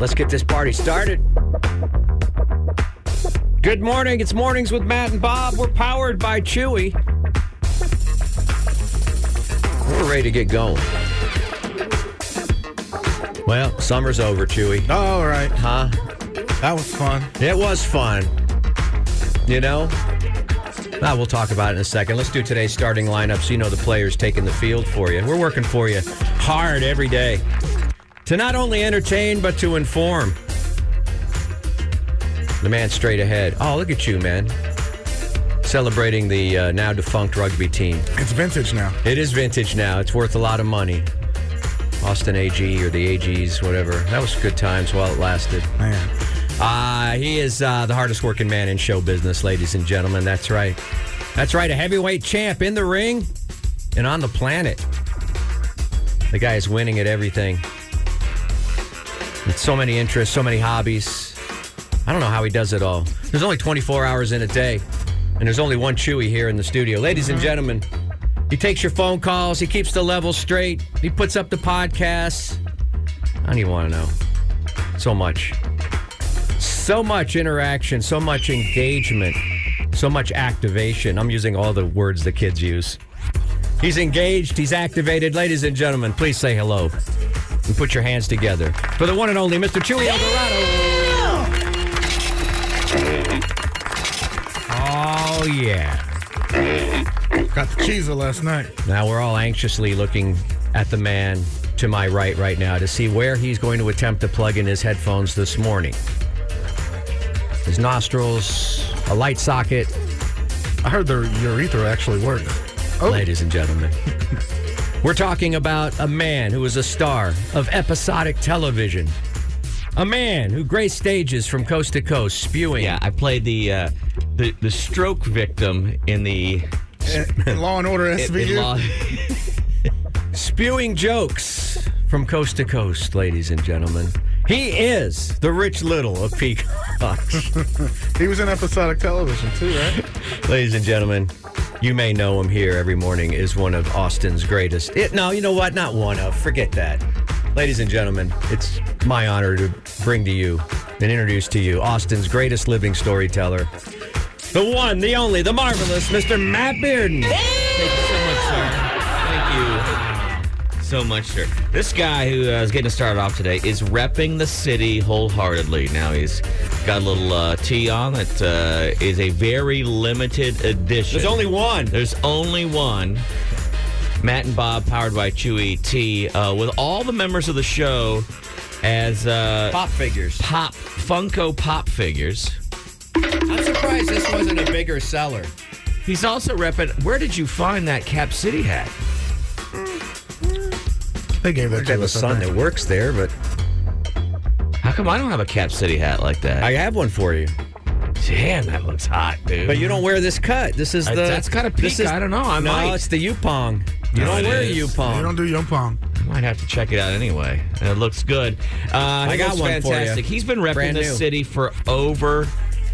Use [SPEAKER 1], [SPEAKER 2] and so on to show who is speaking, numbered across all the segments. [SPEAKER 1] let's get this party started. Good morning. It's Mornings with Matt and Bob. We're powered by Chewy. We're ready to get going. Well, summer's over, Chewy.
[SPEAKER 2] Oh, All right.
[SPEAKER 1] Huh?
[SPEAKER 2] That was fun.
[SPEAKER 1] It was fun. You know? Ah, we'll talk about it in a second. Let's do today's starting lineup so you know the players taking the field for you. We're working for you hard every day to not only entertain, but to inform. The man straight ahead. Oh, look at you, man. Celebrating the uh, now defunct rugby team.
[SPEAKER 2] It's vintage now.
[SPEAKER 1] It is vintage now. It's worth a lot of money. Austin AG or the AGs, whatever. That was good times while it lasted.
[SPEAKER 2] Man.
[SPEAKER 1] Uh, he is uh, the hardest working man in show business, ladies and gentlemen. That's right. That's right. A heavyweight champ in the ring and on the planet. The guy is winning at everything. It's so many interests, so many hobbies. I don't know how he does it all. There's only 24 hours in a day, and there's only one Chewy here in the studio. Ladies and gentlemen, he takes your phone calls, he keeps the level straight, he puts up the podcasts. I don't even want to know. So much so much interaction, so much engagement, so much activation. I'm using all the words the kids use. He's engaged, he's activated. Ladies and gentlemen, please say hello and put your hands together for the one and only Mr. Chewy Eldorado. Oh, yeah.
[SPEAKER 2] Got the cheeser last night.
[SPEAKER 1] Now we're all anxiously looking at the man to my right right now to see where he's going to attempt to plug in his headphones this morning. His nostrils, a light socket,
[SPEAKER 2] I heard the urethra actually worked. Oh.
[SPEAKER 1] ladies and gentlemen. We're talking about a man who is a star of episodic television. A man who graced stages from coast to coast, spewing.
[SPEAKER 3] Yeah, I played the uh, the the stroke victim in the
[SPEAKER 2] In Uh, Law and Order
[SPEAKER 3] in
[SPEAKER 2] SVU.
[SPEAKER 3] law-
[SPEAKER 1] spewing jokes from coast to coast, ladies and gentlemen. He is the Rich Little of Peacocks.
[SPEAKER 2] He was in episodic television too, right?
[SPEAKER 1] ladies and gentlemen, you may know him here every morning is one of Austin's greatest. It, no, you know what? Not one of. Forget that. Ladies and gentlemen, it's my honor to bring to you and introduce to you Austin's greatest living storyteller, the one, the only, the marvelous Mr. Matt Bearden.
[SPEAKER 3] so much, sir. Thank you so much, sir. This guy who uh, is getting started off today is repping the city wholeheartedly. Now he's got a little uh, tee on that uh, is a very limited edition.
[SPEAKER 1] There's only one.
[SPEAKER 3] There's only one. Matt and Bob, powered by Chewy T, uh, with all the members of the show as uh,
[SPEAKER 1] Pop figures.
[SPEAKER 3] pop Funko Pop figures.
[SPEAKER 1] I'm surprised this wasn't a bigger seller.
[SPEAKER 3] He's also repping. Where did you find that Cap City hat?
[SPEAKER 2] They gave that
[SPEAKER 1] I
[SPEAKER 2] to
[SPEAKER 1] have a
[SPEAKER 2] us. I
[SPEAKER 1] son
[SPEAKER 2] think.
[SPEAKER 1] that works there, but
[SPEAKER 3] How come I don't have a Cap City hat like that?
[SPEAKER 1] I have one for you.
[SPEAKER 3] Damn, that looks hot, dude.
[SPEAKER 1] But you don't wear this cut. This is the.
[SPEAKER 3] Uh, that's kinda peak.
[SPEAKER 1] this
[SPEAKER 3] I don't know. I
[SPEAKER 1] no,
[SPEAKER 3] might.
[SPEAKER 1] it's the Yupong. You
[SPEAKER 3] No,
[SPEAKER 1] don't
[SPEAKER 3] it
[SPEAKER 1] wear
[SPEAKER 3] is.
[SPEAKER 1] Yupong.
[SPEAKER 2] They don't do yum pong.
[SPEAKER 3] might have to check it out anyway. It looks good. Uh, I
[SPEAKER 1] got one for you.
[SPEAKER 3] fantastic. He's been repping
[SPEAKER 1] Brand
[SPEAKER 3] this
[SPEAKER 1] new.
[SPEAKER 3] city for over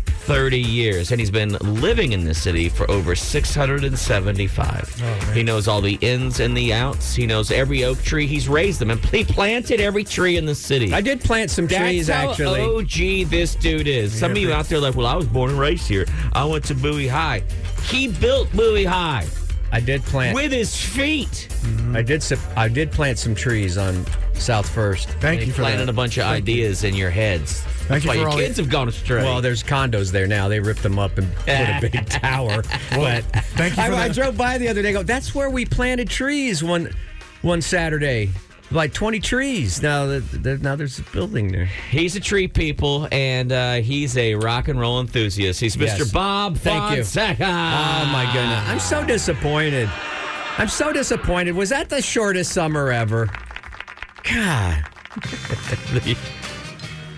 [SPEAKER 3] 30 years, and he's been living in this city for over 675.
[SPEAKER 2] man.
[SPEAKER 3] he knows all the ins and the outs. He knows every oak tree. He's raised them, and he planted every tree in the city.
[SPEAKER 1] I did plant some
[SPEAKER 3] That's
[SPEAKER 1] trees
[SPEAKER 3] how
[SPEAKER 1] actually.
[SPEAKER 3] OG this dude is. Some of you out there are like, well, I was born and raised here. I went to Bowie High. He built Bowie High
[SPEAKER 1] I did plant.
[SPEAKER 3] with his feet.
[SPEAKER 1] I did. sup- I did plant some trees on South First.
[SPEAKER 2] Thank you
[SPEAKER 3] And he
[SPEAKER 2] for
[SPEAKER 3] planted
[SPEAKER 2] that.
[SPEAKER 3] a bunch of ideas in your heads. That's
[SPEAKER 2] you
[SPEAKER 3] why
[SPEAKER 2] for
[SPEAKER 3] your
[SPEAKER 2] all
[SPEAKER 3] kids have gone astray.
[SPEAKER 1] Well, there's condos there now. They ripped them up and put a big tower. But
[SPEAKER 2] thank you
[SPEAKER 1] I,
[SPEAKER 2] for
[SPEAKER 1] I
[SPEAKER 2] that.
[SPEAKER 1] drove by the other day. and Go. That's where we planted trees one one Saturday. Like 20 trees. Now that that- now there's a building there.
[SPEAKER 3] he's a tree people, and uh, he's a rock and roll enthusiast. He's Mr.
[SPEAKER 1] Yes.
[SPEAKER 3] Bob
[SPEAKER 1] Thank you.
[SPEAKER 3] Fonseca.
[SPEAKER 1] Oh my goodness. I'm so disappointed. I'm so disappointed. Was that the shortest summer ever? God.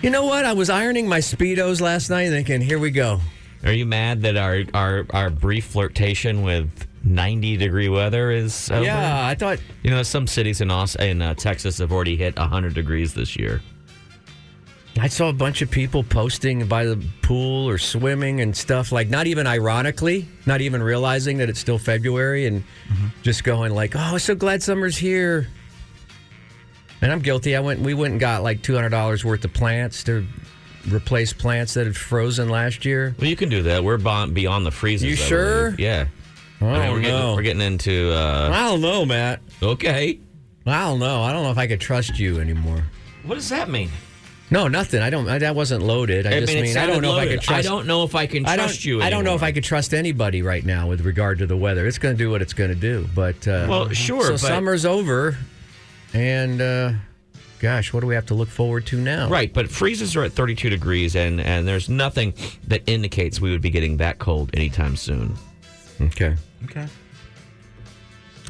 [SPEAKER 1] you know what? I was ironing my Speedos last night thinking, here we go.
[SPEAKER 3] Are you mad that our, our, our brief flirtation with 90 degree weather is over?
[SPEAKER 1] Yeah, I thought
[SPEAKER 3] You know, some cities in Aus- in uh, Texas have already hit 100 degrees this year.
[SPEAKER 1] I saw a bunch of people posting by the pool or swimming and stuff, like not even ironically, not even realizing that it's still
[SPEAKER 3] Mm-hmm.
[SPEAKER 1] February and just going like, Oh, I'm so glad summer's here. And I'm guilty. I went. We went and got like two hundred dollars worth of plants to replace plants that had frozen last year.
[SPEAKER 3] Well, you can do that. We're bon- beyond the freezers.
[SPEAKER 1] You
[SPEAKER 3] I
[SPEAKER 1] sure? Oh,
[SPEAKER 3] believe. Yeah.
[SPEAKER 1] I don't
[SPEAKER 3] we're getting,
[SPEAKER 1] know.
[SPEAKER 3] We're getting into. Uh,
[SPEAKER 1] I don't know, Matt.
[SPEAKER 3] okay.
[SPEAKER 1] I don't know. I don't know if I could trust you anymore.
[SPEAKER 3] What does that mean?
[SPEAKER 1] No, nothing. I don't. I, that wasn't loaded. I, just
[SPEAKER 3] it
[SPEAKER 1] mean, I
[SPEAKER 3] sounded
[SPEAKER 1] don't know if I
[SPEAKER 3] loaded.
[SPEAKER 1] could trust.
[SPEAKER 3] I don't know if I can trust
[SPEAKER 1] I don't-
[SPEAKER 3] you.
[SPEAKER 1] I don't know if
[SPEAKER 3] anymore.
[SPEAKER 1] I could trust anybody right now with regard to the weather. It's going to do what it's going to do. But uh,
[SPEAKER 3] Well, sure,
[SPEAKER 1] So
[SPEAKER 3] but-
[SPEAKER 1] summer's over, and uh, gosh, what do we have to look forward to now?
[SPEAKER 3] Right, but freezes are at 32 degrees, and, and there's nothing that indicates we would be getting that cold anytime
[SPEAKER 1] Oh,
[SPEAKER 3] soon.
[SPEAKER 1] Okay.
[SPEAKER 2] Okay.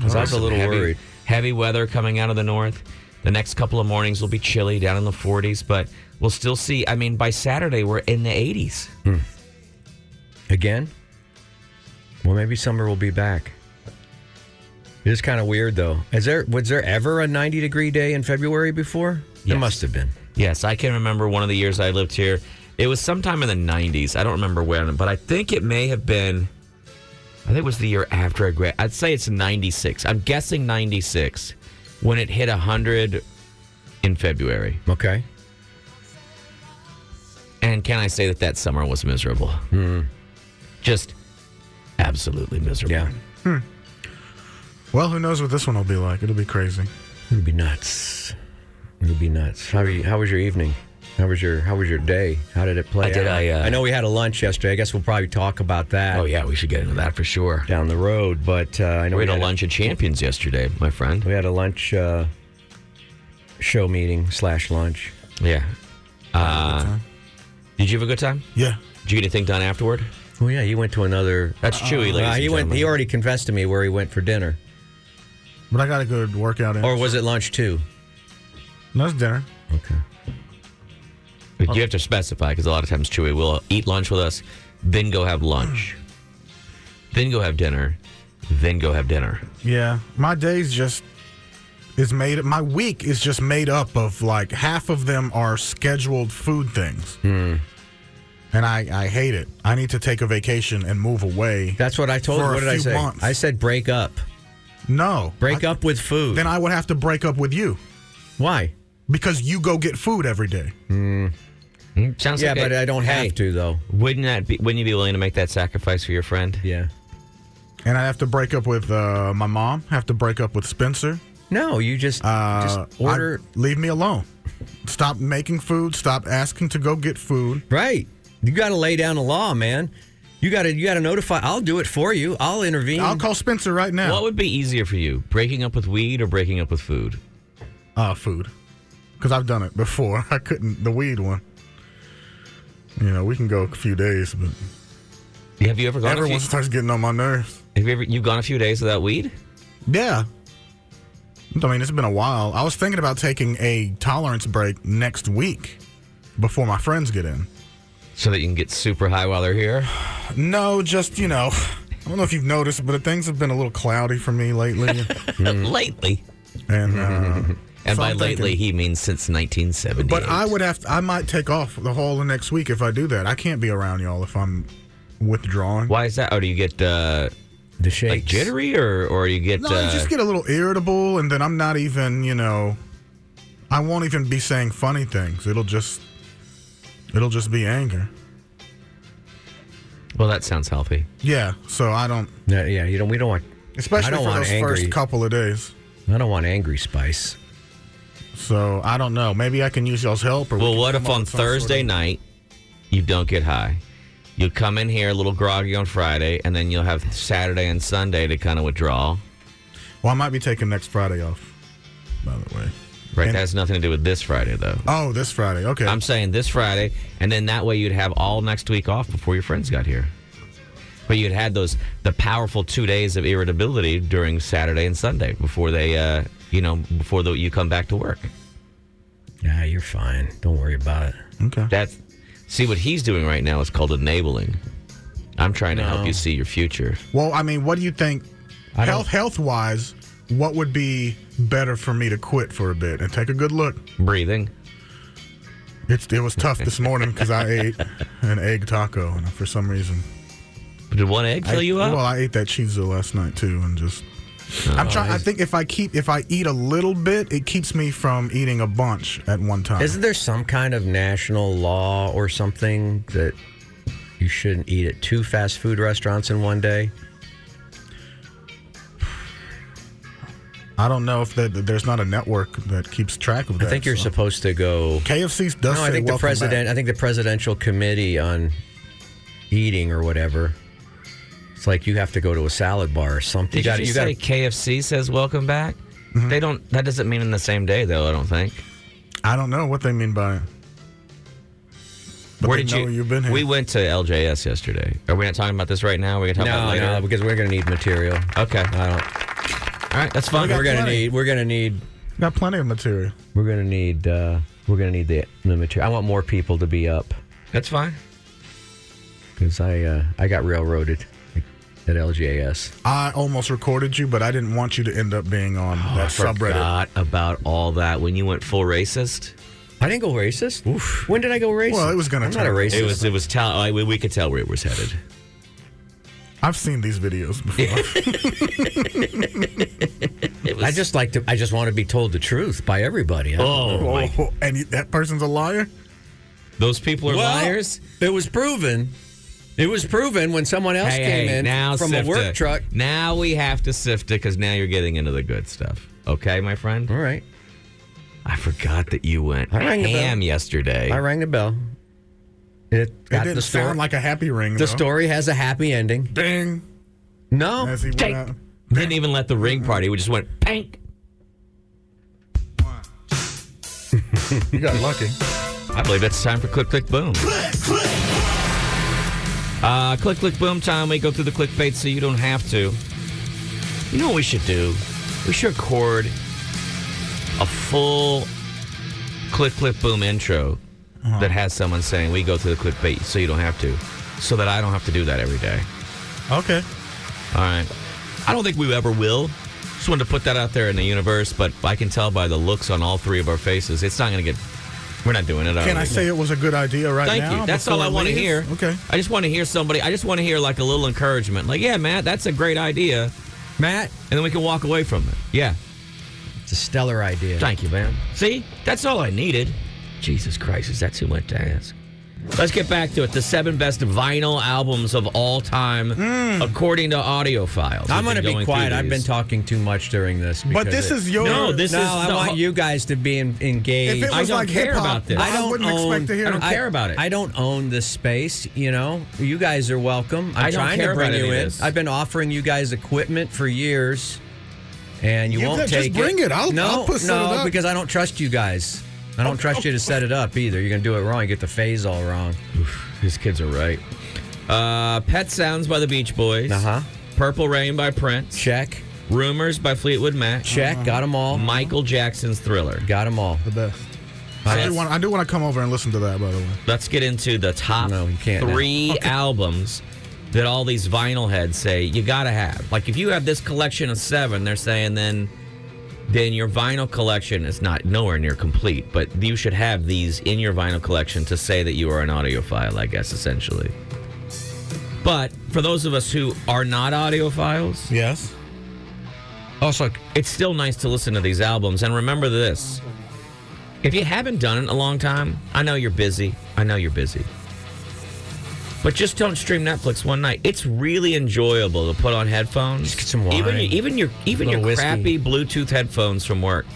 [SPEAKER 1] So I was a little
[SPEAKER 3] Heavy-
[SPEAKER 1] worried.
[SPEAKER 3] Heavy weather coming out of the north. The next couple of mornings will be chilly, down in the 40s, but we'll still see. I mean, by Saturday, we're in the 80s.
[SPEAKER 1] Again? Well, maybe summer will be back. It is kind of weird, though. Is there was there ever a ninety degree day in February before? There
[SPEAKER 3] Yes.
[SPEAKER 1] must have been.
[SPEAKER 3] Yes, I can remember one of the years I lived here. It was sometime in the 90s. I don't remember when, but I think it may have been. I think it was the year after I grad. I'd say it's 96. I'm guessing 96 when it hit 100 in February.
[SPEAKER 1] Okay.
[SPEAKER 3] And can I say that that summer was miserable?
[SPEAKER 1] Mm.
[SPEAKER 3] Just absolutely miserable.
[SPEAKER 1] Yeah.
[SPEAKER 2] Well, who knows what this one will be like? It'll be crazy.
[SPEAKER 1] It'll be nuts. It'll be nuts. How are you, How was your evening? How was your How was your day? How did it play?
[SPEAKER 3] I did,
[SPEAKER 1] out?
[SPEAKER 3] I, uh,
[SPEAKER 1] I know we had a lunch yesterday. I guess we'll probably talk about that.
[SPEAKER 3] Oh yeah, we should get into that for sure.
[SPEAKER 1] Down the road, but uh, I know
[SPEAKER 3] We
[SPEAKER 1] we,
[SPEAKER 3] had a lunch at Champions yesterday, my friend.
[SPEAKER 1] we had a lunch uh, show meeting slash lunch.
[SPEAKER 3] Yeah. Uh, did you have a good time?
[SPEAKER 2] Yeah.
[SPEAKER 3] Did you get anything done afterward?
[SPEAKER 1] Oh yeah, he went to another.
[SPEAKER 3] That's Chewy, ladies
[SPEAKER 1] Uh,
[SPEAKER 3] and
[SPEAKER 1] he went.
[SPEAKER 3] gentlemen.
[SPEAKER 1] He already confessed to me where he went for dinner,
[SPEAKER 2] But I got a good workout in.
[SPEAKER 1] or was it lunch too?
[SPEAKER 2] no, it's dinner.
[SPEAKER 1] Okay.
[SPEAKER 3] But you have to specify because a lot of times Chewy will eat lunch with us, then go have lunch, then go have dinner, then go have dinner.
[SPEAKER 2] Yeah. My days just is made my week is just made up of like half of them are scheduled food things.
[SPEAKER 4] Mm-hmm.
[SPEAKER 2] And I, I hate it. I need to take a vacation and move away.
[SPEAKER 1] That's what I told.
[SPEAKER 2] For
[SPEAKER 1] him.
[SPEAKER 2] a
[SPEAKER 1] What did I
[SPEAKER 2] few
[SPEAKER 1] say?
[SPEAKER 2] months.
[SPEAKER 1] I said break up.
[SPEAKER 2] No.
[SPEAKER 1] Break
[SPEAKER 2] I-
[SPEAKER 1] up with food.
[SPEAKER 2] Then I would have to break up with you
[SPEAKER 1] Why?
[SPEAKER 2] because you go get food every day.
[SPEAKER 3] Hmm, Sounds
[SPEAKER 1] Hmm. Yeah,
[SPEAKER 3] like a-
[SPEAKER 1] but I don't have
[SPEAKER 3] Hey,
[SPEAKER 1] to though.
[SPEAKER 3] Wouldn't that be? Wouldn't you be willing to make that sacrifice for your friend?
[SPEAKER 1] Yeah.
[SPEAKER 2] And I have to break up with uh, my mom, have to break up with Spencer.
[SPEAKER 1] No, you just
[SPEAKER 2] Uh,
[SPEAKER 1] just
[SPEAKER 2] I-
[SPEAKER 1] order
[SPEAKER 2] leave me alone. Stop making food. Stop asking to go get food.
[SPEAKER 1] right. You got to lay down a law, man. You got to you got to notify. I'll do it for you. I'll intervene.
[SPEAKER 2] I'll call Spencer right now.
[SPEAKER 3] What would be easier for you, breaking up with weed or breaking up with food?
[SPEAKER 2] uh, food. Because I've done it before. I couldn't, the weed one. You know, we can go a few days, but
[SPEAKER 3] Have you ever gone? A few,
[SPEAKER 2] everyone starts getting on my nerves.
[SPEAKER 3] have you ever you gone a few days without weed?
[SPEAKER 2] Yeah. I mean, it's been a while. I was thinking about taking a tolerance break next week before my friends get in.
[SPEAKER 3] so that you can get super high while they're here.
[SPEAKER 2] No, just, you know, I don't know if you've noticed, but things have been a little cloudy for me lately.
[SPEAKER 1] Mm-hmm.
[SPEAKER 3] lately,
[SPEAKER 2] and uh,
[SPEAKER 3] and
[SPEAKER 2] so
[SPEAKER 3] by
[SPEAKER 2] I'm thinking-
[SPEAKER 3] lately he means since 1970.
[SPEAKER 2] But I would have. To, I might take off the whole of next week if I do that. I can't be around y'all if I'm withdrawing.
[SPEAKER 3] Why is that? Or do you get uh,
[SPEAKER 1] the shakes.
[SPEAKER 3] like jittery, or or you get?
[SPEAKER 2] No,
[SPEAKER 3] uh,
[SPEAKER 2] I just get a little irritable, and then I'm not even. You know, I won't even be saying funny things. It'll just. It'll just be anger.
[SPEAKER 3] well, that sounds healthy.
[SPEAKER 2] Yeah. So I don't.
[SPEAKER 1] No, yeah, you don't. We don't want.
[SPEAKER 2] Especially
[SPEAKER 1] I don't
[SPEAKER 2] for
[SPEAKER 1] want
[SPEAKER 2] those
[SPEAKER 1] angry.
[SPEAKER 2] first couple of days.
[SPEAKER 1] I don't want angry spice.
[SPEAKER 2] So I don't know. Maybe I can use y'all's help. Or we
[SPEAKER 3] Well,
[SPEAKER 2] can
[SPEAKER 3] what
[SPEAKER 2] come
[SPEAKER 3] if
[SPEAKER 2] up
[SPEAKER 3] on
[SPEAKER 2] with some sort of-
[SPEAKER 3] Thursday night you don't get high? You come in here a little groggy on Friday, and then you'll have Saturday and Sunday to kind of withdraw.
[SPEAKER 2] Well, I might be taking next Friday off. By the way.
[SPEAKER 3] Right,
[SPEAKER 2] And-
[SPEAKER 3] that has nothing to do with this Friday though.
[SPEAKER 2] Oh, this Friday. Okay.
[SPEAKER 3] I'm saying this Friday, and then that way you'd have all next week off before your friends got here. But you'd had those the powerful two days of irritability during Saturday and Sunday before they, uh, you know, before the, you come back to work.
[SPEAKER 1] Yeah, you're fine. Don't worry about it.
[SPEAKER 2] okay.
[SPEAKER 3] That's see what he's doing right now is called enabling. I'm trying to help you see your future.
[SPEAKER 2] Well, I mean, what do you think,
[SPEAKER 1] I don't-
[SPEAKER 2] health health wise, what would be better for me to quit for a bit and take a good look?
[SPEAKER 3] Breathing.
[SPEAKER 2] It's it was tough this morning because I ate an egg taco and for some reason,
[SPEAKER 3] Did one egg fill you
[SPEAKER 2] well,
[SPEAKER 3] up? Oh,
[SPEAKER 2] I ate that chorizo last night too and just I'm
[SPEAKER 3] Uh-huh.
[SPEAKER 2] trying. I think if I keep if I eat a little bit, it keeps me from eating a bunch at one time.
[SPEAKER 1] Isn't there some kind of national law or something that you shouldn't eat at two fast food restaurants in one day?
[SPEAKER 2] I don't know if that that there's not a network that keeps track of that.
[SPEAKER 1] I think you're
[SPEAKER 2] so.
[SPEAKER 1] supposed to go.
[SPEAKER 2] KFC does.
[SPEAKER 1] No,
[SPEAKER 2] say
[SPEAKER 1] I think the
[SPEAKER 2] welcome
[SPEAKER 1] president.
[SPEAKER 2] back.
[SPEAKER 1] I think the presidential committee on eating or whatever. It's like you have to go to a salad bar or something.
[SPEAKER 3] Did you,
[SPEAKER 1] gotta-
[SPEAKER 3] just
[SPEAKER 1] gotta-
[SPEAKER 3] say KFC says welcome back?
[SPEAKER 2] Mm-hmm.
[SPEAKER 3] They don't. That doesn't mean in the same day, though. I don't think.
[SPEAKER 2] I don't know what they mean by it. But
[SPEAKER 3] Where
[SPEAKER 2] they
[SPEAKER 3] did
[SPEAKER 2] know
[SPEAKER 3] you?
[SPEAKER 2] You've been here.
[SPEAKER 3] We went to LJS yesterday. Are we not talking about this right now? We're gonna talk about it
[SPEAKER 1] no,
[SPEAKER 3] later.
[SPEAKER 1] no, because we're gonna need material.
[SPEAKER 3] Okay.
[SPEAKER 1] I don't.
[SPEAKER 3] All right. That's fine.
[SPEAKER 2] got
[SPEAKER 1] We're gonna
[SPEAKER 2] plenty.
[SPEAKER 1] need. We're gonna need.
[SPEAKER 2] got plenty of material.
[SPEAKER 1] We're gonna need. Uh, we're gonna need the, the material. I want more people to be up
[SPEAKER 3] That's fine.
[SPEAKER 1] because I uh, I got railroaded at LGAS.
[SPEAKER 2] I almost recorded you, but I didn't want you to end up being on that subreddit.
[SPEAKER 3] Oh, Forgot about all that when you went full racist.
[SPEAKER 1] I didn't go racist. When did I go racist?
[SPEAKER 2] Well, it was gonna
[SPEAKER 1] I'm not a
[SPEAKER 2] turn-
[SPEAKER 1] racist.
[SPEAKER 3] It was. It was. Tell. I- we, we could tell where it was headed.
[SPEAKER 2] I've seen these videos before.
[SPEAKER 3] It was.
[SPEAKER 1] I just like to. I just want to be told the truth by everybody.
[SPEAKER 3] Oh, my
[SPEAKER 2] oh, and you- that person's a liar.
[SPEAKER 3] Those people are
[SPEAKER 1] Well,
[SPEAKER 3] liars.
[SPEAKER 1] It was proven. It was proven when someone else
[SPEAKER 3] Hey,
[SPEAKER 1] came
[SPEAKER 3] hey,
[SPEAKER 1] in
[SPEAKER 3] now
[SPEAKER 1] from a
[SPEAKER 3] sift
[SPEAKER 1] work
[SPEAKER 3] it.
[SPEAKER 1] truck.
[SPEAKER 3] Now we have to sift it because now you're getting into the good stuff. Okay, my friend.
[SPEAKER 1] All right,
[SPEAKER 3] I forgot that you went
[SPEAKER 1] I rang the bell.
[SPEAKER 3] ham yesterday.
[SPEAKER 1] I rang the bell. It
[SPEAKER 2] It
[SPEAKER 1] got
[SPEAKER 2] didn't
[SPEAKER 1] the story.
[SPEAKER 2] sound like a happy ring.
[SPEAKER 1] the
[SPEAKER 2] though.
[SPEAKER 1] story has a happy ending.
[SPEAKER 2] Ding.
[SPEAKER 1] No,
[SPEAKER 2] As he went
[SPEAKER 1] Take-
[SPEAKER 2] out.
[SPEAKER 3] Didn't even let the ring party. We just went pank.
[SPEAKER 2] You got lucky.
[SPEAKER 3] I believe it's time for click click boom. Uh, click click boom time. We go through the clickbait so you don't have to. You know what we should do? We should record a full click click boom intro
[SPEAKER 2] Uh-huh.
[SPEAKER 3] that has someone saying we go through the clickbait so you don't have to, so that I don't have to do that every day.
[SPEAKER 2] Okay.
[SPEAKER 3] All right. I don't think we ever will. Just wanted to put that out there in the universe, but I can tell by the looks on all three of our faces, it's not going to get. We're not doing it.
[SPEAKER 2] Can I say it was a good idea right
[SPEAKER 3] Thank
[SPEAKER 2] now?
[SPEAKER 3] you. That's all
[SPEAKER 2] before
[SPEAKER 3] I want to
[SPEAKER 2] leave?
[SPEAKER 3] hear.
[SPEAKER 2] Okay.
[SPEAKER 3] I just want to hear somebody. I just want to hear like a little encouragement. Like, yeah, Matt, that's a great idea,
[SPEAKER 1] Matt,
[SPEAKER 3] and then we can walk away from it. Yeah.
[SPEAKER 1] it's a stellar idea.
[SPEAKER 3] Thank you, man. See, that's all I needed. Jesus Christ, is that too much to ask? Let's get back to it. The seven best vinyl albums of all time, according to audio files.
[SPEAKER 1] Mm. I'm going to be quiet. I've been talking too much during this.
[SPEAKER 2] But
[SPEAKER 1] because
[SPEAKER 2] this
[SPEAKER 1] it-
[SPEAKER 2] is your.
[SPEAKER 3] No, this
[SPEAKER 1] no.
[SPEAKER 3] is
[SPEAKER 1] I
[SPEAKER 3] the
[SPEAKER 1] want
[SPEAKER 3] whole-
[SPEAKER 1] you guys to be en- engaged.
[SPEAKER 2] If it
[SPEAKER 3] I
[SPEAKER 2] was
[SPEAKER 3] don't
[SPEAKER 2] like
[SPEAKER 3] care
[SPEAKER 2] hip hop,
[SPEAKER 3] about this.
[SPEAKER 2] I, wouldn't expect to hear.
[SPEAKER 3] I don't care about it.
[SPEAKER 1] I don't own this space. You know, you guys are welcome. I'm
[SPEAKER 3] I don't
[SPEAKER 1] trying
[SPEAKER 3] care
[SPEAKER 1] to bring
[SPEAKER 3] about
[SPEAKER 1] you
[SPEAKER 3] any of
[SPEAKER 1] in.
[SPEAKER 3] this.
[SPEAKER 1] I've been offering you guys equipment for years, and you,
[SPEAKER 2] You
[SPEAKER 1] won't
[SPEAKER 2] just
[SPEAKER 1] take
[SPEAKER 2] bring
[SPEAKER 1] it.
[SPEAKER 2] it. I'll-
[SPEAKER 1] no,
[SPEAKER 2] I'll put- set
[SPEAKER 1] no,
[SPEAKER 2] it up.
[SPEAKER 1] because I don't trust you guys. I don't trust you to set it up either. You're gonna do it wrong. You get the phase all wrong.
[SPEAKER 3] These kids are right. Uh, Pet Sounds by the Beach Boys.
[SPEAKER 1] Uh-huh.
[SPEAKER 3] Purple Rain by Prince.
[SPEAKER 1] Check,
[SPEAKER 3] Rumors by Fleetwood Mac.
[SPEAKER 1] check. Got 'em Got them all.
[SPEAKER 3] Michael Jackson's Thriller.
[SPEAKER 1] Got them all.
[SPEAKER 2] the best. I do,
[SPEAKER 3] Yes.
[SPEAKER 2] want, I do want to come over and listen to that, by the way.
[SPEAKER 3] Let's get into the top
[SPEAKER 1] No, you can't now.
[SPEAKER 3] three albums that all these vinyl heads say you gotta have. Like if you have this collection of seven, they're saying then then your vinyl collection is not nowhere near complete, but you should have these in your vinyl collection to say that you are an audiophile, I guess, essentially. But for those of us who are not audiophiles,
[SPEAKER 2] Yes.
[SPEAKER 1] Also,
[SPEAKER 3] it's still nice to listen to these albums and remember this if you haven't done it in a long time i know you're busy i know you're busy but just don't stream netflix one night it's really enjoyable to put on headphones
[SPEAKER 1] Just get some wine,
[SPEAKER 3] even, even your even your
[SPEAKER 1] little whiskey.
[SPEAKER 3] crappy bluetooth headphones from work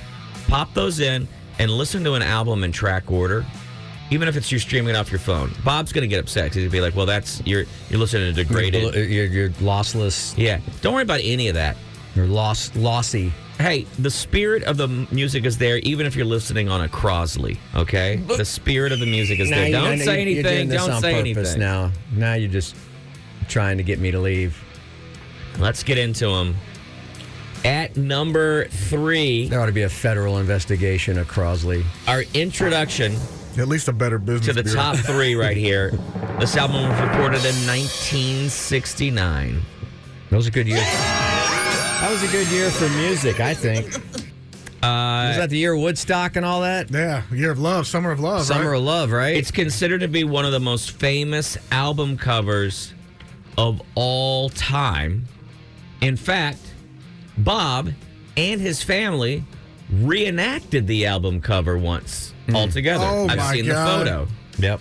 [SPEAKER 3] pop those in and listen to an album in track order even if it's you streaming it off your phone bob's gonna get upset 'cause he'll be like well that's you're you're listening to
[SPEAKER 1] you're,
[SPEAKER 3] degraded
[SPEAKER 1] you're, you're lossless.
[SPEAKER 3] yeah don't worry about any of that
[SPEAKER 1] You're lost, lossy.
[SPEAKER 3] hey, the spirit of the m- music is there, even if you're listening on a Crosley. Okay, the spirit of the music is
[SPEAKER 1] Now
[SPEAKER 3] there.
[SPEAKER 1] you-
[SPEAKER 3] Don't
[SPEAKER 1] now
[SPEAKER 3] say
[SPEAKER 1] you- you're doing
[SPEAKER 3] anything.
[SPEAKER 1] this
[SPEAKER 3] Don't
[SPEAKER 1] on
[SPEAKER 3] say
[SPEAKER 1] purpose
[SPEAKER 3] anything.
[SPEAKER 1] Now, now you're just trying to get me to leave.
[SPEAKER 3] Let's get into them. At number three,
[SPEAKER 1] There ought to be a federal investigation of Crosley.
[SPEAKER 3] our introduction
[SPEAKER 2] At least a better business.
[SPEAKER 3] to the
[SPEAKER 2] Bureau.
[SPEAKER 3] top three right here. This album was recorded in 1969.
[SPEAKER 1] That was a good year. That was a good year for music, I think. Uh, was that the year of Woodstock and all that?
[SPEAKER 2] Yeah, Year of Love, Summer of Love.
[SPEAKER 1] Summer
[SPEAKER 2] right?
[SPEAKER 1] of Love, right?
[SPEAKER 3] It's considered to be one of the most famous album covers of all time. In fact, Bob and his family reenacted the album cover once altogether.
[SPEAKER 2] Oh,
[SPEAKER 3] I've
[SPEAKER 2] my
[SPEAKER 3] seen
[SPEAKER 2] God.
[SPEAKER 3] the photo.
[SPEAKER 1] Yep.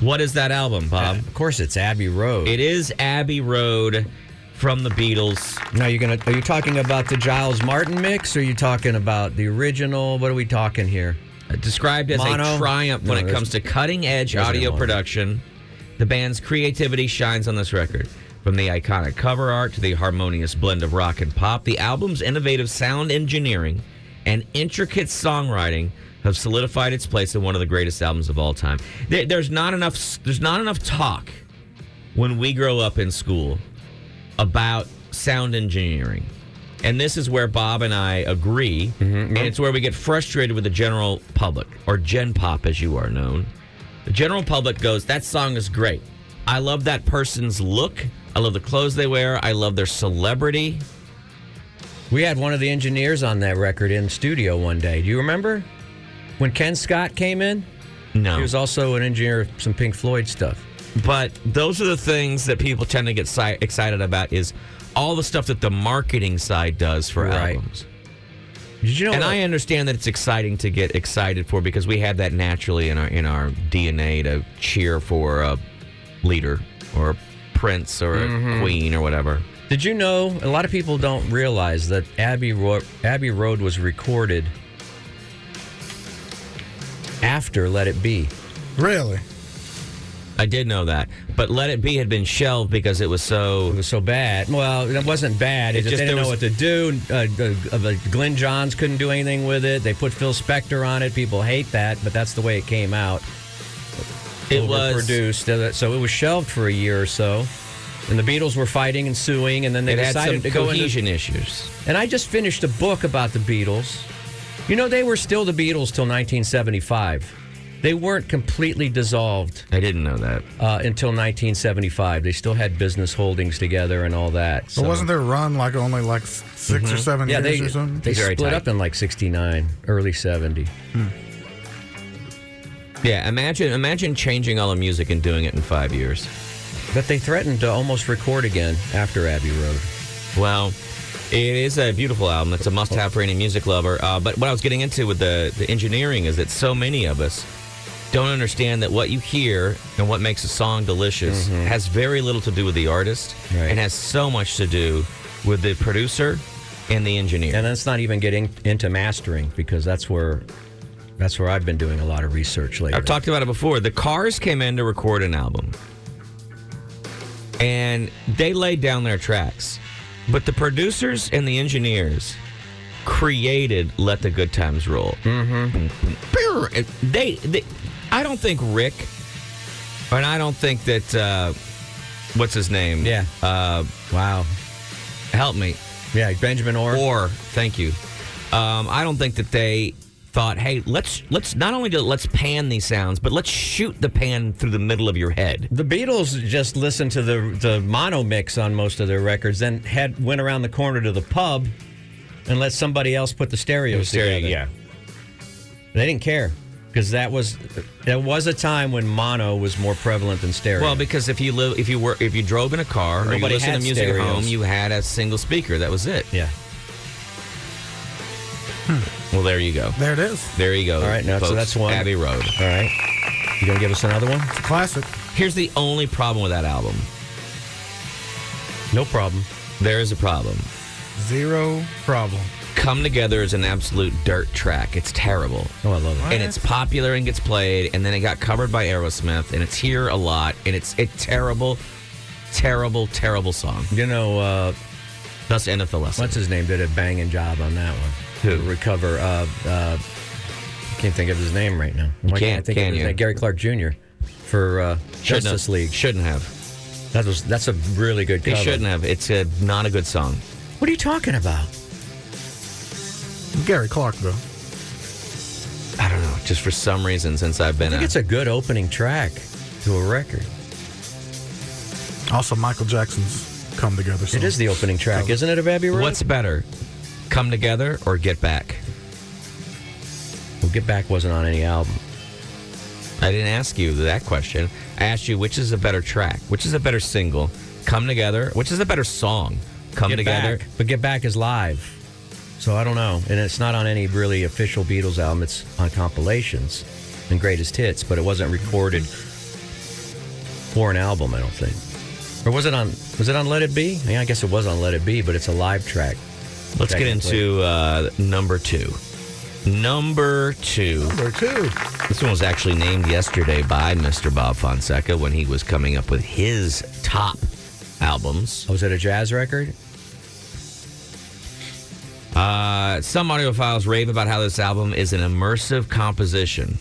[SPEAKER 3] What is that album, Bob?
[SPEAKER 1] of course, it's Abbey Road.
[SPEAKER 3] It is Abbey Road from the Beatles.
[SPEAKER 1] now you're gonna. Are you talking about the Giles Martin mix? Or are you talking about the original? What are we talking here?
[SPEAKER 3] described as
[SPEAKER 1] Mono?
[SPEAKER 3] a triumph
[SPEAKER 1] No,
[SPEAKER 3] when it
[SPEAKER 1] there's-
[SPEAKER 3] comes to cutting edge
[SPEAKER 1] there's no
[SPEAKER 3] audio
[SPEAKER 1] mono.
[SPEAKER 3] production. The band's creativity shines on this record. From the iconic cover art to the harmonious blend of rock and pop, the album's innovative sound engineering and intricate songwriting have solidified its place in one of the greatest albums of all time. There- There's not enough there's not enough talk when we grow up in school about sound engineering. And this is where Bob and I agree. And it's where we get frustrated with the general public, or Gen Pop as you are known. The general public goes, That song is great. I love that person's look. I love the clothes they wear. I love their celebrity.
[SPEAKER 1] We had one of the engineers on that record in studio one day. Do you remember when Ken Scott came in?
[SPEAKER 3] No.
[SPEAKER 1] He was also an engineer of some Pink Floyd stuff.
[SPEAKER 3] but those are the things that people tend to get si- excited about is all the stuff that the marketing side does for
[SPEAKER 1] Right.
[SPEAKER 3] albums.
[SPEAKER 1] Did you know?
[SPEAKER 3] and
[SPEAKER 1] that-
[SPEAKER 3] I understand that it's exciting to get excited for because we have that naturally in our in our DNA to cheer for a leader or a prince or a queen or whatever.
[SPEAKER 1] Mm-hmm. Did you know? A lot of people don't realize that Abbey Road, Abbey Road was recorded after Let It Be.
[SPEAKER 2] Really?
[SPEAKER 3] I did know that, but Let It Be had been shelved because it was
[SPEAKER 1] It
[SPEAKER 3] so.
[SPEAKER 1] was so bad. Well, it wasn't bad. It,
[SPEAKER 3] It
[SPEAKER 1] just,
[SPEAKER 3] just-
[SPEAKER 1] they didn't
[SPEAKER 3] there
[SPEAKER 1] know what
[SPEAKER 3] was-
[SPEAKER 1] to do. Uh, uh, uh, Glenn Johns couldn't do anything with it. They put Phil Spector on it. People hate that, but that's the way it came out.
[SPEAKER 3] It was.
[SPEAKER 1] produced, uh, so it was shelved for a year or so. And the Beatles were fighting and suing, and then they
[SPEAKER 3] It had
[SPEAKER 1] decided
[SPEAKER 3] some
[SPEAKER 1] to go into
[SPEAKER 3] cohesion issues.
[SPEAKER 1] And I just finished a book about the Beatles. You know, they were still the Beatles till 1975. They weren't completely dissolved
[SPEAKER 3] I didn't know that.
[SPEAKER 1] uh, until 1975. They still had business holdings together and all that.
[SPEAKER 2] But
[SPEAKER 1] so- Mm-hmm.
[SPEAKER 2] wasn't their run like only like s- 6 or seven
[SPEAKER 1] yeah,
[SPEAKER 2] years
[SPEAKER 1] they,
[SPEAKER 2] or something?
[SPEAKER 1] they
[SPEAKER 3] Very
[SPEAKER 1] split
[SPEAKER 3] tight.
[SPEAKER 1] up in like 69, early 70.
[SPEAKER 3] Yeah, imagine imagine changing all the music and doing it in five years.
[SPEAKER 1] But they threatened to almost record again after Abbey Road.
[SPEAKER 3] Well, it is a beautiful album. It's a must-have for any music lover. Uh, but what I was getting into with the the engineering is that so many of us don't understand that what you hear and what makes a song delicious has very little to do with the artist
[SPEAKER 1] Mm-hmm. Right.
[SPEAKER 3] and has so much to do with the producer and the engineer.
[SPEAKER 1] And let's not even getting into mastering because that's where that's where I've been doing a lot of research lately.
[SPEAKER 3] I've talked about it before. The Cars came in to record an album, and they laid down their tracks, but the producers and the engineers created "Let the Good Times Roll." Mm-hmm. They, they, I don't think Rick, and I don't think that uh, what's his name?
[SPEAKER 1] yeah.
[SPEAKER 3] uh,
[SPEAKER 1] wow.
[SPEAKER 3] help me.
[SPEAKER 1] Yeah, Benjamin Orr.
[SPEAKER 3] Or thank you. Um, I don't think that they thought, hey, let's let's not only do, let's pan these sounds, but let's shoot the pan through the middle of your head.
[SPEAKER 1] The Beatles just listened to the the mono mix on most of their records, then had went around the corner to the pub and let somebody else put the stereos together. They didn't care because that was that was a time when mono was more prevalent than stereo.
[SPEAKER 3] Well, because if you live, if you were, if you drove in a car or you
[SPEAKER 1] Nobody
[SPEAKER 3] listened
[SPEAKER 1] had
[SPEAKER 3] to music at home,
[SPEAKER 1] stereos.
[SPEAKER 3] you had a single speaker. That was it.
[SPEAKER 1] yeah.
[SPEAKER 3] Well, there you go.
[SPEAKER 2] there it is.
[SPEAKER 3] There you go.
[SPEAKER 1] All right, now, so
[SPEAKER 3] folks.
[SPEAKER 1] that's one.
[SPEAKER 3] Abbey Road.
[SPEAKER 1] All right. You gonna give us another one?
[SPEAKER 2] It's a classic.
[SPEAKER 3] Here's the only problem with that album.
[SPEAKER 1] No problem.
[SPEAKER 3] There is a problem.
[SPEAKER 2] Zero problem.
[SPEAKER 3] Come Together is an absolute dirt track. It's terrible.
[SPEAKER 1] Oh, I love it.
[SPEAKER 3] and it's popular and gets played and then it got covered by Aerosmith and it's here a lot and it's a terrible terrible terrible song
[SPEAKER 1] You know, uh,
[SPEAKER 3] thus endeth the lesson
[SPEAKER 1] what's his name did a banging job on that one.
[SPEAKER 3] Who?
[SPEAKER 1] Recover. Uh, uh, I can't think of his name right now. Why
[SPEAKER 3] can't,
[SPEAKER 1] I think
[SPEAKER 3] can
[SPEAKER 1] of his
[SPEAKER 3] you?
[SPEAKER 1] name? Gary Clark Jr. for uh,
[SPEAKER 3] shouldn't
[SPEAKER 1] Justice
[SPEAKER 3] have,
[SPEAKER 1] League.
[SPEAKER 3] shouldn't have
[SPEAKER 1] That was that's a really good
[SPEAKER 3] they
[SPEAKER 1] cover.
[SPEAKER 3] shouldn't have it's a, not a good song
[SPEAKER 1] What are you talking about?
[SPEAKER 2] Gary Clark, though.
[SPEAKER 3] I don't know just for some reason since I've been
[SPEAKER 1] I think
[SPEAKER 3] a-
[SPEAKER 1] it's a good opening track to a record.
[SPEAKER 2] Also, Michael Jackson's Come Together song.
[SPEAKER 1] It is the opening track, isn't it, of Abbey Road?
[SPEAKER 3] what's better Come Together or Get Back
[SPEAKER 1] well, Get Back wasn't on any album.
[SPEAKER 3] I didn't ask you that question I asked you which is a better track which is a better single Come Together which is a better song come
[SPEAKER 1] Get
[SPEAKER 3] together.
[SPEAKER 1] Back. But Get Back is live. So I don't know. And it's not on any really official Beatles album, it's on compilations and greatest hits, but it wasn't recorded for an album, I don't think. Or was it on was it on Let It Be? Yeah, I guess it was on Let It Be, but it's a live track.
[SPEAKER 3] Let's get
[SPEAKER 1] Technically.
[SPEAKER 3] into uh, number two. Number two.
[SPEAKER 2] There too.
[SPEAKER 3] This one was actually named yesterday by Mr. Bob Fonseca when he was coming up with his top albums.
[SPEAKER 1] Oh, was it a jazz record?
[SPEAKER 3] Uh, some audiophiles rave about how this album is an immersive composition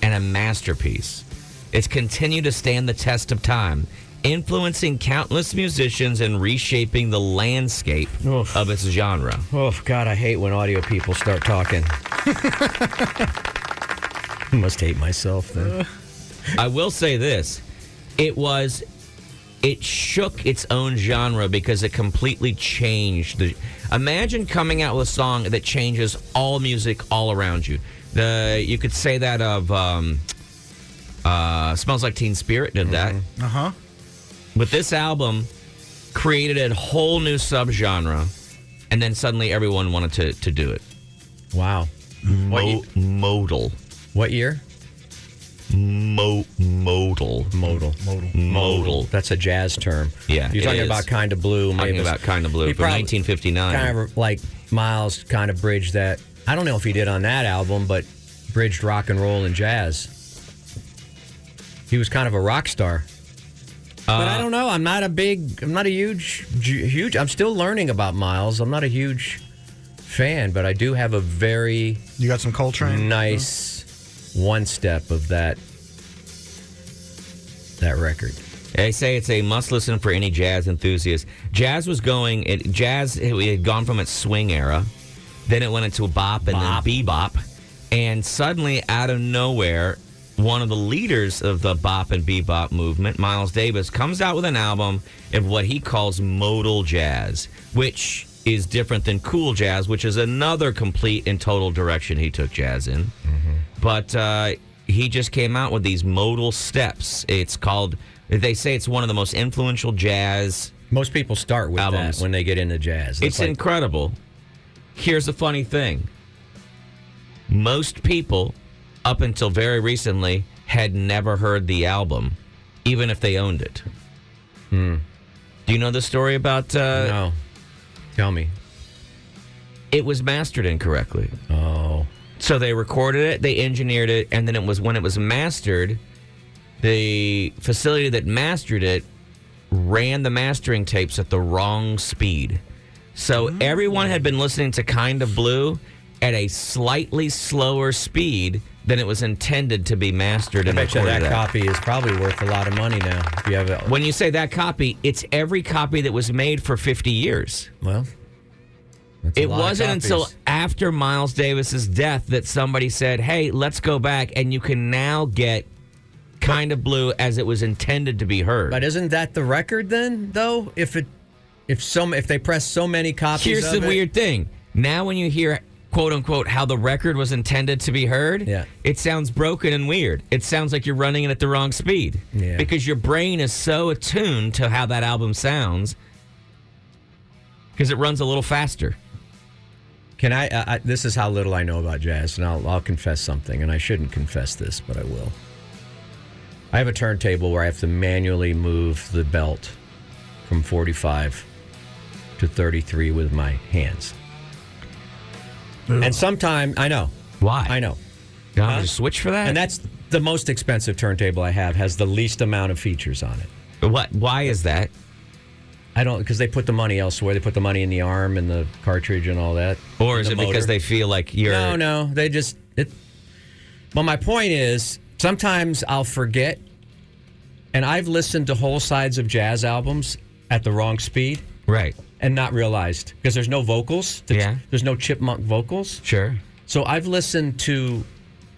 [SPEAKER 3] and a masterpiece. It's continued to stand the test of time, influencing countless musicians and reshaping the landscape
[SPEAKER 1] Oof.
[SPEAKER 3] of its genre.
[SPEAKER 1] Oh God, I hate when audio people start talking. I must hate myself then.
[SPEAKER 3] I will say this: it was, it shook its own genre because it completely changed the. Imagine coming out with a song that changes all music all around you. The you could say that of um, uh, "Smells Like Teen Spirit" did that,
[SPEAKER 1] Mm-hmm.
[SPEAKER 2] Uh
[SPEAKER 1] Uh-huh.
[SPEAKER 2] huh.
[SPEAKER 3] but this album created a whole new subgenre, and then suddenly everyone wanted to to do it.
[SPEAKER 1] Wow. What,
[SPEAKER 3] Mo-
[SPEAKER 1] ye-
[SPEAKER 3] modal,
[SPEAKER 1] what year?
[SPEAKER 3] Mo- modal,
[SPEAKER 1] Modal. Modal.
[SPEAKER 3] modal.
[SPEAKER 1] That's a jazz term.
[SPEAKER 3] Yeah,
[SPEAKER 1] You're
[SPEAKER 3] it
[SPEAKER 1] talking
[SPEAKER 3] is.
[SPEAKER 1] about kind of blue.
[SPEAKER 3] talking
[SPEAKER 1] Mavis.
[SPEAKER 3] about Kinda Blue
[SPEAKER 1] He
[SPEAKER 3] from
[SPEAKER 1] probably-
[SPEAKER 3] 1959.
[SPEAKER 1] Kind of like Miles kind of bridged that. I don't know if he did on that album, but bridged rock and roll and jazz. He was kind of a rock star. but
[SPEAKER 3] Uh,
[SPEAKER 1] I don't know. I'm not a big. I'm not a huge, ju- huge. I'm still learning about Miles. I'm not a huge fan, but I do have a very
[SPEAKER 2] You got some Coltrane.
[SPEAKER 1] nice one step of that that record.
[SPEAKER 3] They say it's a must listen for any jazz enthusiast. Jazz was going, it, jazz it, had gone from its swing era, then it went into a bop and
[SPEAKER 1] Bop.
[SPEAKER 3] then bebop, and suddenly out of nowhere, one of the leaders of the bop and bebop movement, Miles Davis, comes out with an album of what he calls modal jazz, which is different than cool jazz, which is another complete and total direction he took jazz in
[SPEAKER 1] Mm-hmm.
[SPEAKER 3] but uh, he just came out with these modal steps. It's called. They say it's one of the most influential jazz.
[SPEAKER 1] Most people start with
[SPEAKER 3] Albums.
[SPEAKER 1] that when they get into jazz. That's
[SPEAKER 3] It's
[SPEAKER 1] like-
[SPEAKER 3] incredible. Here's the funny thing. Most people, up until very recently, had never heard the album, even if they owned it. Do you know the story about? Uh,
[SPEAKER 1] Hmm. no. Tell me.
[SPEAKER 3] It was mastered incorrectly.
[SPEAKER 1] Oh.
[SPEAKER 3] So they recorded it, they engineered it, and then it was when it was mastered, the facility that mastered it ran the mastering tapes at the wrong speed. So
[SPEAKER 1] Mm-hmm.
[SPEAKER 3] everyone had been listening to Kind of Blue at a slightly slower speed than it was intended to be mastered
[SPEAKER 1] I
[SPEAKER 3] and
[SPEAKER 1] bet you
[SPEAKER 3] recorded
[SPEAKER 1] that
[SPEAKER 3] at.
[SPEAKER 1] copy is probably worth a lot of money now. If you have it.
[SPEAKER 3] When you say that copy, it's every copy that was made for 50 years.
[SPEAKER 1] Well, that's a
[SPEAKER 3] It
[SPEAKER 1] lot of
[SPEAKER 3] wasn't until
[SPEAKER 1] copies.
[SPEAKER 3] after Miles Davis's death that somebody said, "Hey, let's go back and you can now get kind of blue as it was intended to be heard."
[SPEAKER 1] But isn't that the record then, though? If it, if some, if they press so many copies.
[SPEAKER 3] Here's
[SPEAKER 1] of
[SPEAKER 3] the
[SPEAKER 1] it-
[SPEAKER 3] weird thing. Now when you hear quote unquote how the record was intended to be heard,
[SPEAKER 1] Yeah.
[SPEAKER 3] it sounds broken and weird. It sounds like you're running it at the wrong speed.
[SPEAKER 1] Yeah.
[SPEAKER 3] Because your brain is so attuned to how that album sounds because it runs a little faster.
[SPEAKER 1] Can I, I? I- This is how little I know about jazz, and I'll, I'll confess something, and I shouldn't confess this, but I will. I have a turntable where I have to manually move the belt from 45 to 33 with my hands, and sometime I know,
[SPEAKER 3] Why?
[SPEAKER 1] I know,
[SPEAKER 3] You want me to switch for that?
[SPEAKER 1] and that's the most expensive turntable I have has the least amount of features on it.
[SPEAKER 3] what why is that?
[SPEAKER 1] I don't because they put the money elsewhere. They put the money in the arm and the cartridge and all that.
[SPEAKER 3] Or
[SPEAKER 1] and
[SPEAKER 3] is
[SPEAKER 1] the
[SPEAKER 3] it because
[SPEAKER 1] motor.
[SPEAKER 3] they feel like you're
[SPEAKER 1] No, no, they just it. But my point is, sometimes I'll forget, and I've listened to whole sides of jazz albums at the wrong speed
[SPEAKER 3] right?
[SPEAKER 1] and not realized because there's no vocals. There's,
[SPEAKER 3] Yeah.
[SPEAKER 1] there's no chipmunk vocals.
[SPEAKER 3] Sure.
[SPEAKER 1] So I've listened to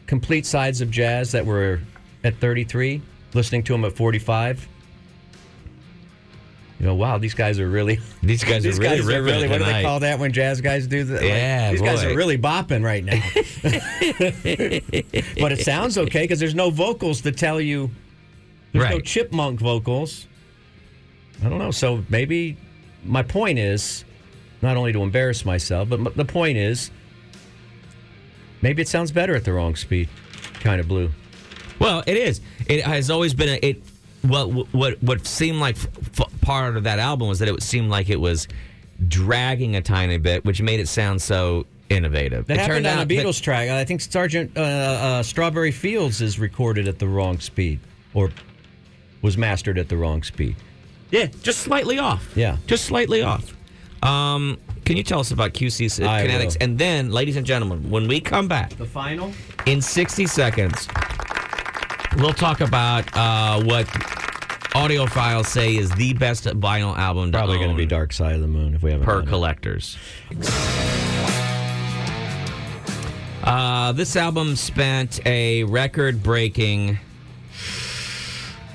[SPEAKER 1] complete sides of jazz that were at 33, listening to them at 45. You know, wow, these guys are really
[SPEAKER 3] These guys
[SPEAKER 1] these
[SPEAKER 3] are really
[SPEAKER 1] guys
[SPEAKER 3] ripping
[SPEAKER 1] are really.
[SPEAKER 3] it
[SPEAKER 1] What do
[SPEAKER 3] tonight.
[SPEAKER 1] they call that when jazz guys do that?
[SPEAKER 3] Yeah,
[SPEAKER 1] these guys
[SPEAKER 3] boy.
[SPEAKER 1] are really bopping right now. but it sounds okay because there's no vocals to tell you. There's no
[SPEAKER 3] Right.
[SPEAKER 1] chipmunk vocals. I don't know. So maybe my point is not only to embarrass myself, but m- the point is maybe it sounds better at the wrong speed. Kind of blue.
[SPEAKER 3] Well, it is. It has always been a, it. What what what seemed like f- f- part of that album was that it seemed like it was dragging a tiny bit, which made it sound so innovative.
[SPEAKER 1] That
[SPEAKER 3] it
[SPEAKER 1] happened on a
[SPEAKER 3] that-
[SPEAKER 1] Beatles track. I think Sergeant uh, uh, Strawberry Fields is recorded at the wrong speed, or was mastered at the wrong speed.
[SPEAKER 3] yeah, just slightly off.
[SPEAKER 1] Yeah.
[SPEAKER 3] just slightly off. Um, can you tell us about QC's uh,
[SPEAKER 1] I
[SPEAKER 3] kinetics?
[SPEAKER 1] will.
[SPEAKER 3] And then, ladies and gentlemen, when we come back,
[SPEAKER 1] The final.
[SPEAKER 3] in 60 seconds, we'll talk about uh, what audiophiles say is the best vinyl album. to
[SPEAKER 1] Probably going to
[SPEAKER 3] own
[SPEAKER 1] be Dark Side of the Moon if we haven't.
[SPEAKER 3] per
[SPEAKER 1] done it.
[SPEAKER 3] collectors. Uh, this album spent a record breaking.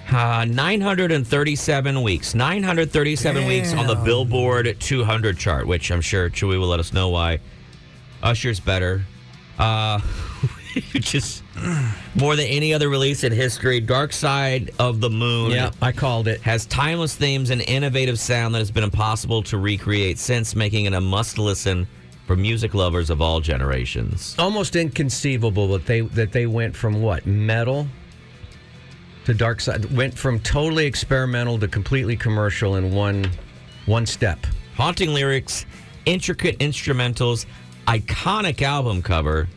[SPEAKER 3] Uh, 937 weeks. 937 weeks on the Billboard 200 chart, which I'm sure Chewy will let us know why. Usher's better. Uh, just more than any other release in history. Dark Side of the Moon
[SPEAKER 1] Yeah, I called it.
[SPEAKER 3] has timeless themes and innovative sound that has been impossible to recreate since, making it a must listen for music lovers of all generations.
[SPEAKER 1] Almost inconceivable that they that they went from what metal to dark side. Went from totally experimental to completely commercial in one one step.
[SPEAKER 3] Haunting lyrics, intricate instrumentals, iconic album cover.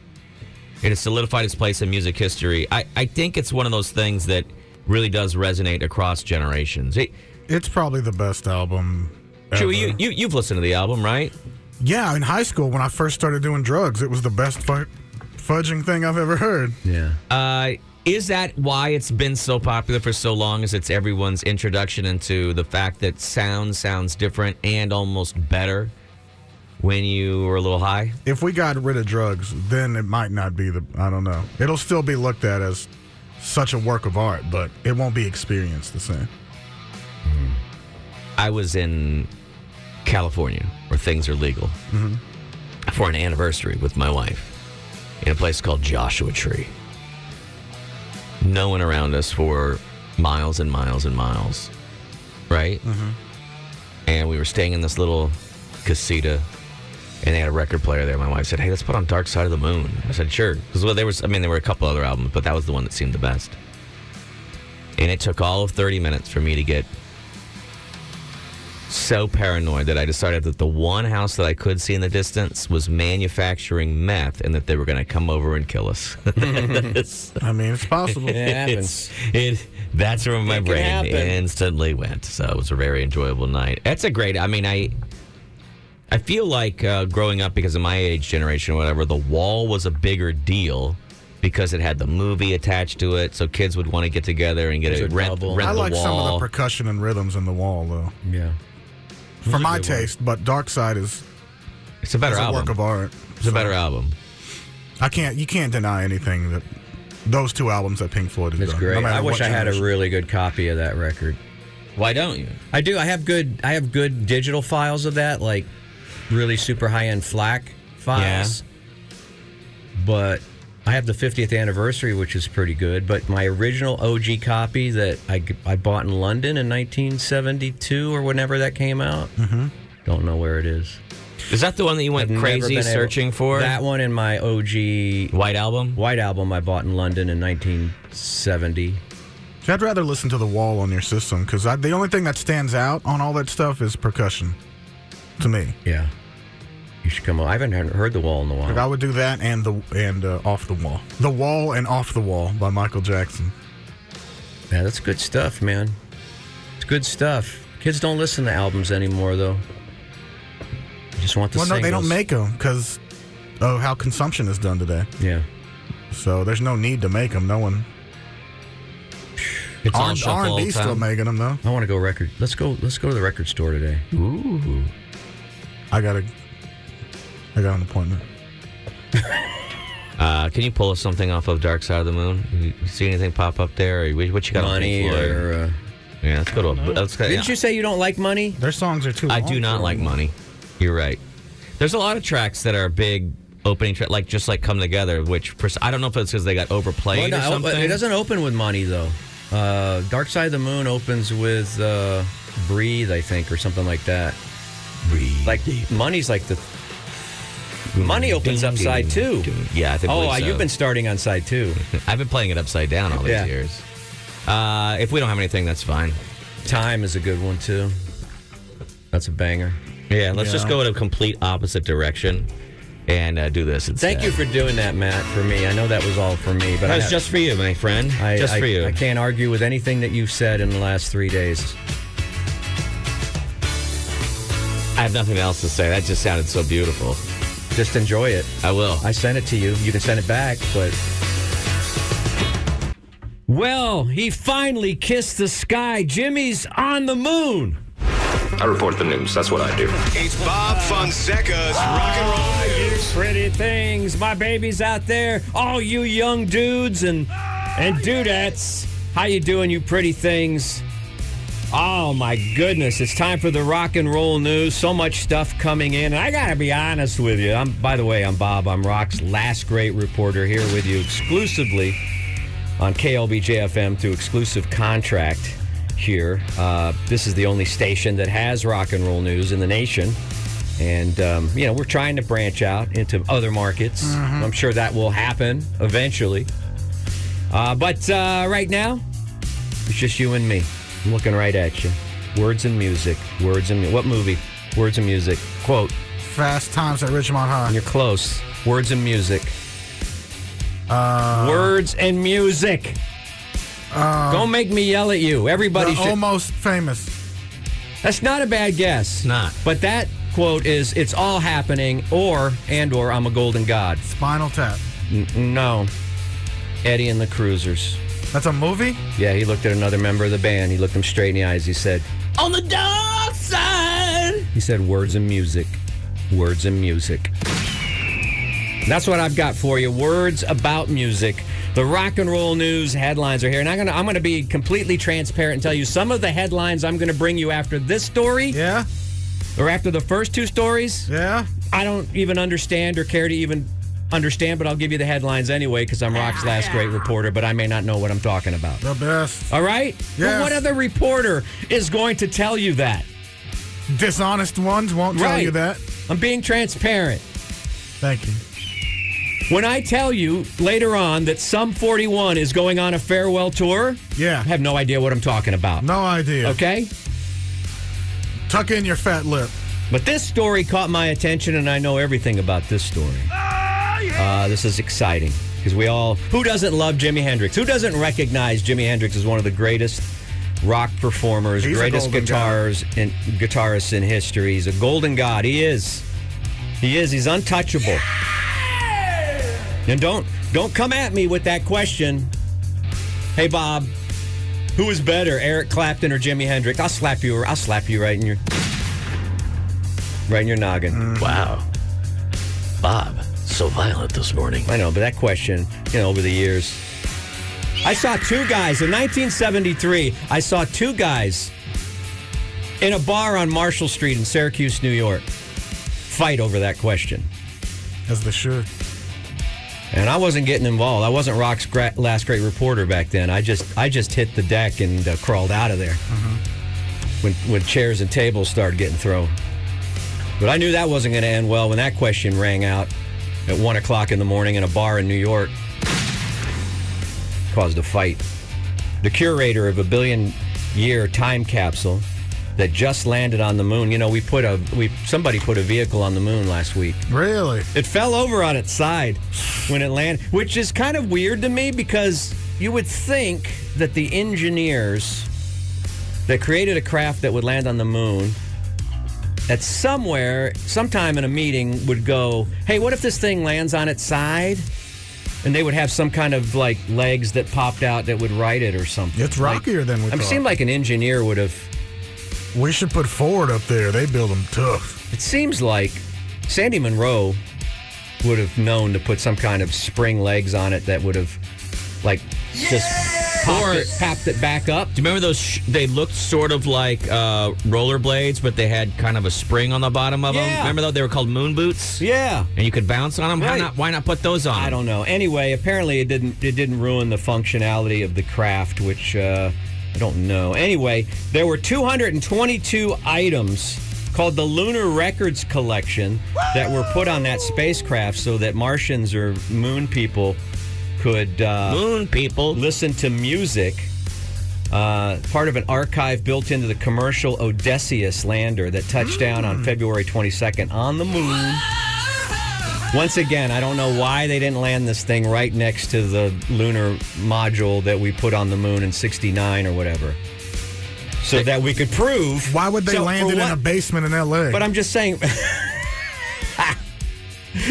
[SPEAKER 3] It has solidified its place in music history. I, I think it's one of those things that really does resonate across generations. It,
[SPEAKER 2] It's probably the best album. ever.
[SPEAKER 3] Chewy, you, you, you've listened to the album, right?
[SPEAKER 2] yeah, in high school when I first started doing drugs, it was the best fu- fudging thing I've ever heard.
[SPEAKER 1] Yeah.
[SPEAKER 3] Uh, is that why it's been so popular for so long? Is it's everyone's introduction into the fact that sound sounds different and almost better when you were a little high?
[SPEAKER 2] If we got rid of drugs, then it might not be the. I don't know. It'll still be looked at as such a work of art, but it won't be experienced the same.
[SPEAKER 3] I was in California where things are legal for an anniversary with my wife in a place called Joshua Tree. No one around us for miles and miles and miles, right? And we were staying in this little casita and they had a record player there. My wife said, Hey, let's put on Dark Side of the Moon. I said, Sure. Because well, there was, I mean, there were a couple other albums, but that was the one that seemed the best. And it took all of 30 minutes for me to get so paranoid that I decided that the one house that I could see in the distance was manufacturing meth and that they were going to come over and kill us. It's-
[SPEAKER 2] I mean, it's possible.
[SPEAKER 1] It happens.
[SPEAKER 3] it, that's where my
[SPEAKER 1] It can
[SPEAKER 3] brain
[SPEAKER 1] happen.
[SPEAKER 3] instantly went. So it was a very enjoyable night. That's a great, I mean, I. I feel like uh, growing up because of my age generation or whatever, the wall was a bigger deal because it had the movie attached to it. So kids would want to get together and get
[SPEAKER 1] There's
[SPEAKER 3] a
[SPEAKER 1] a
[SPEAKER 3] rent,
[SPEAKER 1] double.
[SPEAKER 3] rent
[SPEAKER 2] I
[SPEAKER 3] the
[SPEAKER 2] like
[SPEAKER 3] wall.
[SPEAKER 2] some of the percussion and rhythms in the wall, though,
[SPEAKER 1] Yeah.
[SPEAKER 2] for my taste. But Dark Side is,
[SPEAKER 3] it's a better
[SPEAKER 2] is a work
[SPEAKER 3] album.
[SPEAKER 2] of art.
[SPEAKER 3] it's a better album.
[SPEAKER 2] I can't. You can't deny anything that those two albums that Pink Floyd has
[SPEAKER 1] It's
[SPEAKER 2] done.
[SPEAKER 1] great.
[SPEAKER 2] matter
[SPEAKER 1] I wish
[SPEAKER 2] what
[SPEAKER 1] I had a
[SPEAKER 2] generation.
[SPEAKER 1] really good copy of that record.
[SPEAKER 3] Why don't you?
[SPEAKER 1] I do. I have good. I have good digital files of that, like really super high end FLAC files. But I have the 50th anniversary, which is pretty good. But my original OG copy that I, I bought in London in 1972 or whenever that came out. Mm-hmm. Don't know where it is.
[SPEAKER 3] Is that the one that you went
[SPEAKER 1] Never been
[SPEAKER 3] crazy
[SPEAKER 1] able-
[SPEAKER 3] searching for?
[SPEAKER 1] that one in my OG
[SPEAKER 3] White album?
[SPEAKER 1] White album I bought in London in 1970.
[SPEAKER 2] See, I'd rather listen to the wall on your system because the only thing that stands out on all that stuff is percussion. To me,
[SPEAKER 1] Yeah, you should come. on. I haven't heard the Wall in a while.
[SPEAKER 2] like I would do that and the and uh, off the wall, the wall and off the wall by Michael Jackson.
[SPEAKER 1] Yeah, that's good stuff, man. It's good stuff. Kids don't listen to albums anymore, though. They just want the
[SPEAKER 2] well, no, they don't
[SPEAKER 1] singles.
[SPEAKER 2] make them because of how consumption is done today.
[SPEAKER 1] Yeah,
[SPEAKER 2] So there's no need to make them. No one.
[SPEAKER 3] It's on
[SPEAKER 2] R-
[SPEAKER 3] shuffle all
[SPEAKER 2] R&B
[SPEAKER 3] the
[SPEAKER 2] still
[SPEAKER 3] time.
[SPEAKER 2] making them though.
[SPEAKER 1] I want to go record. Let's go. Let's go to the record store today.
[SPEAKER 3] Ooh.
[SPEAKER 2] I got a. I got an appointment.
[SPEAKER 3] Uh, can you pull us something off of Dark Side of the Moon? You see anything pop up there? Or what you got
[SPEAKER 1] money
[SPEAKER 3] on Pink Floyd?
[SPEAKER 1] or uh,
[SPEAKER 3] yeah, let's go to a. Let's go,
[SPEAKER 1] didn't you say you don't like money?
[SPEAKER 2] Their songs are too.
[SPEAKER 3] I
[SPEAKER 2] long
[SPEAKER 3] do not
[SPEAKER 2] for
[SPEAKER 3] like
[SPEAKER 2] them.
[SPEAKER 3] money. You're right. There's a lot of tracks that are big opening track, like just like Come Together, which pers- I don't know if it's because they got overplayed or
[SPEAKER 1] Well, no, oh,
[SPEAKER 3] something.
[SPEAKER 1] it doesn't open with money though. Uh, Dark Side of the Moon opens with uh, "Breathe," I think, or something like that. Like money's like the money opens up side two.
[SPEAKER 3] Yeah, I think.
[SPEAKER 1] Oh,
[SPEAKER 3] believe
[SPEAKER 1] uh,
[SPEAKER 3] so.
[SPEAKER 1] you've been starting on side two.
[SPEAKER 3] I've been playing it upside down all these
[SPEAKER 1] Yeah.
[SPEAKER 3] years. Uh, if we don't have anything, that's fine.
[SPEAKER 1] Time is a good one too. That's a banger.
[SPEAKER 3] Yeah, let's just
[SPEAKER 2] Yeah.
[SPEAKER 3] go in a complete opposite direction and uh, do this.
[SPEAKER 1] Thank you for doing that, Matt. For me, I know that was all for me, but
[SPEAKER 3] That
[SPEAKER 1] I
[SPEAKER 3] was
[SPEAKER 1] have-
[SPEAKER 3] just for you, my friend.
[SPEAKER 1] I,
[SPEAKER 3] just
[SPEAKER 1] I-
[SPEAKER 3] for you.
[SPEAKER 1] I can't argue with anything that you've said in the last three days.
[SPEAKER 3] I have nothing else to say. That just sounded so beautiful.
[SPEAKER 1] Just enjoy it.
[SPEAKER 3] I will.
[SPEAKER 1] I sent it to you. You can send it back, but. Well, he finally kissed the sky. Jimmy's on the moon.
[SPEAKER 5] I report the news. That's what I do.
[SPEAKER 6] It's Bob Fonseca's Rock and Roll
[SPEAKER 1] You
[SPEAKER 6] News.
[SPEAKER 1] pretty things, my babies out there, all you young dudes and and dudettes. How you doing, you pretty things? Oh my goodness, it's time for the rock and roll news. So much stuff coming in. And I gotta be honest with you. I'm by the way, I'm Bob. I'm Rock's last great reporter here with you exclusively on KLBJFM through exclusive contract here. Uh, this is the only station that has rock and roll news in the nation. And, um, you know, we're trying to branch out into other markets. I'm sure that will happen eventually. Uh, but uh, right now, it's just you and me. I'm looking right at you. Words and music. Words and mu- What movie? Words and music. Quote.
[SPEAKER 2] Fast Times at Richmond High.
[SPEAKER 1] You're close. Words and music.
[SPEAKER 7] Uh,
[SPEAKER 1] Words and music.
[SPEAKER 2] um,
[SPEAKER 1] Don't make me yell at you. Everybody
[SPEAKER 2] The
[SPEAKER 1] should.
[SPEAKER 2] almost famous.
[SPEAKER 1] That's not a bad guess. It's
[SPEAKER 3] not.
[SPEAKER 1] But that quote is "It's all happening," or and or "I'm a golden god."
[SPEAKER 2] Spinal Tap.
[SPEAKER 1] No, Eddie and the Cruisers.
[SPEAKER 2] That's a movie?
[SPEAKER 1] Yeah, he looked at another member of the band. He looked him straight in the eyes. He said,
[SPEAKER 3] On the dark
[SPEAKER 4] Mm-hmm.
[SPEAKER 3] side.
[SPEAKER 1] He said, words and music. Words and music. That's what I've got for you. Words about music. The rock and roll news headlines are here. And I'm gonna I'm gonna be completely transparent and tell you some of the headlines I'm gonna bring you after this story
[SPEAKER 2] Yeah?
[SPEAKER 1] or after the first two stories.
[SPEAKER 2] Yeah?
[SPEAKER 1] I don't even understand or care to even understand, but I'll give you the headlines anyway, because I'm Rock's last great reporter, but I may not know what I'm talking about.
[SPEAKER 2] The best.
[SPEAKER 1] All right? Well,
[SPEAKER 2] Yes.
[SPEAKER 1] what other reporter is going to tell you that?
[SPEAKER 2] Dishonest ones won't tell
[SPEAKER 1] Right.
[SPEAKER 2] you that.
[SPEAKER 1] I'm being transparent.
[SPEAKER 2] Thank you.
[SPEAKER 1] When I tell you later on that Sum 41 is going on a farewell tour,
[SPEAKER 2] Yeah.
[SPEAKER 1] I have no idea what I'm talking about.
[SPEAKER 2] No idea.
[SPEAKER 1] Okay?
[SPEAKER 2] Tuck in your fat lip.
[SPEAKER 1] But this story caught my attention, and I know everything about this story. Uh, this is exciting because we all, who doesn't love Jimi Hendrix? Who doesn't recognize Jimi Hendrix as one of the greatest rock performers,
[SPEAKER 2] He's a
[SPEAKER 1] greatest
[SPEAKER 2] golden god.
[SPEAKER 1] guitars and guitarists in history? He's a golden god. He is. He is. He's untouchable. And don't don't come at me with that question. Hey Bob, who is better, Eric Clapton or Jimi Hendrix? I'll slap you. I'll slap you right in your right in your noggin.
[SPEAKER 8] Mm. Wow. Bob, so violent this morning.
[SPEAKER 1] I know, but that question, you know, over the years. I saw two guys in 1973. I saw two guys in a bar on Marshall Street in Syracuse, New York, fight over that question.
[SPEAKER 2] As the should.
[SPEAKER 1] And I wasn't getting involved. I wasn't Rock's gra- last great reporter back then. I just I just hit the deck and uh, crawled out of there when when chairs and tables started getting thrown. But I knew that wasn't going to end well when that question rang out at one o'clock in the morning in a bar in New York. Caused a fight. The curator of a billion year time capsule that just landed on the moon. You know, we put a we somebody put a vehicle on the moon last week.
[SPEAKER 2] Really?
[SPEAKER 1] It fell over on its side when it landed, which is kind of weird to me because you would think that the engineers that created a craft that would land on the moon at somewhere, sometime in a meeting, would go, hey, what if this thing lands on its side? And they would have some kind of like legs that popped out that would right it or something.
[SPEAKER 2] It's rockier than we
[SPEAKER 1] Like, I
[SPEAKER 2] thought.
[SPEAKER 1] seemed like an engineer would have
[SPEAKER 2] we should put Ford up there. They build them tough.
[SPEAKER 1] It seems like Sandy Monroe would have known to put some kind of spring legs on it that would have, like, just popped it, popped it back up.
[SPEAKER 3] Do you remember those? Sh- they looked sort of like uh, rollerblades, but they had kind of a spring on the bottom of them.
[SPEAKER 1] Yeah.
[SPEAKER 3] Remember though? They were called moon boots.
[SPEAKER 1] Yeah.
[SPEAKER 3] And you could bounce on them. Why
[SPEAKER 1] Right.
[SPEAKER 3] not? Why not put those on?
[SPEAKER 1] I don't know. Anyway, apparently it didn't it didn't ruin the functionality of the craft, which uh, I don't know. Anyway, there were 222 items called the Lunar Records Collection that were put on that spacecraft so that Martians or moon people could uh,
[SPEAKER 3] Moon people.
[SPEAKER 1] listen to music. Uh, part of an archive built into the commercial Odysseus lander that touched down
[SPEAKER 3] Mm.
[SPEAKER 1] on February 22nd on the moon. Once again, I don't know why they didn't land this thing right next to the lunar module that we put on the moon in 69 or whatever. So that we could prove.
[SPEAKER 2] Why would they
[SPEAKER 1] So,
[SPEAKER 2] land
[SPEAKER 1] for
[SPEAKER 2] it in
[SPEAKER 1] what-
[SPEAKER 2] a basement in L.A.?
[SPEAKER 1] But I'm just saying.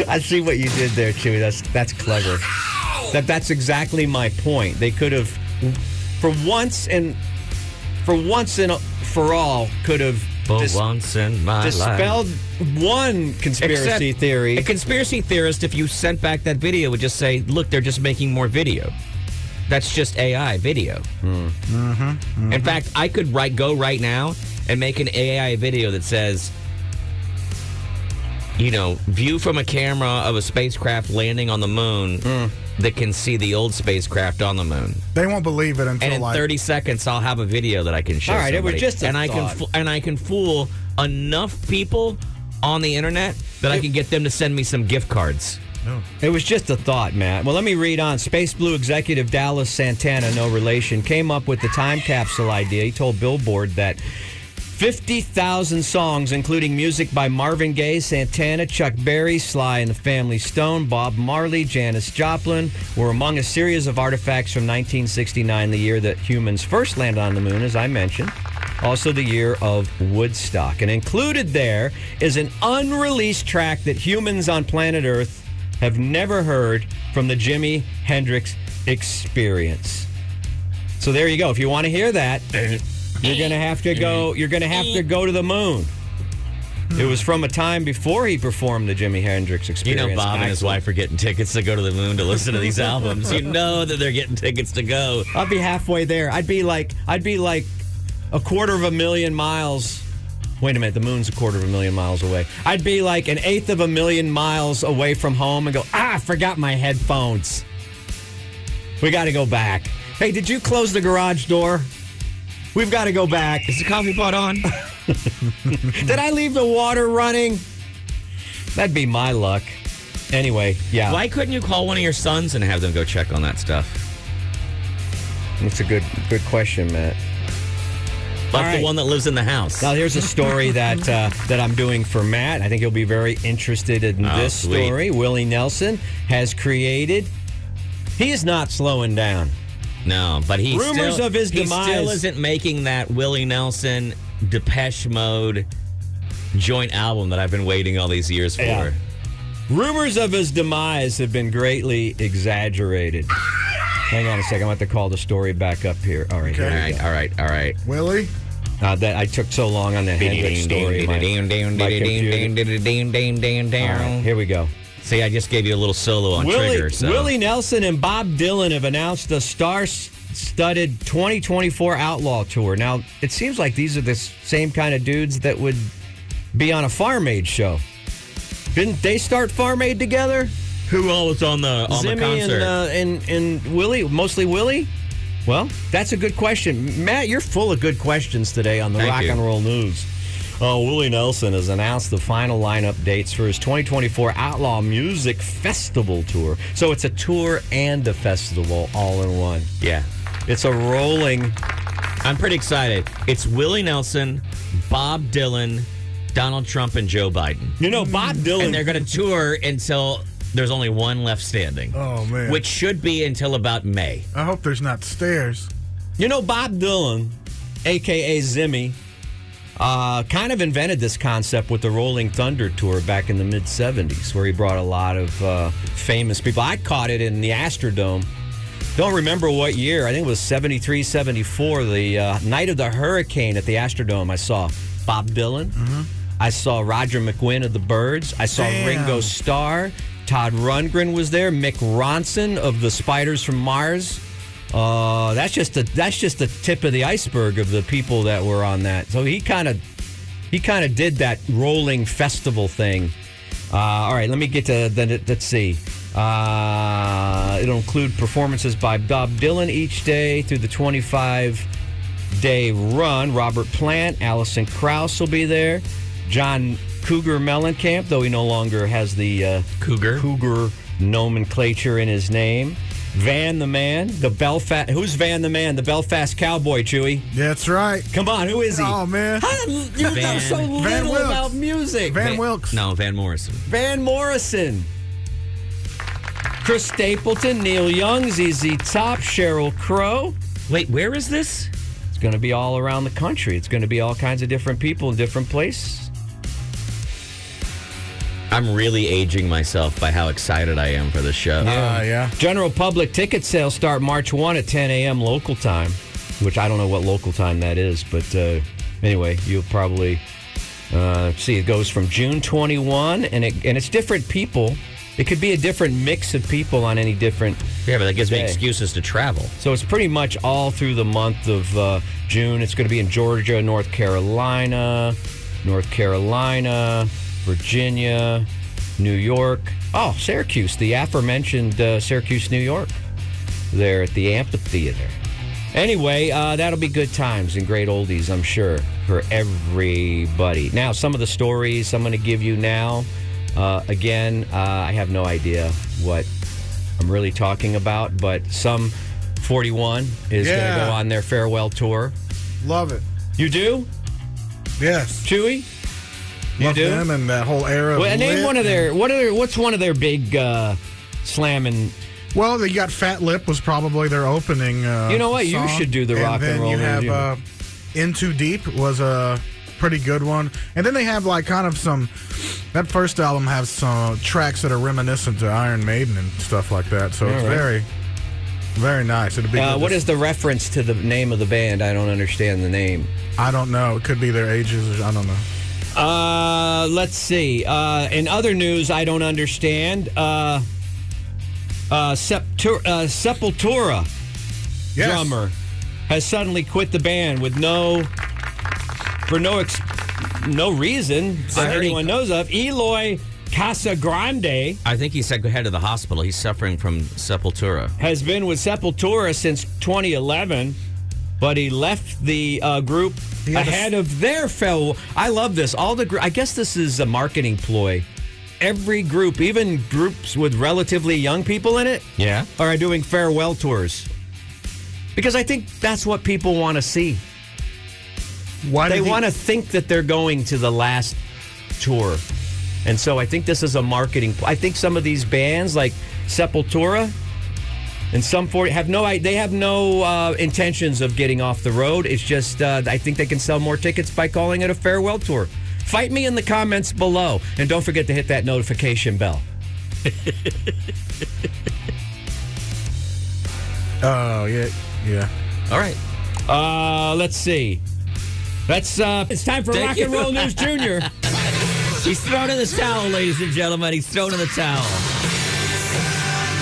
[SPEAKER 1] I see what you did there, Chewy. That's that's clever. That that's exactly my point. They could have, for once and for once and for all, could have
[SPEAKER 3] For
[SPEAKER 1] dis-
[SPEAKER 3] once in my life.
[SPEAKER 1] dispelled one conspiracy
[SPEAKER 3] Except
[SPEAKER 1] theory.
[SPEAKER 3] A conspiracy theorist, if you sent back that video, would just say, "Look, they're just making more video. That's just AI video."
[SPEAKER 4] Mm-hmm.
[SPEAKER 1] Mm-hmm.
[SPEAKER 3] In fact, I could right go right now and make an AI video that says, you know, view from a camera of a spacecraft landing on the moon
[SPEAKER 1] Mm.
[SPEAKER 3] that can see the old spacecraft on the moon.
[SPEAKER 2] they won't believe it until
[SPEAKER 3] And in
[SPEAKER 2] like
[SPEAKER 3] 30 seconds, I'll have a video that I can show.
[SPEAKER 1] All right, it was
[SPEAKER 3] somebody.
[SPEAKER 1] just a
[SPEAKER 3] and I can
[SPEAKER 1] thought.
[SPEAKER 3] fo- and I can fool enough people on the internet that I can get them to send me some gift cards.
[SPEAKER 1] It was just a thought, Matt. Well, let me read on. Space Blue executive Dallas Santana, no relation, came up with the time capsule idea. He told Billboard that 50,000 songs, including music by Marvin Gaye, Santana, Chuck Berry, Sly and the Family Stone, Bob Marley, Janis Joplin, were among a series of artifacts from 1969, the year that humans first landed on the moon, as I mentioned. Also, the year of Woodstock. And included there is an unreleased track that humans on planet Earth have never heard from the Jimi Hendrix experience. So there you go. If you want to hear that, you're going to have to go you're going to have to go to the moon. It was from a time before he performed the Jimi Hendrix
[SPEAKER 3] You
[SPEAKER 1] experience.
[SPEAKER 3] know, Bob and his wife are getting tickets to go to the moon to listen to these albums. You know that they're getting tickets to go.
[SPEAKER 1] I'd be halfway there. I'd be like I'd be like a quarter of a million miles. Wait a minute, the moon's a quarter of a million miles away. I'd be like an eighth of a million miles away from home and go, ah, I forgot my headphones. We got to go back. Hey, did you close the garage door? We've got to go back.
[SPEAKER 3] Is the coffee pot on?
[SPEAKER 1] Did I leave the water running? That'd be my luck. Anyway, yeah.
[SPEAKER 3] Why couldn't you call one of your sons and have them go check on that stuff?
[SPEAKER 1] That's a good good question, Matt.
[SPEAKER 3] Like
[SPEAKER 1] right.
[SPEAKER 3] the one that lives in the house.
[SPEAKER 1] Now here's a story that uh, that I'm doing for Matt. I think he'll be very interested in
[SPEAKER 3] Oh,
[SPEAKER 1] this
[SPEAKER 3] sweet.
[SPEAKER 1] story. Willie Nelson has created. He is not slowing down.
[SPEAKER 3] No, but he
[SPEAKER 1] Rumors
[SPEAKER 3] still,
[SPEAKER 1] of his
[SPEAKER 3] he
[SPEAKER 1] demise.
[SPEAKER 3] still isn't making that Willie Nelson Depeche Mode joint album that I've been waiting all these years for.
[SPEAKER 1] Yeah. Rumors of his demise have been greatly exaggerated. Hang on a second. I'm going to have to call the story back up here. All right.
[SPEAKER 3] All
[SPEAKER 1] Here we
[SPEAKER 3] right,
[SPEAKER 1] go.
[SPEAKER 3] all right, all right.
[SPEAKER 2] Willie.
[SPEAKER 1] Uh, that I took so long on the Hendrix story. My, my computer. All right, here we go.
[SPEAKER 3] See, I just gave you a little solo on
[SPEAKER 1] Willie,
[SPEAKER 3] Trigger. So.
[SPEAKER 1] Willie Nelson and Bob Dylan have announced a star-studded 2024 Outlaw tour. Now, it seems like these are the s- same kind of dudes that would be on a Farm Aid show. Didn't they start Farm Aid together?
[SPEAKER 3] Who all was on the on the
[SPEAKER 1] Zimmy and,
[SPEAKER 3] concert?
[SPEAKER 1] uh, and and Willie, mostly Willie. Well, that's a good question, Matt. You're full of good questions today on the
[SPEAKER 3] Thank
[SPEAKER 1] Rock
[SPEAKER 3] you.
[SPEAKER 1] and Roll News. Oh, Willie Nelson has announced the final lineup dates for his 2024 Outlaw Music Festival tour. So it's a tour and a festival all in one.
[SPEAKER 3] yeah,
[SPEAKER 1] It's a rolling.
[SPEAKER 3] I'm pretty excited. It's Willie Nelson, Bob Dylan, Donald Trump, and Joe Biden.
[SPEAKER 1] You know, Bob Dylan.
[SPEAKER 3] and they're going to tour until there's only one left standing.
[SPEAKER 2] Oh, man.
[SPEAKER 3] Which should be until about May.
[SPEAKER 2] I hope there's not stairs.
[SPEAKER 1] You know, Bob Dylan, aka Zimmy, uh, kind of invented this concept with the Rolling Thunder tour back in the mid '70s, where he brought a lot of uh, famous people. I caught it in the Astrodome. Don't remember what year. I think it was '73, '74, the uh, night of the hurricane at the Astrodome. I saw Bob Dylan. I saw Roger McGuinn of the Birds. I saw
[SPEAKER 2] Damn.
[SPEAKER 1] Ringo Starr. Todd Rundgren was there. Mick Ronson of the Spiders from Mars. Uh, that's just the that's just the tip of the iceberg of the people that were on that. So he kind of he kind of did that rolling festival thing. Uh, all right, let me get to then. Let's see. Uh, it'll include performances by Bob Dylan each day through the 25 day run. Robert Plant, Allison Krauss will be there. John Cougar Mellencamp, though he no longer has the uh,
[SPEAKER 3] Cougar.
[SPEAKER 1] Cougar nomenclature in his name. Van the Man, the Belfast. Who's Van the Man? The Belfast Cowboy, Chewy.
[SPEAKER 2] That's right.
[SPEAKER 1] Come on, who is he?
[SPEAKER 2] Oh, man.
[SPEAKER 1] How do you know
[SPEAKER 3] Van-
[SPEAKER 1] so little
[SPEAKER 2] Van Wilkes.
[SPEAKER 1] about music?
[SPEAKER 2] Van Wilkes.
[SPEAKER 3] No, Van Morrison.
[SPEAKER 1] Van Morrison. Chris Stapleton, Neil Young, ZZ Top, Cheryl Crow.
[SPEAKER 3] Wait, where is this?
[SPEAKER 1] It's going to be all around the country. It's going to be all kinds of different people in different places.
[SPEAKER 3] I'm really aging myself by how excited I am for the show.
[SPEAKER 2] Uh, yeah.
[SPEAKER 1] General public ticket sales start March 1 at 10 a.m. local time, which I don't know what local time that is, but uh, anyway, you'll probably uh, see it goes from June 21, and it and it's different people. It could be a different mix of people on any different.
[SPEAKER 3] Yeah, but that gives me
[SPEAKER 1] Day.
[SPEAKER 3] excuses to travel.
[SPEAKER 1] So it's pretty much all through the month of uh, June. It's going to be in Georgia, North Carolina, North Carolina, Virginia, New York. Oh, Syracuse, the aforementioned uh, Syracuse, New York, there at the amphitheater. Anyway, uh, that'll be good times and great oldies, I'm sure, for everybody. Now, some of the stories I'm going to give you now. Uh, again, uh, I have no idea what I'm really talking about, but some 41 is
[SPEAKER 2] Yeah.
[SPEAKER 1] going to go on their farewell tour.
[SPEAKER 2] Love it.
[SPEAKER 1] You do,
[SPEAKER 2] Yes.
[SPEAKER 1] Chewy? You
[SPEAKER 2] Love
[SPEAKER 1] do?
[SPEAKER 2] them and that whole era. of
[SPEAKER 1] Well, name
[SPEAKER 2] Lit.
[SPEAKER 1] one of their. What are their, What's one of their big uh, slamming?
[SPEAKER 2] Well, they got Fat Lip was probably their opening. Uh,
[SPEAKER 1] You know what? You
[SPEAKER 2] song.
[SPEAKER 1] should do the
[SPEAKER 2] and
[SPEAKER 1] rock and
[SPEAKER 2] then
[SPEAKER 1] roll
[SPEAKER 2] You have
[SPEAKER 1] review.
[SPEAKER 2] uh, In Too Deep was a pretty good one, and then they have like kind of some. That first album has some tracks that are reminiscent to Iron Maiden and stuff like that. So it's
[SPEAKER 1] All right.
[SPEAKER 2] very, very nice. It'd be.
[SPEAKER 1] Uh,
[SPEAKER 2] good
[SPEAKER 1] what
[SPEAKER 2] to-
[SPEAKER 1] is the reference to the name of the band? I don't understand the name.
[SPEAKER 2] I don't know. It could be their ages. Or, I don't know.
[SPEAKER 1] Uh, let's see. Uh, in other news, I don't understand. Uh, uh, Septu- uh, Sepultura
[SPEAKER 2] Yes.
[SPEAKER 1] drummer has suddenly quit the band with no for no ex- no reason that
[SPEAKER 3] Sorry.
[SPEAKER 1] anyone knows of. Eloy Casagrande
[SPEAKER 3] I think he's head of the hospital. He's suffering from sepultura.
[SPEAKER 1] has been with Sepultura since 2011, but he left the uh, group
[SPEAKER 2] had a-
[SPEAKER 1] ahead of their fellow. I love this. All the gr- I guess this is a marketing ploy. Every group, even groups with relatively young people in it,
[SPEAKER 3] Yeah.
[SPEAKER 1] are doing farewell tours because I think that's what people want to see.
[SPEAKER 2] Why
[SPEAKER 1] They
[SPEAKER 2] did he-
[SPEAKER 1] want to think that they're going to the last tour. And so I think this is a marketing. I think some of these bands like Sepultura and some 40 have no they have no uh, intentions of getting off the road. It's just uh, I think they can sell more tickets by calling it a farewell tour. Fight me in the comments below and don't forget to hit that notification bell.
[SPEAKER 2] Oh yeah, yeah.
[SPEAKER 3] All right.
[SPEAKER 1] Uh, let's see. That's uh, it's time for
[SPEAKER 3] Thank
[SPEAKER 1] Rock and
[SPEAKER 3] you.
[SPEAKER 1] Roll News Junior.
[SPEAKER 3] He's thrown in the towel, ladies and gentlemen. He's thrown in the towel.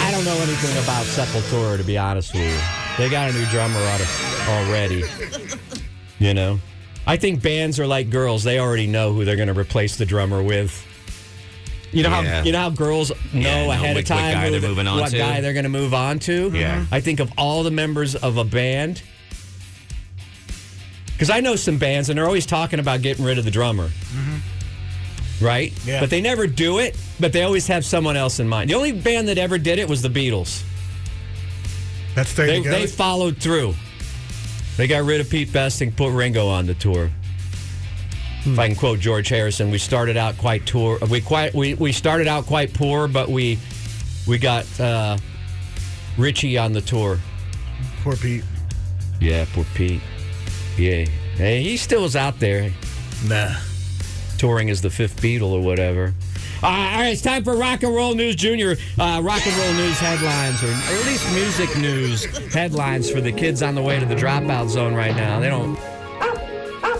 [SPEAKER 1] I don't know anything about Sepultura, to be honest with you. They got a new drummer out of already. You know? I think bands are like girls. They already know who they're going to replace the drummer with. You know
[SPEAKER 3] Yeah.
[SPEAKER 1] how you know how girls know
[SPEAKER 3] Yeah, know
[SPEAKER 1] ahead of
[SPEAKER 3] which- which
[SPEAKER 1] time
[SPEAKER 3] guy
[SPEAKER 1] who
[SPEAKER 3] they're
[SPEAKER 1] the-
[SPEAKER 3] moving on
[SPEAKER 1] what
[SPEAKER 3] to.
[SPEAKER 1] guy they're going to move on to? Mm-hmm.
[SPEAKER 3] Yeah.
[SPEAKER 1] I think of all the members of a band because I know some bands and they're always talking about getting rid of the drummer. Right?
[SPEAKER 2] Yeah.
[SPEAKER 1] But they never do it, but they always have someone else in mind. The only band that ever did it was the Beatles.
[SPEAKER 2] That stayed
[SPEAKER 1] They,
[SPEAKER 2] together.
[SPEAKER 1] they followed through. They got rid of Pete Best and put Ringo on the tour. If I can quote George Harrison, we started out quite tour. We quite we, we started out quite poor, but we we got uh, Richie on the tour.
[SPEAKER 2] Poor Pete.
[SPEAKER 1] Yeah, poor Pete. Yeah, hey, he still is out there.
[SPEAKER 2] Nah.
[SPEAKER 1] touring as the fifth Beatle or whatever. Uh, all right, it's time for Rock and Roll News Junior. Uh, rock and Roll News headlines, or, or at least music news headlines for the kids on the way to the dropout zone right now. They don't.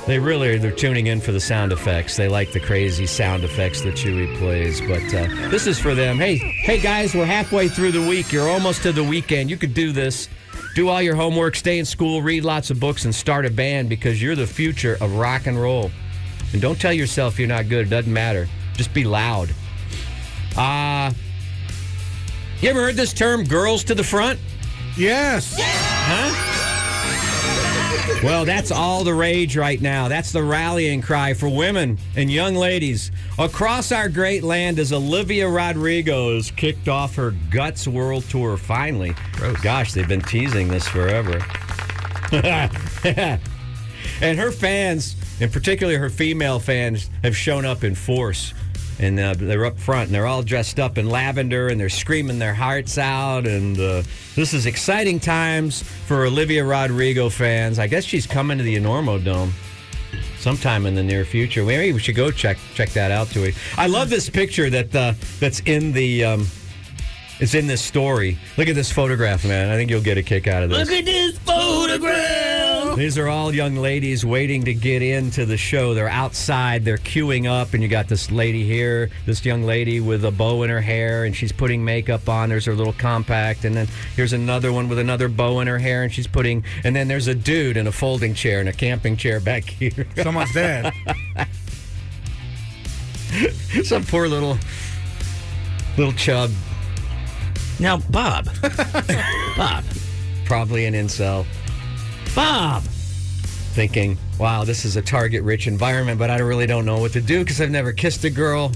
[SPEAKER 1] They really they're tuning in for the sound effects. They like the crazy sound effects that Chewy plays, but uh, this is for them. Hey, hey guys, we're halfway through the week. You're almost to the weekend. You could do this. Do all your homework, stay in school, read lots of books, and start a band because you're the future of rock and roll. And don't tell yourself you're not good. It doesn't matter. Just be loud. Uh, you ever heard this term, girls to the front?
[SPEAKER 2] Yes.
[SPEAKER 1] Huh? Well, that's all the rage right now. That's the rallying cry for women and young ladies across our great land as Olivia Rodrigo has kicked off her Guts World Tour finally. Gosh, they've been teasing this forever. and her fans, and particularly her female fans, have shown up in force. And uh, they're up front, and they're all dressed up in lavender, and they're screaming their hearts out. And uh, this is exciting times for Olivia Rodrigo fans. I guess she's coming to the Enormo Dome sometime in the near future. Maybe we should go check check that out. To it, I love this picture that uh, that's in the um, it's in this story. Look at this photograph, man. I think you'll get a kick out of this.
[SPEAKER 8] at this photograph.
[SPEAKER 1] These are all young ladies waiting to get into the show. They're outside, they're queuing up, and you got this lady here, this young lady with a bow in her hair, and she's putting makeup on. There's her little compact, and then here's another one with another bow in her hair, and she's putting, and then there's a dude in a folding chair and a camping chair back here.
[SPEAKER 2] Someone's dead.
[SPEAKER 1] Some poor little, little chub,
[SPEAKER 8] Now, Bob. Bob.
[SPEAKER 1] probably an incel,
[SPEAKER 8] Bob.
[SPEAKER 1] thinking, wow, this is a target rich environment, but I really don't know what to do because I've never kissed a girl.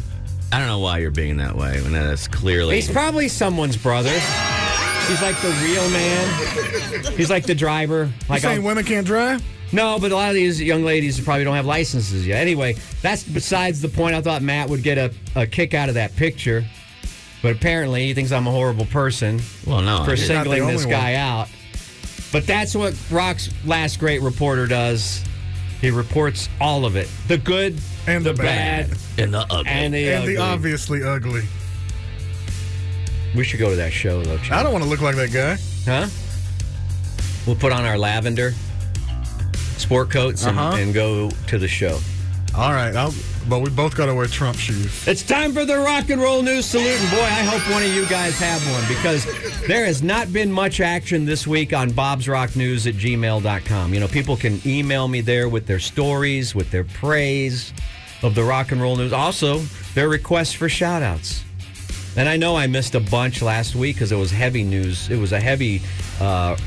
[SPEAKER 3] I don't know why you're being that way when that's clearly.
[SPEAKER 1] He's probably someone's brother. He's like the real man. He's like the driver. Like
[SPEAKER 2] Saying
[SPEAKER 1] I'll-
[SPEAKER 2] women can't drive?
[SPEAKER 1] no, but a lot of these young ladies probably don't have licenses yet. Anyway, that's besides the point. I thought Matt would get a, a kick out of that picture, but apparently he thinks I'm a horrible person
[SPEAKER 3] well, no.
[SPEAKER 1] for
[SPEAKER 3] I-
[SPEAKER 2] not the
[SPEAKER 1] singling this
[SPEAKER 2] only one.
[SPEAKER 1] guy out. But that's what Rock's last great reporter does. He reports all of it: the good,
[SPEAKER 2] And the,
[SPEAKER 1] the bad,
[SPEAKER 8] And the ugly.
[SPEAKER 1] and the
[SPEAKER 2] And
[SPEAKER 1] ugly.
[SPEAKER 2] the obviously ugly.
[SPEAKER 1] We should go to that show though. Chad.
[SPEAKER 2] I don't want to look like that guy.
[SPEAKER 1] Huh? We'll put on our lavender sport coats and,
[SPEAKER 2] Uh-huh.
[SPEAKER 1] and go to the show.
[SPEAKER 2] All right, I'll, but we both got to wear Trump shoes.
[SPEAKER 1] It's time for the rock and roll news salute. And boy, I hope one of you guys have one because there has not been much action this week on Bob's Rock News at gmail.com. You know, people can email me there with their stories, with their praise of the rock and roll news. Also, their requests for shout outs. And I know I missed a bunch last week because it was heavy news. It was a heavy uh,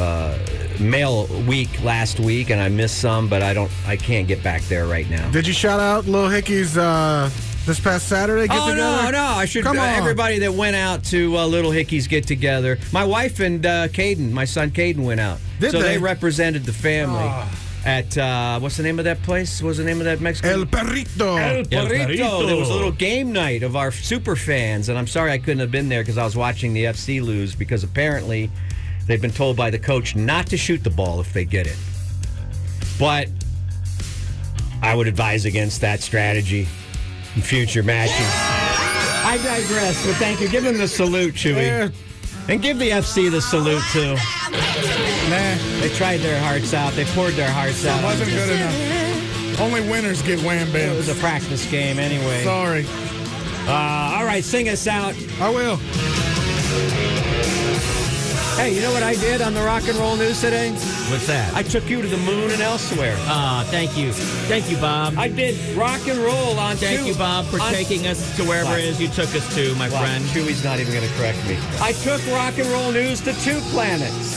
[SPEAKER 1] uh, mail week last week, and I missed some, but I don't. I can't get back there right now.
[SPEAKER 2] Did you shout out Lil Hickey's uh, this past Saturday? Get
[SPEAKER 1] oh
[SPEAKER 2] together?
[SPEAKER 1] no, no! I should
[SPEAKER 2] Come
[SPEAKER 1] uh,
[SPEAKER 2] on,
[SPEAKER 1] everybody that went out to uh, Little Hickey's get together. My wife and uh, Caden, my son Caden, went out.
[SPEAKER 2] Did
[SPEAKER 1] so they?
[SPEAKER 2] they? Ah.
[SPEAKER 1] represented the family at uh, what's the name of that place? What was the name of that Mexican?
[SPEAKER 2] El perrito.
[SPEAKER 1] El Perrito.
[SPEAKER 8] Perrito.
[SPEAKER 1] There was a little game night of our super fans, and I'm sorry I couldn't have been there because I was watching the FC lose because apparently they've been told by the coach not to shoot the ball if they get it. But I would advise against that strategy in future matches. I digress, but thank you. Give him the salute, Chewy.
[SPEAKER 2] Yeah,
[SPEAKER 1] And give the FC the salute, too.
[SPEAKER 2] nah,
[SPEAKER 1] They tried their hearts out. They poured their hearts out.
[SPEAKER 2] wasn't good enough. Only winners get wham
[SPEAKER 1] It was
[SPEAKER 2] bams.
[SPEAKER 1] a practice game anyway.
[SPEAKER 2] Sorry,
[SPEAKER 1] Uh, all right, sing us out.
[SPEAKER 2] I will.
[SPEAKER 1] Hey, you know what I did on the rock and roll news today?
[SPEAKER 3] What's that?
[SPEAKER 1] I took you to the moon and elsewhere.
[SPEAKER 8] Ah, thank you. Thank you, Bob.
[SPEAKER 1] I did rock and roll on
[SPEAKER 8] Thank
[SPEAKER 1] two-
[SPEAKER 8] you, Bob, for
[SPEAKER 1] on-
[SPEAKER 8] taking us to wherever it is you took us to, my
[SPEAKER 1] Wow,
[SPEAKER 8] friend.
[SPEAKER 1] Chewie's not even going to correct me. I took rock and roll news to two planets.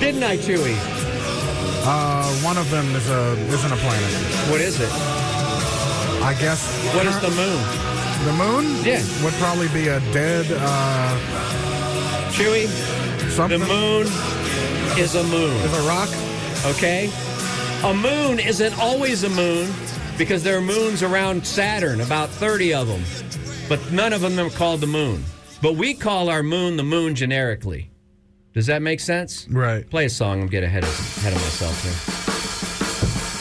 [SPEAKER 1] Didn't I, Chewie?
[SPEAKER 2] Uh, one of them is a isn't a planet.
[SPEAKER 1] What is it?
[SPEAKER 2] I guess.
[SPEAKER 1] What is the moon?
[SPEAKER 2] The moon?
[SPEAKER 1] Yeah.
[SPEAKER 2] Would probably be a dead uh,
[SPEAKER 1] Chewie, the
[SPEAKER 2] something.
[SPEAKER 1] moon is a moon,
[SPEAKER 2] is a rock.
[SPEAKER 1] okay? A moon isn't always a moon because there are moons around Saturn, about 30 of them. But none of them are called the moon. But we call our moon the moon generically. Does that make sense?
[SPEAKER 2] Right.
[SPEAKER 1] Play a song and get ahead of, ahead of myself here.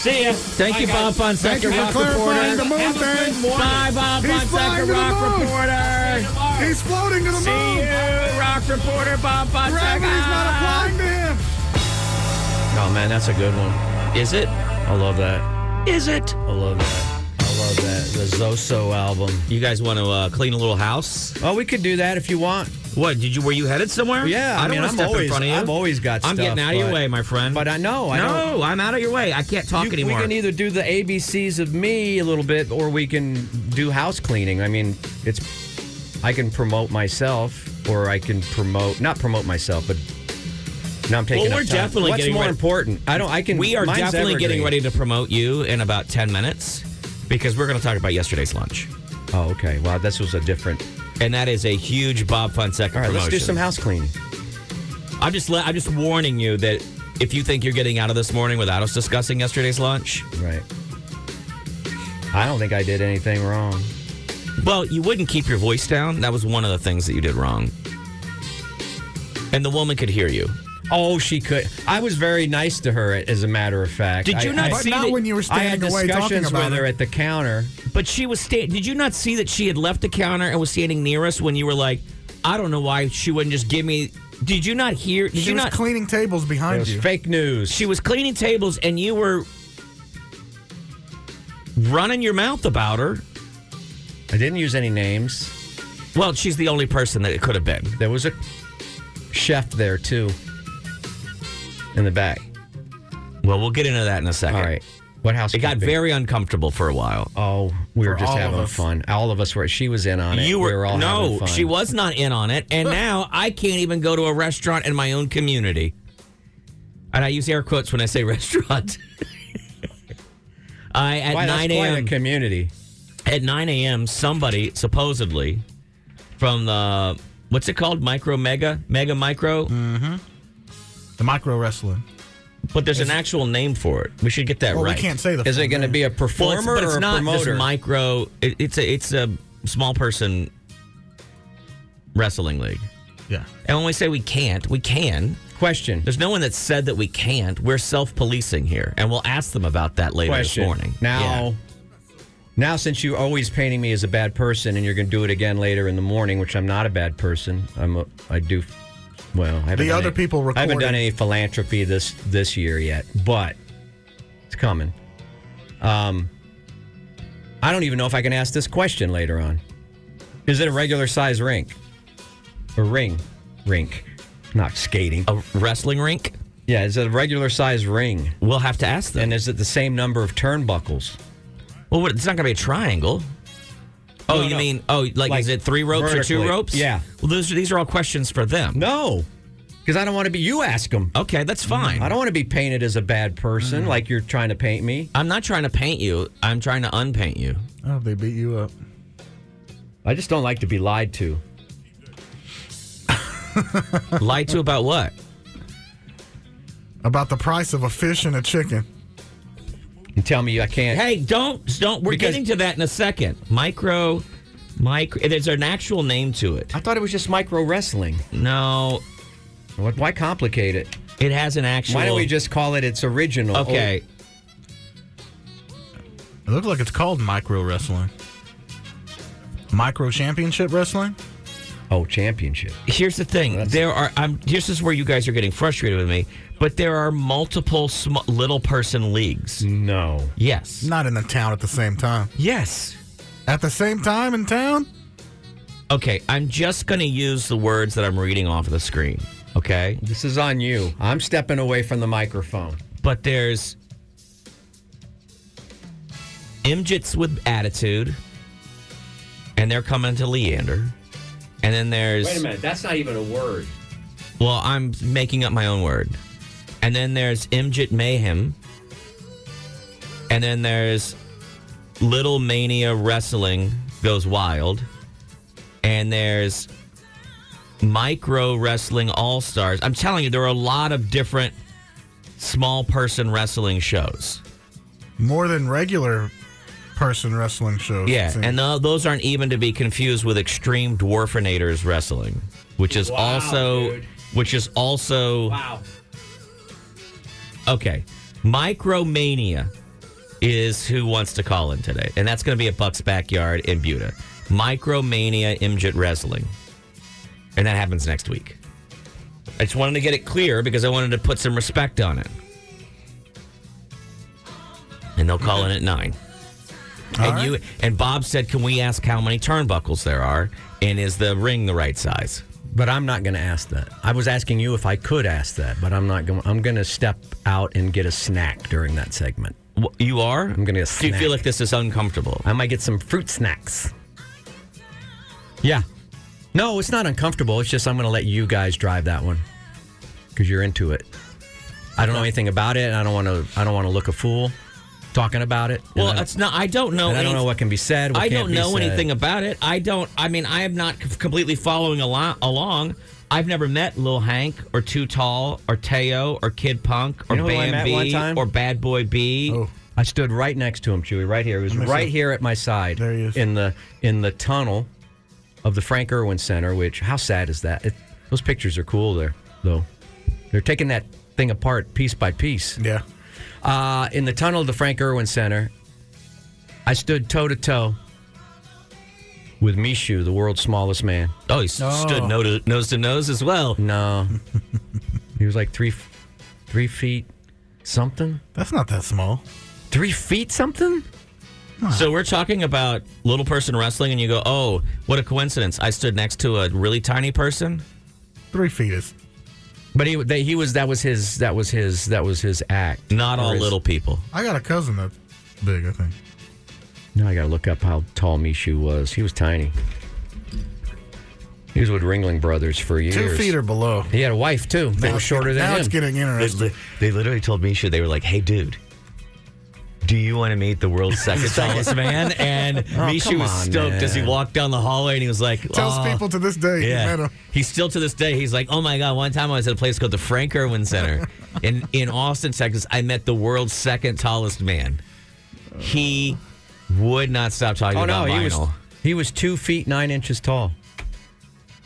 [SPEAKER 1] See ya.
[SPEAKER 8] Thank you, Bob
[SPEAKER 2] Thank
[SPEAKER 8] Fonseca,
[SPEAKER 2] you for
[SPEAKER 8] Rock
[SPEAKER 2] clarifying
[SPEAKER 8] Reporter.
[SPEAKER 2] the moon
[SPEAKER 1] Have a good
[SPEAKER 2] thing.
[SPEAKER 1] morning.
[SPEAKER 8] Bye, Bob
[SPEAKER 2] He's
[SPEAKER 8] Fonseca,
[SPEAKER 2] flying to the
[SPEAKER 8] Rock
[SPEAKER 2] moon.
[SPEAKER 8] Reporter.
[SPEAKER 2] He's floating to the
[SPEAKER 8] See
[SPEAKER 2] moon.
[SPEAKER 8] you, Rock Reporter, Bob Fonseca.
[SPEAKER 2] Gravity's not applying to him.
[SPEAKER 1] Oh, man, that's a good one.
[SPEAKER 8] Is it?
[SPEAKER 1] I love that.
[SPEAKER 8] Is it?
[SPEAKER 1] I love that. I love that. The Zoso album.
[SPEAKER 3] you guys want to uh, clean a little house?
[SPEAKER 1] Oh, we could do that if you want.
[SPEAKER 3] What did you? Were you headed somewhere?
[SPEAKER 1] Yeah,
[SPEAKER 3] I,
[SPEAKER 1] I
[SPEAKER 3] don't
[SPEAKER 1] mean,
[SPEAKER 3] want
[SPEAKER 1] I'm
[SPEAKER 3] to step
[SPEAKER 1] always-
[SPEAKER 3] in front of you.
[SPEAKER 1] I've always got
[SPEAKER 3] I'm
[SPEAKER 1] stuff,
[SPEAKER 3] getting out of your
[SPEAKER 1] but-
[SPEAKER 3] way, my friend.
[SPEAKER 1] But I know. I don't,
[SPEAKER 3] no, I'm out of your way. I can't talk
[SPEAKER 1] You-
[SPEAKER 3] anymore.
[SPEAKER 1] We can either do the ABCs of me a little bit, or we can do house cleaning. I mean, it's I can promote myself, or I can promote not promote myself, but No, I'm taking.
[SPEAKER 3] Well,
[SPEAKER 1] up
[SPEAKER 3] we're
[SPEAKER 1] time.
[SPEAKER 3] definitely
[SPEAKER 1] What's
[SPEAKER 3] getting
[SPEAKER 1] more
[SPEAKER 3] ready-
[SPEAKER 1] important. I don't. I can.
[SPEAKER 3] We are
[SPEAKER 1] mine's
[SPEAKER 3] definitely getting
[SPEAKER 1] evergreen.
[SPEAKER 3] ready to promote you in about 10 minutes because we're going to talk about yesterday's lunch.
[SPEAKER 1] Oh, okay. Wow, this was a different.
[SPEAKER 3] And that is a huge Bob Fonseca
[SPEAKER 1] All right, let's do
[SPEAKER 3] promotion.
[SPEAKER 1] some house cleaning.
[SPEAKER 3] I'm just le- I'm just warning you that if you think you're getting out of this morning without us discussing yesterday's lunch,
[SPEAKER 1] Right. I don't think I did anything wrong.
[SPEAKER 3] well, you wouldn't keep your voice down. That was one of the things that you did wrong. And the woman could hear you.
[SPEAKER 1] Oh, she could. I was very nice to her, as a matter of fact.
[SPEAKER 3] Did
[SPEAKER 1] I-
[SPEAKER 3] you not
[SPEAKER 1] I-
[SPEAKER 2] But
[SPEAKER 3] See,
[SPEAKER 2] not
[SPEAKER 3] they-
[SPEAKER 2] when you were
[SPEAKER 1] I had
[SPEAKER 2] standing away talking
[SPEAKER 1] discussions
[SPEAKER 2] about
[SPEAKER 1] with her
[SPEAKER 2] it.
[SPEAKER 1] at the counter.
[SPEAKER 3] But she was sta- Did you not see that she had left the counter and was standing near us when you were like, I don't know why she wouldn't just give me. Did you not hear? Did
[SPEAKER 2] She
[SPEAKER 3] you
[SPEAKER 2] was
[SPEAKER 3] not?
[SPEAKER 2] cleaning tables
[SPEAKER 1] It
[SPEAKER 2] behind
[SPEAKER 1] was
[SPEAKER 2] you.
[SPEAKER 1] fake news.
[SPEAKER 3] she was cleaning tables and you were running your mouth about her.
[SPEAKER 1] I didn't use any names.
[SPEAKER 3] Well, she's the only person that it could have been.
[SPEAKER 1] There was a chef there too, in the back.
[SPEAKER 3] Well, we'll get into that in a second.
[SPEAKER 1] All right. What house?
[SPEAKER 3] It got very uncomfortable for a while.
[SPEAKER 1] Oh, we were
[SPEAKER 2] For
[SPEAKER 1] just
[SPEAKER 2] all of
[SPEAKER 1] having
[SPEAKER 2] us.
[SPEAKER 1] fun. All of us were. She was in on it.
[SPEAKER 3] You were,
[SPEAKER 1] we were all having
[SPEAKER 3] no,
[SPEAKER 1] fun.
[SPEAKER 3] she was not in on it, and now I can't even go to a restaurant in my own community. And I use air quotes when I say restaurant. I at
[SPEAKER 1] Why, that's
[SPEAKER 3] nine
[SPEAKER 1] quite a
[SPEAKER 3] a.m.
[SPEAKER 1] community.
[SPEAKER 3] at nine a.m. Somebody supposedly from the what's it called? Micro mega mega micro.
[SPEAKER 2] Mm-hmm. The micro wrestling.
[SPEAKER 3] But there's an actual name for it. We should get that
[SPEAKER 2] Well,
[SPEAKER 3] right.
[SPEAKER 2] we can't say the.
[SPEAKER 1] Is it going to be a
[SPEAKER 3] Well,
[SPEAKER 1] performer
[SPEAKER 3] it's, but it's
[SPEAKER 1] or a
[SPEAKER 3] not
[SPEAKER 1] promoter?
[SPEAKER 3] just micro. It, it's a it's a small person wrestling league.
[SPEAKER 2] Yeah.
[SPEAKER 3] And when we say we can't, we can.
[SPEAKER 1] Question.
[SPEAKER 3] There's no one that said that we can't. We're self-policing here, and we'll ask them about that later
[SPEAKER 1] Question.
[SPEAKER 3] this morning.
[SPEAKER 1] Now, now since you're always painting me as a bad person, and you're going to do it again later in the morning, which I'm not a bad person. I'm a, I do. Well, I haven't
[SPEAKER 2] The
[SPEAKER 1] done
[SPEAKER 2] other
[SPEAKER 1] any-
[SPEAKER 2] people
[SPEAKER 1] I haven't
[SPEAKER 2] recorded.
[SPEAKER 1] done any philanthropy this this year yet, but it's coming. Um, I don't even know if I can ask this question later on. Is it a regular size rink? A ring, rink, not skating.
[SPEAKER 3] Yeah. a wrestling rink.
[SPEAKER 1] Yeah, is it a regular size ring?
[SPEAKER 3] We'll have to ask them.
[SPEAKER 1] And is it the same number of turnbuckles?
[SPEAKER 3] well, what, it's not going to be a triangle. Oh,
[SPEAKER 1] No,
[SPEAKER 3] you
[SPEAKER 1] no.
[SPEAKER 3] mean oh, like,
[SPEAKER 1] Like
[SPEAKER 3] is it three ropes or two
[SPEAKER 1] vertically.
[SPEAKER 3] ropes?
[SPEAKER 1] Yeah.
[SPEAKER 3] Well, those are, these are all questions for them.
[SPEAKER 1] No, because I don't want to be. You ask them.
[SPEAKER 3] Okay, that's fine. Mm.
[SPEAKER 1] I don't want to be painted as a bad person, like you're trying to paint me.
[SPEAKER 3] I'm not trying to paint you. I'm trying to unpaint you.
[SPEAKER 2] Oh, they beat you up.
[SPEAKER 1] I just don't like to be lied to.
[SPEAKER 3] Lied to about what?
[SPEAKER 2] About the price of a fish and a chicken.
[SPEAKER 1] And tell me I can't.
[SPEAKER 3] Hey, don't don't. We're
[SPEAKER 1] Because-
[SPEAKER 3] getting to that in a second. Micro, micro. There's an actual name to it.
[SPEAKER 1] I thought it was just micro wrestling.
[SPEAKER 3] No,
[SPEAKER 1] What? Why complicate it?
[SPEAKER 3] it has an actual.
[SPEAKER 1] Why don't we just call it its original? Oh,
[SPEAKER 3] Okay.
[SPEAKER 2] It looks like it's called micro wrestling. Micro championship wrestling.
[SPEAKER 1] Oh, oh, championship.
[SPEAKER 3] Here's the thing. there are. I'm. This is where you guys are getting frustrated with me. But there are multiple sm- little person leagues.
[SPEAKER 1] No.
[SPEAKER 3] Yes.
[SPEAKER 2] Not in the town at the same time.
[SPEAKER 3] Yes.
[SPEAKER 2] At the same time in town.
[SPEAKER 3] Okay. I'm just gonna use the words that I'm reading off of the screen. Okay.
[SPEAKER 1] This is on you. I'm stepping away from the microphone.
[SPEAKER 3] But there's Imjits with attitude, and they're coming to Leander. And then there's
[SPEAKER 1] minute. That's not even a word.
[SPEAKER 3] well, I'm making up my own word. And then there's Imjit Mayhem. And then there's Little Mania Wrestling Goes Wild. And there's Micro Wrestling All Stars. I'm telling you, there are a lot of different small person wrestling shows.
[SPEAKER 2] More than regular person wrestling shows. it
[SPEAKER 3] Yeah,
[SPEAKER 2] seems.
[SPEAKER 3] and tho- those aren't even to be confused with Extreme Dwarfinators Wrestling, which is also, which is also. Wow. Okay, Micromania is who wants to call in today, and that's going to be at Buck's Backyard in Buda. Micromania Imjit Wrestling, and that happens next week. I just wanted to get it clear because I wanted to put some respect on it. And they'll call in at nine
[SPEAKER 2] All
[SPEAKER 3] and
[SPEAKER 2] right.
[SPEAKER 3] you and Bob said, "Can we ask how many turnbuckles there are, and is the ring the right size?"
[SPEAKER 1] But I'm not going to ask that. I was asking you if I could ask that, but I'm not going. I'm going to step out and get a snack during that segment.
[SPEAKER 3] Wh- You are. I'm
[SPEAKER 1] gonna get a
[SPEAKER 3] Do you feel
[SPEAKER 1] snack.
[SPEAKER 3] like this is uncomfortable?
[SPEAKER 1] I might get some fruit snacks. Yeah. No, it's not uncomfortable. It's just I'm going to let you guys drive that one. because you're into it. I don't know anything about it. I don't want to. I don't want to look a fool talking about it. And I
[SPEAKER 3] Well,
[SPEAKER 1] don't-
[SPEAKER 3] that's not. I don't know.
[SPEAKER 1] and I don't
[SPEAKER 3] anyth-
[SPEAKER 1] know what can be said. what
[SPEAKER 3] I
[SPEAKER 1] can't
[SPEAKER 3] don't
[SPEAKER 1] be
[SPEAKER 3] know
[SPEAKER 1] said.
[SPEAKER 3] anything about it. I don't. I mean, I am not c- completely following alo- along. I've never met Lil Hank or Too Tall or Teo or Kid Punk or
[SPEAKER 1] You know who I
[SPEAKER 3] Bam
[SPEAKER 1] met
[SPEAKER 3] B
[SPEAKER 1] one time?
[SPEAKER 3] or Bad Boy B.
[SPEAKER 2] Oh.
[SPEAKER 1] I stood right next to him, Chewy, right here. He was
[SPEAKER 2] me
[SPEAKER 1] right
[SPEAKER 2] see.
[SPEAKER 1] here at my side.
[SPEAKER 2] There he is.
[SPEAKER 1] In the in the tunnel of the Frank Irwin Center, which how sad is that? It, those pictures are cool there, though. They're taking that thing apart piece by piece.
[SPEAKER 2] Yeah.
[SPEAKER 1] Uh, in the tunnel of the Frank Irwin Center, I stood toe to toe with Mishu, the world's smallest man.
[SPEAKER 3] Oh, he s- stood no to, nose to nose as well.
[SPEAKER 1] No. he was like three f- three feet something.
[SPEAKER 2] That's not that small.
[SPEAKER 1] Three feet something?
[SPEAKER 3] So we're talking about little person wrestling, and you go, "Oh, what a coincidence! I stood next to a really tiny person."
[SPEAKER 2] Three feet is.
[SPEAKER 1] But he they, he was that was his that was his that was his act.
[SPEAKER 3] Not all
[SPEAKER 1] Or his-
[SPEAKER 3] little people.
[SPEAKER 2] I got a cousin that's big, I think.
[SPEAKER 1] Now I gotta look up how tall Mishu was. He was tiny. He was with Ringling Brothers for years.
[SPEAKER 2] Two feet or below.
[SPEAKER 1] He had a wife too. They
[SPEAKER 2] Now
[SPEAKER 1] were
[SPEAKER 2] it's
[SPEAKER 1] shorter
[SPEAKER 2] getting-
[SPEAKER 1] than
[SPEAKER 2] now
[SPEAKER 1] him.
[SPEAKER 2] it's getting
[SPEAKER 8] They,
[SPEAKER 2] interesting.
[SPEAKER 8] li- they literally told Misha, they were like, hey, dude, do you want to meet the world's second tallest
[SPEAKER 3] Tallest man, and
[SPEAKER 2] Oh,
[SPEAKER 3] Mishu
[SPEAKER 1] come
[SPEAKER 3] was
[SPEAKER 1] on,
[SPEAKER 3] stoked as he
[SPEAKER 1] man.
[SPEAKER 3] walked down the hallway, and he was like,
[SPEAKER 2] Tells
[SPEAKER 3] "Oh,
[SPEAKER 2] people to this day he met
[SPEAKER 3] Yeah.
[SPEAKER 2] him.
[SPEAKER 3] He's still to this day, he's like, oh my God, one time I was at a place called the Frank Irwin Center in, in Austin, Texas. I met the world's second tallest man. He would not stop talking
[SPEAKER 1] Oh no,
[SPEAKER 3] about
[SPEAKER 1] he
[SPEAKER 3] vinyl.
[SPEAKER 1] was he was two feet nine inches tall.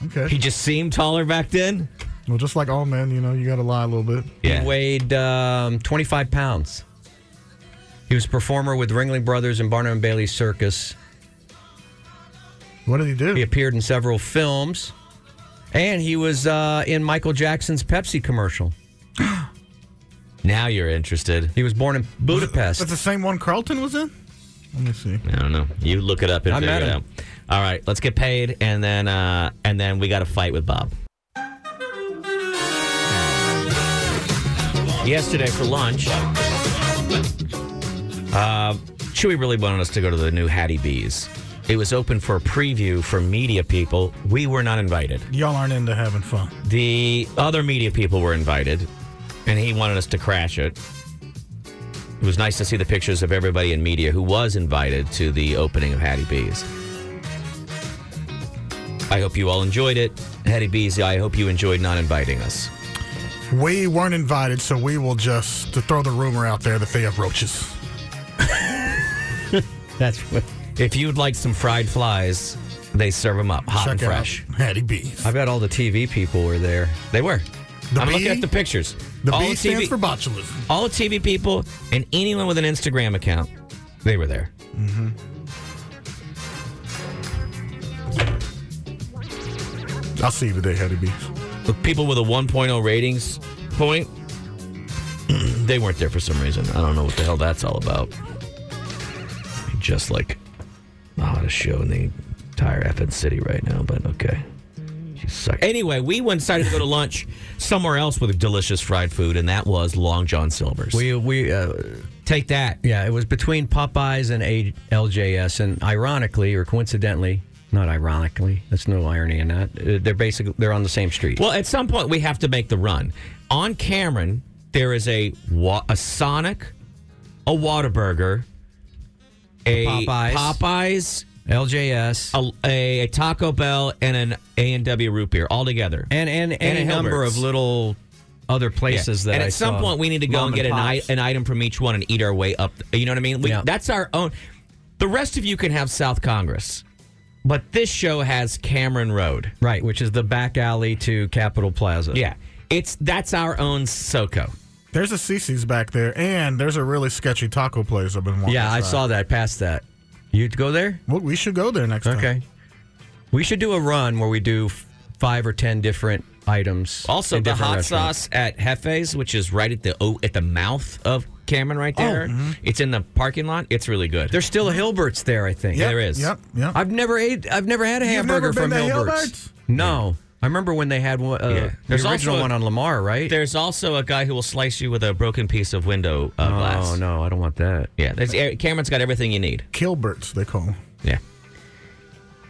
[SPEAKER 2] Okay.
[SPEAKER 3] He just seemed taller back then.
[SPEAKER 2] well, just like all men, you know, you got to lie a little bit.
[SPEAKER 1] He weighed um, 25 pounds. He was a performer with Ringling Brothers and Barnum and Bailey Circus.
[SPEAKER 2] What did he do?
[SPEAKER 1] He appeared in several films, and he was uh, in Michael Jackson's Pepsi commercial.
[SPEAKER 3] Now you're interested.
[SPEAKER 1] He was born in Budapest.
[SPEAKER 2] That's the same one Carlton was in? Let me see.
[SPEAKER 3] I don't know. You look it up and
[SPEAKER 1] I
[SPEAKER 3] figure
[SPEAKER 1] met
[SPEAKER 3] it out.
[SPEAKER 1] him.
[SPEAKER 3] All right, let's get paid, and then uh, and then we got to fight with Bob. Yesterday for lunch, uh, Chewy really wanted us to go to the new Hattie B's. It was open for a preview for media people. We were not invited.
[SPEAKER 2] Y'all aren't into having fun.
[SPEAKER 3] The other media people were invited, and he wanted us to crash it. It was nice to see the pictures of everybody in media who was invited to the opening of Hattie B's. I hope you all enjoyed it. Hattie B's, I hope you enjoyed not inviting us.
[SPEAKER 2] We weren't invited, so we will just to throw the rumor out there that they have roaches.
[SPEAKER 1] That's what
[SPEAKER 3] If you'd like some fried flies, they serve them up hot and
[SPEAKER 2] Check
[SPEAKER 3] fresh.
[SPEAKER 2] out Hattie B's.
[SPEAKER 1] I bet all the TV people were there.
[SPEAKER 3] They were.
[SPEAKER 2] The
[SPEAKER 3] I'm
[SPEAKER 2] B-
[SPEAKER 3] looking at the pictures.
[SPEAKER 2] The
[SPEAKER 3] all
[SPEAKER 2] B stands
[SPEAKER 3] TV,
[SPEAKER 2] for botulism.
[SPEAKER 3] all TV people and anyone with an Instagram account, they were there.
[SPEAKER 2] I'll see you today, Hattie B's.
[SPEAKER 3] the people with a 1.0 ratings point, they weren't there for some reason. I don't know what the hell that's all about. Just like the hottest show in the entire effing city right now, but okay. She sucks. Anyway, we went decided to go to lunch somewhere else with delicious fried food, and that was Long John Silver's.
[SPEAKER 1] We we uh,
[SPEAKER 3] take that.
[SPEAKER 1] yeah, it was between Popeyes and A- LJS, and ironically or coincidentally, not ironically, that's no irony in that. uh, They're basically they're on the same street.
[SPEAKER 3] Well, at some point we have to make the run. On Cameron, there is a wa- a Sonic, a Whataburger, a
[SPEAKER 1] Popeyes.
[SPEAKER 3] Popeyes
[SPEAKER 1] LJS
[SPEAKER 3] a, a, a Taco Bell and an A and W root beer all together.
[SPEAKER 1] and and, and,
[SPEAKER 3] a
[SPEAKER 1] a number
[SPEAKER 3] Hilbert's.
[SPEAKER 1] of little other places that
[SPEAKER 3] and
[SPEAKER 1] I
[SPEAKER 3] at some
[SPEAKER 1] saw.
[SPEAKER 3] point we need to go
[SPEAKER 1] Mom
[SPEAKER 3] and get an, I-
[SPEAKER 1] pops.
[SPEAKER 3] an item from each one and eat our way up. You know what I mean? We,
[SPEAKER 1] Yeah.
[SPEAKER 3] That's our own. The rest of you can have South Congress, but this show has Cameron Road.
[SPEAKER 1] right, which is the back alley to Capitol Plaza.
[SPEAKER 3] Yeah, it's that's our own SoCo.
[SPEAKER 2] There's a CC's back there, and there's a really sketchy taco place I've been wanting.
[SPEAKER 1] yeah,
[SPEAKER 2] to
[SPEAKER 1] I
[SPEAKER 2] try.
[SPEAKER 1] saw that. Past that, you'd go there.
[SPEAKER 2] Well, we should go there next time.
[SPEAKER 1] Okay, we should do a run where we do f- five or ten different items.
[SPEAKER 3] Also,
[SPEAKER 1] in
[SPEAKER 3] the
[SPEAKER 1] different
[SPEAKER 3] hot
[SPEAKER 1] restaurants.
[SPEAKER 3] sauce at Hefe's, which is right at the o- at the mouth of Cameron, right there. It's in the parking lot. It's really good.
[SPEAKER 1] Oh, mm-hmm. There's still a Hilbert's there, I think.
[SPEAKER 2] Yep,
[SPEAKER 3] there is.
[SPEAKER 2] Yep. Yep.
[SPEAKER 1] I've never ate. I've never had a
[SPEAKER 2] You've
[SPEAKER 1] hamburger
[SPEAKER 2] never been
[SPEAKER 1] from
[SPEAKER 2] to
[SPEAKER 1] Hilbert's.
[SPEAKER 2] Hilbert's?
[SPEAKER 1] No, I remember when they had one. Uh,
[SPEAKER 3] Yeah. There's
[SPEAKER 1] the
[SPEAKER 3] also
[SPEAKER 1] original
[SPEAKER 3] a-
[SPEAKER 1] one on Lamar, right?
[SPEAKER 3] There's also a guy who will slice you with a broken piece of window uh, glass.
[SPEAKER 1] oh no, I don't want that.
[SPEAKER 3] Yeah, there's, eh, Cameron's got everything you need.
[SPEAKER 2] Kilberts, they call them.
[SPEAKER 3] Yeah.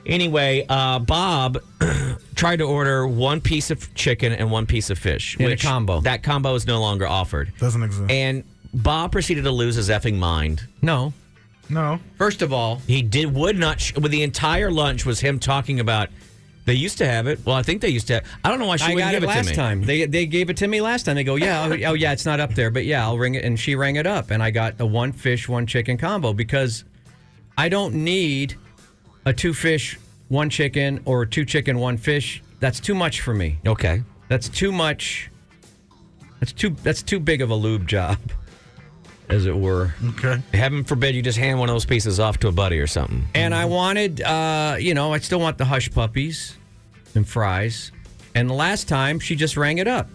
[SPEAKER 3] Anyway, uh, Bob tried to order one piece of chicken and one piece of fish
[SPEAKER 1] In a combo.
[SPEAKER 3] That combo is no longer offered.
[SPEAKER 2] Doesn't exist.
[SPEAKER 3] And Bob proceeded to lose his effing mind.
[SPEAKER 1] No.
[SPEAKER 2] no.
[SPEAKER 1] First of all,
[SPEAKER 3] He did would not. Sh- with the entire lunch was him talking about. They used to have it. Well, I think they used to. Have, I don't know why she
[SPEAKER 1] I
[SPEAKER 3] wouldn't
[SPEAKER 1] got
[SPEAKER 3] give
[SPEAKER 1] it
[SPEAKER 3] it,
[SPEAKER 1] last
[SPEAKER 3] to me.
[SPEAKER 1] time. They they gave it to me last time. They go, yeah, oh, oh, yeah, it's not up there, but yeah, I'll ring it. And she rang it up, and I got the one fish, one chicken combo because I don't need a two fish, one chicken, or two chicken, one fish. That's too much for me.
[SPEAKER 3] Okay.
[SPEAKER 1] That's too much. That's too that's too big of a lube job, as it were.
[SPEAKER 2] Okay.
[SPEAKER 3] Heaven forbid you just hand one of those pieces off to a buddy or something.
[SPEAKER 1] And I wanted, uh, you know, I still want the hush puppies and fries. And the last time she just rang it up.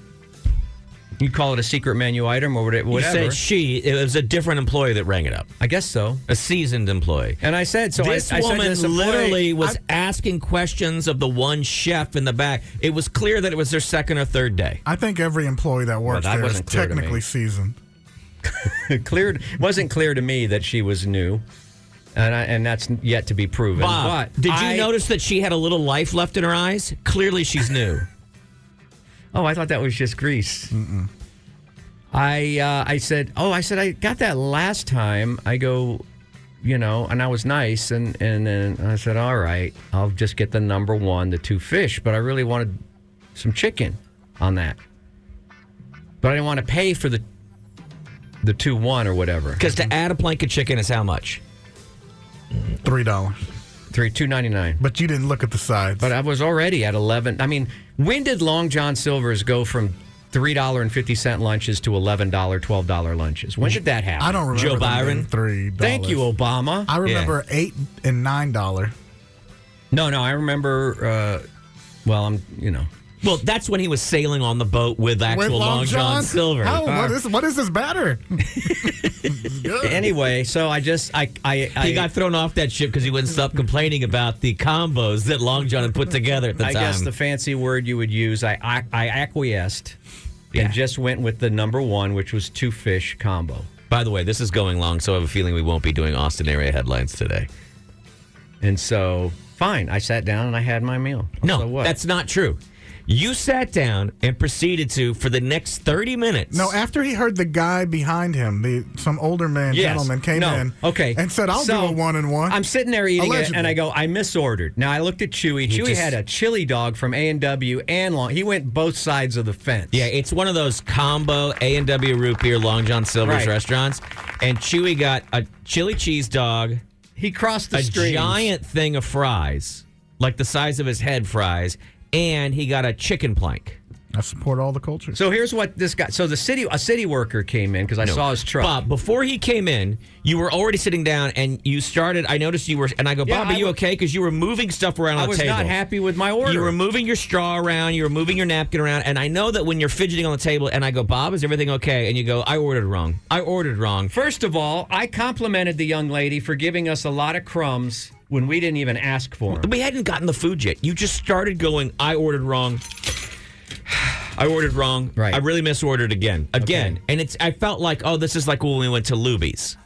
[SPEAKER 1] You call it a secret menu item or whatever.
[SPEAKER 3] You said she. It was a different employee that rang it up.
[SPEAKER 1] I guess so.
[SPEAKER 3] A seasoned employee.
[SPEAKER 1] And I said so.
[SPEAKER 3] this
[SPEAKER 1] I, I
[SPEAKER 3] woman
[SPEAKER 1] said to this employee-
[SPEAKER 3] literally was
[SPEAKER 1] I-
[SPEAKER 3] asking questions of the one chef in the back. It was clear that it was their second or third day.
[SPEAKER 2] I think every employee that works
[SPEAKER 1] that
[SPEAKER 2] there is
[SPEAKER 1] wasn't clear to me.
[SPEAKER 2] technically seasoned.
[SPEAKER 1] cleared. Wasn't clear to me that she was new, and I, and that's yet to be proven.
[SPEAKER 3] Bob,
[SPEAKER 1] but
[SPEAKER 3] did you
[SPEAKER 1] I-
[SPEAKER 3] notice that she had a little life left in her eyes? Clearly, she's new.
[SPEAKER 1] Oh, I thought that was just grease. I uh, I said, oh, I said I got that last time. I go, you know, and I was nice, and and then I said, all right, I'll just get the number one, the two fish, but I really wanted some chicken on that, but I didn't want to pay for the the two one or whatever.
[SPEAKER 3] Because to add a plank of chicken is how much?
[SPEAKER 2] Three dollars.
[SPEAKER 1] Three two ninety nine.
[SPEAKER 2] But you didn't look at the sides.
[SPEAKER 1] But I was already at eleven. I mean, when did Long John Silver's go from? Three dollar and fifty cent lunches to eleven dollar, twelve dollar lunches. When did that happen?
[SPEAKER 2] I don't remember.
[SPEAKER 3] Joe
[SPEAKER 2] them being
[SPEAKER 3] Byron?
[SPEAKER 2] Three.
[SPEAKER 1] Thank you, Obama.
[SPEAKER 2] I remember eight and nine dollar.
[SPEAKER 1] no, no, I remember. Uh, well, I'm, you know,
[SPEAKER 3] Well, that's when he was sailing on the boat with actual
[SPEAKER 2] With
[SPEAKER 3] Long, John, Silver.
[SPEAKER 2] How,
[SPEAKER 1] Uh,
[SPEAKER 2] what, is, what is this batter? Good.
[SPEAKER 1] anyway. So I just, I, I, I
[SPEAKER 3] He got thrown off that ship because he wouldn't stop complaining about the combos that Long John had put together at the
[SPEAKER 1] I
[SPEAKER 3] time.
[SPEAKER 1] guess the fancy word you would use, I, I, I acquiesced
[SPEAKER 3] Yeah.
[SPEAKER 1] and just went with the number one, which was two fish combo.
[SPEAKER 3] By the way, this is going long, so I have a feeling we won't be doing Austin area headlines today.
[SPEAKER 1] And so, fine, I sat down and I had my meal.
[SPEAKER 3] No,
[SPEAKER 1] So what?
[SPEAKER 3] that's not true. You sat down and proceeded to for the next thirty minutes.
[SPEAKER 2] No, after he heard the guy behind him, the some older man
[SPEAKER 3] Yes.
[SPEAKER 2] gentleman came
[SPEAKER 1] no,
[SPEAKER 2] in,
[SPEAKER 1] okay,
[SPEAKER 2] and said, "I'll
[SPEAKER 1] So,
[SPEAKER 2] do a one and one."
[SPEAKER 1] I'm sitting there eating it,
[SPEAKER 2] Allegedly.
[SPEAKER 1] and I go, I misordered. Now I looked at Chewy. Chewy
[SPEAKER 3] just-
[SPEAKER 1] had a chili dog from A and W and Long. He went both sides of the fence.
[SPEAKER 3] yeah, it's one of those combo A and W root beer Long John Silver's
[SPEAKER 1] Right.
[SPEAKER 3] restaurants, and Chewy got a chili cheese dog,
[SPEAKER 1] he crossed the
[SPEAKER 3] a
[SPEAKER 1] street.
[SPEAKER 3] giant thing of fries, like the size of his head fries, and he got a chicken plank.
[SPEAKER 2] I support all the cultures.
[SPEAKER 1] So here's what this guy. So the city, a city worker came in because I saw his truck.
[SPEAKER 3] Bob, before he came in, you were already sitting down and you started. I noticed you were, and I go,
[SPEAKER 1] Yeah,
[SPEAKER 3] Bob,
[SPEAKER 1] I
[SPEAKER 3] are you
[SPEAKER 1] wa-
[SPEAKER 3] okay? Because you were moving stuff around
[SPEAKER 1] I
[SPEAKER 3] on the
[SPEAKER 1] was
[SPEAKER 3] table.
[SPEAKER 1] not happy with my order.
[SPEAKER 3] You were moving your straw around, you were moving your napkin around, and I know that when you're fidgeting on the table, and I go, Bob, is everything okay? And you go, I ordered wrong. I ordered wrong.
[SPEAKER 1] First of all, I complimented the young lady for giving us a lot of crumbs when we didn't even ask for them.
[SPEAKER 3] We hadn't gotten the food yet. You just started going, I ordered wrong. I ordered wrong.
[SPEAKER 1] Right.
[SPEAKER 3] I really misordered again. Again.
[SPEAKER 1] Okay.
[SPEAKER 3] And it's I felt like, oh, this is like when we went to Luby's.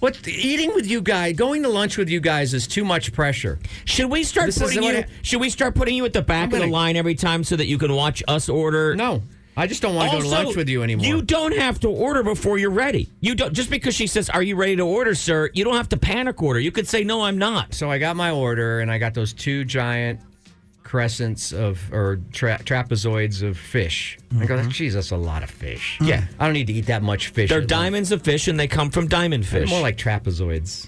[SPEAKER 1] What eating with you guys, going to lunch with you guys is too much pressure.
[SPEAKER 3] Should we start
[SPEAKER 1] This is
[SPEAKER 3] putting
[SPEAKER 1] what
[SPEAKER 3] you?
[SPEAKER 1] I-
[SPEAKER 3] should we start putting you at the back of
[SPEAKER 1] gonna-
[SPEAKER 3] the line every time so that you can watch us order?
[SPEAKER 1] No, I just don't want to go to
[SPEAKER 3] Also,
[SPEAKER 1] lunch with you anymore.
[SPEAKER 3] You don't have to order before you're ready. You don't just because she says, "Are you ready to order, sir?" You don't have to panic order. You could say, "No, I'm not."
[SPEAKER 1] so I got my order and I got those two giant crescents of or tra- trapezoids of fish. I go, geez, that's a lot of fish.
[SPEAKER 3] Mm-hmm. Yeah.
[SPEAKER 1] I don't need to eat that much fish.
[SPEAKER 3] They're
[SPEAKER 1] at lunch.
[SPEAKER 3] diamonds of fish, and they come from diamond fish.
[SPEAKER 1] More like trapezoids.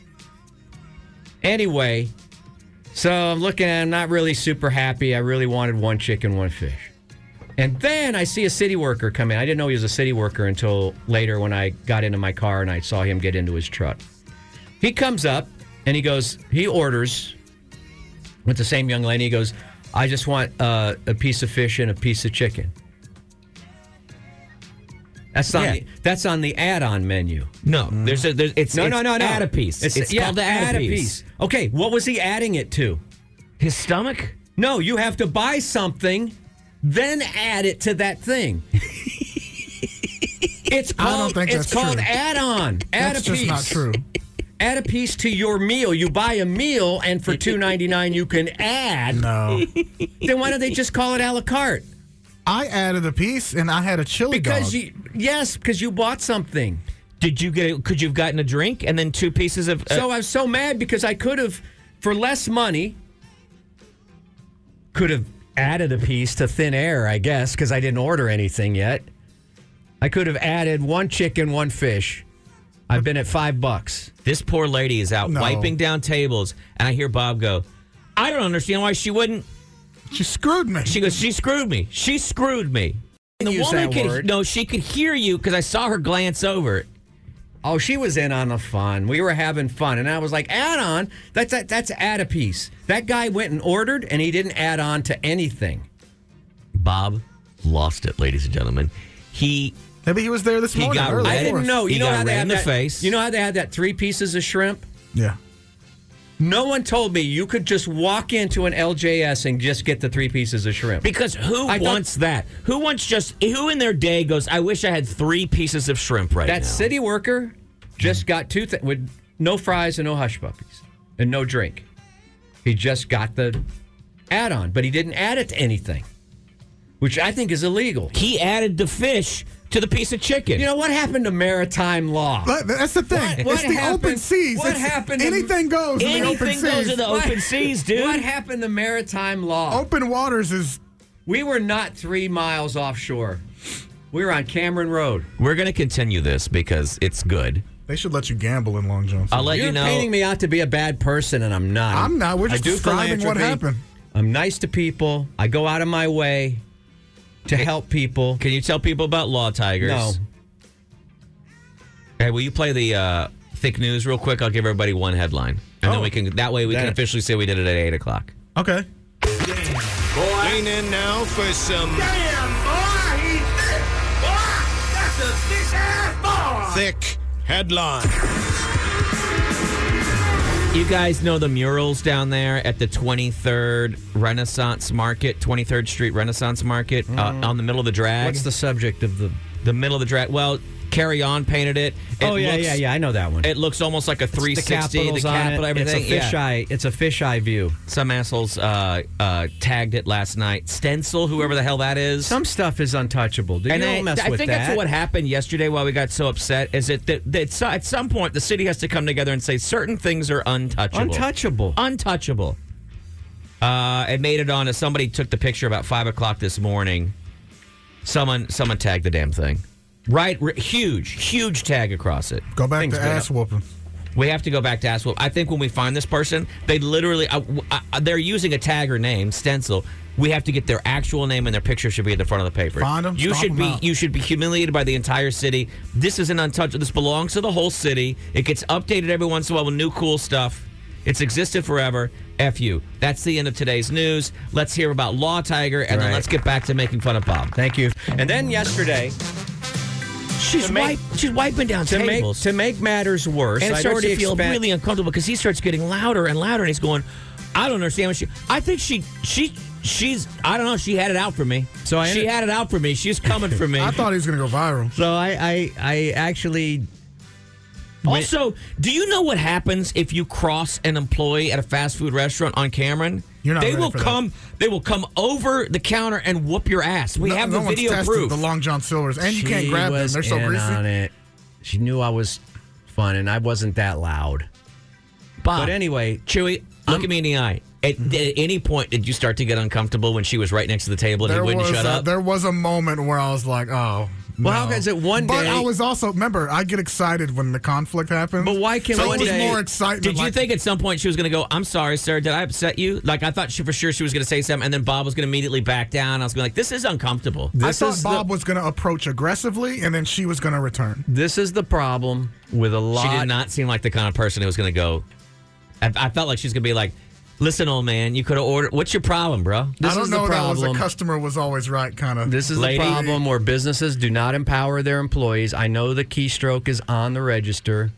[SPEAKER 1] Anyway, so I'm looking at I'm not really super happy. I really wanted one chicken, one fish. And then I see a city worker come in. I didn't know he was a city worker until later when I got into my car and I saw him get into his truck. He comes up and he goes, he orders with the same young lady. He goes, I just want uh, a piece of fish and a piece of chicken. That's on,
[SPEAKER 3] Yeah.
[SPEAKER 1] the, that's on the add-on menu.
[SPEAKER 3] no. There's a there's it's
[SPEAKER 1] No,
[SPEAKER 3] it's
[SPEAKER 1] no, no, no.
[SPEAKER 3] Add a piece. It's,
[SPEAKER 1] yeah,
[SPEAKER 3] called the add a piece.
[SPEAKER 1] Okay, what was he adding it to?
[SPEAKER 3] His stomach.
[SPEAKER 1] No, you have to buy something, then add it to that thing. it's called,
[SPEAKER 2] I don't think
[SPEAKER 1] it's
[SPEAKER 2] that's
[SPEAKER 1] called
[SPEAKER 2] true.
[SPEAKER 1] add-on. Add
[SPEAKER 2] That's
[SPEAKER 1] a
[SPEAKER 2] just
[SPEAKER 1] piece.
[SPEAKER 2] not true.
[SPEAKER 1] add a piece to your meal. You buy a meal, and for two ninety nine you can add.
[SPEAKER 2] No.
[SPEAKER 1] Then why don't they just call it a la carte?
[SPEAKER 2] I added a piece and I had a chili
[SPEAKER 1] Because
[SPEAKER 2] dog.
[SPEAKER 1] you, yes, because you bought something.
[SPEAKER 3] Did you get? A, could you've gotten a drink and then two pieces of? uh
[SPEAKER 1] So I was so mad because I could have, for less money, could have added a piece to thin air, I guess, because I didn't order anything yet. I could have added one chicken, one fish. I've been at five bucks.
[SPEAKER 3] This poor lady is out
[SPEAKER 2] No.
[SPEAKER 3] wiping down tables, and I hear Bob go, I don't understand why she wouldn't.
[SPEAKER 2] she screwed me.
[SPEAKER 3] She goes, She screwed me. She screwed me. And the
[SPEAKER 1] Use
[SPEAKER 3] woman
[SPEAKER 1] that
[SPEAKER 3] could
[SPEAKER 1] word.
[SPEAKER 3] no, she could hear you because I saw her glance over.
[SPEAKER 1] Oh, she was in on the fun. We were having fun, and I was like, "Add on? That's that, that's add a piece." That guy went and ordered, and he didn't add on to anything.
[SPEAKER 8] Bob lost it, ladies and gentlemen.
[SPEAKER 3] He
[SPEAKER 2] Maybe he was there this morning.
[SPEAKER 3] got
[SPEAKER 2] early
[SPEAKER 3] red.
[SPEAKER 1] I
[SPEAKER 2] for
[SPEAKER 1] didn't
[SPEAKER 2] us.
[SPEAKER 1] know. You
[SPEAKER 3] He
[SPEAKER 1] know
[SPEAKER 3] got
[SPEAKER 1] how they
[SPEAKER 3] red
[SPEAKER 1] had
[SPEAKER 3] in the
[SPEAKER 1] that,
[SPEAKER 3] face.
[SPEAKER 1] You know how they had that three pieces of shrimp.
[SPEAKER 2] Yeah.
[SPEAKER 1] No one told me you could just walk into an LJS and just get the three pieces of shrimp.
[SPEAKER 3] because who
[SPEAKER 1] I thought-
[SPEAKER 3] wants that? Who wants just who in their day goes? I wish I had three pieces of shrimp right
[SPEAKER 1] that
[SPEAKER 3] now.
[SPEAKER 1] city worker just got two th- with no fries and no hush puppies and no drink. He just got the add-on, but he didn't add it to anything, which I think is illegal.
[SPEAKER 3] He added the fish to the piece of chicken.
[SPEAKER 1] You know what happened to maritime law?
[SPEAKER 2] But that's the thing.
[SPEAKER 1] What-
[SPEAKER 2] it's
[SPEAKER 1] what
[SPEAKER 2] the open
[SPEAKER 1] happened-
[SPEAKER 2] seas.
[SPEAKER 1] what
[SPEAKER 2] It's-
[SPEAKER 1] happened to-
[SPEAKER 2] Anything goes. in the open
[SPEAKER 3] anything goes
[SPEAKER 2] seas.
[SPEAKER 3] in the
[SPEAKER 1] What-
[SPEAKER 3] open seas, dude.
[SPEAKER 1] What happened to maritime law?
[SPEAKER 2] open waters is
[SPEAKER 1] We were not three miles offshore. We were on Cameron Road.
[SPEAKER 3] We're gonna continue this because it's good.
[SPEAKER 2] they should let you gamble in long john
[SPEAKER 3] I'll let
[SPEAKER 1] You're
[SPEAKER 3] you know.
[SPEAKER 1] painting me out to be a bad person, and I'm not.
[SPEAKER 2] I'm not. We're
[SPEAKER 1] I
[SPEAKER 2] just
[SPEAKER 1] do
[SPEAKER 2] describing what
[SPEAKER 1] philanthropy.
[SPEAKER 2] happened.
[SPEAKER 1] I'm nice to people. I go out of my way to help people.
[SPEAKER 3] Can you tell people about Uh, Law Tigers?
[SPEAKER 1] No.
[SPEAKER 3] Hey, will you play the uh, thick news real quick? I'll give everybody one headline, and
[SPEAKER 2] Oh.
[SPEAKER 3] then we can. That way, we can
[SPEAKER 1] That-
[SPEAKER 3] officially say we did it at eight o'clock.
[SPEAKER 2] Okay.
[SPEAKER 6] Lean in now for some thick headline.
[SPEAKER 3] You guys know the murals down there at the 23rd Renaissance Market, 23rd Street Renaissance Market, uh, on the middle of the drag.
[SPEAKER 1] Mm-hmm. What's the subject of the?
[SPEAKER 3] the middle of the drag? Well, Carry On painted it. It
[SPEAKER 1] Oh,
[SPEAKER 3] looks-
[SPEAKER 1] I know that one.
[SPEAKER 3] It looks almost like a 360.
[SPEAKER 1] capitals on
[SPEAKER 3] capital,
[SPEAKER 1] it.
[SPEAKER 3] everything.
[SPEAKER 1] It's a
[SPEAKER 3] yeah.
[SPEAKER 1] fisheye. It's a fisheye view.
[SPEAKER 3] Some assholes uh, uh, tagged it last night. Stencil, whoever the hell that is.
[SPEAKER 1] Some stuff is untouchable. Dude,
[SPEAKER 3] and
[SPEAKER 1] you
[SPEAKER 3] I,
[SPEAKER 1] don't mess
[SPEAKER 3] I
[SPEAKER 1] with
[SPEAKER 3] think
[SPEAKER 1] that.
[SPEAKER 3] that's what happened yesterday. Why we got so upset is that, that, that so- at some point the city has to come together and say certain things are untouchable.
[SPEAKER 1] Untouchable.
[SPEAKER 3] Untouchable. Uh, it made it on. Somebody took the picture about five o'clock this morning. Someone, someone tagged the damn thing. Right, r- huge, huge tag across it.
[SPEAKER 2] Go back
[SPEAKER 1] Things
[SPEAKER 2] to
[SPEAKER 1] been
[SPEAKER 2] ass
[SPEAKER 1] up.
[SPEAKER 2] whooping.
[SPEAKER 3] We have to go back to ask. Well, I think when we find this person, they literally I, I, they're using a tag or name stencil. We have to get their actual name and their picture should be at the front of the paper.
[SPEAKER 2] Find 'em,
[SPEAKER 3] You
[SPEAKER 2] stomp
[SPEAKER 3] should
[SPEAKER 2] 'em
[SPEAKER 3] be
[SPEAKER 2] out.
[SPEAKER 3] you should be humiliated by the entire city. This is an untouchable. This belongs to the whole city. It gets updated every once in a while with new cool stuff. It's existed forever. F you. That's the end of today's news. Let's hear about Law Tiger and then
[SPEAKER 1] Right.
[SPEAKER 3] let's get back to making fun of Bob.
[SPEAKER 1] Thank you. And then yesterday,
[SPEAKER 3] She's
[SPEAKER 1] To make-
[SPEAKER 3] wipe, she's wiping down
[SPEAKER 1] to make
[SPEAKER 3] tables.
[SPEAKER 1] to make matters worse,
[SPEAKER 3] and it
[SPEAKER 1] I'd
[SPEAKER 3] starts
[SPEAKER 1] already
[SPEAKER 3] to feel
[SPEAKER 1] expect-
[SPEAKER 3] really uncomfortable because he starts getting louder and louder, and he's going, "I don't understand what she. I think she she she's I don't know. She had it out for me.
[SPEAKER 1] So I-
[SPEAKER 3] she had it out for me. She's coming for me.
[SPEAKER 2] I thought he was going to go viral.
[SPEAKER 1] So I I, I actually
[SPEAKER 3] also, do you know what happens if you cross an employee at a fast food restaurant on Cameron?
[SPEAKER 2] You're not
[SPEAKER 3] they
[SPEAKER 2] ready
[SPEAKER 3] will
[SPEAKER 2] for that.
[SPEAKER 3] come. They will come over the counter and whoop your ass. We
[SPEAKER 2] no,
[SPEAKER 3] have
[SPEAKER 2] no
[SPEAKER 3] the
[SPEAKER 2] one's
[SPEAKER 3] video
[SPEAKER 2] tested
[SPEAKER 3] proof.
[SPEAKER 2] The Long John Silvers. And you
[SPEAKER 1] she
[SPEAKER 2] can't grab them.
[SPEAKER 1] was
[SPEAKER 2] They're so
[SPEAKER 1] in on
[SPEAKER 2] greasy.
[SPEAKER 1] it. She knew I was fun, and I wasn't that loud.
[SPEAKER 3] Bob,
[SPEAKER 1] But anyway,
[SPEAKER 3] Chewy, look at me in the eye. At, at any point did you start to get uncomfortable when she was right next to the table and
[SPEAKER 2] There
[SPEAKER 3] he wouldn't
[SPEAKER 2] was,
[SPEAKER 3] shut
[SPEAKER 2] a,
[SPEAKER 3] up?
[SPEAKER 2] there was a moment where I was like, oh.
[SPEAKER 1] Well, how
[SPEAKER 2] no.
[SPEAKER 1] is it one
[SPEAKER 2] But
[SPEAKER 1] day-
[SPEAKER 2] I was also, remember, I get excited when the conflict happens.
[SPEAKER 1] But why can't
[SPEAKER 2] so
[SPEAKER 1] one
[SPEAKER 2] it was
[SPEAKER 1] day-
[SPEAKER 2] more excitement.
[SPEAKER 3] Did you
[SPEAKER 2] like-
[SPEAKER 3] think at some point she was going to go, I'm sorry, sir, did I upset you? Like, I thought she for sure she was going to say something, and then Bob was going to immediately back down. I was going to like, this is uncomfortable.
[SPEAKER 2] I
[SPEAKER 1] This
[SPEAKER 2] thought
[SPEAKER 1] is the-
[SPEAKER 2] Bob was going to approach aggressively and then she was going to return.
[SPEAKER 1] this is the problem with a lot.
[SPEAKER 3] She did not seem like the kind of person who was going to go. I, I felt like she was going to be like, listen, old man, you could have ordered. What's your problem, bro?
[SPEAKER 1] This
[SPEAKER 2] I don't
[SPEAKER 1] is
[SPEAKER 2] know
[SPEAKER 1] the
[SPEAKER 2] that was
[SPEAKER 1] problem.
[SPEAKER 2] a customer was always right kind of.
[SPEAKER 1] This is
[SPEAKER 3] Lady.
[SPEAKER 1] the problem where businesses do not empower their employees. I know the keystroke is on the register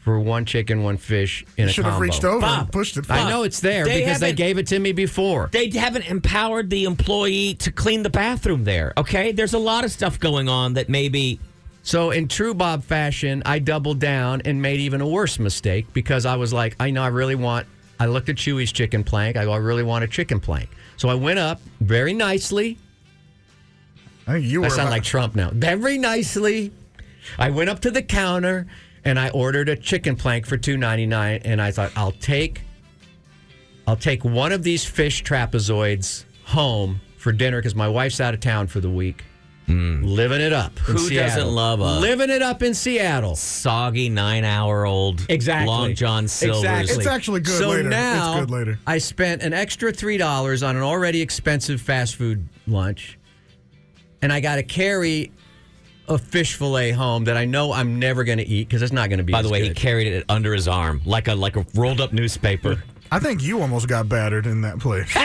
[SPEAKER 1] for one chicken, one fish in a
[SPEAKER 2] should have
[SPEAKER 1] combo.
[SPEAKER 2] reached over
[SPEAKER 3] Bob,
[SPEAKER 2] and pushed it.
[SPEAKER 1] I know it's there
[SPEAKER 3] They
[SPEAKER 1] because they
[SPEAKER 3] haven't-
[SPEAKER 1] gave it to me before.
[SPEAKER 3] They haven't empowered the employee to clean the bathroom there, okay? There's a lot of stuff going on that maybe
[SPEAKER 1] So, in true Bob fashion, I doubled down and made even a worse mistake because I was like, I know I really want, I looked at Chewy's chicken plank. I go, I really want a chicken plank. So I went up very nicely.
[SPEAKER 2] I think you were
[SPEAKER 1] I sound
[SPEAKER 2] about-
[SPEAKER 1] like Trump now. Very nicely, I went up to the counter and I ordered a chicken plank for two ninety nine, and I thought I'll take, I'll take one of these fish trapezoids home for dinner because my wife's out of town for the week. Living it up. in
[SPEAKER 3] Hmm. Who doesn't
[SPEAKER 1] Seattle.
[SPEAKER 3] love a-
[SPEAKER 1] living it up in Seattle?
[SPEAKER 3] Soggy nine hour old
[SPEAKER 1] Exactly.
[SPEAKER 3] Long John Silver's.
[SPEAKER 1] Exactly.
[SPEAKER 2] It's actually good
[SPEAKER 1] so
[SPEAKER 2] later.
[SPEAKER 1] Now,
[SPEAKER 2] it's good later.
[SPEAKER 1] I spent an extra three dollars on an already expensive fast food lunch, and I got to carry a fish fillet home that I know I'm never going to eat because it's not going to be.
[SPEAKER 3] By
[SPEAKER 1] as
[SPEAKER 3] the way, he
[SPEAKER 1] good.
[SPEAKER 3] carried it under his arm like a like a rolled up newspaper.
[SPEAKER 2] I think you almost got battered in that place.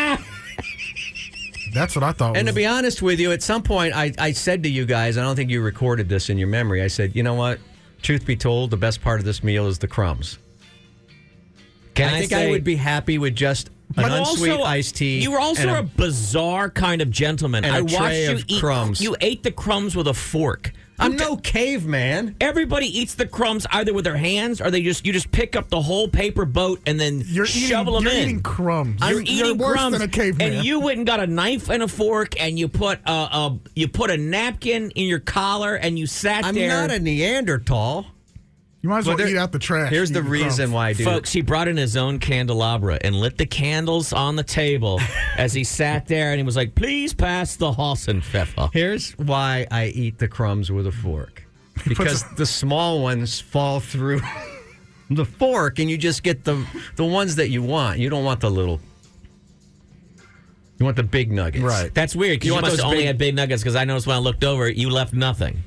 [SPEAKER 2] That's what I thought.
[SPEAKER 1] Ah! And to
[SPEAKER 2] was-
[SPEAKER 1] be honest with you, at some point, I, I said to you guys, I don't think you recorded this in your memory. I said, you know what? Truth be told, the best part of this meal is the crumbs.
[SPEAKER 3] Can
[SPEAKER 1] I think
[SPEAKER 3] say-
[SPEAKER 1] I would be happy with just an
[SPEAKER 3] But
[SPEAKER 1] unsweet iced tea.
[SPEAKER 3] You were also
[SPEAKER 1] and
[SPEAKER 3] a,
[SPEAKER 1] a-
[SPEAKER 3] bizarre kind of gentleman.
[SPEAKER 1] and
[SPEAKER 3] I
[SPEAKER 1] a
[SPEAKER 3] watched
[SPEAKER 1] tray
[SPEAKER 3] you
[SPEAKER 1] of
[SPEAKER 3] eat
[SPEAKER 1] crumbs.
[SPEAKER 3] You ate the crumbs with a fork.
[SPEAKER 1] I'm
[SPEAKER 3] Who
[SPEAKER 1] no caveman.
[SPEAKER 3] Everybody eats the crumbs either with their hands or they just you just pick up the whole paper boat and then
[SPEAKER 2] you're eating,
[SPEAKER 3] shovel
[SPEAKER 2] you're
[SPEAKER 3] them in.
[SPEAKER 2] eating crumbs.
[SPEAKER 3] You're
[SPEAKER 2] you're,
[SPEAKER 3] eating
[SPEAKER 2] you're worse
[SPEAKER 3] crumbs,
[SPEAKER 2] than a caveman.
[SPEAKER 3] and you went and got a knife and a fork, and you put a, a you put a napkin in your collar, and you sat
[SPEAKER 1] I'm
[SPEAKER 3] there.
[SPEAKER 1] not a Neanderthal.
[SPEAKER 2] You might as well
[SPEAKER 1] Well, there-
[SPEAKER 2] eat out the trash.
[SPEAKER 1] Here's
[SPEAKER 2] eat
[SPEAKER 1] the reason
[SPEAKER 2] crumbs.
[SPEAKER 1] why I do
[SPEAKER 3] Folks, he brought in his own candelabra and lit the candles on the table as he sat there, and he was like, "Please pass the Hassenpfeffer."
[SPEAKER 1] Here's why I eat the crumbs with a fork. Because the small ones fall through the fork and you just get the the ones that you want. You don't want the little You want the big nuggets.
[SPEAKER 2] Right.
[SPEAKER 3] That's weird. 'cause
[SPEAKER 1] You
[SPEAKER 3] You,
[SPEAKER 1] want
[SPEAKER 3] must
[SPEAKER 1] those
[SPEAKER 3] have only
[SPEAKER 1] big-
[SPEAKER 3] had big nuggets because I noticed when I looked over, you left nothing.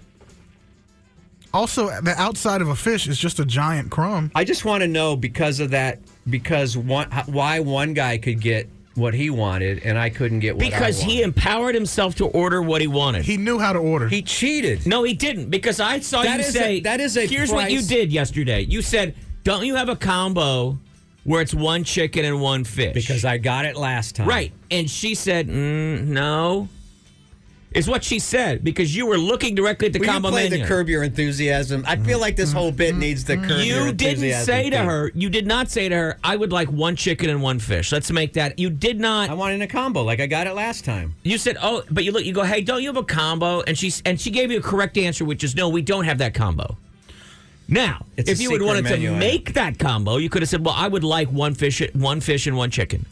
[SPEAKER 2] Also, the outside of a fish is just a giant crumb.
[SPEAKER 1] I just want to know because of that because one why one guy could get what he wanted and I couldn't get what I
[SPEAKER 3] Because he
[SPEAKER 1] wanted.
[SPEAKER 3] empowered himself to order what he wanted.
[SPEAKER 2] He knew how to order.
[SPEAKER 1] he cheated.
[SPEAKER 3] no, he didn't. Because I saw
[SPEAKER 1] That
[SPEAKER 3] you
[SPEAKER 1] is a-
[SPEAKER 3] say
[SPEAKER 1] that is a
[SPEAKER 3] Here's what
[SPEAKER 1] price-
[SPEAKER 3] you did yesterday. You said, "Don't you have a combo where it's one chicken and one fish?"
[SPEAKER 1] Because I got it last time.
[SPEAKER 3] Right. And she said, mm, no. Is what she said because you were looking directly at the
[SPEAKER 1] Will you
[SPEAKER 3] combo
[SPEAKER 1] play
[SPEAKER 3] menu. Mm-hmm.
[SPEAKER 1] the curb your enthusiasm? I feel like this whole bit needs the curb your
[SPEAKER 3] you didn't
[SPEAKER 1] enthusiasm
[SPEAKER 3] say to
[SPEAKER 1] thing.
[SPEAKER 3] her, you did not say to her, I would like one chicken and one fish. Let's make that. You did
[SPEAKER 1] I
[SPEAKER 3] not.
[SPEAKER 1] wanted a combo like I got it last time.
[SPEAKER 3] You said, oh, but you look, you go, hey, don't you have a combo? And she and she gave you a correct answer, which is no, we don't have that combo. Now,
[SPEAKER 1] It's
[SPEAKER 3] if
[SPEAKER 1] a
[SPEAKER 3] you would
[SPEAKER 1] secret
[SPEAKER 3] wanted
[SPEAKER 1] menu
[SPEAKER 3] to
[SPEAKER 1] item.
[SPEAKER 3] make that combo, you could have said, well, I would like one fish, one fish and one chicken.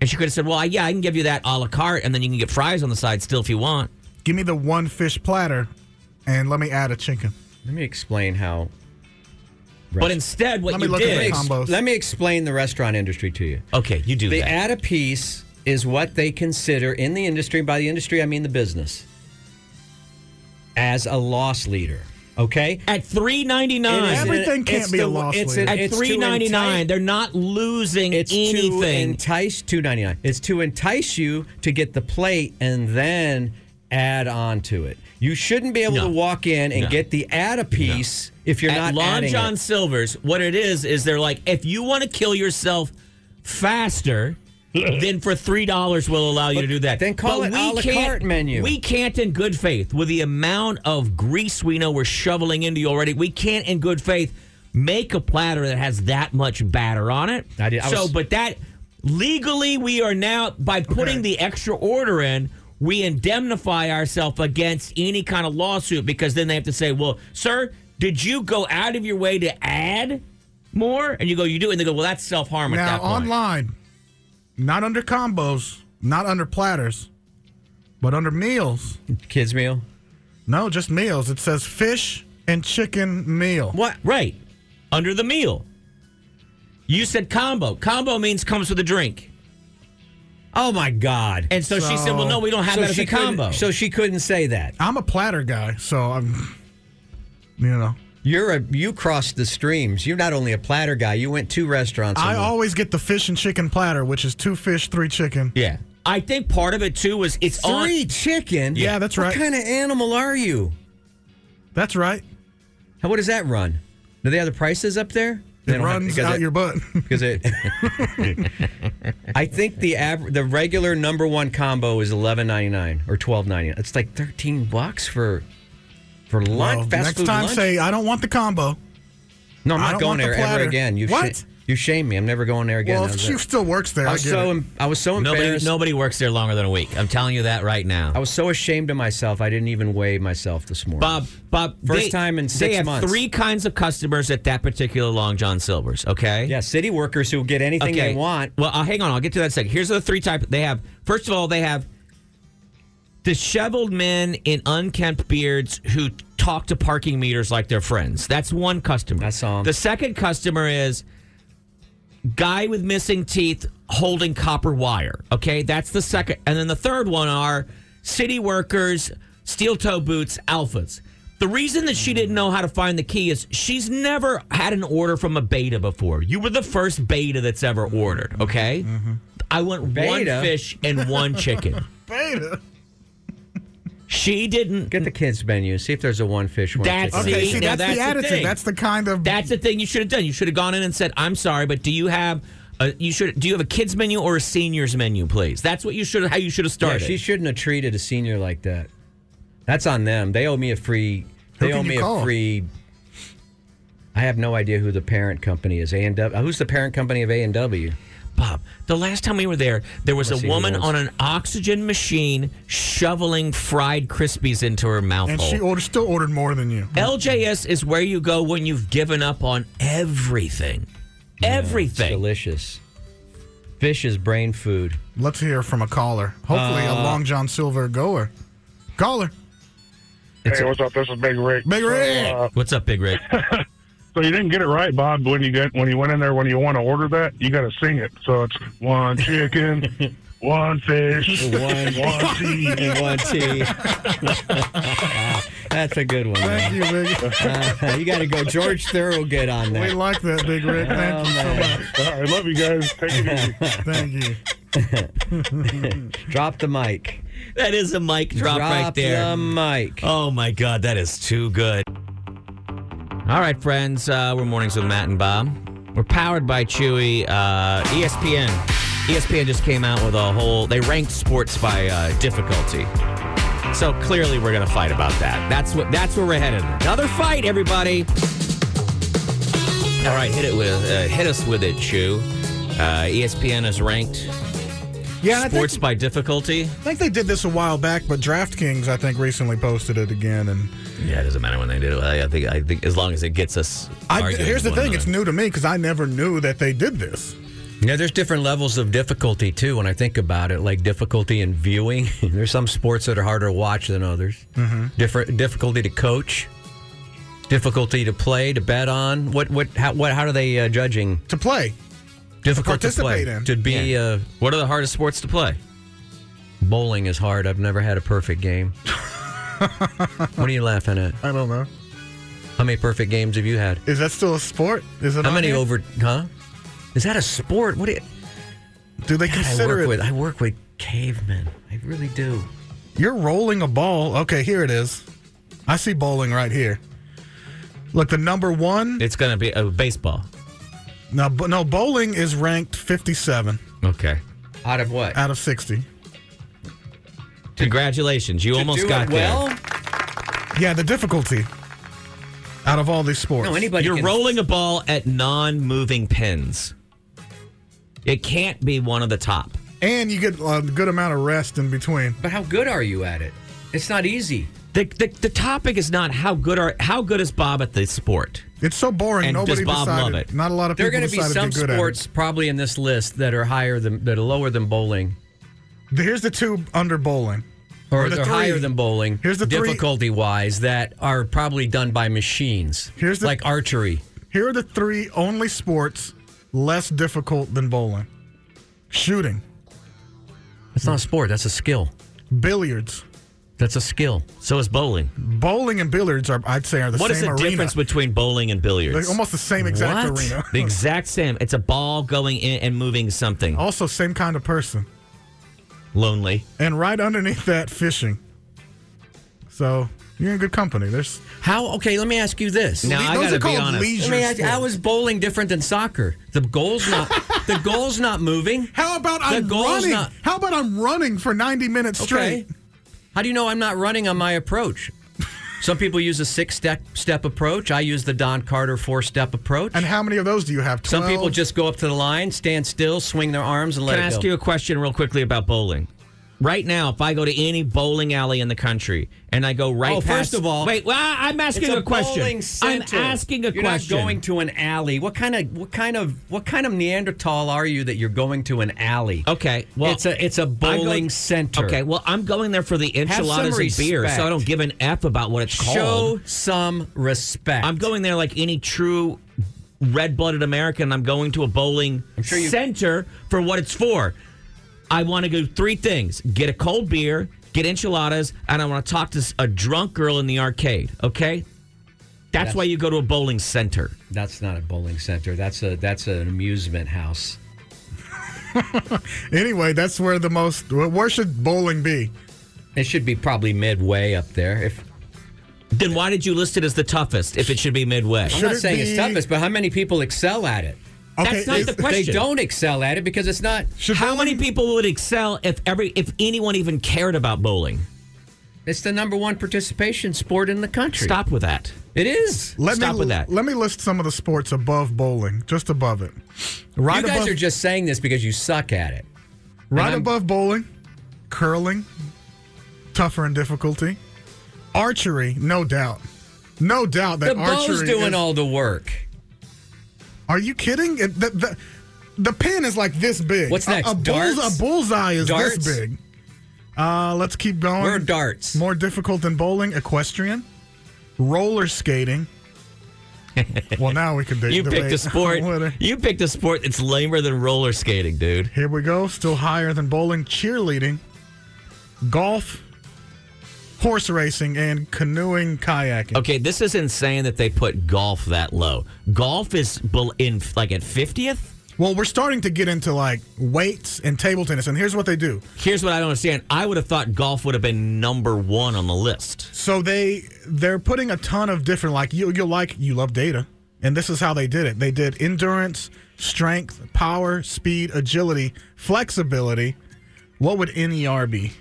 [SPEAKER 3] And she could have said, well, I, yeah, I can give you that a la carte, and then you can get fries on the side still if you want.
[SPEAKER 2] Give me the one fish platter, and let me add a chicken.
[SPEAKER 1] Let me explain how.
[SPEAKER 3] But instead, what
[SPEAKER 2] Let me
[SPEAKER 3] you
[SPEAKER 2] look at
[SPEAKER 1] Let me,
[SPEAKER 3] did.
[SPEAKER 2] the
[SPEAKER 1] ex-
[SPEAKER 2] Combos.
[SPEAKER 1] let me explain the restaurant industry to you.
[SPEAKER 3] Okay, you do
[SPEAKER 1] The
[SPEAKER 3] that.
[SPEAKER 1] add a piece is what they consider in the industry. By the industry, I mean the business. As a loss leader, okay?
[SPEAKER 3] At three ninety
[SPEAKER 1] It is-
[SPEAKER 3] nine.
[SPEAKER 2] Everything
[SPEAKER 1] it's
[SPEAKER 2] can't be
[SPEAKER 1] the-
[SPEAKER 2] a loss
[SPEAKER 1] it's
[SPEAKER 2] leader.
[SPEAKER 1] an-
[SPEAKER 3] At
[SPEAKER 1] it's to
[SPEAKER 3] three ninety nine,
[SPEAKER 1] entice-
[SPEAKER 3] they're not losing
[SPEAKER 1] It's to
[SPEAKER 3] anything.
[SPEAKER 1] entice two ninety nine. It's to entice you to get the plate and then add on to it. You shouldn't be able
[SPEAKER 3] No.
[SPEAKER 1] to walk in and
[SPEAKER 3] No.
[SPEAKER 1] get the add a piece if you're
[SPEAKER 3] At
[SPEAKER 1] not
[SPEAKER 3] Long
[SPEAKER 1] adding
[SPEAKER 3] John
[SPEAKER 1] it.
[SPEAKER 3] Silver's, what it is is they're like, if you want to kill yourself faster, then for three dollars we'll allow you to do that.
[SPEAKER 1] then call
[SPEAKER 3] but
[SPEAKER 1] it
[SPEAKER 3] we
[SPEAKER 1] a la
[SPEAKER 3] can't-
[SPEAKER 1] carte menu.
[SPEAKER 3] We can't, in good faith, with the amount of grease we know we're shoveling into you already, we can't, in good faith, make a platter that has that much batter on it.
[SPEAKER 1] I did- I
[SPEAKER 3] so,
[SPEAKER 1] was-
[SPEAKER 3] but that legally, we are now by putting the extra order in. We indemnify ourselves against any kind of lawsuit because then they have to say, "Well, sir, did you go out of your way to add more?" And you go, "You do," and they go, "Well, that's self harm at
[SPEAKER 2] Now
[SPEAKER 3] that point."
[SPEAKER 2] online, not under combos, not under platters, but under meals.
[SPEAKER 1] Kids meal.
[SPEAKER 2] No, just meals. It says fish and chicken meal.
[SPEAKER 3] What? Right. Under the meal. You said combo. Combo means comes with a drink.
[SPEAKER 1] Oh my God!
[SPEAKER 3] And so, she said, well, no, we don't have that as a
[SPEAKER 1] couldn't-
[SPEAKER 3] combo.
[SPEAKER 1] So she couldn't say that.
[SPEAKER 2] I'm a platter guy, so I'm, you know,
[SPEAKER 1] You're a you crossed the streams. You're not only a platter guy. You went two restaurants.
[SPEAKER 2] I
[SPEAKER 1] in one.
[SPEAKER 2] always get the fish and chicken platter, which is two fish, three chicken.
[SPEAKER 3] yeah. I think part of it, too, was it's on.
[SPEAKER 1] three chicken.
[SPEAKER 2] Yeah, that's right.
[SPEAKER 1] What kind of animal are you?
[SPEAKER 2] That's right.
[SPEAKER 1] How what does that run? Do they have the prices up there? They
[SPEAKER 2] It
[SPEAKER 1] don't have-
[SPEAKER 2] runs
[SPEAKER 1] because
[SPEAKER 2] out
[SPEAKER 1] it-
[SPEAKER 2] your butt.
[SPEAKER 1] because it. I think the aver- the regular number one combo is eleven ninety nine or twelve ninety nine. It's like thirteen bucks for For lunch,
[SPEAKER 2] Well,
[SPEAKER 1] fast
[SPEAKER 2] next
[SPEAKER 1] food
[SPEAKER 2] time,
[SPEAKER 1] lunch?
[SPEAKER 2] say I don't want the combo.
[SPEAKER 1] no, I'm
[SPEAKER 2] I
[SPEAKER 1] not
[SPEAKER 2] don't
[SPEAKER 1] going
[SPEAKER 2] want the
[SPEAKER 1] there ever
[SPEAKER 2] platter.
[SPEAKER 1] again. You
[SPEAKER 2] What?
[SPEAKER 1] sh- you shame me. I'm never going there again.
[SPEAKER 2] well,
[SPEAKER 1] That
[SPEAKER 2] if
[SPEAKER 1] was
[SPEAKER 2] she
[SPEAKER 1] it.
[SPEAKER 2] still works there,
[SPEAKER 1] I
[SPEAKER 2] I,
[SPEAKER 1] was
[SPEAKER 2] get
[SPEAKER 1] so
[SPEAKER 2] it.
[SPEAKER 1] em- I was so
[SPEAKER 3] Nobody,
[SPEAKER 1] embarrassed.
[SPEAKER 3] nobody works there longer than a week. I'm telling you that right now.
[SPEAKER 1] I was so ashamed of myself. I didn't even weigh myself this morning.
[SPEAKER 3] Bob, Bob,
[SPEAKER 1] First
[SPEAKER 3] they-
[SPEAKER 1] time in
[SPEAKER 3] They
[SPEAKER 1] six
[SPEAKER 3] have
[SPEAKER 1] months.
[SPEAKER 3] three kinds of customers at that particular Long John Silver's. Okay.
[SPEAKER 1] yeah, city workers who get anything they want.
[SPEAKER 3] Well, uh, hang on. I'll get to that in a second. Here's the three type they have. First of all, they have disheveled men in unkempt beards who talk to parking meters like they're friends. That's one customer.
[SPEAKER 1] I saw 'em.
[SPEAKER 3] The second customer is guy with missing teeth holding copper wire. Okay, that's the second. And then the third one are city workers, steel toe boots, alphas. The reason that she didn't know how to find the key is she's never had an order from a beta before. You were the first beta that's ever ordered, okay? Mm-hmm. I want
[SPEAKER 1] Beta?
[SPEAKER 3] one fish and one chicken.
[SPEAKER 2] Beta.
[SPEAKER 3] She didn't.
[SPEAKER 1] Get the kids menu. See if there's a one fish one.
[SPEAKER 3] That's
[SPEAKER 1] chicken.
[SPEAKER 2] Okay,
[SPEAKER 3] See,
[SPEAKER 2] see,
[SPEAKER 3] now
[SPEAKER 2] that's,
[SPEAKER 3] that's
[SPEAKER 2] the
[SPEAKER 3] the
[SPEAKER 2] attitude.
[SPEAKER 3] thing.
[SPEAKER 2] that's the kind of
[SPEAKER 3] That's the thing you should have done. You should have gone in and said, "I'm sorry, but do you have a you should do you have a kids menu or a seniors menu, please?" That's what you should how you should have
[SPEAKER 1] Yeah,
[SPEAKER 3] started.
[SPEAKER 1] she shouldn't have treated a senior like that. That's on them. They owe me a free.
[SPEAKER 2] Who
[SPEAKER 1] They
[SPEAKER 2] can
[SPEAKER 1] owe
[SPEAKER 2] you
[SPEAKER 1] me a
[SPEAKER 2] call?
[SPEAKER 1] free. I have no idea who the parent company is. A and W. uh, Who's the parent company of A and W?
[SPEAKER 3] Bob, the last time we were there, there was
[SPEAKER 1] see
[SPEAKER 3] a
[SPEAKER 1] who
[SPEAKER 3] woman
[SPEAKER 1] else.
[SPEAKER 3] on an oxygen machine shoveling fried Krispies into her mouth
[SPEAKER 2] and
[SPEAKER 3] hole.
[SPEAKER 2] she ordered, still ordered more than you.
[SPEAKER 3] LJS is where you go when you've given up on everything. Everything.
[SPEAKER 1] Delicious. Fish is brain food.
[SPEAKER 2] Let's hear from a caller. Hopefully,
[SPEAKER 1] Uh,
[SPEAKER 2] a Long John Silver goer. Caller,
[SPEAKER 4] Hey, what's up? This is Big Rick. uh,
[SPEAKER 2] Big Red.
[SPEAKER 3] What's up, Big Rick?
[SPEAKER 4] So you didn't get it right, Bob. When you get when you went in there, when you want to order that, you got to sing it. So it's one chicken, one fish, one one cheese.
[SPEAKER 1] One tea. That's a good one.
[SPEAKER 2] Thank
[SPEAKER 1] man.
[SPEAKER 2] you, Big.
[SPEAKER 1] Uh, you got to go George Thorogood on
[SPEAKER 2] We
[SPEAKER 1] that. Oh,
[SPEAKER 2] like that, Big Rick. Thank you so much.
[SPEAKER 4] I love you guys. Take it easy.
[SPEAKER 2] Thank you.
[SPEAKER 1] Drop the mic.
[SPEAKER 3] that is a mic drop, right there.
[SPEAKER 1] the mic.
[SPEAKER 3] Oh my God, that is too good. All right, friends, uh, we're mornings with Matt and Bob. We're powered by Chewy. Uh, ESPN, ESPN just came out with a whole. They ranked sports by uh, difficulty. So clearly, we're gonna fight about that. That's what. That's where we're headed. Another fight, everybody. All right, hit it with. Uh, hit us with it, Chew. Uh, ESPN has ranked
[SPEAKER 2] Yeah, I think,
[SPEAKER 3] sports by difficulty.
[SPEAKER 2] I think they did this a while back, but DraftKings, I think, recently posted it again. And
[SPEAKER 3] Yeah, it doesn't matter when they do it. I I think. I think as long as it gets us.
[SPEAKER 2] I,
[SPEAKER 3] arguing
[SPEAKER 2] here's the
[SPEAKER 3] with one
[SPEAKER 2] thing: it's
[SPEAKER 3] another.
[SPEAKER 2] new to me because I never knew that they did this.
[SPEAKER 1] Yeah, there's different levels of difficulty too. When I think about it, like difficulty in viewing, there's some sports that are harder to watch than others. Mm-hmm. Different difficulty to coach, difficulty to play, to bet on. What what how what how are they uh, judging?
[SPEAKER 2] To play,
[SPEAKER 1] Difficult to, play.
[SPEAKER 2] participate in.
[SPEAKER 1] To be uh,
[SPEAKER 3] What are the hardest sports to play?
[SPEAKER 1] bowling is hard. I've never had a perfect game. what are you laughing at?
[SPEAKER 2] I don't know.
[SPEAKER 1] How many perfect games have you had?
[SPEAKER 2] Is that still a sport? Is it?
[SPEAKER 1] How
[SPEAKER 2] on
[SPEAKER 1] many
[SPEAKER 2] here?
[SPEAKER 1] over? Huh? Is that a sport? What do you,
[SPEAKER 2] Do they
[SPEAKER 1] God, I
[SPEAKER 2] consider
[SPEAKER 1] work
[SPEAKER 2] it?
[SPEAKER 1] with? I work with cavemen. I really do.
[SPEAKER 2] You're rolling a ball. Okay, here it is. I see bowling right here. Look, the number one.
[SPEAKER 3] It's going to be uh, baseball.
[SPEAKER 2] No, bo- no, bowling is ranked 57
[SPEAKER 3] Okay.
[SPEAKER 1] Out of what?
[SPEAKER 2] out of 60.
[SPEAKER 3] Congratulations. You almost
[SPEAKER 1] do
[SPEAKER 3] got
[SPEAKER 1] it well.
[SPEAKER 3] there.
[SPEAKER 2] Yeah, the difficulty out of all these sports.
[SPEAKER 1] No, anybody.
[SPEAKER 3] You're
[SPEAKER 1] can-
[SPEAKER 3] rolling a ball at non moving pins. It can't be one of the top.
[SPEAKER 2] and you get a good amount of rest in between.
[SPEAKER 1] But how good are you at it? It's not easy.
[SPEAKER 3] The, the, the topic is not how good are how good is Bob at the sport.
[SPEAKER 2] It's so boring.
[SPEAKER 3] And does
[SPEAKER 2] Nobody
[SPEAKER 3] Bob
[SPEAKER 2] decided.
[SPEAKER 3] love it?
[SPEAKER 2] Not a lot of
[SPEAKER 1] There are
[SPEAKER 2] people
[SPEAKER 1] going to be
[SPEAKER 2] decided
[SPEAKER 1] some
[SPEAKER 2] to get good
[SPEAKER 1] sports probably in this list that are higher than that are lower than bowling,
[SPEAKER 2] at it. Here's the two under bowling.
[SPEAKER 1] or
[SPEAKER 2] Or the
[SPEAKER 1] they're
[SPEAKER 2] three-
[SPEAKER 1] higher than bowling.
[SPEAKER 2] here's the three-
[SPEAKER 1] difficulty wise that are probably done by machines.
[SPEAKER 2] Here's the-
[SPEAKER 1] like archery.
[SPEAKER 2] Here are the three only sports less difficult than bowling: shooting,
[SPEAKER 1] That's not a sport. That's a skill.
[SPEAKER 2] billiards.
[SPEAKER 1] That's a skill.
[SPEAKER 3] So is bowling.
[SPEAKER 2] Bowling and billiards are, I'd say, are the
[SPEAKER 3] What
[SPEAKER 2] same
[SPEAKER 3] is the
[SPEAKER 2] arena.
[SPEAKER 3] difference between bowling and
[SPEAKER 2] They're
[SPEAKER 3] billiards?
[SPEAKER 2] almost the same exact
[SPEAKER 1] What?
[SPEAKER 2] arena.
[SPEAKER 3] the exact same. It's a ball going in and moving something.
[SPEAKER 2] also, same kind of person.
[SPEAKER 3] Lonely.
[SPEAKER 2] And right underneath that, fishing. So you're in good company. There's
[SPEAKER 1] How? Okay, let me ask you this.
[SPEAKER 3] Now, I
[SPEAKER 2] those
[SPEAKER 3] gotta
[SPEAKER 2] are
[SPEAKER 3] be
[SPEAKER 2] called
[SPEAKER 3] honest.
[SPEAKER 1] I
[SPEAKER 2] leisure
[SPEAKER 1] mean, I-
[SPEAKER 2] sports.
[SPEAKER 1] how is bowling different than soccer? The goal's not. the goal's not moving.
[SPEAKER 2] How about
[SPEAKER 1] The
[SPEAKER 2] I'm
[SPEAKER 1] goal's
[SPEAKER 2] running?
[SPEAKER 1] not-
[SPEAKER 2] How about I'm running for 90 minutes straight?
[SPEAKER 1] How do you know I'm not running on my approach? Some people use a six step step approach. I use the Don Carter four step approach.
[SPEAKER 2] And how many of those do you have?
[SPEAKER 1] Some people
[SPEAKER 2] 12?
[SPEAKER 1] just go up to the line, stand still, swing their arms, and let
[SPEAKER 3] Can I
[SPEAKER 1] it
[SPEAKER 3] ask
[SPEAKER 1] go.
[SPEAKER 3] you a question real quickly about bowling? Right now, if I go to any bowling alley in the country and I go right
[SPEAKER 1] Oh,
[SPEAKER 3] past,
[SPEAKER 1] first of all-
[SPEAKER 3] wait, well, I- I'm asking
[SPEAKER 1] It's
[SPEAKER 3] a,
[SPEAKER 1] a bowling
[SPEAKER 3] question. I'm
[SPEAKER 1] center.
[SPEAKER 3] asking a
[SPEAKER 1] you're
[SPEAKER 3] question.
[SPEAKER 1] Not going to an alley. What kind of what kind of what kind of Neanderthal are you that you're going to an alley?
[SPEAKER 3] Okay, well,
[SPEAKER 1] it's a it's a
[SPEAKER 3] I go-
[SPEAKER 1] bowling center.
[SPEAKER 3] Okay, well, I'm going there for the
[SPEAKER 1] some
[SPEAKER 3] enchiladas and beer, so I
[SPEAKER 1] respect.
[SPEAKER 3] don't give an f about what it's
[SPEAKER 1] show
[SPEAKER 3] called.
[SPEAKER 1] some respect.
[SPEAKER 3] I'm going there like any true red-blooded American. I'm going to a bowling
[SPEAKER 1] sure you-
[SPEAKER 3] center for what it's for. I want to do three things: get a cold beer, get enchiladas, and I want to talk to s- a drunk girl in the arcade. Okay, that's why you go to a bowling center.
[SPEAKER 1] That's not a bowling center. That's a that's an amusement house.
[SPEAKER 2] Anyway, that's where the most. where- Where should bowling be?
[SPEAKER 1] It should be probably midway up there. If
[SPEAKER 3] Then why did you list it as the toughest if it should be midway?
[SPEAKER 1] I'm
[SPEAKER 2] Should
[SPEAKER 1] not
[SPEAKER 2] it
[SPEAKER 1] saying
[SPEAKER 2] be-
[SPEAKER 1] it's toughest, but how many people excel at it?
[SPEAKER 2] Okay,
[SPEAKER 3] That's not
[SPEAKER 2] is-
[SPEAKER 3] the question.
[SPEAKER 1] They don't excel at it because it's not.
[SPEAKER 2] Should
[SPEAKER 3] How
[SPEAKER 2] bowling-
[SPEAKER 3] many people would excel if every if anyone even cared about bowling?
[SPEAKER 1] It's the number one participation sport in the country.
[SPEAKER 3] Stop with that.
[SPEAKER 1] It is.
[SPEAKER 2] Let
[SPEAKER 3] Stop
[SPEAKER 2] me,
[SPEAKER 3] with that.
[SPEAKER 2] Let me list some of the sports above bowling, just above it. Right
[SPEAKER 1] you guys
[SPEAKER 2] above,
[SPEAKER 1] are just saying this because you suck at it.
[SPEAKER 2] right
[SPEAKER 1] and I'm-
[SPEAKER 2] above bowling, curling, tougher in difficulty, archery, no doubt, no doubt that
[SPEAKER 1] the bow's
[SPEAKER 2] archery.
[SPEAKER 1] doing
[SPEAKER 2] is-
[SPEAKER 1] all the work.
[SPEAKER 2] Are you kidding? It- The, the, the pin is like this big.
[SPEAKER 1] What's
[SPEAKER 2] A-
[SPEAKER 1] next?
[SPEAKER 2] A, bull's-
[SPEAKER 1] Darts?
[SPEAKER 2] a bullseye is
[SPEAKER 1] Darts?
[SPEAKER 2] this big. Uh, let's keep going.
[SPEAKER 1] We're darts.
[SPEAKER 2] More difficult than bowling, equestrian, roller skating. well, now we can de-
[SPEAKER 3] You
[SPEAKER 2] debate
[SPEAKER 3] picked a sport.
[SPEAKER 2] whether-
[SPEAKER 3] You picked a sport that's lamer than roller skating, dude.
[SPEAKER 2] Here we go. Still higher than bowling, cheerleading, golf, horse racing, and canoeing, kayaking.
[SPEAKER 3] Okay, this is insane that they put golf that low. Golf is bel- in like at 50th.
[SPEAKER 2] Well, we're starting to get into like weights and table tennis, and here's what they do.
[SPEAKER 3] Here's what I don't understand. I would have thought golf would have been number one on the list.
[SPEAKER 2] So they they're putting a ton of different like you you like you love data, and this is how they did it. They did endurance, strength, power, speed, agility, flexibility. What would NER be? E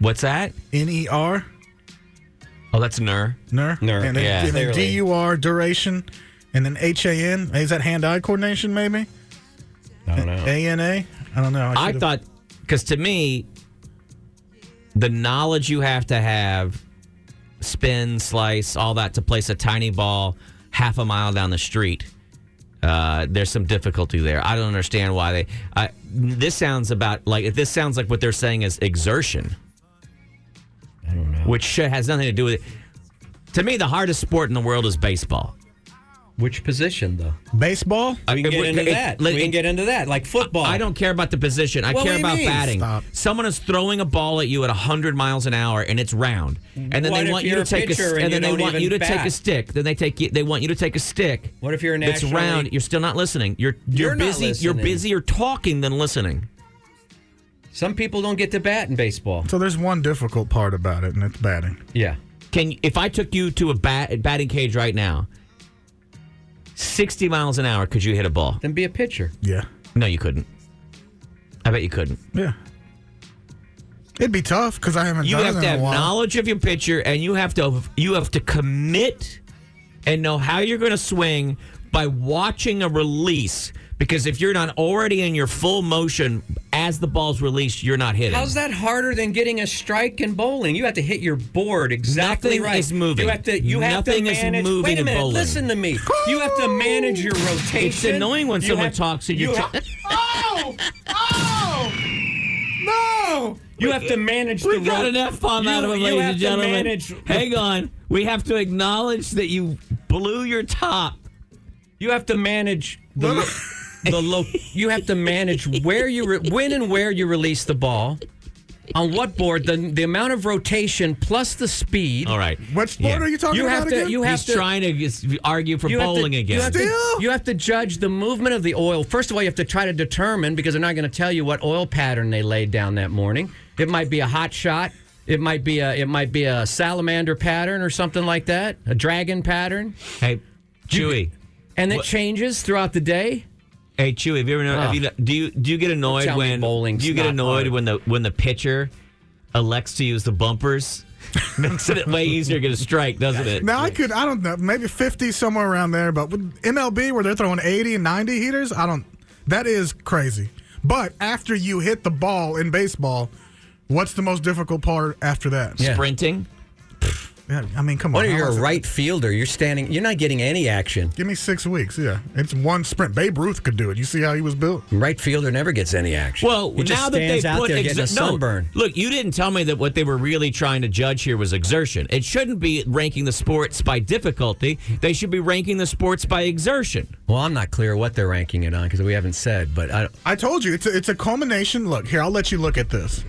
[SPEAKER 3] What's that?
[SPEAKER 2] NER,
[SPEAKER 3] Oh, that's Ner.
[SPEAKER 2] ner,
[SPEAKER 1] Ner,
[SPEAKER 2] and then,
[SPEAKER 3] yeah,
[SPEAKER 2] and then
[SPEAKER 1] clearly.
[SPEAKER 2] DUR duration, and then HAN. Is that hand-eye coordination? Maybe
[SPEAKER 1] I don't know.
[SPEAKER 2] ANA. I don't know.
[SPEAKER 3] I
[SPEAKER 2] should've-
[SPEAKER 3] thought because to me, the knowledge you have to have, spin, slice, all that to place a tiny ball half a mile down the street. Uh, there's some difficulty there. I don't understand why they. I, this sounds about like this sounds like what they're saying is exertion,
[SPEAKER 1] I don't know.
[SPEAKER 3] which sh- has nothing to do with it. To me, the hardest sport in the world is baseball.
[SPEAKER 1] Which position, though?
[SPEAKER 2] baseball.
[SPEAKER 1] We can
[SPEAKER 3] it-
[SPEAKER 1] get into
[SPEAKER 3] it-
[SPEAKER 1] that.
[SPEAKER 3] it-
[SPEAKER 1] we can get into that, like football.
[SPEAKER 3] I don't care about the position. I
[SPEAKER 1] What do
[SPEAKER 3] care
[SPEAKER 1] you
[SPEAKER 3] about
[SPEAKER 1] mean?
[SPEAKER 3] batting.
[SPEAKER 2] Stop.
[SPEAKER 3] Someone is throwing a ball at you at 100 miles an hour and it's round. And then
[SPEAKER 1] What
[SPEAKER 3] they
[SPEAKER 1] if
[SPEAKER 3] want you
[SPEAKER 1] you're
[SPEAKER 3] to
[SPEAKER 1] a
[SPEAKER 3] take a s-
[SPEAKER 1] pitcher and
[SPEAKER 3] and
[SPEAKER 1] you
[SPEAKER 3] then they
[SPEAKER 1] don't
[SPEAKER 3] want you to
[SPEAKER 1] even
[SPEAKER 3] take a
[SPEAKER 1] bat?
[SPEAKER 3] stick. Then they take you, they want you to take a stick.
[SPEAKER 1] What if you're a
[SPEAKER 3] It's
[SPEAKER 1] national
[SPEAKER 3] round.
[SPEAKER 1] league-
[SPEAKER 3] You're still not listening. You're you're,
[SPEAKER 1] You're not
[SPEAKER 3] busy you're
[SPEAKER 1] listening.
[SPEAKER 3] busier talking than listening.
[SPEAKER 1] Some people don't get to bat in baseball.
[SPEAKER 2] So there's one difficult part about it, and it's batting.
[SPEAKER 1] Yeah.
[SPEAKER 3] Can if I took you to a bat, batting cage right now, 60 miles an hour could you hit a ball?
[SPEAKER 1] Then be a pitcher.
[SPEAKER 2] Yeah,
[SPEAKER 3] No, you couldn't. I bet you couldn't.
[SPEAKER 2] yeah. It'd be tough because I haven't
[SPEAKER 3] You
[SPEAKER 2] done
[SPEAKER 3] have
[SPEAKER 2] it
[SPEAKER 3] to
[SPEAKER 2] in
[SPEAKER 3] have
[SPEAKER 2] a while.
[SPEAKER 3] knowledge of your pitcher, and you have to you have to commit and know how you're going to swing by watching a release. Because if you're not already in your full motion as the ball's released, you're not hitting.
[SPEAKER 1] How's that harder than getting a strike in bowling? You have to hit your board exactly
[SPEAKER 3] Nothing
[SPEAKER 1] right.
[SPEAKER 3] is moving.
[SPEAKER 1] You have to. You have
[SPEAKER 3] Nothing
[SPEAKER 1] to
[SPEAKER 3] is
[SPEAKER 1] manage.
[SPEAKER 3] moving
[SPEAKER 1] wait a
[SPEAKER 3] in
[SPEAKER 1] minute.
[SPEAKER 3] bowling.
[SPEAKER 1] Listen to me. You have to manage your rotation.
[SPEAKER 3] It's annoying when
[SPEAKER 1] You
[SPEAKER 3] someone
[SPEAKER 1] have-
[SPEAKER 3] talks and
[SPEAKER 1] you
[SPEAKER 3] you're.
[SPEAKER 1] ha-
[SPEAKER 2] Oh! Oh! No!
[SPEAKER 1] you have to manage
[SPEAKER 3] we
[SPEAKER 1] the
[SPEAKER 3] got
[SPEAKER 1] ro-
[SPEAKER 3] an F bomb
[SPEAKER 1] You-
[SPEAKER 3] out of him,
[SPEAKER 1] you
[SPEAKER 3] ladies
[SPEAKER 1] have
[SPEAKER 3] and
[SPEAKER 1] to
[SPEAKER 3] gentlemen.
[SPEAKER 1] manage-
[SPEAKER 3] Hang on. We have to acknowledge that you blew your top.
[SPEAKER 1] You have to manage the lo- the lo- you have to manage where you re- when and where you release the ball, on what board, the the amount of rotation plus the speed.
[SPEAKER 3] All right.
[SPEAKER 2] What sport
[SPEAKER 3] Yeah.
[SPEAKER 2] are you talking
[SPEAKER 1] You
[SPEAKER 2] about
[SPEAKER 1] have to-
[SPEAKER 2] again?
[SPEAKER 1] you have
[SPEAKER 3] He's trying to just argue for
[SPEAKER 1] You have to-
[SPEAKER 3] bowling again.
[SPEAKER 1] You have, to,
[SPEAKER 2] Still?
[SPEAKER 1] you have to judge the movement of the oil. First of all, you have to try to determine because they're not going to tell you what oil pattern they laid down that morning. It might be a hot shot. It might be a it might be a salamander pattern or something like that, a dragon pattern,
[SPEAKER 3] hey, Chewy.
[SPEAKER 1] and it
[SPEAKER 3] What-
[SPEAKER 1] changes throughout the day.
[SPEAKER 3] Hey Chewy, have you ever know, have you, do you do you get annoyed
[SPEAKER 1] tell me
[SPEAKER 3] when
[SPEAKER 1] bowling's
[SPEAKER 3] do you get
[SPEAKER 1] not
[SPEAKER 3] annoyed
[SPEAKER 1] hard.
[SPEAKER 3] when the when the pitcher elects to use the bumpers? Makes it way easier to get a strike, doesn't it?
[SPEAKER 2] Now I could I don't know maybe 50 somewhere around there, but with MLB where they're throwing 80 and 90 heaters, I don't. That is crazy. But after you hit the ball in baseball, what's the most difficult part after that?
[SPEAKER 1] Yeah.
[SPEAKER 3] Sprinting.
[SPEAKER 2] Yeah, I mean, come on.
[SPEAKER 1] What if
[SPEAKER 2] how
[SPEAKER 1] you're
[SPEAKER 2] is
[SPEAKER 1] a
[SPEAKER 2] it-
[SPEAKER 1] right fielder? You're standing. You're not getting any action.
[SPEAKER 2] Give me six weeks. Yeah, it's one sprint. Babe Ruth could do it. You see how he was built?
[SPEAKER 1] Right fielder never gets any action.
[SPEAKER 3] Well,
[SPEAKER 1] he just
[SPEAKER 3] now that they
[SPEAKER 1] stands
[SPEAKER 3] put
[SPEAKER 1] out there getting a
[SPEAKER 3] exa- no,
[SPEAKER 1] sunburn.
[SPEAKER 3] look, you didn't tell me that what they were really trying to judge here was exertion. It shouldn't be ranking the sports by difficulty. They should be ranking the sports by exertion.
[SPEAKER 1] Well, I'm not clear what they're ranking it on because we haven't said. But I,
[SPEAKER 2] I told you it's a, it's a culmination. Look here, I'll let you look at this.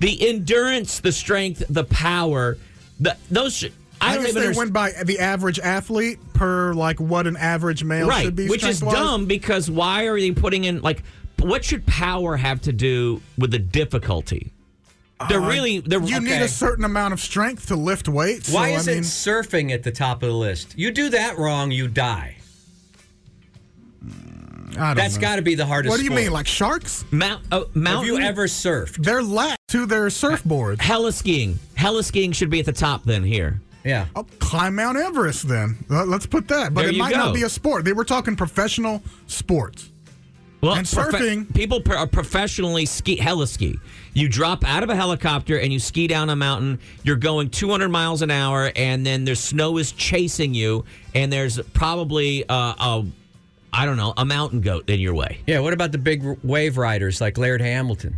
[SPEAKER 3] The endurance, the strength, the power, the, those. Sh- I,
[SPEAKER 2] I,
[SPEAKER 3] don't
[SPEAKER 2] guess
[SPEAKER 3] even
[SPEAKER 2] they
[SPEAKER 3] understand.
[SPEAKER 2] went by the average athlete per like what an average male
[SPEAKER 3] right,
[SPEAKER 2] should be.
[SPEAKER 3] which is
[SPEAKER 2] strength-wise.
[SPEAKER 3] dumb because why are they putting in like what should power have to do with the difficulty? They're really they're
[SPEAKER 2] Uh, You need
[SPEAKER 1] Okay.
[SPEAKER 2] a certain amount of strength to lift weights.
[SPEAKER 1] why
[SPEAKER 2] so,
[SPEAKER 1] is
[SPEAKER 2] I mean,
[SPEAKER 1] it surfing at the top of the list? You do that wrong, you die.
[SPEAKER 2] I don't
[SPEAKER 1] That's
[SPEAKER 2] know.
[SPEAKER 1] got to be the hardest.
[SPEAKER 2] What do you
[SPEAKER 1] sport.
[SPEAKER 2] mean, like sharks?
[SPEAKER 3] mount uh,
[SPEAKER 1] Have
[SPEAKER 3] mountain
[SPEAKER 1] you ever surfed?
[SPEAKER 2] They're lat to their surfboards.
[SPEAKER 3] heli skiing. Heli skiing should be at the top then here.
[SPEAKER 1] Yeah.
[SPEAKER 2] I'll Oh, climb Mount Everest then. Let- Let's put that. But
[SPEAKER 3] There
[SPEAKER 2] it
[SPEAKER 3] you
[SPEAKER 2] might
[SPEAKER 3] go.
[SPEAKER 2] not be a sport. They were talking professional sports.
[SPEAKER 3] Well,
[SPEAKER 2] And
[SPEAKER 3] profe-
[SPEAKER 2] surfing.
[SPEAKER 3] people pro- are professionally ski heliski. You drop out of a helicopter and you ski down a mountain. You're going 200 miles an hour, and then there's snow is chasing you, and there's probably uh, a, I don't know, a mountain goat in your way.
[SPEAKER 1] Yeah. What about the big r- wave riders like Laird Hamilton,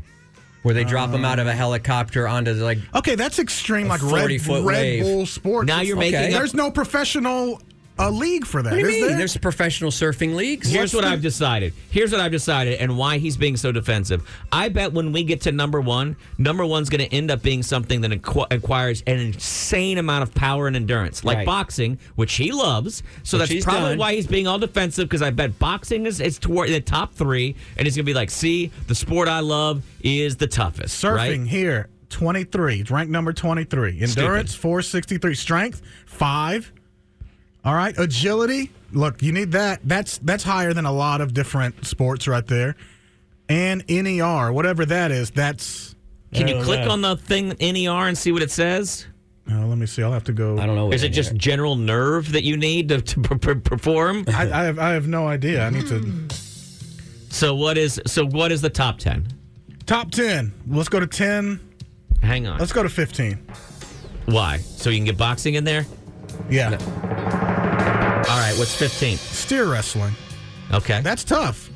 [SPEAKER 1] where they drop him out of a helicopter onto the, like?
[SPEAKER 2] Um, Okay, that's extreme, like Red,
[SPEAKER 1] 40-foot
[SPEAKER 2] Red
[SPEAKER 1] wave.
[SPEAKER 2] Bull sports.
[SPEAKER 3] Now you're
[SPEAKER 1] Okay.
[SPEAKER 3] making up
[SPEAKER 2] There's no professional uh, league for that,
[SPEAKER 1] What do you
[SPEAKER 2] is
[SPEAKER 1] mean?
[SPEAKER 2] there?
[SPEAKER 1] There's professional surfing leagues.
[SPEAKER 3] Here's what
[SPEAKER 1] What's
[SPEAKER 3] I've decided. Here's what I've decided and why he's being so defensive. I bet when we get to number one, number one's going to end up being something that inqu- acquires an insane amount of power and endurance, like
[SPEAKER 1] Right.
[SPEAKER 3] boxing, which he loves. So
[SPEAKER 1] Which
[SPEAKER 3] that's
[SPEAKER 1] he's
[SPEAKER 3] probably
[SPEAKER 1] done.
[SPEAKER 3] why he's being all defensive because I bet boxing is, is toward the top three, and he's going to be like, see, the sport I love is the toughest.
[SPEAKER 2] Surfing
[SPEAKER 3] right?
[SPEAKER 2] here, 23, ranked number 23. Endurance, 463. Strength, 5. All right, agility. Look, you need that. That's that's higher than a lot of different sports right there. And NER, whatever that is, that's
[SPEAKER 3] Can
[SPEAKER 1] Oh,
[SPEAKER 3] you click on the thing NER and see what it says?
[SPEAKER 2] uh, let me see. I'll have to go.
[SPEAKER 1] Oh, I don't know. what
[SPEAKER 3] Is it just general nerve that you need to, to per- per- perform?
[SPEAKER 2] I, I have I have no idea. I need to
[SPEAKER 3] So what is so what is the top ten?
[SPEAKER 2] top 10. Let's go to 10.
[SPEAKER 3] Hang on.
[SPEAKER 2] Let's go to 15.
[SPEAKER 3] Why? So you can get boxing in there?
[SPEAKER 2] Yeah.
[SPEAKER 3] All right, what's 15th?
[SPEAKER 2] Steer wrestling.
[SPEAKER 3] Okay.
[SPEAKER 2] That's tough.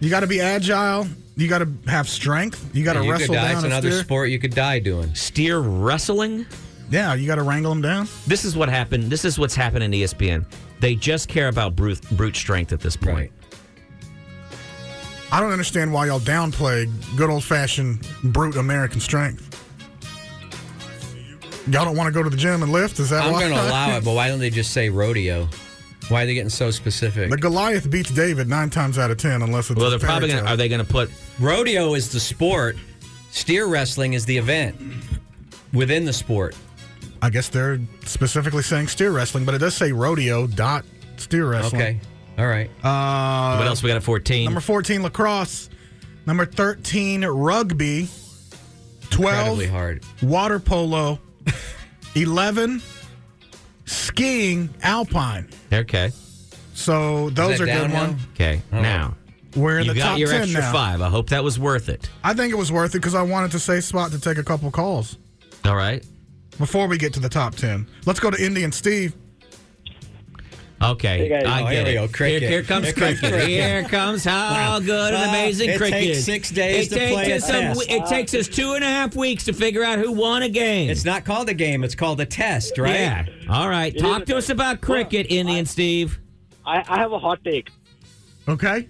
[SPEAKER 2] You got to be agile. You got to have strength. You got to
[SPEAKER 1] You could
[SPEAKER 2] wrestle
[SPEAKER 1] die.
[SPEAKER 2] down
[SPEAKER 1] It's
[SPEAKER 2] a
[SPEAKER 1] another
[SPEAKER 2] steer.
[SPEAKER 1] sport you could die doing.
[SPEAKER 3] Steer wrestling?
[SPEAKER 2] Yeah, you got to wrangle them down.
[SPEAKER 3] This is what happened. This is what's happened in E ESPN. They just care about brute, brute strength at this point.
[SPEAKER 2] I don't understand why y'all downplay good old fashioned brute American strength. Y'all don't want to go to the gym and lift? Is that
[SPEAKER 1] I'm
[SPEAKER 2] why?
[SPEAKER 1] going to allow it, but why don't they just say rodeo? Why are they getting so specific?
[SPEAKER 2] The Goliath beats David nine times out of ten, unless it's
[SPEAKER 3] Well,
[SPEAKER 2] a
[SPEAKER 3] they're probably
[SPEAKER 2] fairy
[SPEAKER 3] going to,
[SPEAKER 2] tale.
[SPEAKER 3] are they going to put,
[SPEAKER 1] rodeo is the sport. Steer wrestling is the event within the sport.
[SPEAKER 2] I guess they're specifically saying steer wrestling, but it does say rodeo dot steer wrestling. Uh,
[SPEAKER 1] Okay. All right. Uh,
[SPEAKER 3] what else we got at 14?
[SPEAKER 2] Number 14, lacrosse. Number 13, rugby. 12,
[SPEAKER 1] Incredibly hard.
[SPEAKER 2] water polo. 11, skiing, alpine.
[SPEAKER 3] okay.
[SPEAKER 2] So
[SPEAKER 1] Is
[SPEAKER 2] those
[SPEAKER 1] that
[SPEAKER 2] are good
[SPEAKER 1] downhill?
[SPEAKER 2] one.
[SPEAKER 3] Okay. Now,
[SPEAKER 2] We're in
[SPEAKER 3] you
[SPEAKER 2] the
[SPEAKER 3] got
[SPEAKER 2] top
[SPEAKER 3] your
[SPEAKER 2] 10
[SPEAKER 3] extra
[SPEAKER 2] now.
[SPEAKER 3] five. I hope that was worth it.
[SPEAKER 2] I think it was worth it because I wanted to save spot to take a couple calls
[SPEAKER 3] All right.
[SPEAKER 2] before we get to the top 10. Let's go to Indian Steve.
[SPEAKER 3] Okay. I
[SPEAKER 1] Oh,
[SPEAKER 3] get
[SPEAKER 1] here we
[SPEAKER 3] it.
[SPEAKER 1] go. Cricket.
[SPEAKER 3] Here, here comes
[SPEAKER 1] Here comes
[SPEAKER 3] cricket.
[SPEAKER 1] cricket.
[SPEAKER 3] Here comes how good and
[SPEAKER 1] Well,
[SPEAKER 3] amazing
[SPEAKER 1] it
[SPEAKER 3] cricket
[SPEAKER 1] takes
[SPEAKER 3] is.
[SPEAKER 1] six days
[SPEAKER 3] it
[SPEAKER 1] to
[SPEAKER 3] takes
[SPEAKER 1] play a
[SPEAKER 3] us a-
[SPEAKER 1] test.
[SPEAKER 3] it takes us two and a half weeks to figure out who won a game.
[SPEAKER 1] It's not called a game, it's called a test, right?
[SPEAKER 3] Yeah. All right. Talk to us about cricket, Indian Steve.
[SPEAKER 7] I, I have a hot take.
[SPEAKER 2] Okay.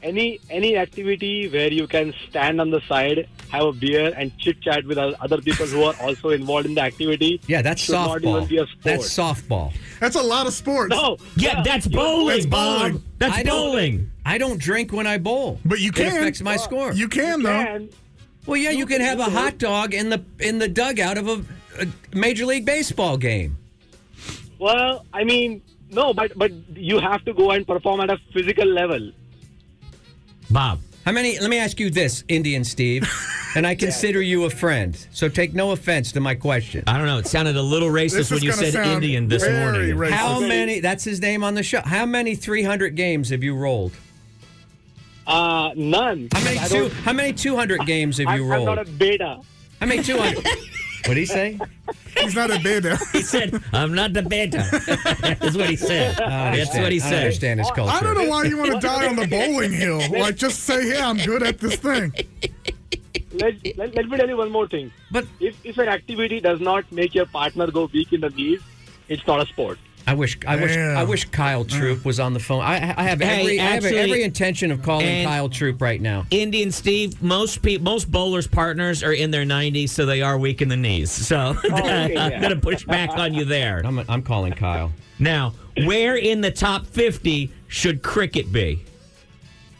[SPEAKER 7] Any any activity where you can stand on the side, have a beer, and chit chat with o- other people who are also involved in the activity.
[SPEAKER 1] Yeah, that's
[SPEAKER 7] should Not even be a
[SPEAKER 1] softball.
[SPEAKER 7] sport.
[SPEAKER 1] That's softball.
[SPEAKER 2] That's a lot of sports.
[SPEAKER 7] no.
[SPEAKER 3] Yeah, that's bowling.
[SPEAKER 2] That's bowling.
[SPEAKER 3] Bob. That's
[SPEAKER 1] I don't-
[SPEAKER 3] bowling.
[SPEAKER 1] I don't drink when I bowl.
[SPEAKER 2] But you
[SPEAKER 1] It
[SPEAKER 2] can.
[SPEAKER 1] affects my score.
[SPEAKER 2] You can, though.
[SPEAKER 7] And
[SPEAKER 1] well, yeah, you can have a hot dog in the in the dugout of a, a Major League Baseball game.
[SPEAKER 7] well, I mean, no, but but you have to go and perform at a physical level.
[SPEAKER 3] Bob.
[SPEAKER 1] How many? Let me ask you this, Indian Steve, and I consider you a friend, so take no offense to my question.
[SPEAKER 3] I don't know. It sounded a little racist
[SPEAKER 2] This
[SPEAKER 3] when
[SPEAKER 2] is
[SPEAKER 3] you
[SPEAKER 2] gonna
[SPEAKER 3] said
[SPEAKER 2] sound
[SPEAKER 3] Indian this
[SPEAKER 2] very
[SPEAKER 3] morning.
[SPEAKER 2] racist.
[SPEAKER 1] How
[SPEAKER 7] Okay.
[SPEAKER 1] many? That's his name on the show. How many 300 games have you rolled?
[SPEAKER 7] Uh, none.
[SPEAKER 1] How many
[SPEAKER 7] I
[SPEAKER 1] two?
[SPEAKER 7] don't-
[SPEAKER 1] How many 200 games have
[SPEAKER 7] I,
[SPEAKER 1] you
[SPEAKER 7] I'm
[SPEAKER 1] rolled?
[SPEAKER 7] not a beta.
[SPEAKER 1] How many 200? What did he say?
[SPEAKER 2] He's not a beta.
[SPEAKER 3] He said, "I'm not the beta." That's what he said. That's what
[SPEAKER 1] I
[SPEAKER 3] he
[SPEAKER 1] don't
[SPEAKER 3] said.
[SPEAKER 1] understand his culture.
[SPEAKER 2] I don't know why you want to die on the bowling hill. Like, just say, "Yeah, I'm good at this thing."
[SPEAKER 7] Let, let, let me tell you one more thing.
[SPEAKER 1] But
[SPEAKER 7] If, if an activity does not make your partner go weak in the knees, it's not a sport.
[SPEAKER 1] I wish I wish
[SPEAKER 2] Damn.
[SPEAKER 1] I wish Kyle Troop was on the phone. I, I have
[SPEAKER 3] Hey,
[SPEAKER 1] every I
[SPEAKER 3] actually-
[SPEAKER 1] have every intention of calling
[SPEAKER 3] And-
[SPEAKER 1] Kyle Troop right now.
[SPEAKER 3] Indian Steve, most pe- most bowlers' partners are in their 90s, so they are weak in the knees. So
[SPEAKER 1] Oh,
[SPEAKER 7] okay,
[SPEAKER 3] I'm
[SPEAKER 7] yeah.
[SPEAKER 3] going to push back on you there.
[SPEAKER 1] I'm I'm calling Kyle.
[SPEAKER 3] Now, where in the top 50 should cricket be?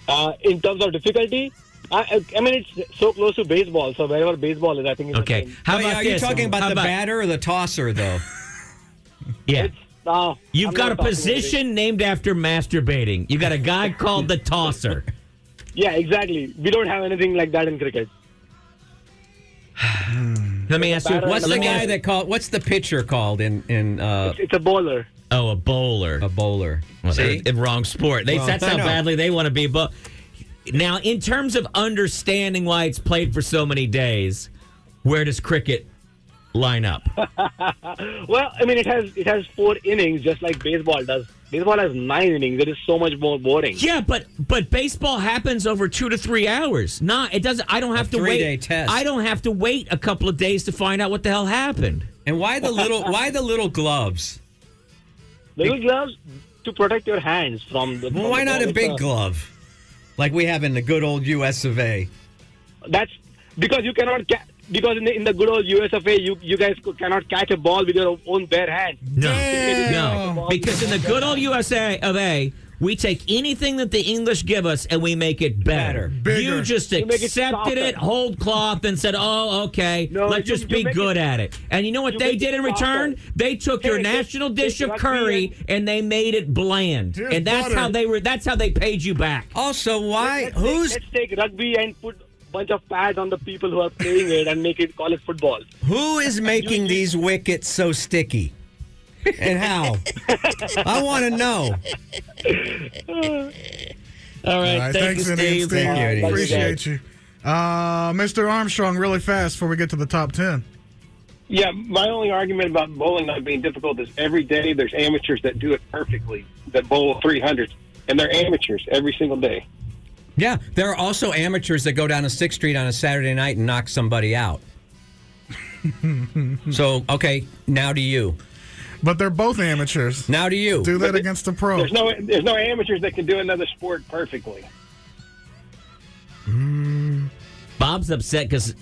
[SPEAKER 7] Uh, in terms of difficulty, I, I mean, it's so close to baseball. So wherever baseball is, I think it's the
[SPEAKER 3] Okay,
[SPEAKER 7] same.
[SPEAKER 3] how
[SPEAKER 1] Wait,
[SPEAKER 3] about
[SPEAKER 1] are you
[SPEAKER 3] this?
[SPEAKER 1] talking about
[SPEAKER 3] How
[SPEAKER 1] the batter or the tosser though?
[SPEAKER 3] Yeah.
[SPEAKER 7] Uh,
[SPEAKER 3] You've
[SPEAKER 7] I'm
[SPEAKER 3] got
[SPEAKER 7] not
[SPEAKER 3] a
[SPEAKER 7] talking
[SPEAKER 3] position named after masturbating. You've got a guy called the tosser.
[SPEAKER 7] anything. Yeah, exactly. We don't have anything like that in cricket.
[SPEAKER 3] Let me ask you.
[SPEAKER 7] Batter and
[SPEAKER 1] What's the
[SPEAKER 3] let me
[SPEAKER 1] guy
[SPEAKER 3] ask-
[SPEAKER 1] that called? What's the pitcher called in in uh,
[SPEAKER 7] It's a bowler.
[SPEAKER 3] Oh, a bowler.
[SPEAKER 1] a bowler?
[SPEAKER 3] Well,
[SPEAKER 1] See,
[SPEAKER 3] they're in wrong sport. They,
[SPEAKER 1] Wrong-
[SPEAKER 3] that's
[SPEAKER 1] I
[SPEAKER 3] how
[SPEAKER 1] know.
[SPEAKER 3] badly they want to be. But now, in terms of understanding why it's played for so many days, where does cricket line up?
[SPEAKER 7] Well, I mean, it has it has four innings, just like baseball does. Baseball has nine innings. It is so much more boring.
[SPEAKER 3] yeah, but but baseball happens over two to three hours. Not it doesn't. I don't have to
[SPEAKER 1] three-day
[SPEAKER 3] wait.
[SPEAKER 1] test.
[SPEAKER 3] I don't have to wait a couple of days to find out what the hell happened.
[SPEAKER 1] and why the little why the little gloves?
[SPEAKER 7] Little gloves to protect your hands from the.
[SPEAKER 1] Well,
[SPEAKER 7] from
[SPEAKER 1] why
[SPEAKER 7] the
[SPEAKER 1] not
[SPEAKER 7] ball.
[SPEAKER 1] a big
[SPEAKER 7] It's
[SPEAKER 1] glove like we have in the good old U.S. of A?
[SPEAKER 7] That's because you cannot ca- because in the, in the good old US of A, you you guys c- cannot catch a ball with your own bare hand.
[SPEAKER 3] No, because in the good old USA of A, we take anything that the English give us and we make it better.
[SPEAKER 2] Better.
[SPEAKER 3] You
[SPEAKER 2] Bigger.
[SPEAKER 3] just
[SPEAKER 7] make it
[SPEAKER 3] accepted
[SPEAKER 7] softer.
[SPEAKER 3] it, whole cloth, and said, "Oh, okay,
[SPEAKER 7] No,
[SPEAKER 3] let's
[SPEAKER 7] you-
[SPEAKER 3] just
[SPEAKER 7] you
[SPEAKER 3] be
[SPEAKER 7] make
[SPEAKER 3] good
[SPEAKER 7] it-
[SPEAKER 3] at it." And you know what
[SPEAKER 7] you
[SPEAKER 3] they
[SPEAKER 7] make
[SPEAKER 3] did
[SPEAKER 7] it
[SPEAKER 3] in return?
[SPEAKER 7] softer.
[SPEAKER 3] They took your
[SPEAKER 7] Take-
[SPEAKER 3] national
[SPEAKER 7] take
[SPEAKER 3] dish of
[SPEAKER 7] rugby
[SPEAKER 3] curry
[SPEAKER 7] and-
[SPEAKER 3] and they made it bland,
[SPEAKER 2] Here's
[SPEAKER 3] and that's
[SPEAKER 2] butter.
[SPEAKER 3] how they were. That's how they paid you back.
[SPEAKER 1] Also, why
[SPEAKER 7] Let's take-
[SPEAKER 1] who's
[SPEAKER 7] let's take rugby and put bunch of pads on the people who are playing it and make it call it football.
[SPEAKER 1] Who is making these wickets so sticky? And how? I want to know.
[SPEAKER 3] All right,
[SPEAKER 2] All right,
[SPEAKER 3] thank you,
[SPEAKER 2] thanks, Indian
[SPEAKER 3] Steve.
[SPEAKER 2] Steve.
[SPEAKER 1] Thank you,
[SPEAKER 2] Appreciate you, uh, Mr. Armstrong. Really fast before we get to the top ten.
[SPEAKER 9] Yeah, my only argument about bowling not being difficult is every day there's amateurs that do it perfectly, that bowl 300s, and they're amateurs every single day.
[SPEAKER 1] Yeah, there are also amateurs that go down to Sixth Street on a Saturday night and knock somebody out. so, okay, now to you.
[SPEAKER 2] But they're both amateurs.
[SPEAKER 1] Now to you.
[SPEAKER 2] Do that against the pro.
[SPEAKER 9] There's no there's no amateurs that can do another sport perfectly.
[SPEAKER 3] Bob's upset because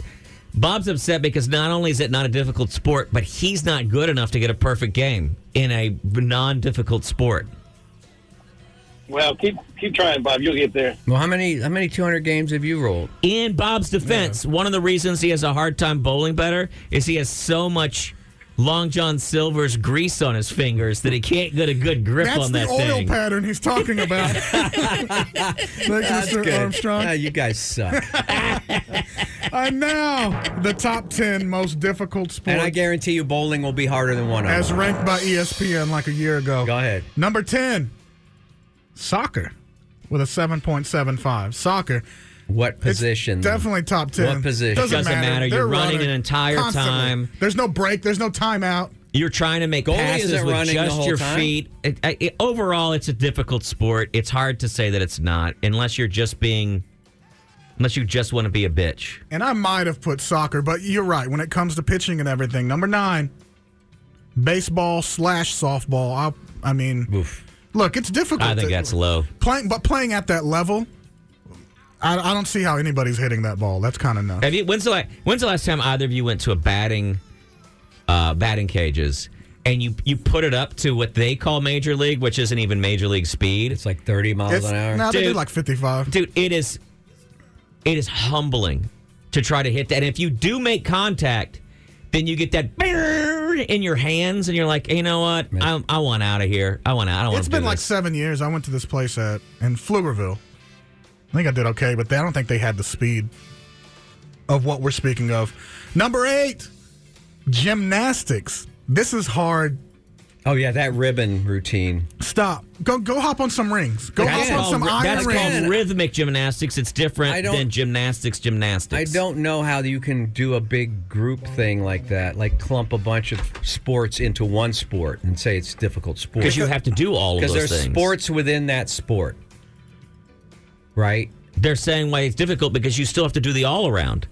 [SPEAKER 3] Bob's upset because not only is it not a difficult sport, but he's not good enough to get a perfect game in a non-difficult sport.
[SPEAKER 9] Well, keep keep trying, Bob. You'll get there.
[SPEAKER 1] Well, how many how many 200 games have you rolled?
[SPEAKER 3] In Bob's defense, one of the reasons he has a hard time bowling better is he has so much Long John Silver's grease on his fingers that he can't get a good grip
[SPEAKER 2] That's
[SPEAKER 3] on
[SPEAKER 2] the
[SPEAKER 3] that
[SPEAKER 2] oil
[SPEAKER 3] thing.
[SPEAKER 2] pattern he's talking about. Thank you, Mr. Armstrong.
[SPEAKER 1] Ah, you guys suck.
[SPEAKER 2] And now the top ten most difficult
[SPEAKER 1] and I
[SPEAKER 2] sports,
[SPEAKER 1] guarantee you bowling will be harder than one of
[SPEAKER 2] as
[SPEAKER 1] them.
[SPEAKER 2] ranked by E ESPN like a year ago.
[SPEAKER 1] Go ahead.
[SPEAKER 2] Number 10, soccer with a 7.75. Soccer.
[SPEAKER 1] What
[SPEAKER 2] It's
[SPEAKER 1] position? though?
[SPEAKER 2] Definitely top 10.
[SPEAKER 1] What position?
[SPEAKER 2] Doesn't,
[SPEAKER 3] Doesn't
[SPEAKER 2] matter.
[SPEAKER 3] matter. You're
[SPEAKER 2] They're
[SPEAKER 3] running an entire
[SPEAKER 2] constantly.
[SPEAKER 3] time.
[SPEAKER 2] There's no break, there's no timeout.
[SPEAKER 3] You're trying to make
[SPEAKER 1] Goalie
[SPEAKER 3] passes
[SPEAKER 1] isn't
[SPEAKER 3] with
[SPEAKER 1] running the
[SPEAKER 3] just
[SPEAKER 1] whole
[SPEAKER 3] your
[SPEAKER 1] time.
[SPEAKER 3] feet. It- I- it- overall, it's a difficult sport. It's hard to say that it's not, unless you're just being, unless you just want to be a bitch.
[SPEAKER 2] And I might have put soccer, but you're right. When it comes to pitching and everything, number 9, baseball slash softball. I, I mean,
[SPEAKER 1] Oof.
[SPEAKER 2] look, it's difficult.
[SPEAKER 3] I think
[SPEAKER 2] to-
[SPEAKER 3] that's low.
[SPEAKER 2] Playing, but playing at that level, I, I don't see how anybody's hitting that ball. That's kind of nuts.
[SPEAKER 3] Have you? When's the last, When's the last time either of you went to a batting, uh, batting cages, and you you put it up to what they call major league, which isn't even major league speed,
[SPEAKER 1] It's like 30 miles
[SPEAKER 2] It's,
[SPEAKER 1] an hour.
[SPEAKER 2] now they do
[SPEAKER 3] Dude.
[SPEAKER 2] like 55.
[SPEAKER 3] dude? It is, it is humbling to try to hit that. And if you do make contact, then you get that brrrr in your hands, and you're like, hey, you know what? I, I want out of here. I want out. I don't want.
[SPEAKER 2] It's
[SPEAKER 3] to
[SPEAKER 2] been
[SPEAKER 3] do
[SPEAKER 2] like
[SPEAKER 3] this.
[SPEAKER 2] seven years. I went to this place at in Pflugerville, I think I did okay, but they, I don't think they had the speed of what we're speaking of. Number eight, gymnastics. This is hard.
[SPEAKER 1] Oh yeah, that ribbon routine.
[SPEAKER 2] Stop. Go go hop on some rings. Go
[SPEAKER 1] That's
[SPEAKER 2] hop on
[SPEAKER 1] called
[SPEAKER 2] some
[SPEAKER 1] ri-
[SPEAKER 2] iron
[SPEAKER 3] That's
[SPEAKER 2] rings.
[SPEAKER 3] called rhythmic gymnastics. It's
[SPEAKER 1] I
[SPEAKER 3] different
[SPEAKER 1] don't-
[SPEAKER 3] than gymnastics.
[SPEAKER 1] I
[SPEAKER 3] Gymnastics.
[SPEAKER 1] don't know how you can do a big group thing like that, like clump a bunch of sports into one sport and say it's difficult sport.
[SPEAKER 3] because you have to do all of those
[SPEAKER 1] because there's
[SPEAKER 3] things.
[SPEAKER 1] sports within that sport, right?
[SPEAKER 3] They're saying why it's difficult because you still have to do the all around.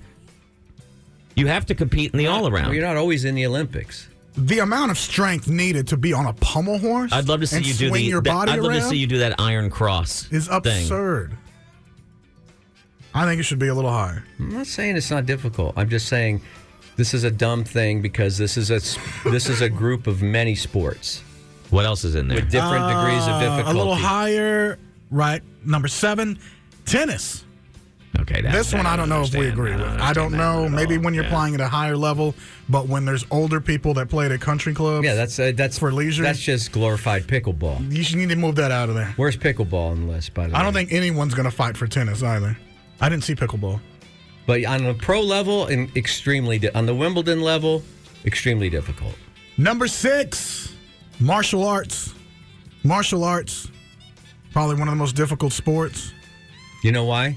[SPEAKER 3] You have to compete in the all
[SPEAKER 1] Well,
[SPEAKER 3] around.
[SPEAKER 1] you're not always in the Olympics.
[SPEAKER 2] the amount of strength needed to be on a pummel horse.
[SPEAKER 3] I'd love to see
[SPEAKER 2] and
[SPEAKER 3] you do
[SPEAKER 2] swing
[SPEAKER 3] the.
[SPEAKER 2] your
[SPEAKER 3] the-
[SPEAKER 2] body
[SPEAKER 3] I'd love
[SPEAKER 2] around
[SPEAKER 3] to see you do that iron cross.
[SPEAKER 2] is
[SPEAKER 3] thing.
[SPEAKER 2] absurd. I think it should be a little higher.
[SPEAKER 1] I'm not saying it's not difficult. I'm just saying this is a dumb thing because this is a s- this is a group of many sports
[SPEAKER 3] What else is in there?
[SPEAKER 1] with different degrees of
[SPEAKER 2] Uh,
[SPEAKER 1] difficulty.
[SPEAKER 2] a little higher, right? Number seven, tennis.
[SPEAKER 3] okay, that,
[SPEAKER 2] This
[SPEAKER 3] that
[SPEAKER 2] one I don't know if we
[SPEAKER 3] understand.
[SPEAKER 2] agree with. I don't
[SPEAKER 3] understand that
[SPEAKER 2] know.
[SPEAKER 3] at
[SPEAKER 2] Maybe
[SPEAKER 3] all.
[SPEAKER 2] when you're
[SPEAKER 3] Yeah.
[SPEAKER 2] playing at a higher level, but when there's older people that play at country clubs,
[SPEAKER 1] Yeah, that's uh, that's
[SPEAKER 2] For leisure?
[SPEAKER 1] That's just glorified pickleball.
[SPEAKER 2] you should need to move that out of there.
[SPEAKER 1] Where's pickleball on the list? By the way,
[SPEAKER 2] I don't think anyone's going to fight for tennis either. I didn't see pickleball.
[SPEAKER 1] But on the pro level, and extremely di- on the Wimbledon level, extremely difficult.
[SPEAKER 2] Number six, martial arts. Martial arts, probably one of the most difficult sports.
[SPEAKER 1] You know why?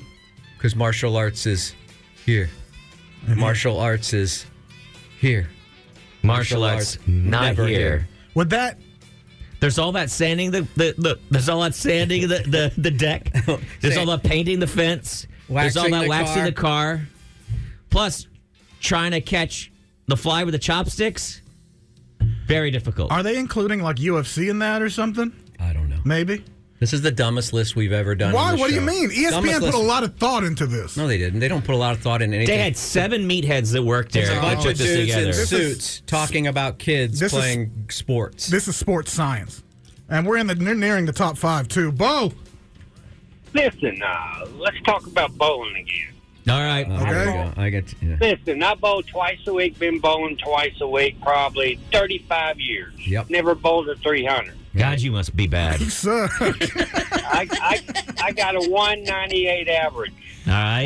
[SPEAKER 1] Because martial arts is here.
[SPEAKER 2] Mm-hmm.
[SPEAKER 1] Martial arts is here.
[SPEAKER 3] Martial
[SPEAKER 1] Martial
[SPEAKER 3] arts,
[SPEAKER 1] arts,
[SPEAKER 3] not
[SPEAKER 1] never
[SPEAKER 3] here.
[SPEAKER 1] here.
[SPEAKER 2] Would that
[SPEAKER 3] There's all that sanding the, the look. There's all that sanding the the, the deck. There's all that painting the fence. there's all
[SPEAKER 1] Oh, Waxing
[SPEAKER 3] that
[SPEAKER 1] the
[SPEAKER 3] waxing
[SPEAKER 1] car.
[SPEAKER 3] the car. Plus, trying to catch the fly with the chopsticks. Very difficult.
[SPEAKER 2] are they including like UFC in that or something?
[SPEAKER 1] I don't know.
[SPEAKER 2] Maybe.
[SPEAKER 1] This is the dumbest list we've ever done. on
[SPEAKER 2] Why?
[SPEAKER 1] the
[SPEAKER 2] What do you
[SPEAKER 1] show.
[SPEAKER 2] mean? E ESPN
[SPEAKER 1] Dumbest
[SPEAKER 2] put a
[SPEAKER 1] list-
[SPEAKER 2] lot of thought into this.
[SPEAKER 1] No, they didn't. They don't put a lot of thought in anything.
[SPEAKER 3] They had seven meatheads that worked there.
[SPEAKER 1] a
[SPEAKER 3] that
[SPEAKER 1] bunch
[SPEAKER 3] put
[SPEAKER 1] of
[SPEAKER 3] this
[SPEAKER 1] dudes
[SPEAKER 3] together.
[SPEAKER 1] in
[SPEAKER 2] This is-
[SPEAKER 1] suits talking about kids
[SPEAKER 2] This is-
[SPEAKER 1] playing sports.
[SPEAKER 2] This is sports science, and we're in the near nearing the top five too. Bo,
[SPEAKER 7] Listen, uh, let's talk about bowling again.
[SPEAKER 3] All right.
[SPEAKER 1] Oh, there
[SPEAKER 2] Okay.
[SPEAKER 1] you go. I get. yeah.
[SPEAKER 7] Listen, I bowl twice a week, been bowling twice a week, probably 35 years.
[SPEAKER 1] Yep.
[SPEAKER 7] Never bowled a 300.
[SPEAKER 3] God, you must be bad. All
[SPEAKER 2] sir. All
[SPEAKER 7] I, I, I got a 198 average.
[SPEAKER 3] right.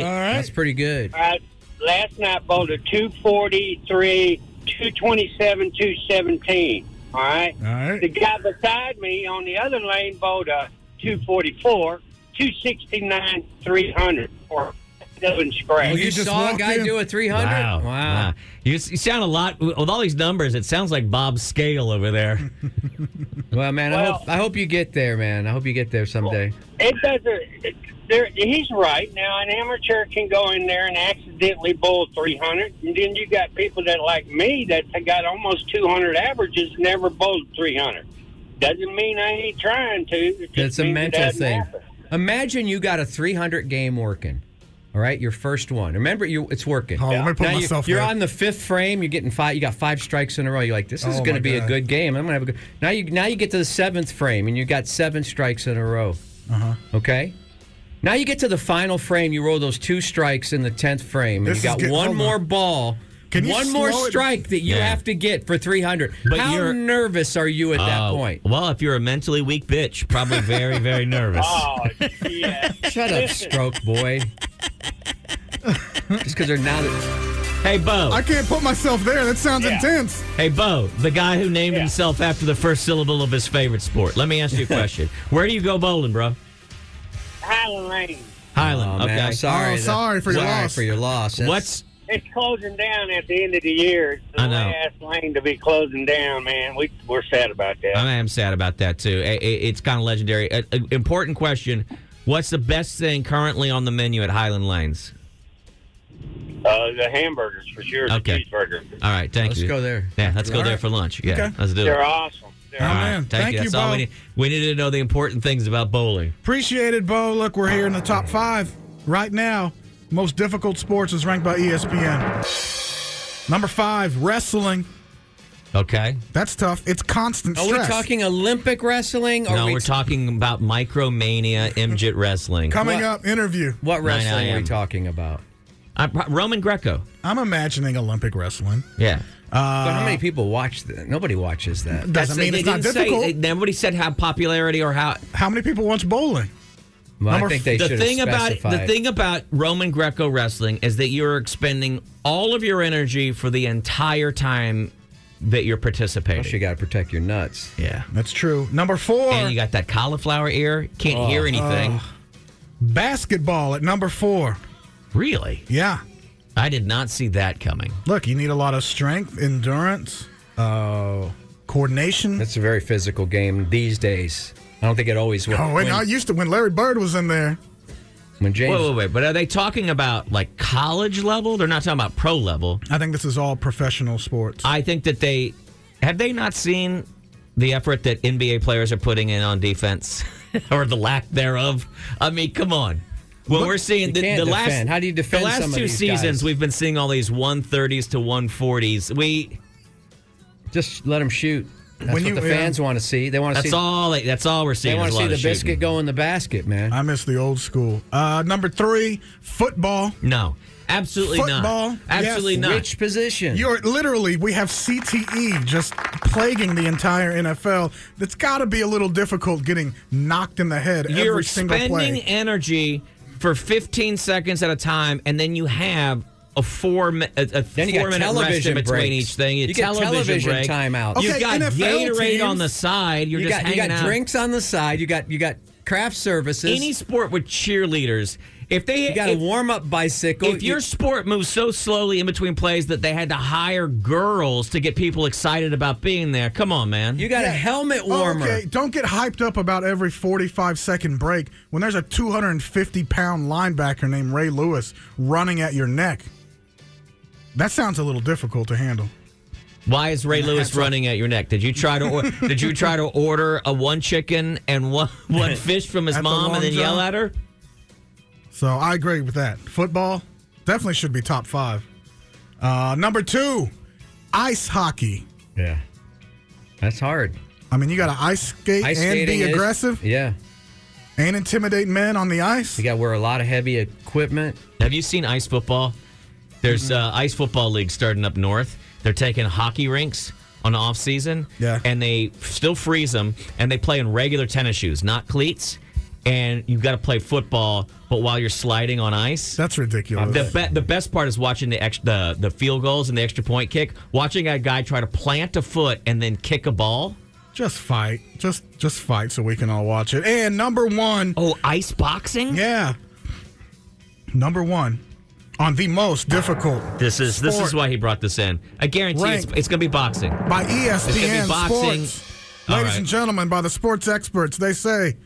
[SPEAKER 2] right.
[SPEAKER 1] That's pretty good.
[SPEAKER 7] All right, last night bowled a 243, 227, 217. All right.
[SPEAKER 2] All
[SPEAKER 7] The
[SPEAKER 2] right.
[SPEAKER 7] guy beside me on the other lane bowled a 244, 269, 300. Or seven
[SPEAKER 1] Oh,
[SPEAKER 7] scratch.
[SPEAKER 1] you,
[SPEAKER 2] just
[SPEAKER 1] saw a
[SPEAKER 2] walked
[SPEAKER 1] guy
[SPEAKER 2] in?
[SPEAKER 1] do a 300?
[SPEAKER 3] Wow.
[SPEAKER 1] Wow.
[SPEAKER 3] You, s- you sound a lot with all these numbers. It sounds like Bob Scale over there.
[SPEAKER 1] Well, man, I,
[SPEAKER 7] Well-
[SPEAKER 1] hope, I hope you get there, man. I hope you get there someday.
[SPEAKER 7] It doesn't. It, there, he's right. Now, an amateur can go in there and accidentally bowl 300, and then you got people that like me that got almost 200 averages, never bowled 300. Doesn't mean I ain't trying to. It just
[SPEAKER 1] It's a
[SPEAKER 7] means it
[SPEAKER 1] mental
[SPEAKER 7] doesn't
[SPEAKER 1] thing.
[SPEAKER 7] happen.
[SPEAKER 1] Imagine you got a 300 game working. All right, your first one. Remember, you it's working.
[SPEAKER 2] Hold on, let me put
[SPEAKER 1] Now you-
[SPEAKER 2] myself
[SPEAKER 1] You're
[SPEAKER 2] there.
[SPEAKER 1] on the fifth frame. You're getting five. You got five strikes in a row. You're like, this is
[SPEAKER 2] Oh,
[SPEAKER 1] going
[SPEAKER 2] my
[SPEAKER 1] to be
[SPEAKER 2] God.
[SPEAKER 1] a good game. I'm going to have a good. Now you now you get to the seventh frame and you got seven strikes in a row. Uh
[SPEAKER 2] Uh-huh.
[SPEAKER 1] huh. Okay. Now you get to the final frame. You roll those two strikes in the tenth frame, and
[SPEAKER 2] This is
[SPEAKER 1] you got
[SPEAKER 2] getting-
[SPEAKER 1] one
[SPEAKER 2] hold on.
[SPEAKER 1] more ball.
[SPEAKER 2] Can you
[SPEAKER 1] one more
[SPEAKER 2] slow it-
[SPEAKER 1] strike that you
[SPEAKER 3] Yeah.
[SPEAKER 1] have to get for 300.
[SPEAKER 3] But
[SPEAKER 1] How
[SPEAKER 3] you're-
[SPEAKER 1] nervous are you at that
[SPEAKER 3] Oh,
[SPEAKER 1] point?
[SPEAKER 3] Well, if you're a mentally weak bitch, probably very, very nervous.
[SPEAKER 7] Oh, yeah.
[SPEAKER 1] Shut up, stroke boy. Just because they're now.
[SPEAKER 3] Hey, Bo.
[SPEAKER 2] I can't put myself there. That sounds
[SPEAKER 7] Yeah.
[SPEAKER 2] intense.
[SPEAKER 3] Hey, Bo, the guy who named himself after the first syllable of his favorite sport. Let me ask you a question. Where do you go bowling, bro?
[SPEAKER 7] Highland Lane.
[SPEAKER 3] Highland.
[SPEAKER 1] Oh,
[SPEAKER 3] okay.
[SPEAKER 1] man, I'm sorry.
[SPEAKER 2] Oh, sorry for your
[SPEAKER 1] Sorry
[SPEAKER 2] loss.
[SPEAKER 1] for your loss. That's-
[SPEAKER 3] What's
[SPEAKER 7] It's closing down at the end of the year. It's the
[SPEAKER 3] I know.
[SPEAKER 7] last lane to be closing down, man. We, we're sad about that.
[SPEAKER 3] I am sad about that too. I- I- It's kind of legendary. A- a- important question: What's the best thing currently on the menu at Highland Lanes?
[SPEAKER 7] Uh, the hamburgers, for sure. The
[SPEAKER 3] Okay.
[SPEAKER 7] cheeseburger.
[SPEAKER 3] All right, thank
[SPEAKER 1] Let's
[SPEAKER 3] you.
[SPEAKER 1] go there.
[SPEAKER 3] Yeah, let's go
[SPEAKER 2] All
[SPEAKER 3] there
[SPEAKER 2] right.
[SPEAKER 3] for lunch. Yeah,
[SPEAKER 2] Okay.
[SPEAKER 3] let's do it.
[SPEAKER 7] They're awesome.
[SPEAKER 1] Oh,
[SPEAKER 7] They're
[SPEAKER 3] All
[SPEAKER 7] awesome.
[SPEAKER 3] right,
[SPEAKER 2] man. Thank you,
[SPEAKER 3] That's all
[SPEAKER 2] Bo.
[SPEAKER 3] we need. We need to know the important things about bowling.
[SPEAKER 2] Appreciate it, Bo. Look, we're here in the top five right now. Most difficult sports is ranked by E ESPN. Number five, wrestling.
[SPEAKER 3] Okay.
[SPEAKER 2] That's tough. It's constant
[SPEAKER 1] Are we
[SPEAKER 2] stress.
[SPEAKER 1] talking Olympic wrestling? Or
[SPEAKER 3] no,
[SPEAKER 1] are we
[SPEAKER 3] we're talking about Micromania, MJIT wrestling.
[SPEAKER 2] Coming
[SPEAKER 1] What?
[SPEAKER 2] up, interview.
[SPEAKER 1] What wrestling are we
[SPEAKER 3] a.m.
[SPEAKER 1] talking about?
[SPEAKER 3] I- Uh, Roman Greco.
[SPEAKER 2] I'm imagining Olympic wrestling. Uh,
[SPEAKER 3] Yeah.
[SPEAKER 1] but how many people watch that? Nobody watches that.
[SPEAKER 2] Doesn't mean
[SPEAKER 3] they
[SPEAKER 2] it's not
[SPEAKER 3] didn't say-
[SPEAKER 2] difficult.
[SPEAKER 3] they- nobody said how popularity or how.
[SPEAKER 2] How many people watch bowling?
[SPEAKER 1] Well, I think they
[SPEAKER 3] the
[SPEAKER 1] should
[SPEAKER 3] thing
[SPEAKER 1] have
[SPEAKER 3] about
[SPEAKER 1] specified.
[SPEAKER 3] the thing about Roman Greco wrestling is that you're expending all of your energy for the entire time that you're participating.
[SPEAKER 1] Plus, you got to protect your nuts.
[SPEAKER 3] yeah,
[SPEAKER 2] That's true. Number four, Uh,
[SPEAKER 3] and you got that cauliflower ear, can't
[SPEAKER 1] Oh.
[SPEAKER 3] hear anything.
[SPEAKER 2] basketball at number four.
[SPEAKER 3] really,
[SPEAKER 2] Uh, Yeah.
[SPEAKER 3] I did not see that coming.
[SPEAKER 2] Look, you need a lot of strength, endurance, uh, coordination.
[SPEAKER 1] It's a very physical game these days. I don't think it always was.
[SPEAKER 2] oh, wait, I used to, when Larry Bird was in there,
[SPEAKER 1] when James,
[SPEAKER 3] Wait, wait, wait! But are they talking about like college level? They're not talking about pro level.
[SPEAKER 2] I think this is all professional sports.
[SPEAKER 3] I think that they have they not seen the effort that NBA players are putting in on defense or the lack thereof. I mean, come on. Well, we're seeing
[SPEAKER 1] you
[SPEAKER 3] the,
[SPEAKER 1] can't
[SPEAKER 3] the last
[SPEAKER 1] defend. How do you defend
[SPEAKER 3] the last
[SPEAKER 1] some of
[SPEAKER 3] two
[SPEAKER 1] these
[SPEAKER 3] seasons?
[SPEAKER 1] guys?
[SPEAKER 3] We've been seeing all these one thirties to one forties. We
[SPEAKER 1] just let them shoot. That's
[SPEAKER 2] When
[SPEAKER 1] what
[SPEAKER 2] you-
[SPEAKER 1] the
[SPEAKER 2] yeah.
[SPEAKER 1] fans want to see. They want to
[SPEAKER 3] that's
[SPEAKER 1] see.
[SPEAKER 3] all they- that's all we're seeing.
[SPEAKER 1] they want
[SPEAKER 3] is
[SPEAKER 1] to
[SPEAKER 3] a
[SPEAKER 1] see
[SPEAKER 3] lot
[SPEAKER 1] the
[SPEAKER 3] of
[SPEAKER 1] biscuit
[SPEAKER 3] shooting.
[SPEAKER 1] go in the basket, man.
[SPEAKER 2] I miss the old school. Uh, number three, football.
[SPEAKER 3] No, absolutely
[SPEAKER 2] Football,
[SPEAKER 3] not. Absolutely
[SPEAKER 2] yes.
[SPEAKER 3] not.
[SPEAKER 1] Which position?
[SPEAKER 2] You're literally, we have CTE just plaguing the entire NFL. That's got to be a little difficult getting knocked in the head
[SPEAKER 3] You're
[SPEAKER 2] every single
[SPEAKER 3] spending
[SPEAKER 2] play.
[SPEAKER 3] energy for 15 seconds at a time, and then you have a four mi- a, a
[SPEAKER 1] Then you got
[SPEAKER 3] four minute rest in
[SPEAKER 1] television
[SPEAKER 3] between
[SPEAKER 1] breaks.
[SPEAKER 3] each thing.
[SPEAKER 1] You
[SPEAKER 3] a
[SPEAKER 1] get television
[SPEAKER 3] break.
[SPEAKER 1] timeout.
[SPEAKER 3] You've
[SPEAKER 2] Okay,
[SPEAKER 3] got
[SPEAKER 2] NFL
[SPEAKER 3] Gatorade
[SPEAKER 2] teams-
[SPEAKER 3] on the side. You're
[SPEAKER 1] You
[SPEAKER 3] just
[SPEAKER 1] got you
[SPEAKER 3] hanging
[SPEAKER 1] got
[SPEAKER 3] out.
[SPEAKER 1] drinks on the side. You got you got craft services.
[SPEAKER 3] Any sport with cheerleaders, if they
[SPEAKER 1] you got a
[SPEAKER 3] if,
[SPEAKER 1] warm up bicycle.
[SPEAKER 3] if your sport moves so slowly in between plays that they had to hire girls to get people excited about being there, come on, man.
[SPEAKER 1] you got a helmet
[SPEAKER 2] Oh,
[SPEAKER 1] warmer.
[SPEAKER 2] Okay, don't get hyped up about every 45 second break when there's a 250 pound linebacker named Ray Lewis running at your neck. That sounds a little difficult to handle.
[SPEAKER 3] Why is Ray Lewis running at your neck? Did you try to or, did you try to order a one chicken and one one fish from his
[SPEAKER 2] At the
[SPEAKER 3] mom
[SPEAKER 2] long
[SPEAKER 3] and then yell
[SPEAKER 2] john?
[SPEAKER 3] at her?
[SPEAKER 2] So I agree with that. Football definitely should be top five. Uh, number two, ice hockey.
[SPEAKER 1] Yeah, that's hard.
[SPEAKER 2] I mean, you got to ice skate
[SPEAKER 1] Ice
[SPEAKER 2] and
[SPEAKER 1] skating
[SPEAKER 2] be
[SPEAKER 1] is-
[SPEAKER 2] aggressive
[SPEAKER 1] yeah,
[SPEAKER 2] and intimidate men on the ice.
[SPEAKER 1] you got to wear a lot of heavy equipment.
[SPEAKER 3] Have you seen ice football? There's uh, ice football league starting up north. They're taking hockey rinks on off season,
[SPEAKER 2] Yeah.
[SPEAKER 3] and they still freeze them, and they play in regular tennis shoes, not cleats. And you've got to play football, but while you're sliding on ice,
[SPEAKER 2] That's ridiculous.
[SPEAKER 3] The, be- the best part is watching the, ex- the the field goals and the extra point kick. Watching a guy try to plant a foot and then kick a ball.
[SPEAKER 2] just fight. Just just fight so we can all watch it. And number one,
[SPEAKER 3] Oh, ice boxing.
[SPEAKER 2] yeah. Number one on the most difficult
[SPEAKER 3] This is this is
[SPEAKER 2] Sport.
[SPEAKER 3] why he brought this in. I guarantee it's,
[SPEAKER 2] Ranked.
[SPEAKER 3] it's going to be boxing.
[SPEAKER 2] by E
[SPEAKER 3] It's
[SPEAKER 2] ESPN
[SPEAKER 3] gonna be boxing.
[SPEAKER 2] Sports.
[SPEAKER 3] All
[SPEAKER 2] Ladies
[SPEAKER 3] right.
[SPEAKER 2] and gentlemen, by the sports experts, they say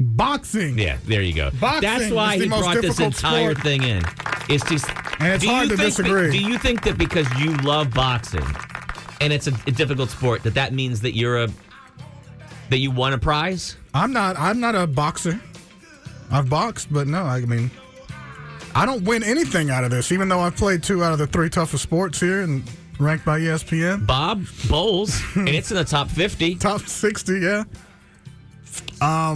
[SPEAKER 2] boxing.
[SPEAKER 3] Yeah, there you go.
[SPEAKER 2] Boxing
[SPEAKER 3] That's why
[SPEAKER 2] is the
[SPEAKER 3] he
[SPEAKER 2] most
[SPEAKER 3] brought this
[SPEAKER 2] difficult
[SPEAKER 3] entire
[SPEAKER 2] sport.
[SPEAKER 3] thing in. It's just
[SPEAKER 2] And it's
[SPEAKER 3] Do you
[SPEAKER 2] hard to
[SPEAKER 3] think that-
[SPEAKER 2] disagree.
[SPEAKER 3] do you think that because you love boxing and it's a, a difficult sport that that means that you're a that you won a prize?
[SPEAKER 2] I'm not I'm not a boxer. I've boxed, but no, I mean I don't win anything out of this, even though I've played two out of the three toughest sports here and ranked by E ESPN.
[SPEAKER 3] Bob Bowles, and it's in the top fifty.
[SPEAKER 2] Top sixty, yeah.
[SPEAKER 1] I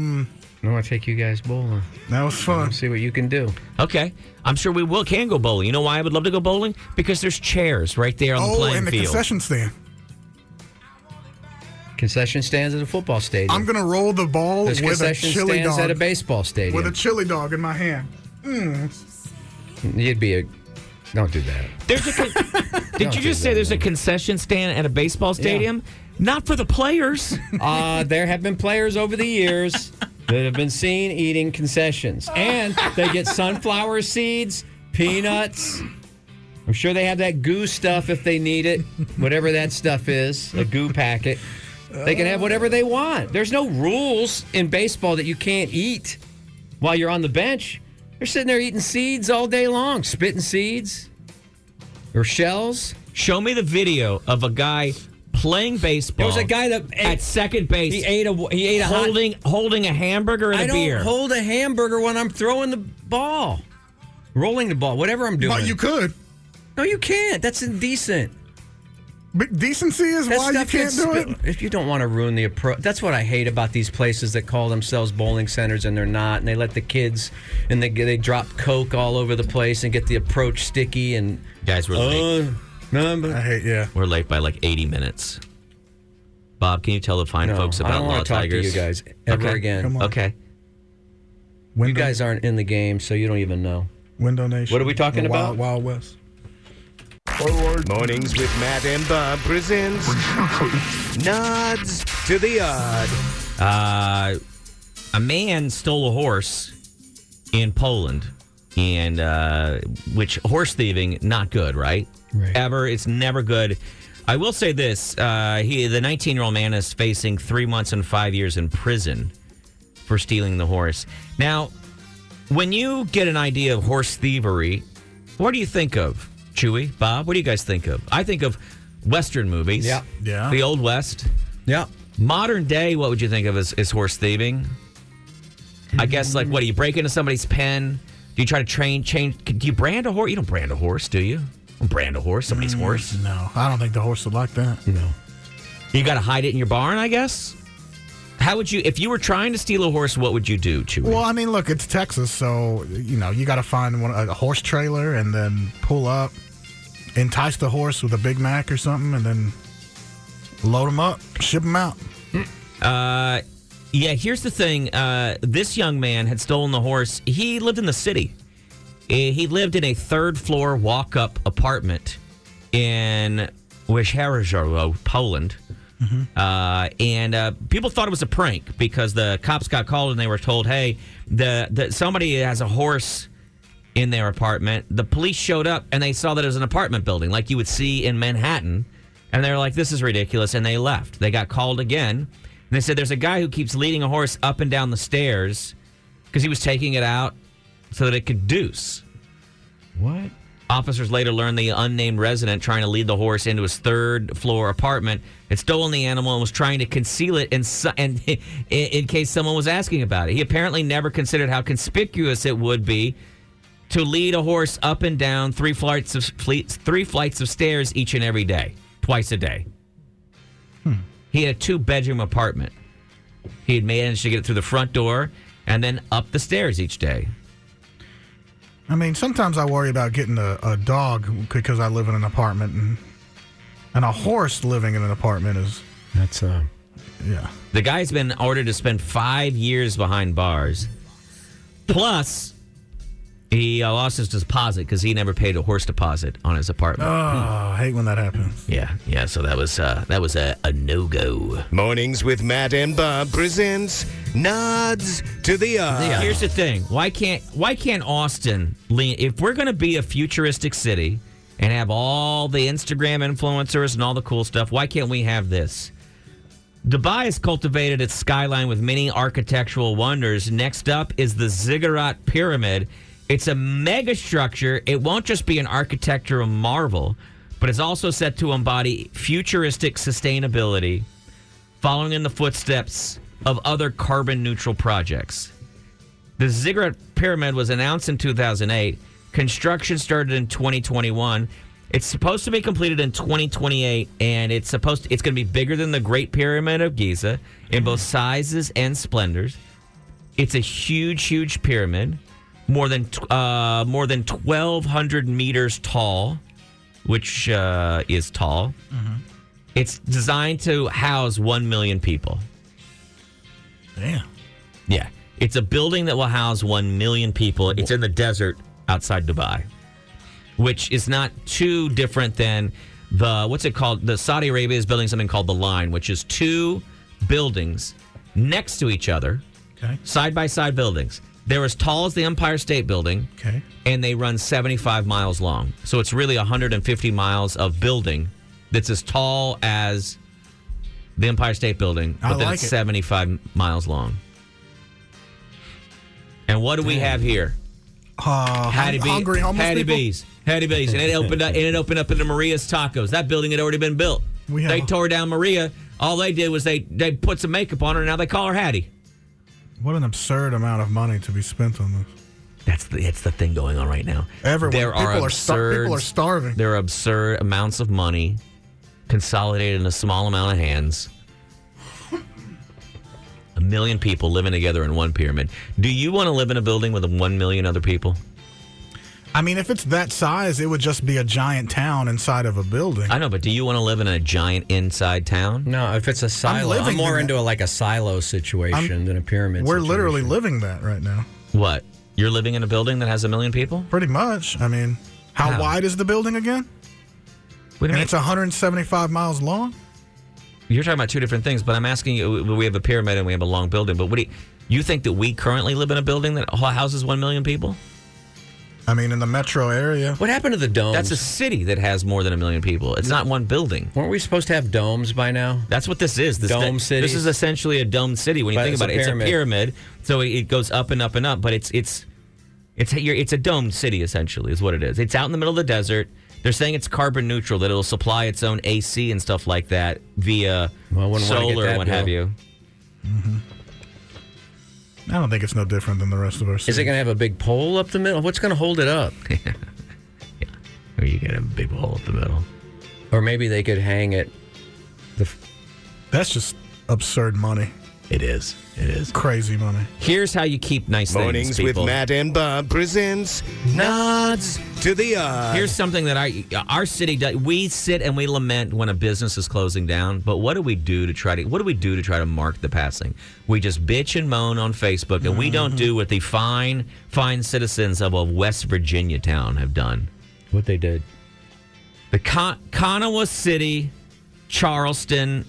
[SPEAKER 1] want to take you guys bowling.
[SPEAKER 2] Um, That was fun.
[SPEAKER 1] See what you can do.
[SPEAKER 3] Okay. I'm sure we will can go bowling. You know why I would love to go bowling? Because there's chairs right there on the
[SPEAKER 2] Oh,
[SPEAKER 3] playing
[SPEAKER 2] and the
[SPEAKER 3] field.
[SPEAKER 2] concession stand.
[SPEAKER 1] Concession stands at a football stadium.
[SPEAKER 2] I'm gonna roll the ball
[SPEAKER 1] There's
[SPEAKER 2] with a
[SPEAKER 1] concession
[SPEAKER 2] chili
[SPEAKER 1] stands
[SPEAKER 2] dog.
[SPEAKER 1] at a baseball stadium.
[SPEAKER 2] with a chili dog in my hand. Mm.
[SPEAKER 1] You'd be a. Don't do that.
[SPEAKER 3] There's a con- Did you
[SPEAKER 1] do
[SPEAKER 3] just
[SPEAKER 1] that,
[SPEAKER 3] say there's a
[SPEAKER 1] man.
[SPEAKER 3] concession stand at a baseball stadium? Not for the players.
[SPEAKER 1] Uh, there have been players over the years that have been seen eating concessions, and they get sunflower seeds, peanuts. I'm sure they have that goo stuff if they need it, whatever that stuff is, a goo packet. They can have whatever they want. There's no rules in baseball that you can't eat while you're on the bench. They're sitting there eating seeds all day long, spitting seeds or shells.
[SPEAKER 3] Show me the video of a guy playing baseball.
[SPEAKER 1] There was a guy that ate-
[SPEAKER 3] at second base.
[SPEAKER 1] He ate a he ate a hot
[SPEAKER 3] holding holding a hamburger and a
[SPEAKER 1] I don't
[SPEAKER 3] beer.
[SPEAKER 1] hold a hamburger when I'm throwing the ball, rolling the ball, whatever I'm doing.
[SPEAKER 2] But you could.
[SPEAKER 1] no, you can't. That's indecent.
[SPEAKER 2] But decency is
[SPEAKER 1] That
[SPEAKER 2] why you
[SPEAKER 1] stuff
[SPEAKER 2] can't
[SPEAKER 1] gets
[SPEAKER 2] do
[SPEAKER 1] sp-
[SPEAKER 2] it.
[SPEAKER 1] If you don't want to ruin the approach, that's what I hate about these places that call themselves bowling centers and they're not, and they let the kids and they they drop coke all over the place and get the approach sticky and
[SPEAKER 3] Guys, we're
[SPEAKER 1] uh,
[SPEAKER 3] late.
[SPEAKER 2] I
[SPEAKER 1] number.
[SPEAKER 2] hate yeah.
[SPEAKER 3] We're late by like 80 minutes. Bob, can you tell the fine
[SPEAKER 1] No,
[SPEAKER 3] folks about
[SPEAKER 1] I don't
[SPEAKER 3] Law
[SPEAKER 1] want to talk
[SPEAKER 3] Tigers?
[SPEAKER 1] to you guys ever
[SPEAKER 3] Okay.
[SPEAKER 1] again.
[SPEAKER 2] Come on.
[SPEAKER 3] Okay.
[SPEAKER 1] You guys aren't in the game, so you don't even know.
[SPEAKER 2] Window Nation.
[SPEAKER 1] What are we talking
[SPEAKER 2] The
[SPEAKER 1] about?
[SPEAKER 2] Wild, Wild West.
[SPEAKER 6] Mornings with Matt and Bob presents Nods to the Odd.
[SPEAKER 3] Uh, a man stole a horse in Poland, and uh, which horse thieving not good, right? Ever, it's never good. I will say this: uh, he, the 19-year-old man, is facing three months and five years in prison for stealing the horse. Now, when you get an idea of horse thievery, what do you think of, Chewy, Bob? What do you guys think of? I think of Western movies.
[SPEAKER 1] Yeah.
[SPEAKER 2] Yeah.
[SPEAKER 3] The Old West.
[SPEAKER 1] Yeah.
[SPEAKER 3] Modern day, what would you think of as, as horse thieving? I guess like what do you break into somebody's pen? Do you try to train change? Do you brand a horse? You don't brand a horse, do you? Don't brand a horse, somebody's horse.
[SPEAKER 2] Mm, No, I don't think the horse would like that.
[SPEAKER 1] No.
[SPEAKER 3] You got to hide it in your barn, I guess. How would you if you were trying to steal a horse? What would you do, Chewy?
[SPEAKER 2] Well, I mean, look, it's Texas, so you know you got to find one, a horse trailer and then pull up, entice the horse with a Big Mac or something, and then load them up, ship them out.
[SPEAKER 3] Uh, Yeah, here's the thing. Uh, this young man had stolen the horse. He lived in the city. Eh, He lived in a third floor walk up apartment in Wyszarzowo, Poland. Uh, and uh, people thought it was a prank because the cops got called and they were told, hey, the, the somebody has a horse in their apartment. The police showed up and they saw that it was an apartment building, like you would see in Manhattan. And they were like, this is ridiculous. And they left. They got called again. And they said, there's a guy who keeps leading a horse up and down the stairs because he was taking it out so that it could deuce. What? Officers later learned the unnamed resident trying to lead the horse into his third floor apartment had stolen the animal and was trying to conceal it in, so- and in, in case someone was asking about it. He apparently never considered how conspicuous it would be to lead a horse up and down three flights of fle- three flights of stairs each and every day, twice a day. He had a two bedroom apartment. He had managed to get it through the front door and then up the stairs each day.
[SPEAKER 2] I mean, sometimes I worry about getting a, a dog because I live in an apartment, and and a horse living in an apartment is
[SPEAKER 1] That's uh
[SPEAKER 2] yeah.
[SPEAKER 3] The guy's been ordered to spend five years behind bars. Plus, he uh, lost his deposit because he never paid a horse deposit on his apartment.
[SPEAKER 2] Oh, I hate when that happens.
[SPEAKER 3] Yeah, yeah. So that was uh, that was a, a no go.
[SPEAKER 6] Mornings with Matt and Bob presents Nods to the Odd.
[SPEAKER 3] Here's the thing: why can't why can't Austin lean? If we're going to be a futuristic city and have all the Instagram influencers and all the cool stuff, why can't we have this? Dubai has cultivated its skyline with many architectural wonders. Next up is the Ziggurat Pyramid. It's a mega structure. It won't just be an architectural marvel, but it's also set to embody futuristic sustainability, following in the footsteps of other carbon neutral projects. The Ziggurat Pyramid was announced in 2008. Construction started in 2021. It's supposed to be completed in 2028, and it's supposed to, it's going to be bigger than the Great Pyramid of Giza in both sizes and splendors. It's a huge, huge pyramid, more than tw- uh, more than 1,200 meters tall, which uh, is tall. It's designed to house one million people.
[SPEAKER 2] Damn.
[SPEAKER 3] Yeah. It's a building that will house 1 million people. It's in the desert outside Dubai, which is not too different than the, what's it called? The Saudi Arabia is building something called the Line, which is two buildings next to each other,
[SPEAKER 2] Okay.
[SPEAKER 3] side by side buildings. They're as tall as the Empire State Building,
[SPEAKER 2] Okay.
[SPEAKER 3] and they run 75 miles long. So it's really 150 miles of building that's as tall as the Empire State Building,
[SPEAKER 2] I
[SPEAKER 3] but then
[SPEAKER 2] like
[SPEAKER 3] it's
[SPEAKER 2] it.
[SPEAKER 3] 75 miles long. And what do we have here?
[SPEAKER 2] Uh,
[SPEAKER 3] Hattie, Bee-
[SPEAKER 2] hungry homeless
[SPEAKER 3] Hattie
[SPEAKER 2] people?
[SPEAKER 3] B's. Hattie B's. And it opened up and it opened up into Maria's Tacos. That building had already been built.
[SPEAKER 2] We have
[SPEAKER 3] they
[SPEAKER 2] a-
[SPEAKER 3] tore down Maria. All they did was they they put some makeup on her and now they call her Hattie.
[SPEAKER 2] What an absurd amount of money to be spent on this.
[SPEAKER 3] That's the it's the thing going on right now.
[SPEAKER 2] Everyone,
[SPEAKER 3] There
[SPEAKER 2] people
[SPEAKER 3] are
[SPEAKER 2] are, star- people are
[SPEAKER 3] absurd-
[SPEAKER 2] starving.
[SPEAKER 3] There are absurd amounts of money consolidated in a small amount of hands. A million people living together in one pyramid. Do you want to live in a building with one million other people?
[SPEAKER 2] I mean, if it's that size, it would just be a giant town inside of a building.
[SPEAKER 3] I know, but do you want to live in a giant inside town?
[SPEAKER 1] no, if it's a silo, I'm,
[SPEAKER 2] living
[SPEAKER 1] more
[SPEAKER 2] in
[SPEAKER 1] into a, like a silo situation
[SPEAKER 2] I'm-
[SPEAKER 1] than a pyramid.
[SPEAKER 2] We're
[SPEAKER 1] situation.
[SPEAKER 2] literally living that right now.
[SPEAKER 3] What? You're living in a building that has a million people?
[SPEAKER 2] Pretty much. I mean, how
[SPEAKER 3] Wow.
[SPEAKER 2] wide is the building again?
[SPEAKER 3] What do
[SPEAKER 2] and
[SPEAKER 3] you mean?
[SPEAKER 2] it's 175 miles long.
[SPEAKER 3] You're talking about two different things, but I'm asking you. We have a pyramid and we have a long building, but what do you, you think that we currently live in a building that houses one million people?
[SPEAKER 2] I mean, in the metro area.
[SPEAKER 1] What happened to the domes?
[SPEAKER 3] That's a city that has more than a million people. It's not one building.
[SPEAKER 1] Weren't we supposed to have domes by now?
[SPEAKER 3] That's what this is. This
[SPEAKER 1] Dome
[SPEAKER 3] thi- This
[SPEAKER 1] cities.
[SPEAKER 3] is essentially a dome city. When you
[SPEAKER 1] But
[SPEAKER 3] think
[SPEAKER 1] it's
[SPEAKER 3] about
[SPEAKER 1] a
[SPEAKER 3] it, it's a
[SPEAKER 1] pyramid.
[SPEAKER 3] pyramid. So it, it goes up and up and up. But it's it's it's you're, it's a domed city essentially is what it is. It's out in the middle of the desert. They're saying it's carbon neutral that it'll supply its own AC and stuff like that via
[SPEAKER 1] Well, I wouldn't wanna get
[SPEAKER 3] solar and
[SPEAKER 1] that
[SPEAKER 3] what
[SPEAKER 1] bill.
[SPEAKER 3] have you.
[SPEAKER 2] Mm-hmm. I don't think it's no different than the rest of our city.
[SPEAKER 1] Is it going to have a big pole up the middle? What's going to hold it up?
[SPEAKER 3] Or you get a big hole at the middle.
[SPEAKER 1] Or maybe they could hang it. The f-
[SPEAKER 2] That's just absurd money.
[SPEAKER 3] It is. It is.
[SPEAKER 2] Crazy money.
[SPEAKER 3] Here's how you keep nice
[SPEAKER 6] Mornings
[SPEAKER 3] things,
[SPEAKER 6] with
[SPEAKER 3] people.
[SPEAKER 6] Matt and Bob presents Nods to the Odd.
[SPEAKER 3] Here's something that I, our city does. We sit and we lament when a business is closing down, but what do we do to try to? What do we do to try to mark the passing? We just bitch and moan on Facebook, and we
[SPEAKER 6] Mm-hmm.
[SPEAKER 3] don't do what the fine, fine citizens of a West Virginia town have done.
[SPEAKER 1] what they did.
[SPEAKER 3] The Con- Conawa City, Charleston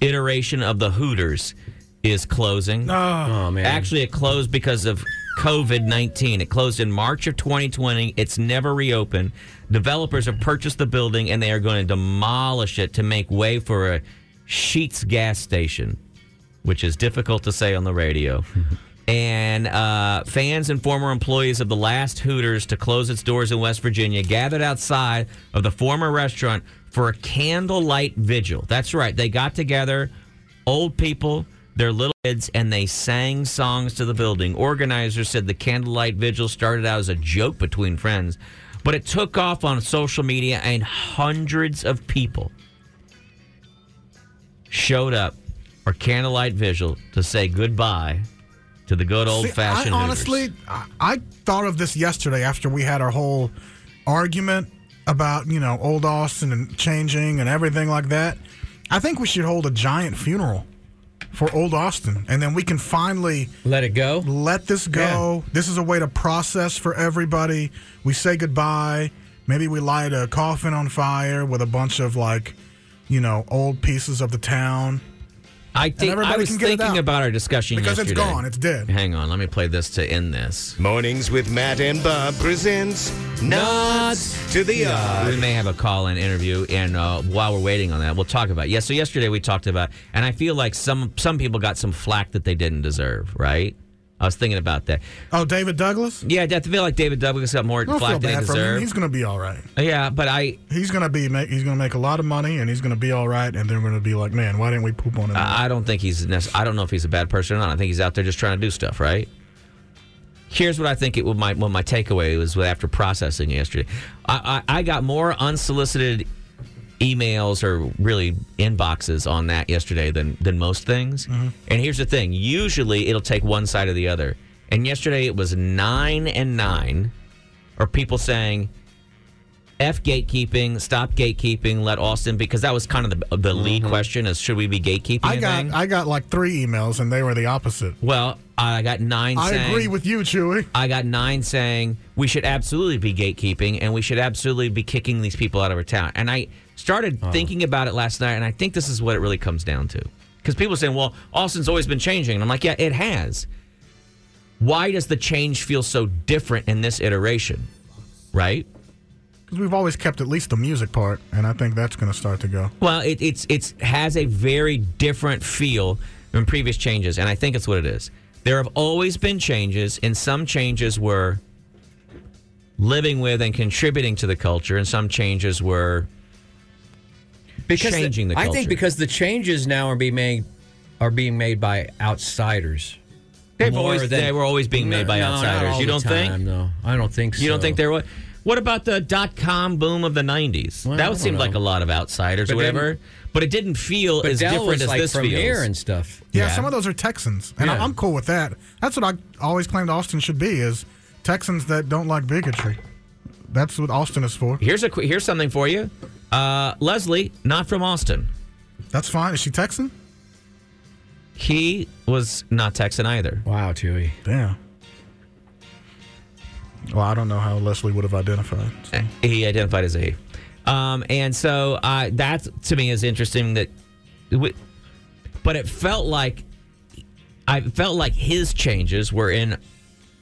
[SPEAKER 3] iteration of the Hooters is closing.
[SPEAKER 1] Oh, man.
[SPEAKER 3] Actually, it closed because of COVID 19. It closed in March of 2020. It's never reopened. Developers have purchased the building and they are going to demolish it to make way for a Sheets gas station, which is difficult to say on the radio. And uh, fans and former employees of the last Hooters to close its doors in West Virginia gathered outside of the former restaurant for a candlelight vigil. That's right. They got together old people, their little kids, and they sang songs to the building. Organizers said the candlelight vigil started out as a joke between friends, but it took off on social media, and hundreds of people showed up for candlelight vigil to say goodbye to the good old
[SPEAKER 2] See,
[SPEAKER 3] fashioned.
[SPEAKER 2] I honestly, I, I thought of this yesterday after we had our whole argument about you know old Austin and changing and everything like that. I think we should hold a giant funeral for old Austin, and then we can finally
[SPEAKER 1] Let it go.
[SPEAKER 2] let this go. This is a way to process for everybody. We say goodbye. Maybe we light a coffin on fire with a bunch of like, you know, old pieces of the town
[SPEAKER 3] I think I
[SPEAKER 2] everybody
[SPEAKER 3] was
[SPEAKER 2] can get it out.
[SPEAKER 3] thinking about our discussion
[SPEAKER 2] because
[SPEAKER 3] yesterday.
[SPEAKER 2] it's gone. It's dead.
[SPEAKER 3] Hang on, let me play this to end this.
[SPEAKER 6] Mornings with Matt and Bob presents Nods to the Odd.
[SPEAKER 3] We may have a call in interview, and uh, while we're waiting on that, we'll talk about. It. Yeah, so yesterday we talked about, and I feel like some some people got some flack that they didn't deserve. Right? I was thinking about that.
[SPEAKER 2] Oh, David Douglas.
[SPEAKER 3] Yeah, I feel like David Douglas got more
[SPEAKER 2] I don't feel
[SPEAKER 3] flack than he
[SPEAKER 2] bad for him.
[SPEAKER 3] deserved.
[SPEAKER 2] He's gonna be all right.
[SPEAKER 3] Yeah, but I
[SPEAKER 2] He's gonna be. ma- He's gonna make a lot of money, and he's gonna be all right. And they're gonna be like, man, why didn't we poop
[SPEAKER 1] Uh,
[SPEAKER 2] on him?
[SPEAKER 3] I I don't think he's. nec- I don't know if he's a bad person or not. I think he's out there just trying to do stuff, right? Here's what I think it would my what my takeaway was after processing yesterday. I, I I got more unsolicited emails or really inboxes on that yesterday than than most things. And here's the thing: usually it'll take one side or the other. And yesterday it was nine and nine, or people saying. F gatekeeping, stop gatekeeping, let Austin because that was kind of the, the lead question is should we be gatekeeping?
[SPEAKER 2] Mm-hmm. I
[SPEAKER 3] a
[SPEAKER 2] got.
[SPEAKER 3] thing?
[SPEAKER 2] I got like three emails, and they were the opposite.
[SPEAKER 3] Well, I got nine.
[SPEAKER 2] I
[SPEAKER 3] saying,
[SPEAKER 2] agree with you, Chewy.
[SPEAKER 3] I got nine saying we should absolutely be gatekeeping and we should absolutely be kicking these people out of our town. And I started
[SPEAKER 2] Oh.
[SPEAKER 3] thinking about it last night, and I think this is what it really comes down to. Because people are saying, "Well, Austin's always been changing," and I'm like, "Yeah, it has." Why does the change feel so different in this iteration? Right?
[SPEAKER 2] Because we've always kept at least the music part, and I think that's gonna start to go.
[SPEAKER 3] Well, it, it's it's has a very different feel than previous changes, and I think it's what it is. There have always been changes, and some changes were living with and contributing to the culture, and some changes were
[SPEAKER 1] Because
[SPEAKER 3] changing the
[SPEAKER 1] I
[SPEAKER 3] culture.
[SPEAKER 1] think because the changes now are being made are being made by outsiders.
[SPEAKER 3] they've
[SPEAKER 1] More
[SPEAKER 3] always,
[SPEAKER 1] than-
[SPEAKER 3] they were always being made by
[SPEAKER 1] No, not
[SPEAKER 3] outsiders.
[SPEAKER 1] all
[SPEAKER 3] You
[SPEAKER 1] the
[SPEAKER 3] don't think?
[SPEAKER 1] time, No, I don't think so.
[SPEAKER 3] You don't think there were? What about the dot com boom of the '90s?
[SPEAKER 1] Well, I
[SPEAKER 3] that
[SPEAKER 1] don't
[SPEAKER 3] seemed like
[SPEAKER 1] know.
[SPEAKER 3] a lot of outsiders, or
[SPEAKER 1] But then-
[SPEAKER 3] whatever. But it didn't feel
[SPEAKER 1] But
[SPEAKER 3] as
[SPEAKER 1] Dell
[SPEAKER 3] different
[SPEAKER 1] was
[SPEAKER 3] as
[SPEAKER 1] like
[SPEAKER 3] this
[SPEAKER 1] Premiere
[SPEAKER 3] feels.
[SPEAKER 1] and stuff.
[SPEAKER 2] Yeah, some of those are Texans, and I-
[SPEAKER 1] Yeah.
[SPEAKER 2] I'm cool with that. That's what I always claimed Austin should be: is Texans that don't like bigotry. That's what Austin is for.
[SPEAKER 3] Here's a qu- here's something for you. Uh, Leslie, not from Austin.
[SPEAKER 2] That's fine. Is she Texan?
[SPEAKER 3] He was not Texan either.
[SPEAKER 1] Wow, Chewy.
[SPEAKER 2] Damn. Well, I don't know how Leslie would have identified.
[SPEAKER 3] He identified as a he. Um, and so uh, that to me is interesting that, we, but it felt like I felt like his changes were in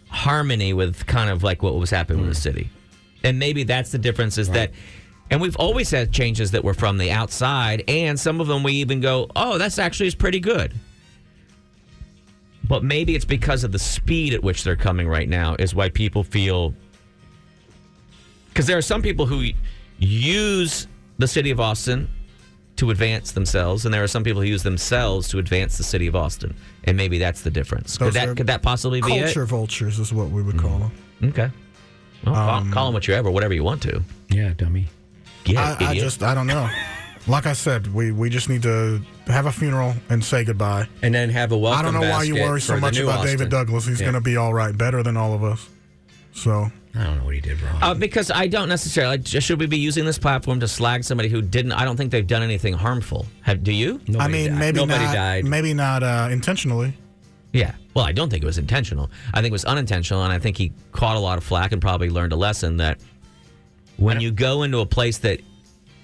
[SPEAKER 3] harmony with kind of like what was happening with the
[SPEAKER 2] Hmm.
[SPEAKER 3] city, and maybe that's the difference is that, and we've always had changes that were from the outside, and some of them we even go, oh, that's actually is pretty good. But maybe it's because of the speed at which they're coming right now is why people feel because there are some people who use the city of Austin to advance themselves, and there are some people who use themselves to advance the city of Austin, and maybe that's the difference.
[SPEAKER 2] Those
[SPEAKER 3] Could
[SPEAKER 2] are
[SPEAKER 3] that could that possibly be
[SPEAKER 2] Culture vultures is what we would call them.
[SPEAKER 3] it? Okay. Well, call-
[SPEAKER 2] Um,
[SPEAKER 3] call them what you ever, whatever you want to.
[SPEAKER 1] Yeah, dummy.
[SPEAKER 3] Yeah,
[SPEAKER 2] I, I
[SPEAKER 3] idiot.
[SPEAKER 2] just I don't know. Like I said, we, we just need to have a funeral and say goodbye.
[SPEAKER 1] And then have a welcome.
[SPEAKER 2] I don't know why you
[SPEAKER 1] basket
[SPEAKER 2] worry
[SPEAKER 1] for
[SPEAKER 2] so
[SPEAKER 1] the
[SPEAKER 2] much
[SPEAKER 1] new
[SPEAKER 2] about
[SPEAKER 1] Austin.
[SPEAKER 2] David Douglas. He's
[SPEAKER 1] Yeah.
[SPEAKER 2] going to be all right, better than all of us. So
[SPEAKER 1] I don't know what he did wrong.
[SPEAKER 3] Uh, because I don't necessarily. Like, should we be using this platform to slag somebody who didn't? I don't think they've done anything harmful. Have, do you?
[SPEAKER 2] I
[SPEAKER 1] Nobody
[SPEAKER 2] mean,
[SPEAKER 1] died.
[SPEAKER 2] maybe
[SPEAKER 1] nobody
[SPEAKER 2] not.
[SPEAKER 1] died.
[SPEAKER 2] Maybe not uh, intentionally.
[SPEAKER 3] Yeah. Well, I don't think it was intentional. I think it was unintentional, and I think he caught a lot of flack and probably learned a lesson that when you go into a place that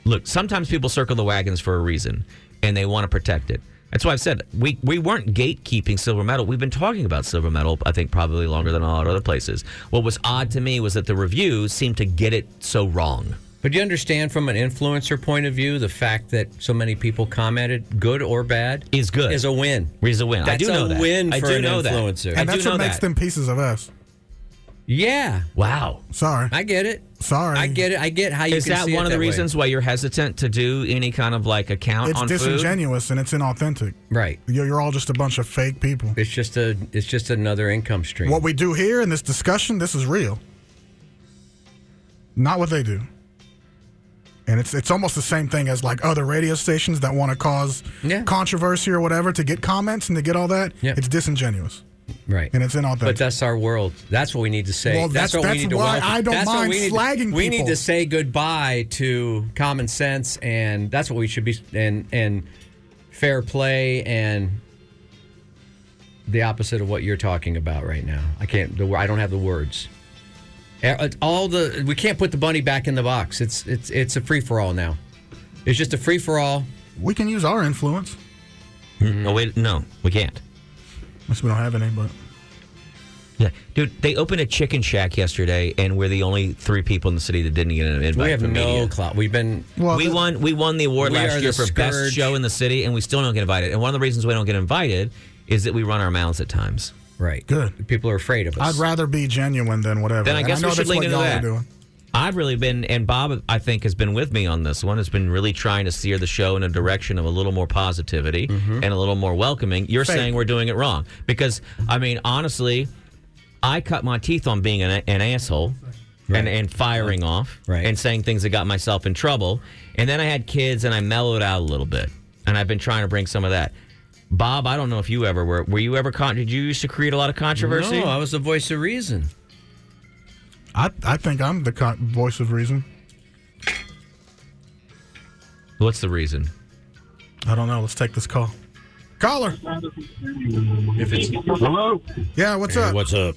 [SPEAKER 3] look, sometimes people circle the wagons for a reason, and they want to protect it. That's why I've said we we weren't gatekeeping silver medal. We've been talking about silver medal, I think, probably longer than a lot of other places. What was odd to me was that the reviews seemed to get it so wrong.
[SPEAKER 1] But do you understand from an influencer point of view the fact that so many people commented, good or bad,
[SPEAKER 3] Is good.
[SPEAKER 1] is a win.
[SPEAKER 3] Is a win. I
[SPEAKER 1] That's
[SPEAKER 3] do know
[SPEAKER 1] a
[SPEAKER 3] that.
[SPEAKER 1] win
[SPEAKER 3] I
[SPEAKER 1] for
[SPEAKER 3] do
[SPEAKER 1] an
[SPEAKER 3] know that.
[SPEAKER 1] influencer.
[SPEAKER 3] I
[SPEAKER 2] And
[SPEAKER 3] do
[SPEAKER 2] that's what
[SPEAKER 3] know
[SPEAKER 2] makes
[SPEAKER 3] that.
[SPEAKER 2] them pieces of us.
[SPEAKER 1] Yeah,
[SPEAKER 3] Wow.
[SPEAKER 2] Sorry.
[SPEAKER 1] I get it.
[SPEAKER 2] Sorry.
[SPEAKER 1] I get it. I get how you
[SPEAKER 3] Is
[SPEAKER 1] can
[SPEAKER 3] that
[SPEAKER 1] see it
[SPEAKER 3] one of the
[SPEAKER 1] way.
[SPEAKER 3] reasons why you're hesitant to do any kind of like account
[SPEAKER 2] It's
[SPEAKER 3] on food?
[SPEAKER 2] disingenuous and it's inauthentic.
[SPEAKER 1] Right.
[SPEAKER 2] You're, you're all just a bunch of fake people.
[SPEAKER 1] It's just a. It's just another income stream.
[SPEAKER 2] What we do here in this discussion, this is real. Not what they do. And it's it's almost the same thing as like other radio stations that want to cause
[SPEAKER 1] Yeah.
[SPEAKER 2] controversy or whatever to get comments and to get all that.
[SPEAKER 1] Yeah.
[SPEAKER 2] It's disingenuous
[SPEAKER 1] right.
[SPEAKER 2] and it's inauthentic.
[SPEAKER 1] But that's our world. That's what we need to say.
[SPEAKER 2] Well,
[SPEAKER 1] that's,
[SPEAKER 2] that's-
[SPEAKER 1] what
[SPEAKER 2] that's
[SPEAKER 1] we need to.
[SPEAKER 2] why
[SPEAKER 1] welcome.
[SPEAKER 2] I don't
[SPEAKER 1] that's what
[SPEAKER 2] mind
[SPEAKER 1] we need to-
[SPEAKER 2] slagging
[SPEAKER 1] We need
[SPEAKER 2] people.
[SPEAKER 1] to say goodbye to common sense, and that's what we should be. And and fair play, and the opposite of what you're talking about right now. I can't. The, wor- I don't have the words. Eh, it's All the we can't put the bunny back in the box. It's it's it's a free for all now. It's just a free for all.
[SPEAKER 2] we can use our influence.
[SPEAKER 3] Mm-hmm. No, wait, no, we can't.
[SPEAKER 2] Unless we don't have any, but
[SPEAKER 3] Yeah, dude, they opened a chicken shack yesterday, and we're the only three people in the city that didn't get an invite.
[SPEAKER 1] We have
[SPEAKER 3] from
[SPEAKER 1] no
[SPEAKER 3] media.
[SPEAKER 1] clout. We've been
[SPEAKER 2] Well,
[SPEAKER 3] we
[SPEAKER 2] the-
[SPEAKER 3] won. We won the award
[SPEAKER 1] We
[SPEAKER 3] last
[SPEAKER 1] are
[SPEAKER 3] year
[SPEAKER 1] the
[SPEAKER 3] for best
[SPEAKER 1] scourge.
[SPEAKER 3] show in the city, and we still don't get invited. And one of the reasons we don't get invited is that we run our mouths at times.
[SPEAKER 1] right.
[SPEAKER 2] Good.
[SPEAKER 1] People are afraid of us.
[SPEAKER 2] I'd rather be genuine than whatever.
[SPEAKER 3] Then I
[SPEAKER 2] And
[SPEAKER 3] guess
[SPEAKER 2] know
[SPEAKER 3] we should
[SPEAKER 2] that's
[SPEAKER 3] lean
[SPEAKER 2] what
[SPEAKER 3] into
[SPEAKER 2] y'all
[SPEAKER 3] that.
[SPEAKER 2] are doing.
[SPEAKER 3] I've really been, and Bob, I think, has been with me on this one. Has been really trying to steer the show in a direction of a little more positivity
[SPEAKER 1] Mm-hmm.
[SPEAKER 3] and a little more welcoming. You're
[SPEAKER 2] Fake.
[SPEAKER 3] saying we're doing it wrong because, I mean, honestly, I cut my teeth on being an, an asshole and, and firing off
[SPEAKER 1] Right.
[SPEAKER 3] and saying things that got myself in trouble. And then I had kids, and I mellowed out a little bit, and I've been trying to bring some of that. Bob, I don't know if you ever were. Were you ever con? Did you used to create a lot of controversy?
[SPEAKER 1] no, I was the voice of reason.
[SPEAKER 2] I, I think I'm the co- voice of reason.
[SPEAKER 3] What's the reason?
[SPEAKER 2] I don't know. Let's take this call. Caller.
[SPEAKER 1] If it's
[SPEAKER 4] Hello?
[SPEAKER 2] Yeah, what's up?
[SPEAKER 1] what's up?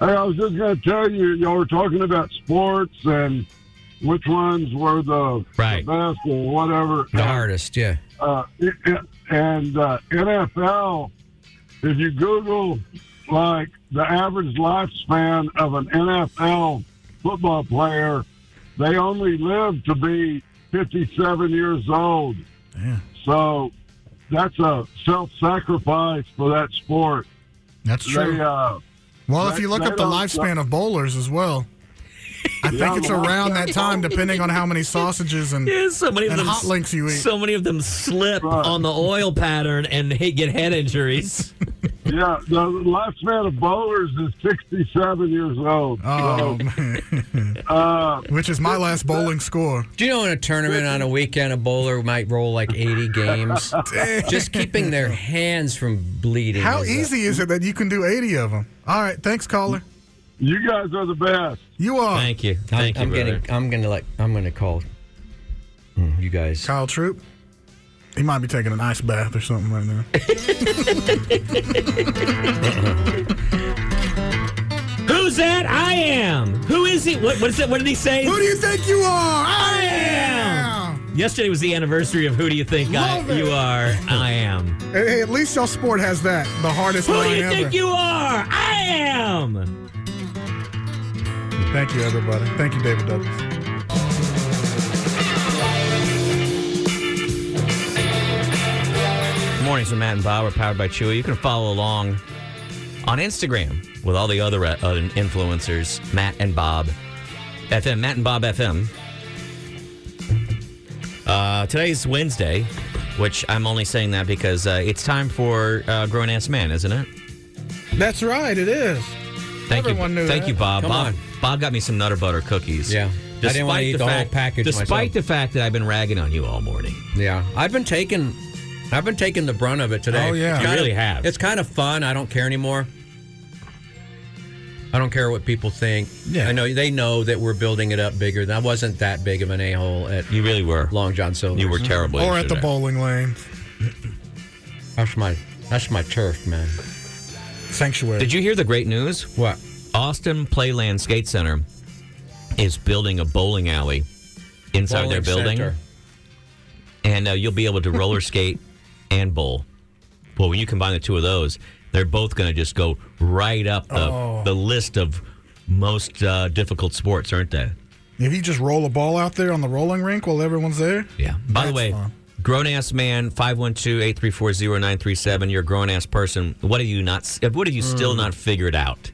[SPEAKER 4] Hey, I was just going to tell you, y'all were talking about sports and which ones were the,
[SPEAKER 3] Right.
[SPEAKER 4] the best or whatever.
[SPEAKER 1] The hardest, yeah.
[SPEAKER 4] Uh, it, it, and uh, NFL, if you Google like the average lifespan of an NFL football player, they only live to be 57 years old.
[SPEAKER 2] Yeah,
[SPEAKER 4] So that's a self-sacrifice for that sport.
[SPEAKER 2] that's true.
[SPEAKER 4] They, uh,
[SPEAKER 2] Well, if
[SPEAKER 4] Right-
[SPEAKER 2] you look
[SPEAKER 4] right
[SPEAKER 2] up the
[SPEAKER 4] on-
[SPEAKER 2] lifespan of bowlers as well, I think it's around that time, depending on how many sausages and
[SPEAKER 3] Yeah, so many of
[SPEAKER 2] and
[SPEAKER 3] them
[SPEAKER 2] hot links you eat.
[SPEAKER 3] So many of them slip
[SPEAKER 4] Right.
[SPEAKER 3] on the oil pattern and he- get head injuries.
[SPEAKER 4] yeah, the lifespan of bowlers is 67 years old.
[SPEAKER 2] oh man,
[SPEAKER 4] So, uh,
[SPEAKER 2] which is my last bowling score.
[SPEAKER 1] Do you know in a tournament on a weekend, a bowler might roll like 80 games? Just keeping their hands from bleeding.
[SPEAKER 2] How
[SPEAKER 1] is a-
[SPEAKER 2] easy is it that you can do 80 of them? All right, thanks, caller.
[SPEAKER 4] you guys are the best.
[SPEAKER 2] You are
[SPEAKER 3] Thank you.
[SPEAKER 1] I'm,
[SPEAKER 3] Thank
[SPEAKER 1] I'm
[SPEAKER 3] you, brother.
[SPEAKER 1] gonna, I'm gonna like, I'm gonna call mm, you guys.
[SPEAKER 2] Kyle Troop. He might be taking an ice bath or something right now.
[SPEAKER 3] Who's
[SPEAKER 8] Who's that? I am. Who is he? What, what is it? What did he say?
[SPEAKER 2] Who do you think you are? I,
[SPEAKER 8] Yesterday was the anniversary of Who Do You Think I,
[SPEAKER 2] Love it.
[SPEAKER 8] You Are? I Am.
[SPEAKER 2] Hey, hey, at least your sport has that. The hardest
[SPEAKER 8] Who
[SPEAKER 2] line
[SPEAKER 8] do you
[SPEAKER 2] ever.
[SPEAKER 8] think you are? I am.
[SPEAKER 2] Thank you, everybody. Thank you, David Douglas.
[SPEAKER 3] Mornings with Matt and Bob are powered by Chewy. You can follow along on Instagram with all the other uh, other influencers, Matt and Bob FM, Matt and Bob FM. Uh, today's Wednesday, which I'm only saying that because uh, it's time for uh, Grown Ass Man, isn't it?
[SPEAKER 2] That's right. It is.
[SPEAKER 3] Thank
[SPEAKER 2] Everyone
[SPEAKER 3] you,
[SPEAKER 2] knew
[SPEAKER 3] thank
[SPEAKER 2] that.
[SPEAKER 3] you, Bob.
[SPEAKER 1] Come
[SPEAKER 3] Bob,
[SPEAKER 1] on.
[SPEAKER 3] Bob got me some Nutter Butter cookies.
[SPEAKER 1] Yeah. I didn't wanna eat the whole
[SPEAKER 3] fact,
[SPEAKER 1] package
[SPEAKER 3] Despite
[SPEAKER 1] myself.
[SPEAKER 3] the fact that I've been ragging on you all morning,
[SPEAKER 1] Yeah, I've been taking, I've been taking the brunt of it today.
[SPEAKER 2] Oh, yeah. You
[SPEAKER 1] Kinda-
[SPEAKER 3] really have.
[SPEAKER 1] It's kind of fun. I don't care anymore. I don't care what people think.
[SPEAKER 2] Yeah.
[SPEAKER 1] I know they know that we're building it up bigger. I wasn't that big of an a hole at
[SPEAKER 3] you really were.
[SPEAKER 1] Long John Silver's.
[SPEAKER 3] You were
[SPEAKER 8] Mm-hmm.
[SPEAKER 3] terrible.
[SPEAKER 2] Or at the
[SPEAKER 3] yesterday.
[SPEAKER 2] bowling lane.
[SPEAKER 1] That's my that's my turf, man.
[SPEAKER 2] Sanctuary.
[SPEAKER 3] Did you hear the great news?
[SPEAKER 1] What?
[SPEAKER 3] Austin Playland Skate Center is building a bowling alley inside their building,
[SPEAKER 1] center.
[SPEAKER 3] and uh, you'll be able to roller skate and bowl. Well, when you combine the two of those, they're both going to just go right up the, the list of most uh, difficult sports, aren't they?
[SPEAKER 2] if you just roll a ball out there on the rolling rink while everyone's there?
[SPEAKER 3] Yeah. By the
[SPEAKER 2] That's
[SPEAKER 3] way,
[SPEAKER 2] fun.
[SPEAKER 3] grown ass man 512-834-0937, you're a grown ass person. What have you not what have you still not figured out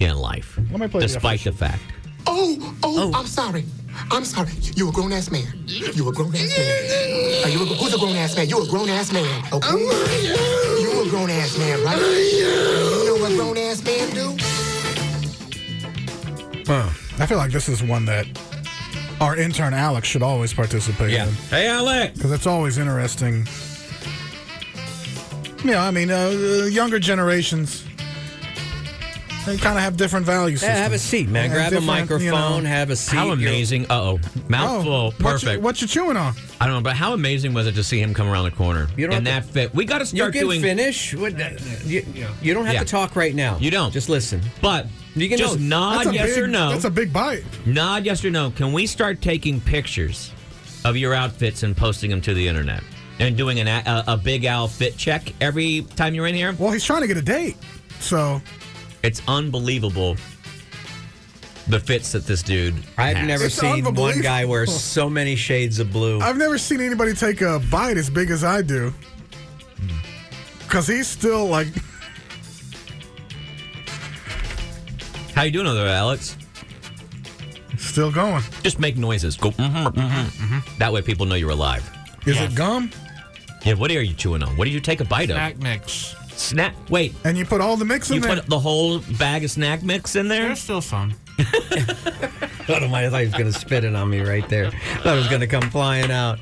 [SPEAKER 3] in life?
[SPEAKER 2] Let me play the
[SPEAKER 3] despite the, fact.
[SPEAKER 10] Oh, oh, I'm sorry. I'm sorry. You a grown ass man. You a grown ass man. Are you a, who's a grown ass man? You a grown ass man. Okay. You a grown ass man, right? You know what grown ass man do?
[SPEAKER 2] I feel like this is one that our intern Alex should always participate
[SPEAKER 1] Yeah.
[SPEAKER 2] in
[SPEAKER 1] Hey, Alec.
[SPEAKER 2] because it's always interesting. Yeah, I mean, uh, uh, younger generations they kind of have different values.
[SPEAKER 1] Hey, have a seat, man. Grab a microphone. Have a seat.
[SPEAKER 3] How
[SPEAKER 1] You're-
[SPEAKER 3] amazing. Uh-oh. Mouthful.
[SPEAKER 2] Oh, What you,
[SPEAKER 3] Perfect.
[SPEAKER 2] what you chewing on?
[SPEAKER 3] I don't know, but how amazing was it to see him come around the corner?
[SPEAKER 1] You don't
[SPEAKER 3] and that
[SPEAKER 1] have
[SPEAKER 3] fit. We got to
[SPEAKER 1] You
[SPEAKER 3] start
[SPEAKER 1] can
[SPEAKER 3] doing
[SPEAKER 1] finish. What- You, you don't have
[SPEAKER 3] Yeah.
[SPEAKER 1] to talk right now.
[SPEAKER 3] You don't.
[SPEAKER 1] Just listen.
[SPEAKER 3] but
[SPEAKER 1] You can
[SPEAKER 3] just
[SPEAKER 1] just-
[SPEAKER 3] nod
[SPEAKER 2] a
[SPEAKER 3] yes
[SPEAKER 2] big,
[SPEAKER 3] or no.
[SPEAKER 2] That's a big bite.
[SPEAKER 3] Nod yes or no. Can we start taking pictures of your outfits and posting them to the internet and doing an, a, a big Al fit check every time you're in here?
[SPEAKER 2] Well, he's trying to get a date, so
[SPEAKER 3] It's unbelievable the fits that this dude.
[SPEAKER 1] I've
[SPEAKER 3] has.
[SPEAKER 1] never
[SPEAKER 2] It's
[SPEAKER 1] seen one
[SPEAKER 2] unbelievable.
[SPEAKER 1] guy wear so many shades of blue.
[SPEAKER 2] I've never seen anybody take a bite as big as I do. Cause he's still like,
[SPEAKER 3] How you doing over there, Alex?
[SPEAKER 2] still going.
[SPEAKER 3] Just make noises. Go. Mm-hmm, mm-hmm. That way, people know you're alive.
[SPEAKER 2] Is it gum?
[SPEAKER 3] Yeah. What are you chewing on? What do you take a bite of?
[SPEAKER 6] Snack mix.
[SPEAKER 3] Snack. Wait.
[SPEAKER 2] And you put all the mix in
[SPEAKER 3] You
[SPEAKER 2] there.
[SPEAKER 3] put the whole bag of snack mix in there?
[SPEAKER 6] There's still some.
[SPEAKER 1] thought of my- I thought he was going to spit it on me right there. thought it was going to come flying out.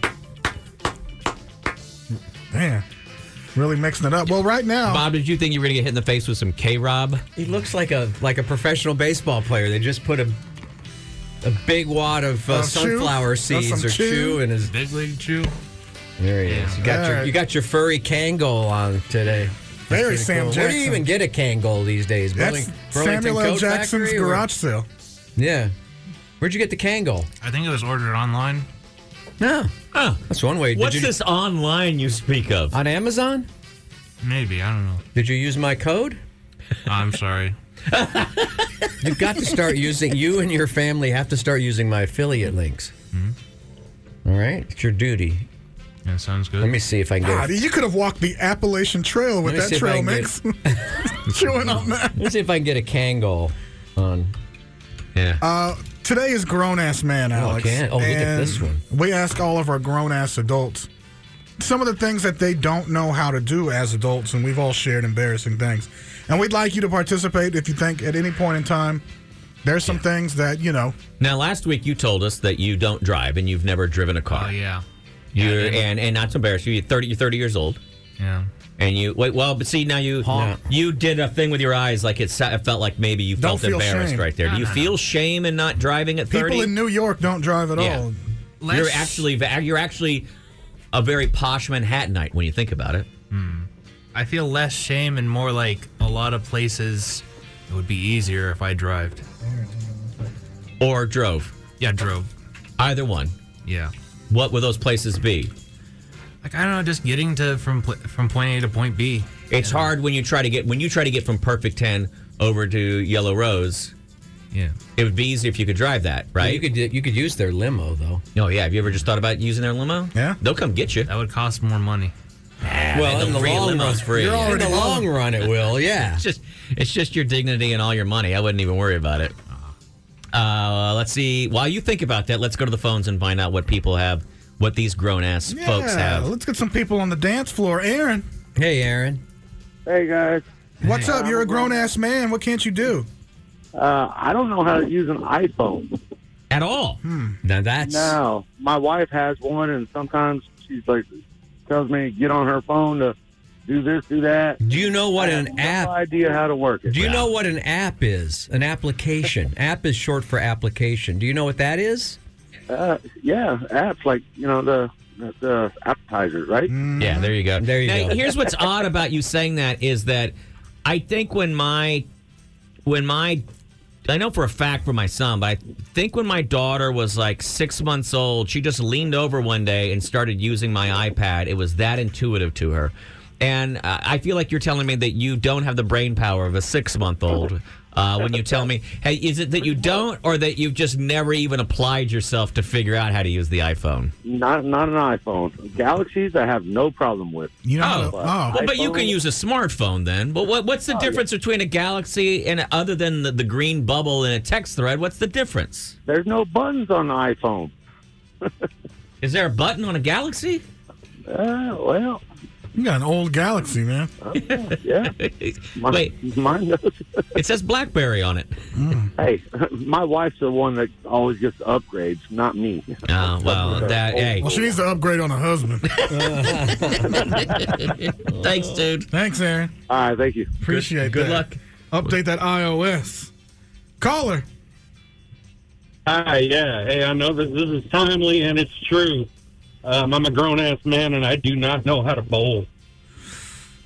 [SPEAKER 2] Man, really mixing it up. Well, right now,
[SPEAKER 3] Bob, did you think you were going to get hit in the face with some K Rob?
[SPEAKER 1] He looks like a like a professional baseball player. They just put a a big wad of uh,
[SPEAKER 2] Of chew?
[SPEAKER 1] sunflower
[SPEAKER 2] Of some
[SPEAKER 1] seeds or chew.
[SPEAKER 2] chew?
[SPEAKER 1] in his.
[SPEAKER 6] Big league chew.
[SPEAKER 1] There he is. You got your
[SPEAKER 2] Alright.
[SPEAKER 1] you got your furry Kangol on today. That's
[SPEAKER 2] Very
[SPEAKER 1] pretty
[SPEAKER 2] Sam
[SPEAKER 1] Where do you
[SPEAKER 2] Jackson.
[SPEAKER 1] even get a Kangol these days?
[SPEAKER 2] that's
[SPEAKER 1] Burling- Burlington
[SPEAKER 2] Samuel L.
[SPEAKER 1] Coat
[SPEAKER 2] Jackson's
[SPEAKER 1] Factory or-
[SPEAKER 2] garage sale.
[SPEAKER 1] Yeah. Where'd you get the Kangol?
[SPEAKER 6] I think it was ordered online.
[SPEAKER 1] No,
[SPEAKER 3] Oh,
[SPEAKER 1] that's one way. Did
[SPEAKER 3] what's
[SPEAKER 1] you-
[SPEAKER 3] this online you speak of?
[SPEAKER 1] on Amazon?
[SPEAKER 6] Maybe. I don't know.
[SPEAKER 1] Did you use my code?
[SPEAKER 6] I'm sorry.
[SPEAKER 1] You've got to start using. You and your family have to start using my affiliate links. All right, it's your duty.
[SPEAKER 6] That Mm-hmm. sounds good.
[SPEAKER 1] Let me see if I can get.
[SPEAKER 2] God, you could have walked the Appalachian Trail with
[SPEAKER 1] Let
[SPEAKER 2] that
[SPEAKER 1] me see if I
[SPEAKER 2] trail
[SPEAKER 1] can
[SPEAKER 2] mix. Chewing on that.
[SPEAKER 1] Let's see if I can get a Kangol on.
[SPEAKER 3] Yeah.
[SPEAKER 2] Uh, today is grown ass man,
[SPEAKER 1] I
[SPEAKER 2] Alex.
[SPEAKER 1] can't. Oh, look at
[SPEAKER 2] And
[SPEAKER 1] this one.
[SPEAKER 2] We ask all of our grown ass adults some of the things that they don't know how to do as adults, and we've all shared embarrassing things. And we'd like you to participate if you think at any point in time there's some things that you know.
[SPEAKER 3] now, last week you told us that you don't drive and you've never driven a car.
[SPEAKER 6] Oh, yeah.
[SPEAKER 3] You're,
[SPEAKER 6] Yeah, I did.
[SPEAKER 3] and and not to embarrass you, you're thirty. You're thirty years old,
[SPEAKER 6] Yeah.
[SPEAKER 3] and you wait. Well, but see now you
[SPEAKER 1] Honk.
[SPEAKER 3] you did a thing with your eyes, like it, sa- it felt like maybe you
[SPEAKER 2] Don't
[SPEAKER 3] felt
[SPEAKER 2] feel
[SPEAKER 3] embarrassed
[SPEAKER 2] shame.
[SPEAKER 3] right there. Do you feel shame in not driving at
[SPEAKER 2] People
[SPEAKER 3] thirty?
[SPEAKER 2] in New York don't drive at
[SPEAKER 3] Yeah.
[SPEAKER 2] all.
[SPEAKER 3] You're
[SPEAKER 6] Let's-
[SPEAKER 3] actually va- you're actually a very posh Manhattanite when you
[SPEAKER 2] Hmm.
[SPEAKER 3] think about it.
[SPEAKER 6] I feel less shame and more like a lot of places
[SPEAKER 11] It would be easier if I drived.
[SPEAKER 3] Or drove?
[SPEAKER 11] Yeah, drove.
[SPEAKER 3] Either one.
[SPEAKER 11] Yeah.
[SPEAKER 3] What would those places be?
[SPEAKER 11] Like I don't know, just getting to from pl- from point A to point B.
[SPEAKER 3] It's hard when you try to get when you try to get from Perfect Ten over to Yellow Rose.
[SPEAKER 11] Yeah.
[SPEAKER 3] It would be easier if you could drive that, right?
[SPEAKER 1] You could you could use their limo though.
[SPEAKER 3] Oh yeah, have you ever just thought about using their limo? Yeah, they'll come get you. That
[SPEAKER 11] would cost more money.
[SPEAKER 1] Well,
[SPEAKER 3] man,
[SPEAKER 1] in the
[SPEAKER 3] free
[SPEAKER 1] long
[SPEAKER 3] limo's
[SPEAKER 1] run-
[SPEAKER 3] free.
[SPEAKER 1] you're already In the long run, it will, yeah.
[SPEAKER 3] it's just it's just your dignity and all your money. I wouldn't even worry about it. Uh, let's see. While you think about that, let's go to the phones and find out what people have, what these grown ass folks
[SPEAKER 2] Yeah,
[SPEAKER 3] have.
[SPEAKER 2] Let's get some people on the dance floor. Aaron.
[SPEAKER 1] Hey, Aaron.
[SPEAKER 2] Hey, guys. What's
[SPEAKER 12] Hey.
[SPEAKER 2] up? You're a grown ass man. What can't you do?
[SPEAKER 12] Uh, I don't know how to use an iPhone.
[SPEAKER 3] At all?
[SPEAKER 1] Now that's
[SPEAKER 12] No, my wife has one, and sometimes she's like, tells me get on her phone to do this, do that.
[SPEAKER 1] Do you know what an app? No
[SPEAKER 12] idea how to work it.
[SPEAKER 1] Do you know what an app is? An application. app is short for application. Do you know what that is?
[SPEAKER 12] Uh, yeah, apps like you know the the appetizers, right?
[SPEAKER 3] Yeah, there you go. There
[SPEAKER 1] you
[SPEAKER 3] now,
[SPEAKER 1] go.
[SPEAKER 3] Here's what's odd about you saying that is that I think when my when my I know for a fact for my son, but I think when my daughter was like six months old, she just leaned over one day and started using my iPad. It was that intuitive to her, and uh, I feel like you're telling me that you don't have the brain power of a six month old. Uh, when you tell me, hey, is it that you don't, or that you've just never even applied yourself to figure out how to use the iPhone?
[SPEAKER 12] Not not an iPhone. Galaxies, I have no problem with.
[SPEAKER 2] You
[SPEAKER 3] oh, Well, but you can use a smartphone then. But what, what's the difference between a Galaxy and other than the, the green bubble in a text thread? What's the difference?
[SPEAKER 12] There's no buttons on the iPhone.
[SPEAKER 3] Is there a button on a Galaxy?
[SPEAKER 12] Uh, well,
[SPEAKER 2] You got an old galaxy, man.
[SPEAKER 12] yeah.
[SPEAKER 3] Wait,
[SPEAKER 12] mine does.
[SPEAKER 3] it says BlackBerry on it.
[SPEAKER 2] Hmm.
[SPEAKER 12] Hey, my wife's the one that always gets upgrades, not me.
[SPEAKER 3] Oh, well, that- hey.
[SPEAKER 2] Well, she needs to upgrade on her husband.
[SPEAKER 3] Thanks, dude.
[SPEAKER 2] Thanks, Aaron.
[SPEAKER 12] All right, thank you.
[SPEAKER 2] Appreciate
[SPEAKER 12] Good- good
[SPEAKER 2] that. luck. Update that iOS. Caller.
[SPEAKER 13] Hi, yeah. Hey, I know that this is timely and it's true. Um, I'm a grown ass man and I do not know how to bowl.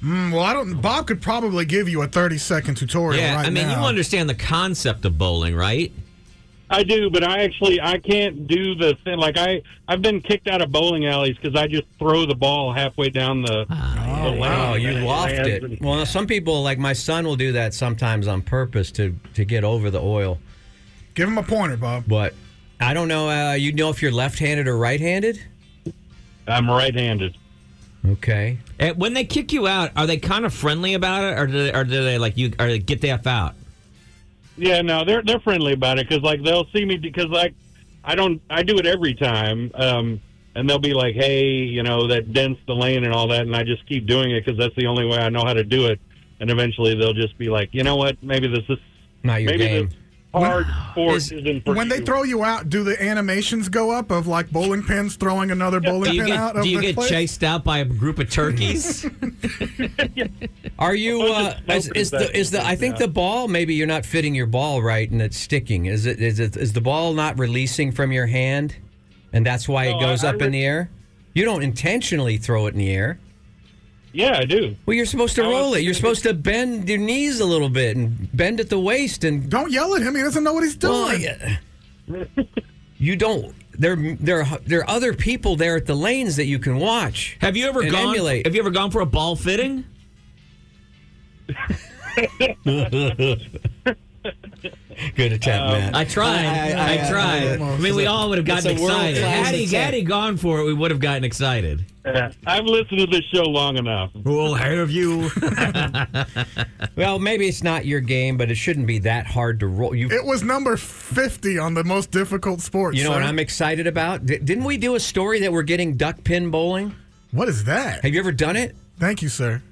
[SPEAKER 2] Mm, well, I don't. Bob could probably give you a 30 second tutorial
[SPEAKER 13] Yeah,
[SPEAKER 2] right
[SPEAKER 13] I mean,
[SPEAKER 2] now.
[SPEAKER 13] you
[SPEAKER 3] You understand the concept of bowling, right?
[SPEAKER 13] I do, but I actually I can't do the thing. Like I I've been kicked out of bowling alleys because I just throw the ball halfway down the.
[SPEAKER 1] Oh, wow, you loft
[SPEAKER 13] lost
[SPEAKER 1] it. Well, some people, like my son, will do that sometimes on purpose to to get over the oil.
[SPEAKER 2] Give him a pointer, Bob.
[SPEAKER 1] But I don't know. Uh, you know if you're left-handed or right-handed?
[SPEAKER 13] I'm right-handed.
[SPEAKER 1] Okay.
[SPEAKER 3] And Eh, when they kick you out, are they kind of friendly about it, or do they, or do they like you, or they get the f out?
[SPEAKER 13] Yeah, no, they're they're friendly about it because like they'll see me because like I don't I do it every time, um, and they'll be like, hey, you know that dents the lane and all that, and I just keep doing it because that's the only way I know how to do it, and eventually they'll just be like, you know what, maybe this is
[SPEAKER 1] not
[SPEAKER 2] your
[SPEAKER 13] maybe
[SPEAKER 2] game.
[SPEAKER 13] This hard sport isn't for
[SPEAKER 2] When they
[SPEAKER 13] you.
[SPEAKER 2] throw you out, do the animations go up of like bowling pins throwing another bowling
[SPEAKER 3] Do you
[SPEAKER 2] pin
[SPEAKER 3] get,
[SPEAKER 2] out?
[SPEAKER 3] do
[SPEAKER 2] of
[SPEAKER 3] you
[SPEAKER 2] the
[SPEAKER 3] get
[SPEAKER 2] place?
[SPEAKER 3] chased out by a group of turkeys?
[SPEAKER 1] Are you? Uh, is, is the is the? I think the ball. Maybe you're not fitting your ball right, and it's sticking. Is it? Is it? Is the ball not releasing from your hand, and that's why
[SPEAKER 13] No,
[SPEAKER 1] it goes
[SPEAKER 13] I- I
[SPEAKER 1] up in the air? You don't intentionally throw it in the air.
[SPEAKER 13] Yeah, I do.
[SPEAKER 1] Well, you're supposed to roll it. You're supposed to bend your knees a little bit and bend at the waist and
[SPEAKER 2] don't yell at him. He doesn't know what he's doing.
[SPEAKER 1] you don't. There, there, there are other people there at the lanes that you can watch.
[SPEAKER 3] Have you ever
[SPEAKER 1] and
[SPEAKER 3] gone?
[SPEAKER 1] Emulate.
[SPEAKER 3] Have you ever gone for a ball fitting?
[SPEAKER 1] Good attempt, man.
[SPEAKER 3] I tried. Um, I, tried. I, mean, we all would have gotten excited. Had he, had he gone for it, we would have gotten excited.
[SPEAKER 13] Yeah, I've listened to this show long enough.
[SPEAKER 3] Well, have you?
[SPEAKER 1] well, maybe it's not your game, but it shouldn't be that hard to roll. You
[SPEAKER 2] It was number 50 on the most difficult sports.
[SPEAKER 1] You know
[SPEAKER 2] sir.
[SPEAKER 1] what I'm excited about? Di- didn't we do a story that we're getting duck pin bowling?
[SPEAKER 2] What is that?
[SPEAKER 1] Have you ever done it?
[SPEAKER 2] Thank you, sir.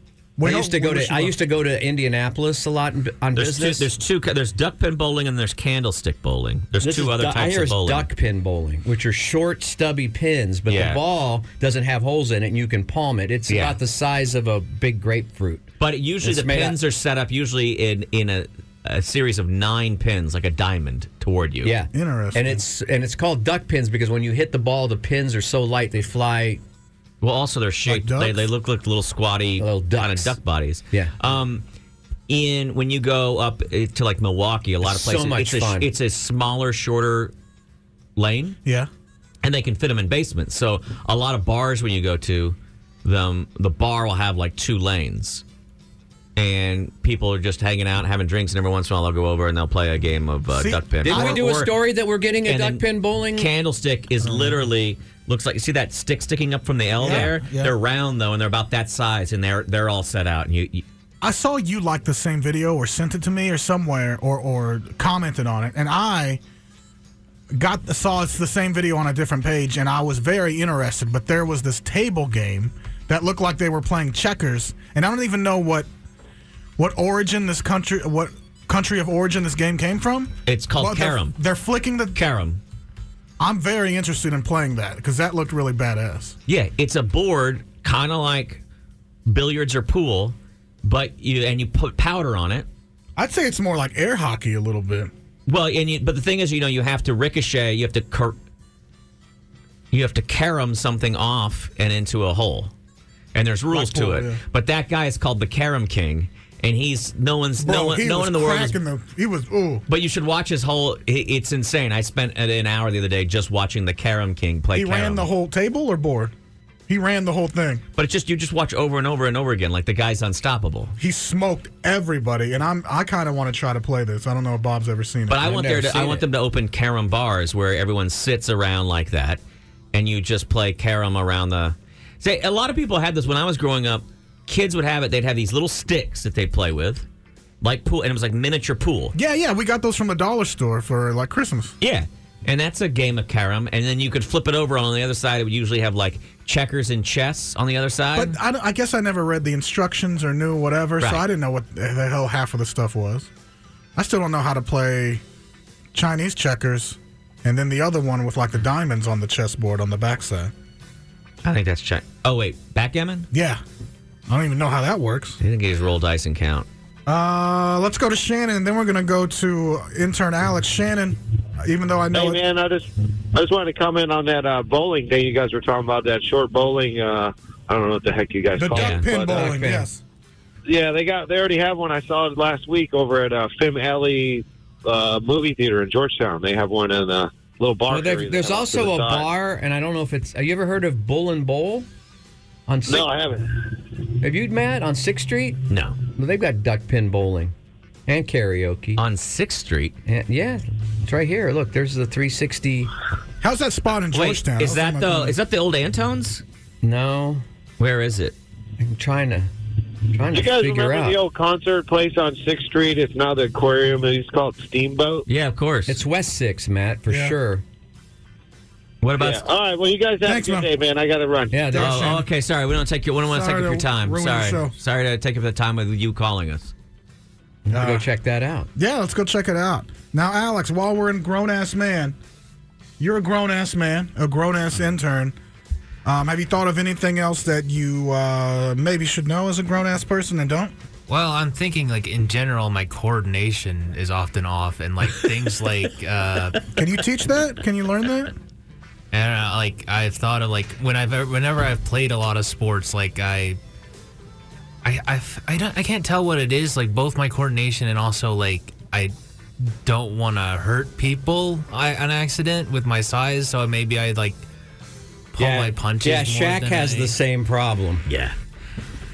[SPEAKER 1] I used to go to I used to go to Indianapolis a lot in, on
[SPEAKER 3] There's two,
[SPEAKER 1] business.
[SPEAKER 3] there's two. There's duck pin bowling and there's candlestick bowling. There's
[SPEAKER 1] This
[SPEAKER 3] two
[SPEAKER 1] is
[SPEAKER 3] other
[SPEAKER 1] du-
[SPEAKER 3] types
[SPEAKER 1] I hear
[SPEAKER 3] of
[SPEAKER 1] it's
[SPEAKER 3] bowling.
[SPEAKER 1] duck pin bowling, which are short, stubby pins, but
[SPEAKER 3] Yeah.
[SPEAKER 1] the ball doesn't have holes in it, and you can palm it. It's
[SPEAKER 3] Yeah.
[SPEAKER 1] about the size of a big grapefruit.
[SPEAKER 3] But usually
[SPEAKER 1] It's
[SPEAKER 3] the
[SPEAKER 1] made
[SPEAKER 3] pins are set up usually in in a, a series of nine pins, like a diamond toward you.
[SPEAKER 1] Yeah,
[SPEAKER 2] interesting.
[SPEAKER 1] And it's and it's called duck pins because when you hit the ball, the pins are so light they fly.
[SPEAKER 3] Well, also they're shaped. they, they look like little squatty, little kind of duck bodies.
[SPEAKER 1] Yeah.
[SPEAKER 3] Um, in when you go up eh, to like Milwaukee, a lot of
[SPEAKER 1] So
[SPEAKER 3] places.
[SPEAKER 1] much
[SPEAKER 3] it's, a,
[SPEAKER 1] fun.
[SPEAKER 3] it's a smaller, shorter lane.
[SPEAKER 2] Yeah.
[SPEAKER 3] And they can fit them in basements. So a lot of bars when you go to them, the bar will have like two lanes. And people are just hanging out, having drinks, and every once in a while they'll go over and they'll play a game of uh,
[SPEAKER 1] See,
[SPEAKER 3] duck pin.
[SPEAKER 1] Didn't we
[SPEAKER 3] Or-
[SPEAKER 1] do a
[SPEAKER 3] or-
[SPEAKER 1] story that we're getting a
[SPEAKER 3] and
[SPEAKER 1] duck
[SPEAKER 3] then
[SPEAKER 1] pin bowling?
[SPEAKER 3] Candlestick is literally looks like you see that stick sticking up from the L
[SPEAKER 1] Uh-huh. Yeah,
[SPEAKER 3] there.
[SPEAKER 1] yeah.
[SPEAKER 3] They're round though, and they're about that size, and they're they're all set out. And you, you
[SPEAKER 2] I saw you like the same video or sent it to me or somewhere or or commented on it, and I got saw it's the same video on a different page, and I was very interested. But there was this table game that looked like they were playing checkers, and I don't even know what what origin this country what country of origin this game came from.
[SPEAKER 3] it's called
[SPEAKER 2] Well, they're-
[SPEAKER 3] carom.
[SPEAKER 2] They're, flicking the
[SPEAKER 3] carom.
[SPEAKER 2] I'm very interested in playing that because that looked really badass.
[SPEAKER 3] Yeah, it's a board kind of like billiards or pool, but you and you put powder on it.
[SPEAKER 2] I'd say it's more like air hockey a little bit.
[SPEAKER 3] Well, and you, but the thing is, you know, you have to ricochet. You have to cur- you have to carom something off and into a hole, and there's rules
[SPEAKER 2] pool,
[SPEAKER 3] to it.
[SPEAKER 2] yeah.
[SPEAKER 3] But that guy is called the carom king, and he's no one's
[SPEAKER 2] Bro,
[SPEAKER 3] no one
[SPEAKER 2] he
[SPEAKER 3] no
[SPEAKER 2] was
[SPEAKER 3] one in the world is
[SPEAKER 2] cracking the he was ooh.
[SPEAKER 3] But you should watch his whole. i- It's insane. I spent an- an hour the other day just watching the Carom King play.
[SPEAKER 2] he ran
[SPEAKER 3] carom.
[SPEAKER 2] the whole table or board? He ran the whole thing.
[SPEAKER 3] But it's just you just watch over and over and over again. Like the guy's unstoppable.
[SPEAKER 2] He smoked everybody, and I'm I kind of want to try to play this. I don't know if Bob's ever seen it.
[SPEAKER 3] But I want there. To, I want them to open Carom bars where everyone sits around like that, and you just play Carom around the. Say a lot of people had this when I was growing up. Kids would have it. They'd have these little sticks that they play with, like pool, and it was like miniature pool.
[SPEAKER 2] Yeah, yeah, we got those from the dollar store for like Christmas.
[SPEAKER 3] Yeah. And that's a game of carom. And then you could flip it over on the other side. It would usually have like checkers and chess on the other side.
[SPEAKER 2] But I, don't- I guess I never read the instructions or knew whatever,
[SPEAKER 3] Right.
[SPEAKER 2] so I didn't know what the hell half of the stuff was. I still don't know how to play Chinese checkers, and then the other one with like the diamonds on the chessboard on the backside.
[SPEAKER 3] I think that's check. Oh wait, backgammon?
[SPEAKER 2] Yeah, I don't even know how that works.
[SPEAKER 3] I think you just roll dice and count.
[SPEAKER 2] Uh, let's go to Shannon, and then we're gonna go to intern Alex Shannon. Even though I know
[SPEAKER 14] Hey
[SPEAKER 2] it,
[SPEAKER 14] man, I just I just wanted to comment on that uh, bowling thing you guys were talking about. That short bowling. Uh, I don't know what the heck you guys
[SPEAKER 2] the
[SPEAKER 14] call
[SPEAKER 2] duck
[SPEAKER 14] it.
[SPEAKER 2] pin
[SPEAKER 14] but, uh,
[SPEAKER 2] bowling, yes.
[SPEAKER 14] Yeah, they got they already have one. I saw it last week over at uh, Fim Alley uh, movie theater in Georgetown. They have one in a little bar.
[SPEAKER 1] Well, there-
[SPEAKER 14] area
[SPEAKER 1] there's
[SPEAKER 14] that was to the
[SPEAKER 1] also a
[SPEAKER 14] side.
[SPEAKER 1] bar, and I don't know if it's. Have you ever heard of Bull and Bowl? On Sixth-
[SPEAKER 14] No, I haven't.
[SPEAKER 1] Have you, Matt, on Sixth Street?
[SPEAKER 3] No.
[SPEAKER 1] Well, they've got duck pin bowling and karaoke
[SPEAKER 3] on Sixth Street.
[SPEAKER 1] yeah, it's right here. Look, there's the 360.
[SPEAKER 2] How's that spot in
[SPEAKER 1] Georgetown?
[SPEAKER 3] Wait, is
[SPEAKER 14] Oh
[SPEAKER 3] that the is that the old Antones?
[SPEAKER 1] No.
[SPEAKER 3] Where is it?
[SPEAKER 1] I'm trying to trying
[SPEAKER 14] Do
[SPEAKER 1] to
[SPEAKER 14] you guys
[SPEAKER 1] figure
[SPEAKER 14] remember
[SPEAKER 1] out.
[SPEAKER 14] the old concert place on Sixth Street? It's now the aquarium. and It's called Steamboat.
[SPEAKER 3] yeah, of course.
[SPEAKER 1] It's West Six, Matt, for
[SPEAKER 14] Yeah.
[SPEAKER 1] sure.
[SPEAKER 3] What
[SPEAKER 14] Yeah. All right. Well, you guys have a good day, man. I got to run.
[SPEAKER 1] Yeah.
[SPEAKER 3] Oh, oh, okay. Sorry, we don't take your. We don't want to
[SPEAKER 14] Sorry
[SPEAKER 3] take up your
[SPEAKER 14] to
[SPEAKER 3] time.
[SPEAKER 14] ruin the
[SPEAKER 3] Sorry,
[SPEAKER 14] show.
[SPEAKER 3] sorry to take up the time with you calling us.
[SPEAKER 1] Gotta
[SPEAKER 14] Ah.
[SPEAKER 1] go check that out.
[SPEAKER 2] Yeah, let's go check it out. Now, Alex, while we're in grown ass man, you're a grown ass man, a grown ass intern. Um, have you thought of anything else that you uh, maybe should know as a grown ass person and don't?
[SPEAKER 11] Well, I'm thinking like in general, my coordination is often off, and like things like uh,
[SPEAKER 2] Can you teach that? Can you learn that?
[SPEAKER 11] I don't know, uh, like I've thought of like when I've ever- whenever I've played a lot of sports, like I, I, I, I don't, I can't tell what it is. Like both my coordination and also like I don't want to hurt people. I an accident with my size, so maybe I like pull my punches.
[SPEAKER 1] Yeah,
[SPEAKER 11] more
[SPEAKER 1] Shaq
[SPEAKER 11] than
[SPEAKER 1] has
[SPEAKER 11] I-
[SPEAKER 1] the same problem.
[SPEAKER 3] Yeah.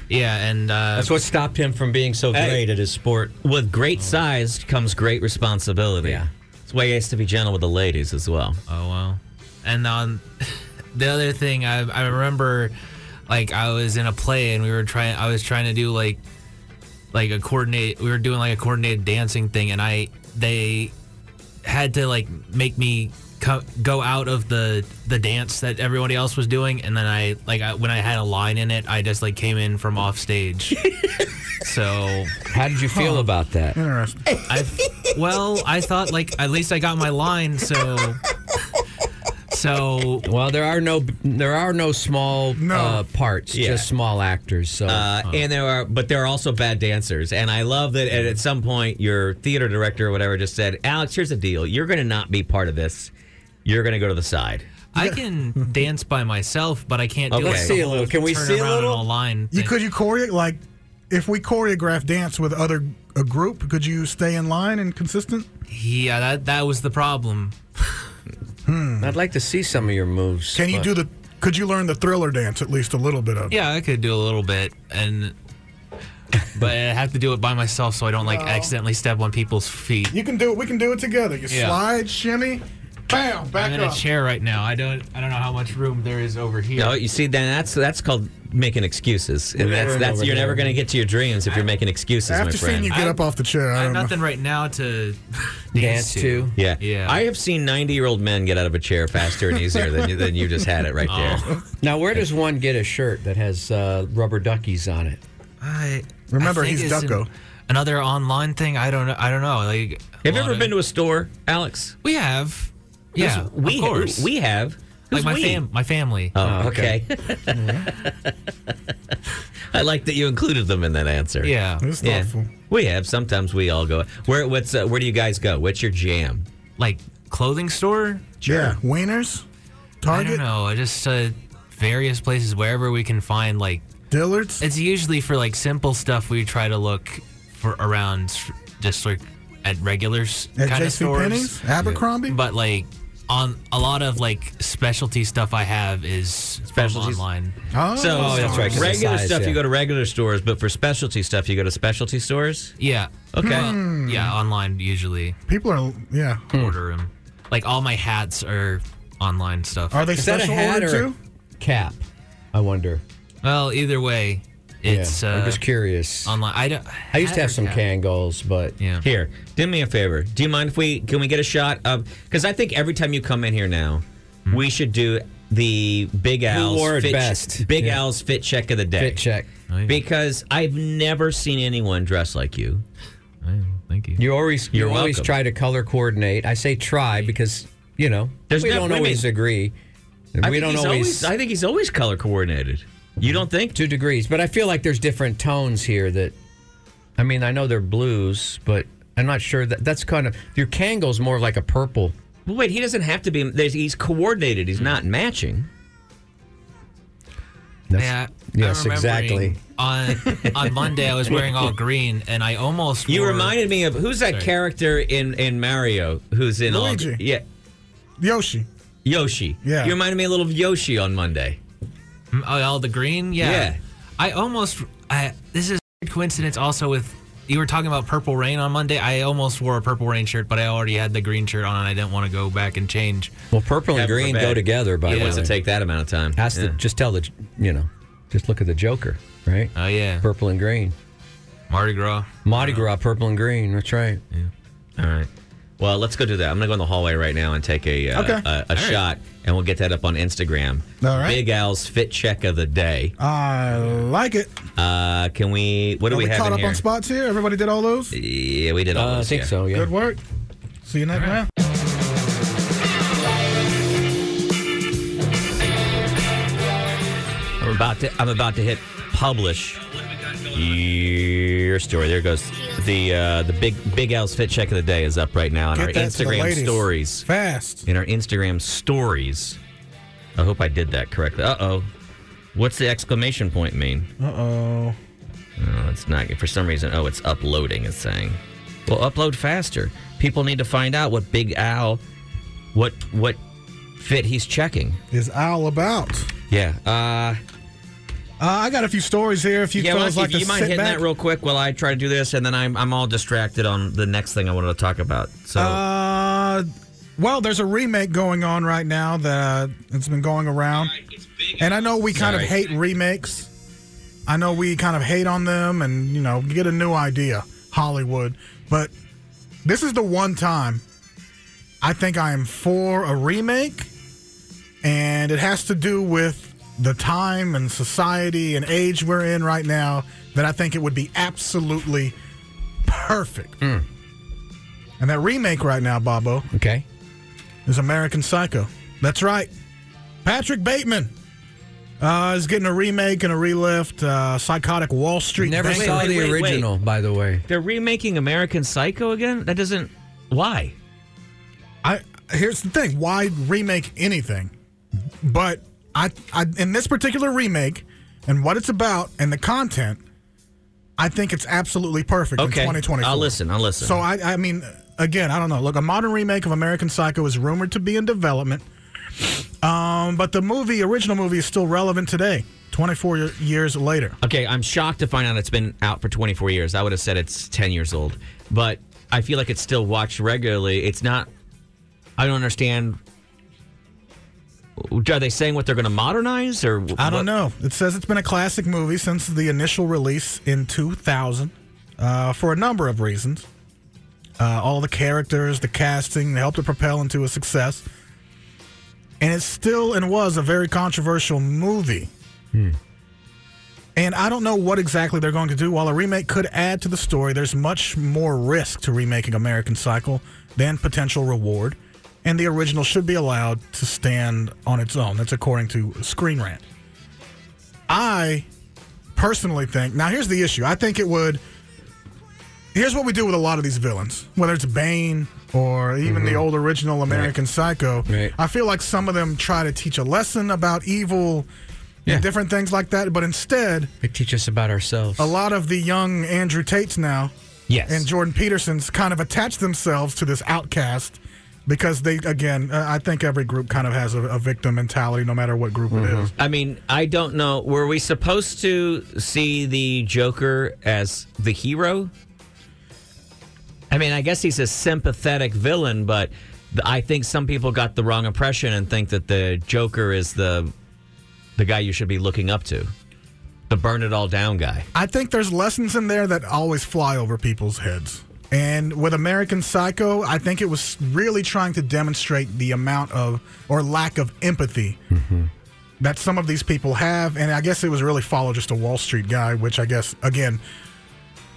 [SPEAKER 11] Yeah, and uh,
[SPEAKER 1] that's what stopped him from being so
[SPEAKER 3] Hey.
[SPEAKER 1] great at his sport. Oh.
[SPEAKER 3] With great size comes great responsibility. Yeah, that's why you has to be gentle with the ladies as well.
[SPEAKER 11] Oh wow. And on the other thing, I, I remember, like I was in a play and we were trying. I was trying to do like, like a coordinate. We were doing like a coordinated dancing thing, and I they had to like make me co- go out of the the dance that everybody else was doing, and then I like I, when I had a line in it, I just like came in from off stage. so
[SPEAKER 1] how did you feel about that?
[SPEAKER 2] Interesting.
[SPEAKER 11] I well, I thought like at least I got my line, so so
[SPEAKER 1] well, there are no there are no small uh, parts, just small actors. So
[SPEAKER 3] Uh, And there are, but there are also bad dancers. And I love that. At, at some point, your theater director or whatever just said, "Alex, here's the deal. You're going to not be part of this. You're going to go to the side."
[SPEAKER 11] I can dance by myself, but I can't do
[SPEAKER 3] Okay.
[SPEAKER 11] it.
[SPEAKER 3] Let's see a little. Can we see a little?
[SPEAKER 11] line?
[SPEAKER 2] You could you choreo like if we choreograph dance with other a group, could you stay in line and consistent?
[SPEAKER 11] Yeah, that that was the problem.
[SPEAKER 1] I'd like to see some of your moves.
[SPEAKER 2] Can you do the? Could you learn the thriller dance at least a little bit of? it?
[SPEAKER 11] Yeah, I could do a little bit, and but I have to do it by myself so I don't like
[SPEAKER 2] No.
[SPEAKER 11] accidentally step on people's feet.
[SPEAKER 2] You can do it. We can do it together. You
[SPEAKER 11] Yeah.
[SPEAKER 2] slide, shimmy, bam, back
[SPEAKER 11] I'm in
[SPEAKER 2] up.
[SPEAKER 11] a chair right now. I don't I don't know how much room there is over here.
[SPEAKER 3] No, Oh, you see, then that's that's called making excuses. And that's that's you're never going to get to your dreams if you're making excuses, my
[SPEAKER 2] After seeing
[SPEAKER 3] friend.
[SPEAKER 2] you get up off the chair, I
[SPEAKER 11] I have
[SPEAKER 2] don't know.
[SPEAKER 11] nothing right now to
[SPEAKER 3] Dance
[SPEAKER 11] dance to.
[SPEAKER 3] Yeah. yeah. I have seen 90 year old men get out of a chair faster and easier than you, than you just had it right there.
[SPEAKER 1] Now, where does one get a shirt that has uh, rubber duckies on it?
[SPEAKER 11] I
[SPEAKER 1] Remember,
[SPEAKER 11] I think
[SPEAKER 1] he's
[SPEAKER 11] it's
[SPEAKER 1] Ducko.
[SPEAKER 11] an- another online thing. I don't know. I don't know. Like,
[SPEAKER 3] have you ever been to a store, Alex?
[SPEAKER 11] We have. Yeah,
[SPEAKER 3] Yes, we-
[SPEAKER 11] of course.
[SPEAKER 3] we have.
[SPEAKER 11] Like
[SPEAKER 3] Who's
[SPEAKER 11] my
[SPEAKER 3] we?
[SPEAKER 11] fam, my family.
[SPEAKER 3] Oh, okay. I like that you included them in that answer.
[SPEAKER 11] Yeah. It's
[SPEAKER 3] Yeah.
[SPEAKER 11] thoughtful.
[SPEAKER 3] We have. Sometimes we all go. Where what's uh, where do you guys go? What's your jam?
[SPEAKER 11] Like clothing store?
[SPEAKER 2] Yeah, Wieners,
[SPEAKER 11] I
[SPEAKER 2] Target.
[SPEAKER 11] don't know. Just uh, various places wherever we can find like
[SPEAKER 2] Dillard's.
[SPEAKER 11] It's usually for like simple stuff. We try to look for around just like at regular
[SPEAKER 2] At
[SPEAKER 11] kind of
[SPEAKER 2] JC
[SPEAKER 11] stores.
[SPEAKER 2] Penney's? Abercrombie?
[SPEAKER 11] But like on a lot of like specialty stuff I have is from online.
[SPEAKER 2] Oh,
[SPEAKER 3] so
[SPEAKER 11] oh,
[SPEAKER 3] that's right. 'cause
[SPEAKER 11] Regular
[SPEAKER 3] Regular
[SPEAKER 11] stuff
[SPEAKER 3] stuff you go to regular stores, but for specialty stuff you go to specialty stores.
[SPEAKER 11] Yeah.
[SPEAKER 3] Okay.
[SPEAKER 11] Well, yeah, online usually
[SPEAKER 2] People are yeah.
[SPEAKER 11] Hmm. order them. Like all my hats are online stuff.
[SPEAKER 2] Are they Is that a special hat order or a too?
[SPEAKER 1] Cap. I wonder.
[SPEAKER 11] Well, either way, it's.
[SPEAKER 1] Yeah,
[SPEAKER 11] Uh,
[SPEAKER 1] I'm just curious.
[SPEAKER 11] Online, I don't.
[SPEAKER 1] I used to have some
[SPEAKER 11] can.
[SPEAKER 1] Kangals, but
[SPEAKER 11] yeah.
[SPEAKER 3] Here, do me a favor. Do you mind if we can we get a shot of? Because I think every time you come in here now, we should do the Big Al's
[SPEAKER 1] wore it
[SPEAKER 3] fit,
[SPEAKER 1] best?
[SPEAKER 3] Big
[SPEAKER 1] Yeah.
[SPEAKER 3] Al's fit check of the day.
[SPEAKER 1] Fit check. Oh, yeah.
[SPEAKER 3] Because I've never seen anyone dress like you.
[SPEAKER 11] Thank you.
[SPEAKER 1] You always you
[SPEAKER 3] You're
[SPEAKER 1] always
[SPEAKER 3] welcome.
[SPEAKER 1] try to color coordinate. I say try because you know
[SPEAKER 3] There's
[SPEAKER 1] we
[SPEAKER 3] no-
[SPEAKER 1] don't
[SPEAKER 3] wait a
[SPEAKER 1] always
[SPEAKER 3] minute.
[SPEAKER 1] agree.
[SPEAKER 3] I
[SPEAKER 1] we
[SPEAKER 3] think
[SPEAKER 1] don't
[SPEAKER 3] he's
[SPEAKER 1] always,
[SPEAKER 3] I think he's always color coordinated. You don't think
[SPEAKER 1] to degrees, but I feel like there's different tones here. That I mean, I know they're blues, but I'm not sure that that's kind of your Kangol's more of like a purple.
[SPEAKER 3] Well, wait, he doesn't have to be. there's- He's coordinated. He's not matching.
[SPEAKER 11] yeah.
[SPEAKER 1] yes,
[SPEAKER 11] I'm remembering
[SPEAKER 1] exactly.
[SPEAKER 11] On on Monday, I was wearing all green, and I almost
[SPEAKER 3] You
[SPEAKER 11] wore-
[SPEAKER 3] reminded me of who's that
[SPEAKER 11] Sorry.
[SPEAKER 3] character in in Mario who's in all
[SPEAKER 11] Luigi.
[SPEAKER 3] yeah
[SPEAKER 2] Yoshi.
[SPEAKER 3] Yoshi.
[SPEAKER 11] Yeah.
[SPEAKER 3] You reminded me a little of Yoshi on Monday.
[SPEAKER 11] Mm, oh, all the green. Yeah.
[SPEAKER 3] Yeah.
[SPEAKER 11] I almost. I this is a weird coincidence. Also, with you were talking about Purple Rain on Monday, I almost wore a Purple Rain shirt, but I already had the green shirt on, and I didn't want to go back and change.
[SPEAKER 1] Well, purple and
[SPEAKER 11] Heaven
[SPEAKER 1] green
[SPEAKER 11] forbid.
[SPEAKER 1] go together. By
[SPEAKER 11] Yeah.
[SPEAKER 1] the way,
[SPEAKER 11] What's it
[SPEAKER 3] take that amount of time?
[SPEAKER 1] Has to
[SPEAKER 11] Yeah.
[SPEAKER 1] just tell the you know, just look at the Joker, right?
[SPEAKER 11] Oh yeah,
[SPEAKER 1] purple and green.
[SPEAKER 11] Mardi Gras.
[SPEAKER 1] Mardi Gras, purple and green. That's right.
[SPEAKER 3] All right. Well, let's go do that. I'm going to go in the hallway right now and take a uh,
[SPEAKER 1] Okay.
[SPEAKER 3] a,
[SPEAKER 1] All
[SPEAKER 3] a
[SPEAKER 1] right.
[SPEAKER 3] shot, and we'll get that up on Instagram.
[SPEAKER 2] All right.
[SPEAKER 3] Big Al's fit check of the day.
[SPEAKER 2] I like it.
[SPEAKER 3] Uh, can we? What do
[SPEAKER 2] Are
[SPEAKER 3] we,
[SPEAKER 2] we,
[SPEAKER 3] have
[SPEAKER 2] caught
[SPEAKER 3] in
[SPEAKER 2] up
[SPEAKER 3] here?
[SPEAKER 2] on spots here? Everybody did all those?
[SPEAKER 3] yeah, we did all.
[SPEAKER 1] Uh, I
[SPEAKER 3] those,
[SPEAKER 1] think
[SPEAKER 3] yeah.
[SPEAKER 1] so, yeah.
[SPEAKER 2] Good work. See you next round.
[SPEAKER 3] I'm about to. I'm about to hit publish. Your story. There goes the uh, the big Big Al's fit check of the day is up right now on
[SPEAKER 2] Get
[SPEAKER 3] our
[SPEAKER 2] that to the
[SPEAKER 3] Instagram
[SPEAKER 2] ladies.
[SPEAKER 3] stories.
[SPEAKER 2] Fast.
[SPEAKER 3] In our Instagram stories. I hope I did that correctly. Uh oh. What's the exclamation point mean?
[SPEAKER 2] Uh oh.
[SPEAKER 3] No, it's not. For some reason, oh, it's uploading. It's saying, "Well, upload faster." People need to find out what Big Al, what what fit he's checking.
[SPEAKER 2] Is all about.
[SPEAKER 3] Yeah. Uh,
[SPEAKER 2] Uh, I got a few stories here. If you
[SPEAKER 3] yeah. why
[SPEAKER 2] fellas
[SPEAKER 3] don't you-
[SPEAKER 2] like
[SPEAKER 3] you
[SPEAKER 2] to
[SPEAKER 3] mind
[SPEAKER 2] sit
[SPEAKER 3] hitting
[SPEAKER 2] back.
[SPEAKER 3] that real quick while I try to do this, and then I'm I'm all distracted on the next thing I wanted to talk about. So
[SPEAKER 2] Uh, well, there's a remake going on right now that uh, it's been going around, and I know we kind of
[SPEAKER 3] Sorry.
[SPEAKER 2] hate remakes. I know we kind of hate on them, and you know, get a new idea, Hollywood. But this is the one time I think I am for a remake, and it has to do with the time and society and age we're in right now. That I think it would be absolutely perfect.
[SPEAKER 1] Hmm.
[SPEAKER 2] And that remake right now, Bobo.
[SPEAKER 1] Okay.
[SPEAKER 2] Is American Psycho. That's right. Patrick Bateman uh, is getting a remake and a relift. Uh, Psychotic Wall Street.
[SPEAKER 1] Never
[SPEAKER 2] Banker.
[SPEAKER 1] saw the original, by the way.
[SPEAKER 3] they're remaking American Psycho again. That doesn't. Why?
[SPEAKER 2] I here's the thing. Why remake anything? But I, I in this particular remake and what it's about and the content, I think it's absolutely perfect
[SPEAKER 3] Okay.
[SPEAKER 2] in 2024.
[SPEAKER 3] I'll listen, I'll listen.
[SPEAKER 2] So I, I mean, again, I don't know. Look, a modern remake of American Psycho is rumored to be in development, um, but the movie, original movie, is still relevant today, 24 y- years later.
[SPEAKER 3] Okay, I'm shocked to find out it's been out for 24 years. I would have said it's 10 years old, but I feel like it's still watched regularly. It's not. I don't understand. Are they saying what they're going to modernize or?
[SPEAKER 2] I don't know. It says it's been a classic movie since the initial release in 2000 uh, for a number of reasons. Uh, all the characters, the casting, they helped it propel into a success. And it's still and was a very controversial movie.
[SPEAKER 4] Hmm,
[SPEAKER 2] And I don't know what exactly they're going to do. While a remake could add to the story, there's much more risk to remaking American Cycle than potential reward. And the original should be allowed to stand on its own. That's according to Screen Rant. I personally think, now here's the issue. I think it would. Here's what we do with a lot of these villains, whether it's Bane or even the old original American Psycho.
[SPEAKER 1] Right.
[SPEAKER 2] I feel like some of them try to teach a lesson about evil and different things like that, but instead,
[SPEAKER 1] They teach us about ourselves.
[SPEAKER 2] a lot of the young Andrew Tates now
[SPEAKER 1] Yes.
[SPEAKER 2] and Jordan Peterson's kind of attach themselves to this outcast because they, again, uh, I think every group kind of has a, a victim mentality, no matter what group it is.
[SPEAKER 3] I mean, I don't know. Were we supposed to see the Joker as the hero? I mean, I guess he's a sympathetic villain, but th- I think some people got the wrong impression and think that the Joker is the the guy you should be looking up to, the burn it all down guy.
[SPEAKER 2] I think there's lessons in there that always fly over people's heads. And with American Psycho, I think it was really trying to demonstrate the amount of or lack of empathy
[SPEAKER 4] hmm,
[SPEAKER 2] that some of these people have. And I guess it was really follow just a Wall Street guy, which I guess, again,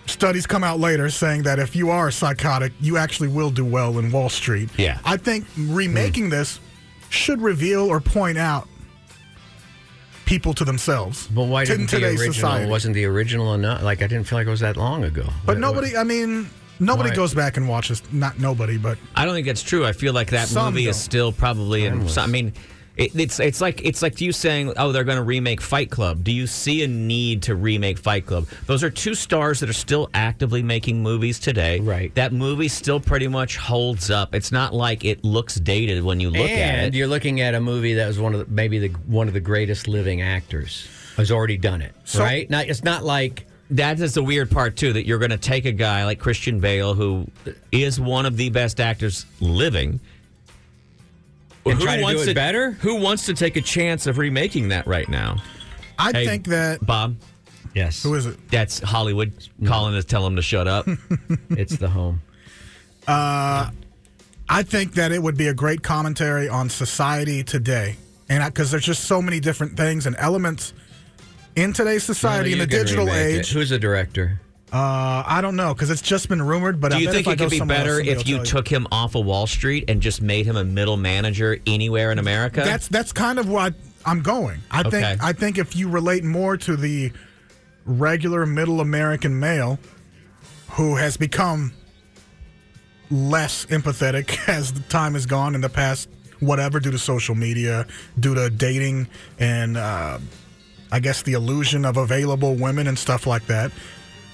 [SPEAKER 2] studies come out later saying that if you are psychotic, you actually will do well in Wall Street.
[SPEAKER 3] Yeah.
[SPEAKER 2] I think
[SPEAKER 1] Hmm.
[SPEAKER 2] remaking this should reveal or point out people to themselves.
[SPEAKER 1] But why
[SPEAKER 2] to- in
[SPEAKER 1] didn't the
[SPEAKER 2] today's
[SPEAKER 1] original?
[SPEAKER 2] society.
[SPEAKER 1] Wasn't the original enough? Like I didn't feel like it was that long ago.
[SPEAKER 2] But nobody, I mean, nobody
[SPEAKER 1] Why?
[SPEAKER 2] goes back and watches. Not nobody, but
[SPEAKER 3] I don't think that's true. I feel like that
[SPEAKER 2] Some
[SPEAKER 3] movie is
[SPEAKER 2] don't.
[SPEAKER 3] still probably in.
[SPEAKER 2] Timeless.
[SPEAKER 3] Some, I mean, it, it's it's like it's like you saying, oh, they're going to remake Fight Club. Do you see a need to remake Fight Club? Those are two stars that are still actively making movies today. Right. That movie still pretty much holds up. It's not like it looks dated when you look at
[SPEAKER 1] and
[SPEAKER 3] it.
[SPEAKER 1] you're looking at a movie that was one of the, maybe the one of the greatest living actors has already done it. right? Not, it's not like
[SPEAKER 3] that is the weird part too that you're going to take a guy like Christian Bale who is one of the best actors living
[SPEAKER 1] And try to do it better?
[SPEAKER 3] Who wants to take a chance of remaking that right now?
[SPEAKER 2] I
[SPEAKER 3] Hey,
[SPEAKER 2] think that
[SPEAKER 3] Bob. Yes.
[SPEAKER 2] Who is it?
[SPEAKER 3] That's Hollywood calling to tell him to shut up.
[SPEAKER 1] it's the home.
[SPEAKER 2] Uh, I think that it would be a great commentary on society today, and because there's just so many different things and elements in today's society in
[SPEAKER 1] You
[SPEAKER 2] the
[SPEAKER 1] can
[SPEAKER 2] digital
[SPEAKER 1] remake it.
[SPEAKER 2] age.
[SPEAKER 1] Who's the director?
[SPEAKER 2] Uh, I don't know because it's just been rumored. But
[SPEAKER 3] Do
[SPEAKER 2] I
[SPEAKER 3] you
[SPEAKER 2] bet
[SPEAKER 3] think
[SPEAKER 2] if I
[SPEAKER 3] it
[SPEAKER 2] go
[SPEAKER 3] could be
[SPEAKER 2] somewhere else,
[SPEAKER 3] better
[SPEAKER 2] somebody
[SPEAKER 3] if
[SPEAKER 2] will
[SPEAKER 3] you
[SPEAKER 2] tell
[SPEAKER 3] took him off of Wall Street and just made him a middle manager anywhere in America?
[SPEAKER 2] That's that's kind of what I'm going. I
[SPEAKER 3] Okay.
[SPEAKER 2] think I think if you relate more to the regular middle American male who has become less empathetic as the time has gone in the past whatever due to social media, due to dating and uh, I guess the illusion of available women and stuff like that.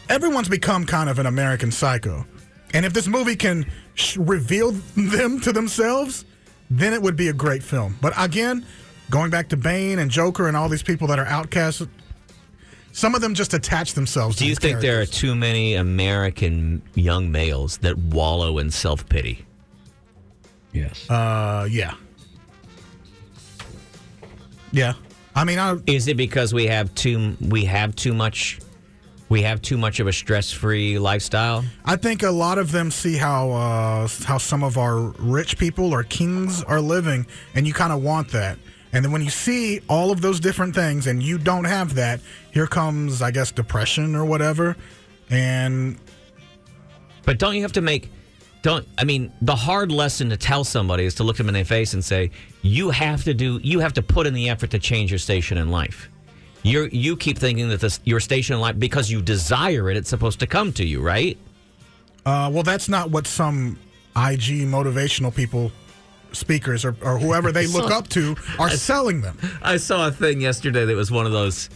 [SPEAKER 2] Everyone's become kind of an American psycho. And if this movie can sh- reveal them to themselves, then it would be a great film. But again, going back to Bane and Joker and all these people that are outcasts, some of them just attach themselves
[SPEAKER 3] Do
[SPEAKER 2] to
[SPEAKER 3] you
[SPEAKER 2] these
[SPEAKER 3] think there are too many American young males that wallow in self pity?
[SPEAKER 1] Yes.
[SPEAKER 2] Uh, yeah. Yeah. I mean, I,
[SPEAKER 3] is it because we have too we have too much we have too much of a stress free lifestyle?
[SPEAKER 2] I think a lot of them see how uh, how some of our rich people or kings are living, and you kind of want that. And then when you see all of those different things, and you don't have that, here comes, I guess, depression or whatever. And
[SPEAKER 3] But don't you have to make don't I mean the hard lesson to tell somebody is to look them in their face and say you have to do you have to put in the effort to change your station in life. You you keep thinking that this your station in life because you desire it it's supposed to come to you, right?
[SPEAKER 2] uh, well, that's not what some IG motivational people, speakers or, or whoever they look up to, are selling them.
[SPEAKER 3] I saw a thing yesterday that was one of those.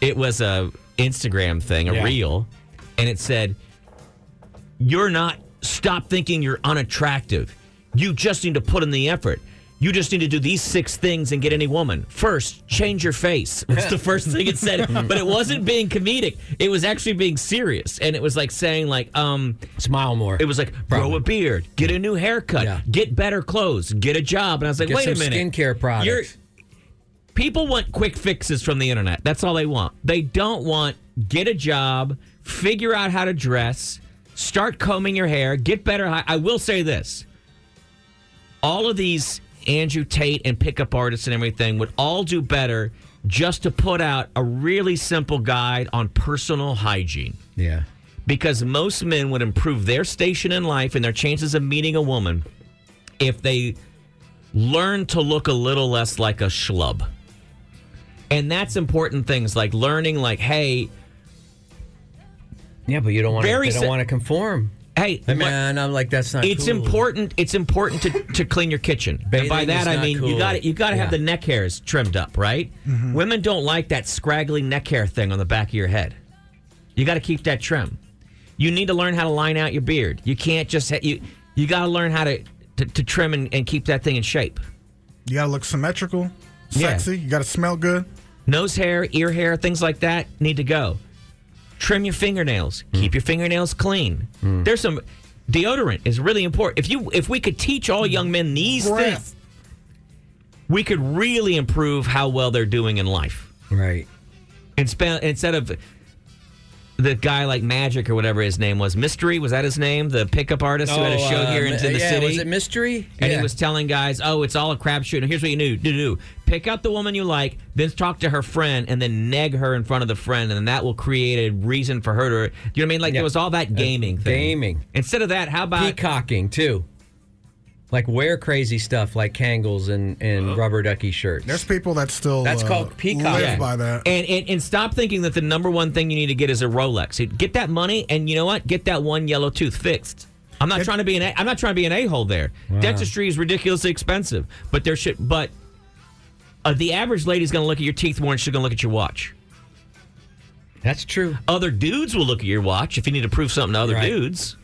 [SPEAKER 3] It was a Instagram thing, a
[SPEAKER 8] Yeah.
[SPEAKER 3] reel, and it said, You're not, stop thinking you're unattractive. You just need to put in the effort. You just need to do these six things and get any woman. First, change your face. It's the first thing it said, but it wasn't being comedic. It was actually being serious, and it was like saying like, um,
[SPEAKER 1] smile more.
[SPEAKER 3] It was like grow a beard, get a new haircut, get better clothes, get a job. And I was like,
[SPEAKER 1] Get
[SPEAKER 3] wait a
[SPEAKER 1] some
[SPEAKER 3] minute,
[SPEAKER 1] skincare products.
[SPEAKER 3] You're, people want quick fixes from the internet. That's all they want. They don't want get a job, figure out how to dress, start combing your hair, get better. hi- I will say this: all of these Andrew Tate and pickup artists and everything would all do better just to put out a really simple guide on personal hygiene
[SPEAKER 1] Yeah.
[SPEAKER 3] because most men would improve their station in life and their chances of meeting a woman if they learn to look a little less like a schlub. And that's important things like learning like hey
[SPEAKER 1] Yeah, but you don't want
[SPEAKER 3] Very
[SPEAKER 1] to
[SPEAKER 3] si-
[SPEAKER 1] want to conform.
[SPEAKER 3] Hey,
[SPEAKER 1] I man, I'm like that's not
[SPEAKER 3] it's
[SPEAKER 1] cool.
[SPEAKER 3] important it's important to, to clean your kitchen. and by
[SPEAKER 1] Bathing is
[SPEAKER 3] that I
[SPEAKER 1] not
[SPEAKER 3] mean
[SPEAKER 1] cool.
[SPEAKER 3] you got you got to have
[SPEAKER 1] Yeah.
[SPEAKER 3] the neck hairs trimmed up, right? Women don't like that scraggly neck hair thing on the back of your head. You got to keep that trim. You need to learn how to line out your beard. You can't just ha- you you got to learn how to to, to trim and, and keep that thing in shape.
[SPEAKER 2] You gotta look symmetrical,
[SPEAKER 3] Yeah.
[SPEAKER 2] sexy. You gotta smell good.
[SPEAKER 3] Nose hair, ear hair, things like that need to go. Trim your fingernails.
[SPEAKER 1] Hmm.
[SPEAKER 3] Keep your fingernails clean. There's some deodorant is really important. If you if we could teach all young men these things, we could really improve how well they're doing in life.
[SPEAKER 1] Right.
[SPEAKER 3] And spa- instead of the guy like Magic or whatever his name was, Mystery was that his name? The pickup artist who had a
[SPEAKER 1] Oh,
[SPEAKER 3] show
[SPEAKER 1] uh,
[SPEAKER 3] here in, in the
[SPEAKER 1] yeah,
[SPEAKER 3] city.
[SPEAKER 1] Was it mystery?
[SPEAKER 3] And
[SPEAKER 1] Yeah.
[SPEAKER 3] he was telling guys, "Oh, it's all a crapshoot. And here's what you do: do do pick out the woman you like, then talk to her friend, and then neg her in front of the friend, and then that will create a reason for her to. You know what I mean? Like there was all that gaming thing.
[SPEAKER 1] Gaming.
[SPEAKER 3] Instead of that, how about
[SPEAKER 1] peacocking too? Like wear crazy stuff like Kangles and and rubber ducky shirts.
[SPEAKER 2] There's people that still
[SPEAKER 1] That's
[SPEAKER 2] uh,
[SPEAKER 1] called peacock.
[SPEAKER 2] Live
[SPEAKER 1] Yeah.
[SPEAKER 2] by that.
[SPEAKER 3] And, and and stop thinking that the number one thing you need to get is a Rolex. Get that money, and you know what? Get that one yellow tooth fixed. I'm not trying to be an a- I'm not trying to be an a hole there.
[SPEAKER 1] Wow.
[SPEAKER 3] Dentistry is ridiculously expensive, but there should but uh, the average lady's going to look at your teeth more, and she's going to look at your watch.
[SPEAKER 1] That's true.
[SPEAKER 3] Other dudes will look at your watch if you need to prove something to other dudes.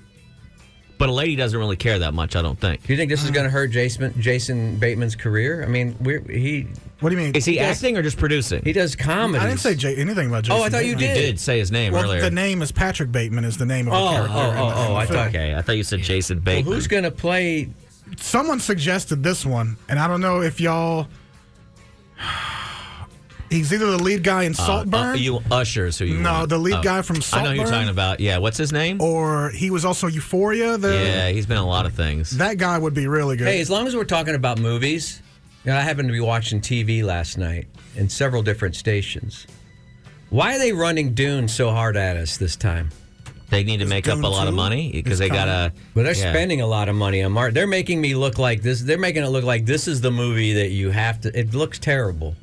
[SPEAKER 3] But a lady doesn't really care that much, I don't think.
[SPEAKER 1] Do you think this is going to hurt Jason Jason Bateman's career? I mean, we're, he.
[SPEAKER 2] What do you mean?
[SPEAKER 3] Is he acting or just producing?
[SPEAKER 1] He does comedy.
[SPEAKER 2] I didn't say J- anything about Jason.
[SPEAKER 1] Oh, I thought you
[SPEAKER 2] Bateman.
[SPEAKER 1] did. You did
[SPEAKER 3] say his name
[SPEAKER 2] well,
[SPEAKER 3] earlier.
[SPEAKER 2] The name is Patrick Bateman. Is the name of the
[SPEAKER 3] Oh,
[SPEAKER 2] character. in
[SPEAKER 3] oh,
[SPEAKER 2] the-
[SPEAKER 3] oh,
[SPEAKER 2] in
[SPEAKER 3] oh,
[SPEAKER 2] the
[SPEAKER 3] I
[SPEAKER 2] film.
[SPEAKER 3] thought okay. I thought you said Jason Bateman.
[SPEAKER 1] who's going to play?
[SPEAKER 2] Someone suggested this one, and I don't know if y'all. He's either the lead guy in
[SPEAKER 3] Uh,
[SPEAKER 2] Saltburn.
[SPEAKER 3] Uh, you ushers who you
[SPEAKER 2] No,
[SPEAKER 3] want. Oh.
[SPEAKER 2] the lead guy from
[SPEAKER 3] I know who you're
[SPEAKER 2] Saltburn.
[SPEAKER 3] talking about. Yeah, what's his name?
[SPEAKER 2] or he was also Euphoria. The,
[SPEAKER 3] yeah, he's been in a lot of things.
[SPEAKER 2] That guy would be really good.
[SPEAKER 1] Hey, as long as we're talking about movies, you know, I happened to be watching TV last night in several different stations. Why are they running Dune so hard at us this time?
[SPEAKER 3] They need to make up a lot of money because they got to.
[SPEAKER 1] But they're spending a lot of money on Martin. They're making me look like this. They're making it look like this is the movie that you have to. It looks terrible,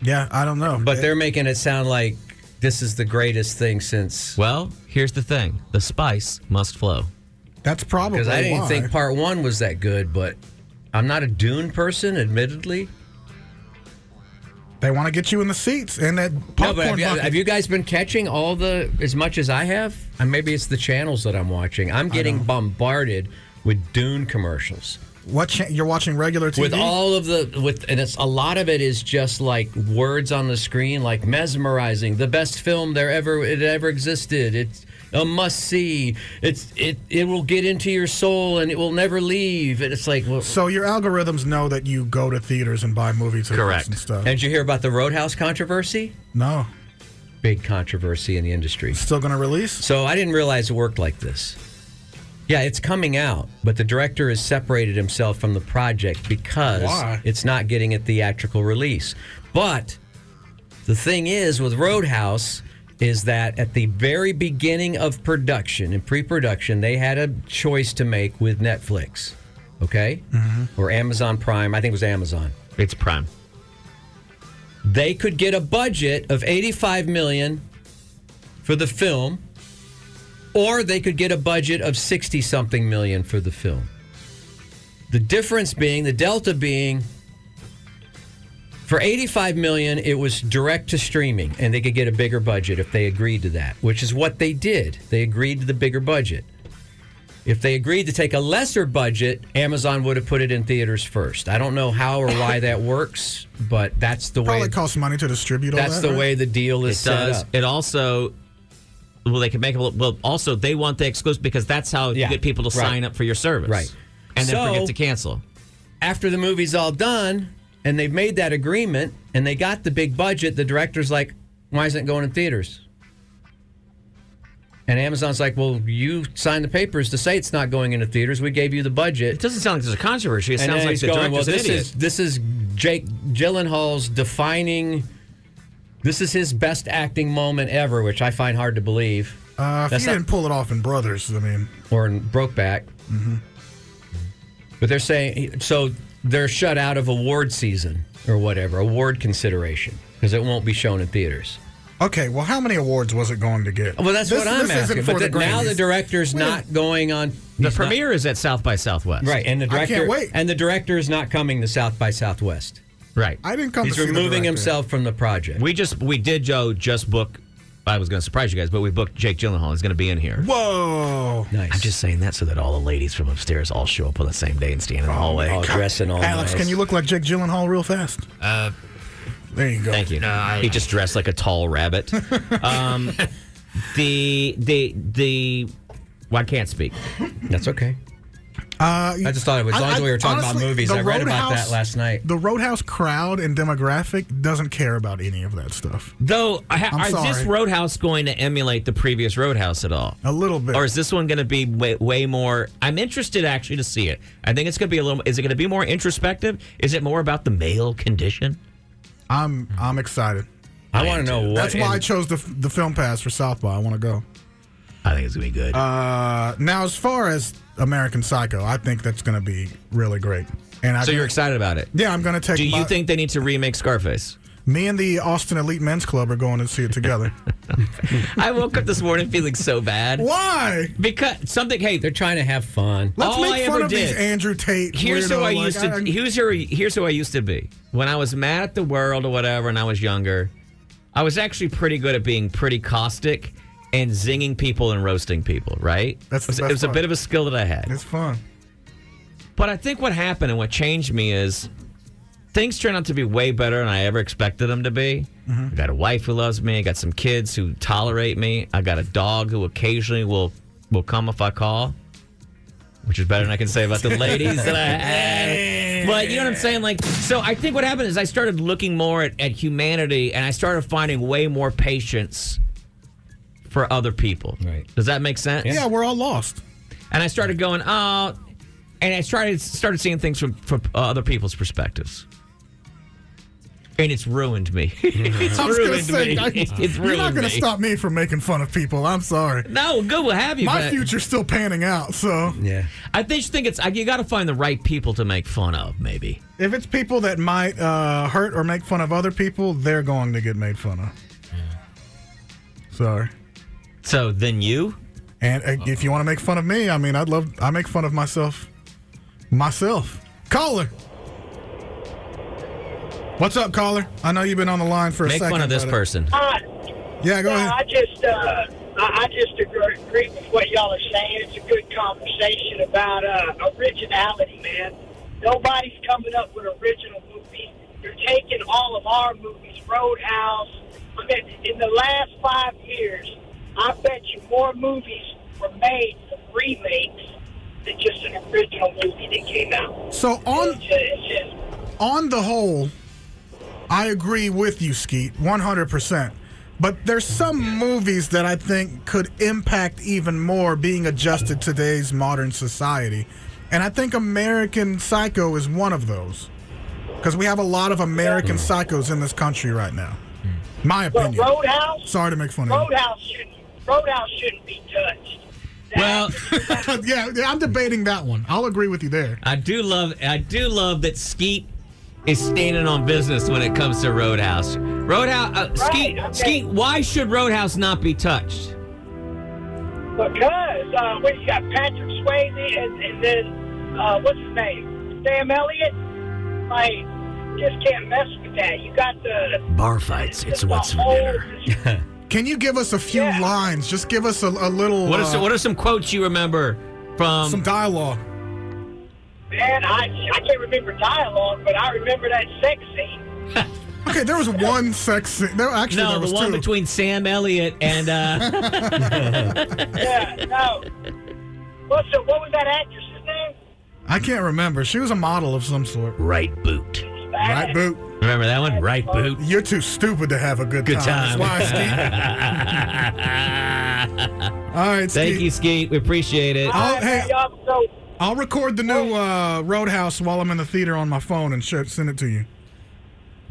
[SPEAKER 2] yeah, I don't know.
[SPEAKER 1] but they're making it sound like this is the greatest thing since.
[SPEAKER 3] Well, here's the thing: the spice must flow.
[SPEAKER 2] That's probably
[SPEAKER 1] because I didn't
[SPEAKER 2] why.
[SPEAKER 1] think part one was that good. But I'm not a Dune person, admittedly.
[SPEAKER 2] They want to get you in the seats and that
[SPEAKER 1] No,
[SPEAKER 2] popcorn
[SPEAKER 1] but have you,
[SPEAKER 2] bucket.
[SPEAKER 1] have you guys been catching all the as much as I have? And maybe it's the channels that I'm watching. I'm getting bombarded with Dune commercials.
[SPEAKER 2] what cha- you're watching regular TV?
[SPEAKER 1] with all of the with and it's a lot of it is just like words on the screen like mesmerizing the best film there ever it ever existed it's a must see it's it it will get into your soul and it will never leave and it's like well,
[SPEAKER 2] so your algorithms know that you go to theaters and buy movie tickets and stuff.
[SPEAKER 1] and did you hear about the roadhouse controversy
[SPEAKER 2] no,
[SPEAKER 1] big controversy in the industry
[SPEAKER 2] still going to release.
[SPEAKER 1] So I didn't realize it worked like this. Yeah, it's coming out, but the director has separated himself from the project because
[SPEAKER 2] Why?
[SPEAKER 1] it's not getting a theatrical release. But the thing is with Roadhouse is that at the very beginning of production and pre-production, they had a choice to make with Netflix, okay?
[SPEAKER 2] Mm-hmm.
[SPEAKER 1] Or Amazon Prime, I think it was Amazon.
[SPEAKER 3] It's Prime.
[SPEAKER 1] They could get a budget of 85 million for the film or they could get a budget of 60 something million for the film. The difference being, the delta being For 85 million, it was direct to streaming and they could get a bigger budget if they agreed to that, which is what they did. They agreed to the bigger budget. If they agreed to take a lesser budget, Amazon would have put it in theaters first. I don't know how or why that works, but that's the way
[SPEAKER 2] Probably costs money to distribute. all
[SPEAKER 1] that's
[SPEAKER 2] that,
[SPEAKER 1] the
[SPEAKER 2] right?
[SPEAKER 1] way the deal is
[SPEAKER 3] it
[SPEAKER 1] set
[SPEAKER 3] does.
[SPEAKER 1] up.
[SPEAKER 3] It also well they can make a little- well also they want the exclusive because that's how you get people to
[SPEAKER 1] right.
[SPEAKER 3] sign up for your service.
[SPEAKER 1] Right.
[SPEAKER 3] And
[SPEAKER 1] So-
[SPEAKER 3] then forget to cancel.
[SPEAKER 1] after the movie's all done and they've made that agreement and they got the big budget, the director's like, why isn't it going in theaters? And Amazon's like, well, you signed the papers to say it's not going into theaters. We gave you the budget. It
[SPEAKER 3] doesn't sound like there's a controversy. It
[SPEAKER 1] and
[SPEAKER 3] sounds
[SPEAKER 1] then
[SPEAKER 3] like
[SPEAKER 1] he's
[SPEAKER 3] the
[SPEAKER 1] going, well,
[SPEAKER 3] director's an
[SPEAKER 1] this
[SPEAKER 3] idiot."
[SPEAKER 1] is this is Jake Gyllenhaal's defining. This is his best acting moment ever, which I find hard to believe.
[SPEAKER 2] Uh, if
[SPEAKER 1] That's
[SPEAKER 2] you
[SPEAKER 1] not-
[SPEAKER 2] didn't pull it off in Brothers, I mean, Mm-hmm.
[SPEAKER 1] or in Brokeback. But they're saying so they're shut out of award season or whatever award consideration because it won't be shown in theaters.
[SPEAKER 2] okay. Well, how many awards was it going to get?
[SPEAKER 1] Well, that's
[SPEAKER 2] This-
[SPEAKER 1] what I'm
[SPEAKER 2] this
[SPEAKER 1] asking.
[SPEAKER 2] Isn't
[SPEAKER 1] but
[SPEAKER 2] for the
[SPEAKER 1] the- now the
[SPEAKER 2] Grammys.
[SPEAKER 1] director's
[SPEAKER 2] Wait a-
[SPEAKER 1] not going on.
[SPEAKER 3] The
[SPEAKER 1] he's not-
[SPEAKER 3] premiere is at South by Southwest.
[SPEAKER 1] right, and the
[SPEAKER 3] I
[SPEAKER 1] director
[SPEAKER 3] can't wait.
[SPEAKER 1] and the director is not coming to South by Southwest.
[SPEAKER 3] Right.
[SPEAKER 2] I didn't come
[SPEAKER 1] He's
[SPEAKER 2] to see the
[SPEAKER 1] removing
[SPEAKER 2] director.
[SPEAKER 1] himself from the project.
[SPEAKER 3] We just we did Joe just book I was going to surprise you guys, but we booked Jake Gyllenhaal. He's going to be in here.
[SPEAKER 2] Whoa!
[SPEAKER 1] Nice.
[SPEAKER 3] I'm just saying that so that all the ladies from upstairs all show up on the same day and stand in the hallway, all
[SPEAKER 1] dressed in all.
[SPEAKER 2] Oh, Alex, can you look like Jake Gyllenhaal real fast?
[SPEAKER 3] Uh,
[SPEAKER 2] there you go.
[SPEAKER 3] Thank you. he just dressed like a tall rabbit. um, the the the. Well, I can't speak.
[SPEAKER 1] That's okay.
[SPEAKER 2] Uh,
[SPEAKER 1] I just thought it was- as long as we were talking about movies,
[SPEAKER 2] the
[SPEAKER 1] I read about that
[SPEAKER 2] Roadhouse-
[SPEAKER 1] last night.
[SPEAKER 2] The Roadhouse crowd and demographic doesn't care about any of that stuff.
[SPEAKER 3] Though, I ha-
[SPEAKER 2] I'm
[SPEAKER 3] is this
[SPEAKER 2] sorry.
[SPEAKER 3] Roadhouse going to emulate the previous Roadhouse at all?
[SPEAKER 2] A little bit.
[SPEAKER 3] Or is this one going to be way, way more? I'm interested actually to see it. I think it's going to be a little. Is it going to be more introspective? Is it more about the male condition?
[SPEAKER 2] I'm I'm excited.
[SPEAKER 1] I wanna know what
[SPEAKER 2] That's why
[SPEAKER 1] in-
[SPEAKER 2] I chose the the film pass for South by. I want to go.
[SPEAKER 3] I think it's going to be good.
[SPEAKER 2] Uh, now, as far as American Psycho, I think that's going to be really great. And I
[SPEAKER 3] so you're excited about it?
[SPEAKER 2] Yeah, I'm going to take.
[SPEAKER 3] Do you
[SPEAKER 2] my-
[SPEAKER 3] think they need to remake Scarface?
[SPEAKER 2] me and the Austin Elite Men's Club are going to see it together?
[SPEAKER 3] I woke up this morning feeling so bad.
[SPEAKER 2] Why?
[SPEAKER 3] Because something. Hey, they're
[SPEAKER 1] trying to have fun.
[SPEAKER 2] Let's
[SPEAKER 3] all
[SPEAKER 2] make
[SPEAKER 3] I
[SPEAKER 2] fun
[SPEAKER 3] ever
[SPEAKER 2] of
[SPEAKER 3] did.
[SPEAKER 2] these Andrew Tate.
[SPEAKER 3] Here's
[SPEAKER 2] weirdo,
[SPEAKER 3] who I
[SPEAKER 2] like,
[SPEAKER 3] used to.
[SPEAKER 2] I-
[SPEAKER 3] here's who, here's who I used to be. When I was mad at the world or whatever, and I was younger, I was actually pretty good at being pretty caustic and zinging people and roasting people. Right?
[SPEAKER 2] That's the
[SPEAKER 3] it
[SPEAKER 2] best
[SPEAKER 3] was, it was a
[SPEAKER 2] part.
[SPEAKER 3] bit of a skill that I had.
[SPEAKER 2] It's fun.
[SPEAKER 3] But I think what happened and what changed me is things turned out to be way better than I ever expected them to be. I got a wife who loves me. I got some kids who tolerate me. I got a dog who occasionally will will come if I call, which is better than I can say about the ladies that I had. But you know what I'm saying? Like, so I think what happened is I started looking more at, at humanity and I started finding way more patience for other people. Right? Does that make sense?
[SPEAKER 2] Yeah, we're all lost.
[SPEAKER 3] And I started going, oh, and I started started seeing things from from uh, other people's perspectives. And it's ruined me. it's
[SPEAKER 2] I was gonna
[SPEAKER 3] ruined
[SPEAKER 2] say,
[SPEAKER 3] me.
[SPEAKER 2] I-
[SPEAKER 3] it's
[SPEAKER 2] you're
[SPEAKER 3] ruined
[SPEAKER 2] not going to
[SPEAKER 3] me.
[SPEAKER 2] stop me from making fun of people. I'm sorry.
[SPEAKER 3] No, good will have you.
[SPEAKER 2] My
[SPEAKER 3] but
[SPEAKER 2] future's still panning out, so
[SPEAKER 1] yeah.
[SPEAKER 3] I just think it's I, you got to find the right people to make fun of. Maybe
[SPEAKER 2] If it's people that might uh, hurt or make fun of other people, they're going to get made fun of. Sorry.
[SPEAKER 3] So then you?
[SPEAKER 2] And uh, if you want to make fun of me, I mean, I'd love. I make fun of myself. Myself. Caller. What's up, caller? I know you've been on the line for a
[SPEAKER 3] make
[SPEAKER 2] second.
[SPEAKER 3] fun of this
[SPEAKER 2] but-
[SPEAKER 3] person.
[SPEAKER 12] Uh,
[SPEAKER 2] Yeah, go
[SPEAKER 12] no,
[SPEAKER 2] ahead.
[SPEAKER 12] I just, uh, I I just agree, agree with what y'all are saying. It's a good conversation about uh, originality, man. Nobody's coming up with original movies. They're taking all of our movies, Roadhouse. I mean, in the last five years, I bet you more movies were made from remakes than just an original movie that came out.
[SPEAKER 2] So on
[SPEAKER 12] It's just, it's just
[SPEAKER 2] on the whole, I agree with you, Skeet, 100%. But there's some movies that I think could impact even more being adjusted to today's modern society. And I think American Psycho is one of those. Because we have a lot of American psychos in this country right now. My opinion.
[SPEAKER 12] Roadhouse?
[SPEAKER 2] Sorry to make fun of you.
[SPEAKER 12] Roadhouse shouldn't, Roadhouse shouldn't be touched.
[SPEAKER 3] Well,
[SPEAKER 2] yeah, yeah, I'm debating that one. I'll agree with you there.
[SPEAKER 3] I do love I do love that Skeet is standing on business when it comes to Roadhouse. Roadhouse uh, Skeet Skeet, why should Roadhouse not be touched?
[SPEAKER 12] Because uh, what you got Patrick Swayze and, and then uh, what's his name, Sam Elliott. Like just can't mess with that. You got the
[SPEAKER 1] Bar fights. It's what's for dinner.
[SPEAKER 2] Can you give us a few lines? Just give us a, a little.
[SPEAKER 3] What are,
[SPEAKER 2] uh,
[SPEAKER 3] some, what are some quotes you remember from
[SPEAKER 2] some dialogue?
[SPEAKER 12] man. I I can't remember dialogue, but I remember that sex scene.
[SPEAKER 2] Okay, there was one sex scene. No, actually,
[SPEAKER 8] no,
[SPEAKER 2] there was
[SPEAKER 8] the one
[SPEAKER 2] two.
[SPEAKER 8] between Sam Elliott and uh,
[SPEAKER 12] yeah, no. What's the, what was that actress's name?
[SPEAKER 2] I can't remember. She was a model of some sort.
[SPEAKER 3] Right boot.
[SPEAKER 2] Right boot.
[SPEAKER 3] Remember that one? Right boot.
[SPEAKER 2] You're too stupid to have a good,
[SPEAKER 3] Good
[SPEAKER 2] time.
[SPEAKER 3] time.
[SPEAKER 2] That's why I ski- All right,
[SPEAKER 3] Thank
[SPEAKER 2] Skeet.
[SPEAKER 3] you, Skeet. We appreciate it.
[SPEAKER 2] I'll, hey, I'll record the new uh, Roadhouse while I'm in the theater on my phone and sh- send it to you.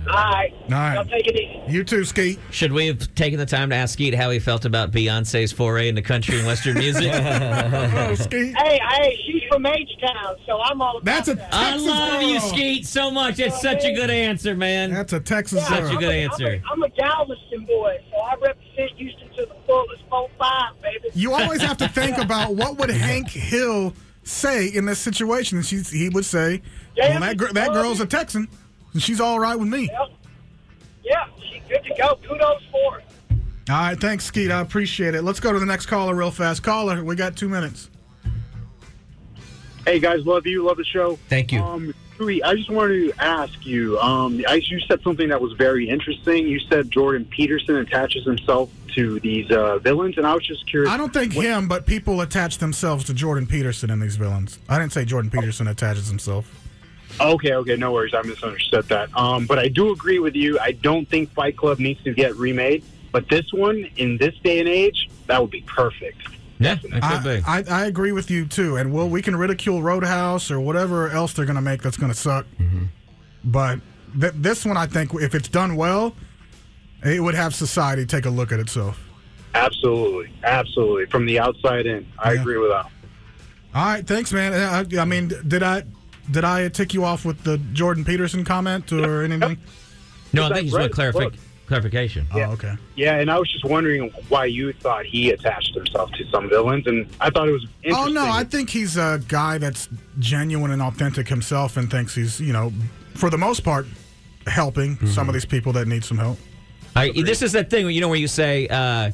[SPEAKER 12] All right.
[SPEAKER 2] All right.
[SPEAKER 12] Take it easy.
[SPEAKER 2] You too, Skeet.
[SPEAKER 3] Should we have taken the time to ask Skeet how he felt about Beyonce's foray into country and Western music?
[SPEAKER 2] Oh,
[SPEAKER 12] Hey, hey, she's from H Town, so I'm all about
[SPEAKER 2] That's a
[SPEAKER 8] I love you, Skeet, so much. It's such a good answer, man.
[SPEAKER 2] That's a Texas
[SPEAKER 8] Such a
[SPEAKER 2] girl.
[SPEAKER 8] good
[SPEAKER 12] I'm a,
[SPEAKER 8] answer.
[SPEAKER 12] I'm a Galveston boy, so I represent Houston to the fullest, four five, baby.
[SPEAKER 2] You always have to think about what would Hank Hill say in this situation. And she's, he would say, well, that, gir- that girl's a Texan, and she's all right with me.
[SPEAKER 12] Yeah, she's good to go. Kudos for her.
[SPEAKER 2] All right, thanks, Skeet. I appreciate it. Let's go to the next caller real fast. Caller, we got two minutes.
[SPEAKER 15] Hey guys, love you, love the show.
[SPEAKER 3] Thank you.
[SPEAKER 15] Um, Chewy, I just wanted to ask you. Um, I, you said something that was very interesting. You said Jordan Peterson attaches himself to these uh, villains, and I was just curious.
[SPEAKER 2] I don't think him, but people attach themselves to Jordan Peterson and these villains. I didn't say Jordan Peterson attaches himself.
[SPEAKER 15] Okay, okay, no worries. I misunderstood that. Um, but I do agree with you. I don't think Fight Club needs to get remade. But this one, in this day and age, that would be perfect.
[SPEAKER 3] Yeah,
[SPEAKER 2] I, I, I agree with you too. And well, we can ridicule Roadhouse or whatever else they're going to make that's going to suck.
[SPEAKER 3] Mm-hmm.
[SPEAKER 2] But th- this one, I think, if it's done well, it would have society take a look at itself.
[SPEAKER 15] Absolutely, absolutely. From the outside in, I agree with that.
[SPEAKER 2] All right, thanks, man. Uh, I, I mean, did I did I tick you off with the Jordan Peterson comment or anything?
[SPEAKER 3] no, I think he's
[SPEAKER 15] Right,
[SPEAKER 3] want clarific-
[SPEAKER 15] look.
[SPEAKER 3] clarification.
[SPEAKER 2] Oh, okay.
[SPEAKER 15] Yeah, and I was just wondering why you thought he attached himself to some villains, and I thought it was
[SPEAKER 2] Oh
[SPEAKER 15] interesting.
[SPEAKER 2] no, I think he's a guy that's genuine and authentic himself, and thinks he's you know, for the most part, helping
[SPEAKER 3] Mm-hmm.
[SPEAKER 2] some of these people that need some help.
[SPEAKER 3] I, this is that thing, you know, where you say, uh,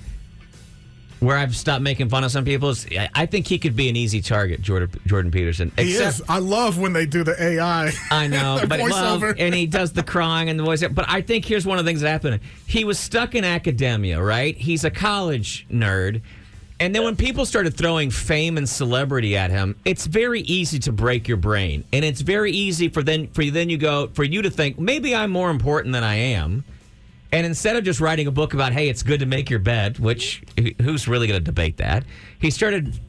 [SPEAKER 3] where I've stopped making fun of some people. Is, I, I think he could be an easy target, Jordan, Jordan Peterson.
[SPEAKER 2] he
[SPEAKER 3] Except,
[SPEAKER 2] is. I love when they do the AI.
[SPEAKER 3] I know,
[SPEAKER 2] the
[SPEAKER 3] but well,
[SPEAKER 2] voiceover.
[SPEAKER 3] and he does the crying and the voice. But I think here's one of the things that happened. He was stuck in academia, right? He's a college nerd. And then when people started throwing fame and celebrity at him, it's very easy to break your brain. And it's very easy for then for you then you go for you to think, maybe I'm more important than I am. And instead of just writing a book about, hey, it's good to make your bed, which who- who's really going to debate that? He started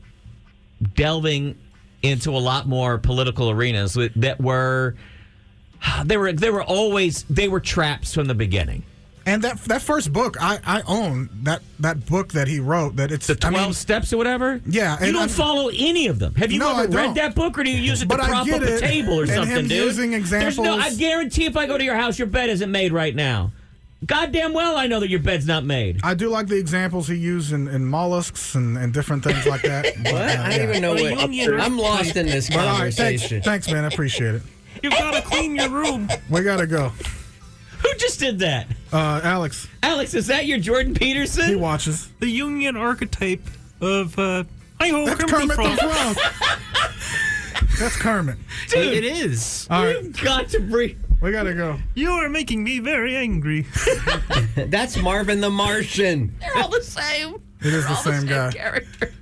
[SPEAKER 3] delving into a lot more political arenas with- that were they were they were always they were traps from the beginning.
[SPEAKER 2] And that that first book, I, I own that that book that he wrote. That it's the
[SPEAKER 3] twelve steps or whatever.
[SPEAKER 2] Yeah,
[SPEAKER 8] You don't
[SPEAKER 3] follow any of them. Have you ever read that book, or do you use it to
[SPEAKER 2] But I
[SPEAKER 8] prop
[SPEAKER 2] get
[SPEAKER 8] up a
[SPEAKER 2] it.
[SPEAKER 8] table or
[SPEAKER 2] And
[SPEAKER 8] something,
[SPEAKER 2] him
[SPEAKER 8] dude?
[SPEAKER 2] using
[SPEAKER 8] There's no. I
[SPEAKER 2] examples.
[SPEAKER 8] guarantee if I go to your house, your bed isn't made right now. Goddamn well, I know that your bed's not made.
[SPEAKER 2] I do like the examples he used in, in mollusks and, and different things like that. uh, what?
[SPEAKER 1] I don't even know Well, what- you- I'm lost in this conversation.
[SPEAKER 2] thanks, man. I appreciate it.
[SPEAKER 8] You gotta clean your room.
[SPEAKER 2] We gotta go.
[SPEAKER 8] Who just did that?
[SPEAKER 2] Uh, Alex.
[SPEAKER 8] Alex, is that your Jordan Peterson?
[SPEAKER 2] He watches.
[SPEAKER 11] The Jungian archetype of uh, hi ho,
[SPEAKER 2] That's Kermit the Frog. That's Kermit.
[SPEAKER 11] Dude, it is.
[SPEAKER 2] All right.
[SPEAKER 11] You've
[SPEAKER 8] got to breathe.
[SPEAKER 2] We gotta go.
[SPEAKER 11] You are making me very angry.
[SPEAKER 1] That's Marvin the Martian.
[SPEAKER 16] They're all the same.
[SPEAKER 2] It is the same guy.
[SPEAKER 16] Character.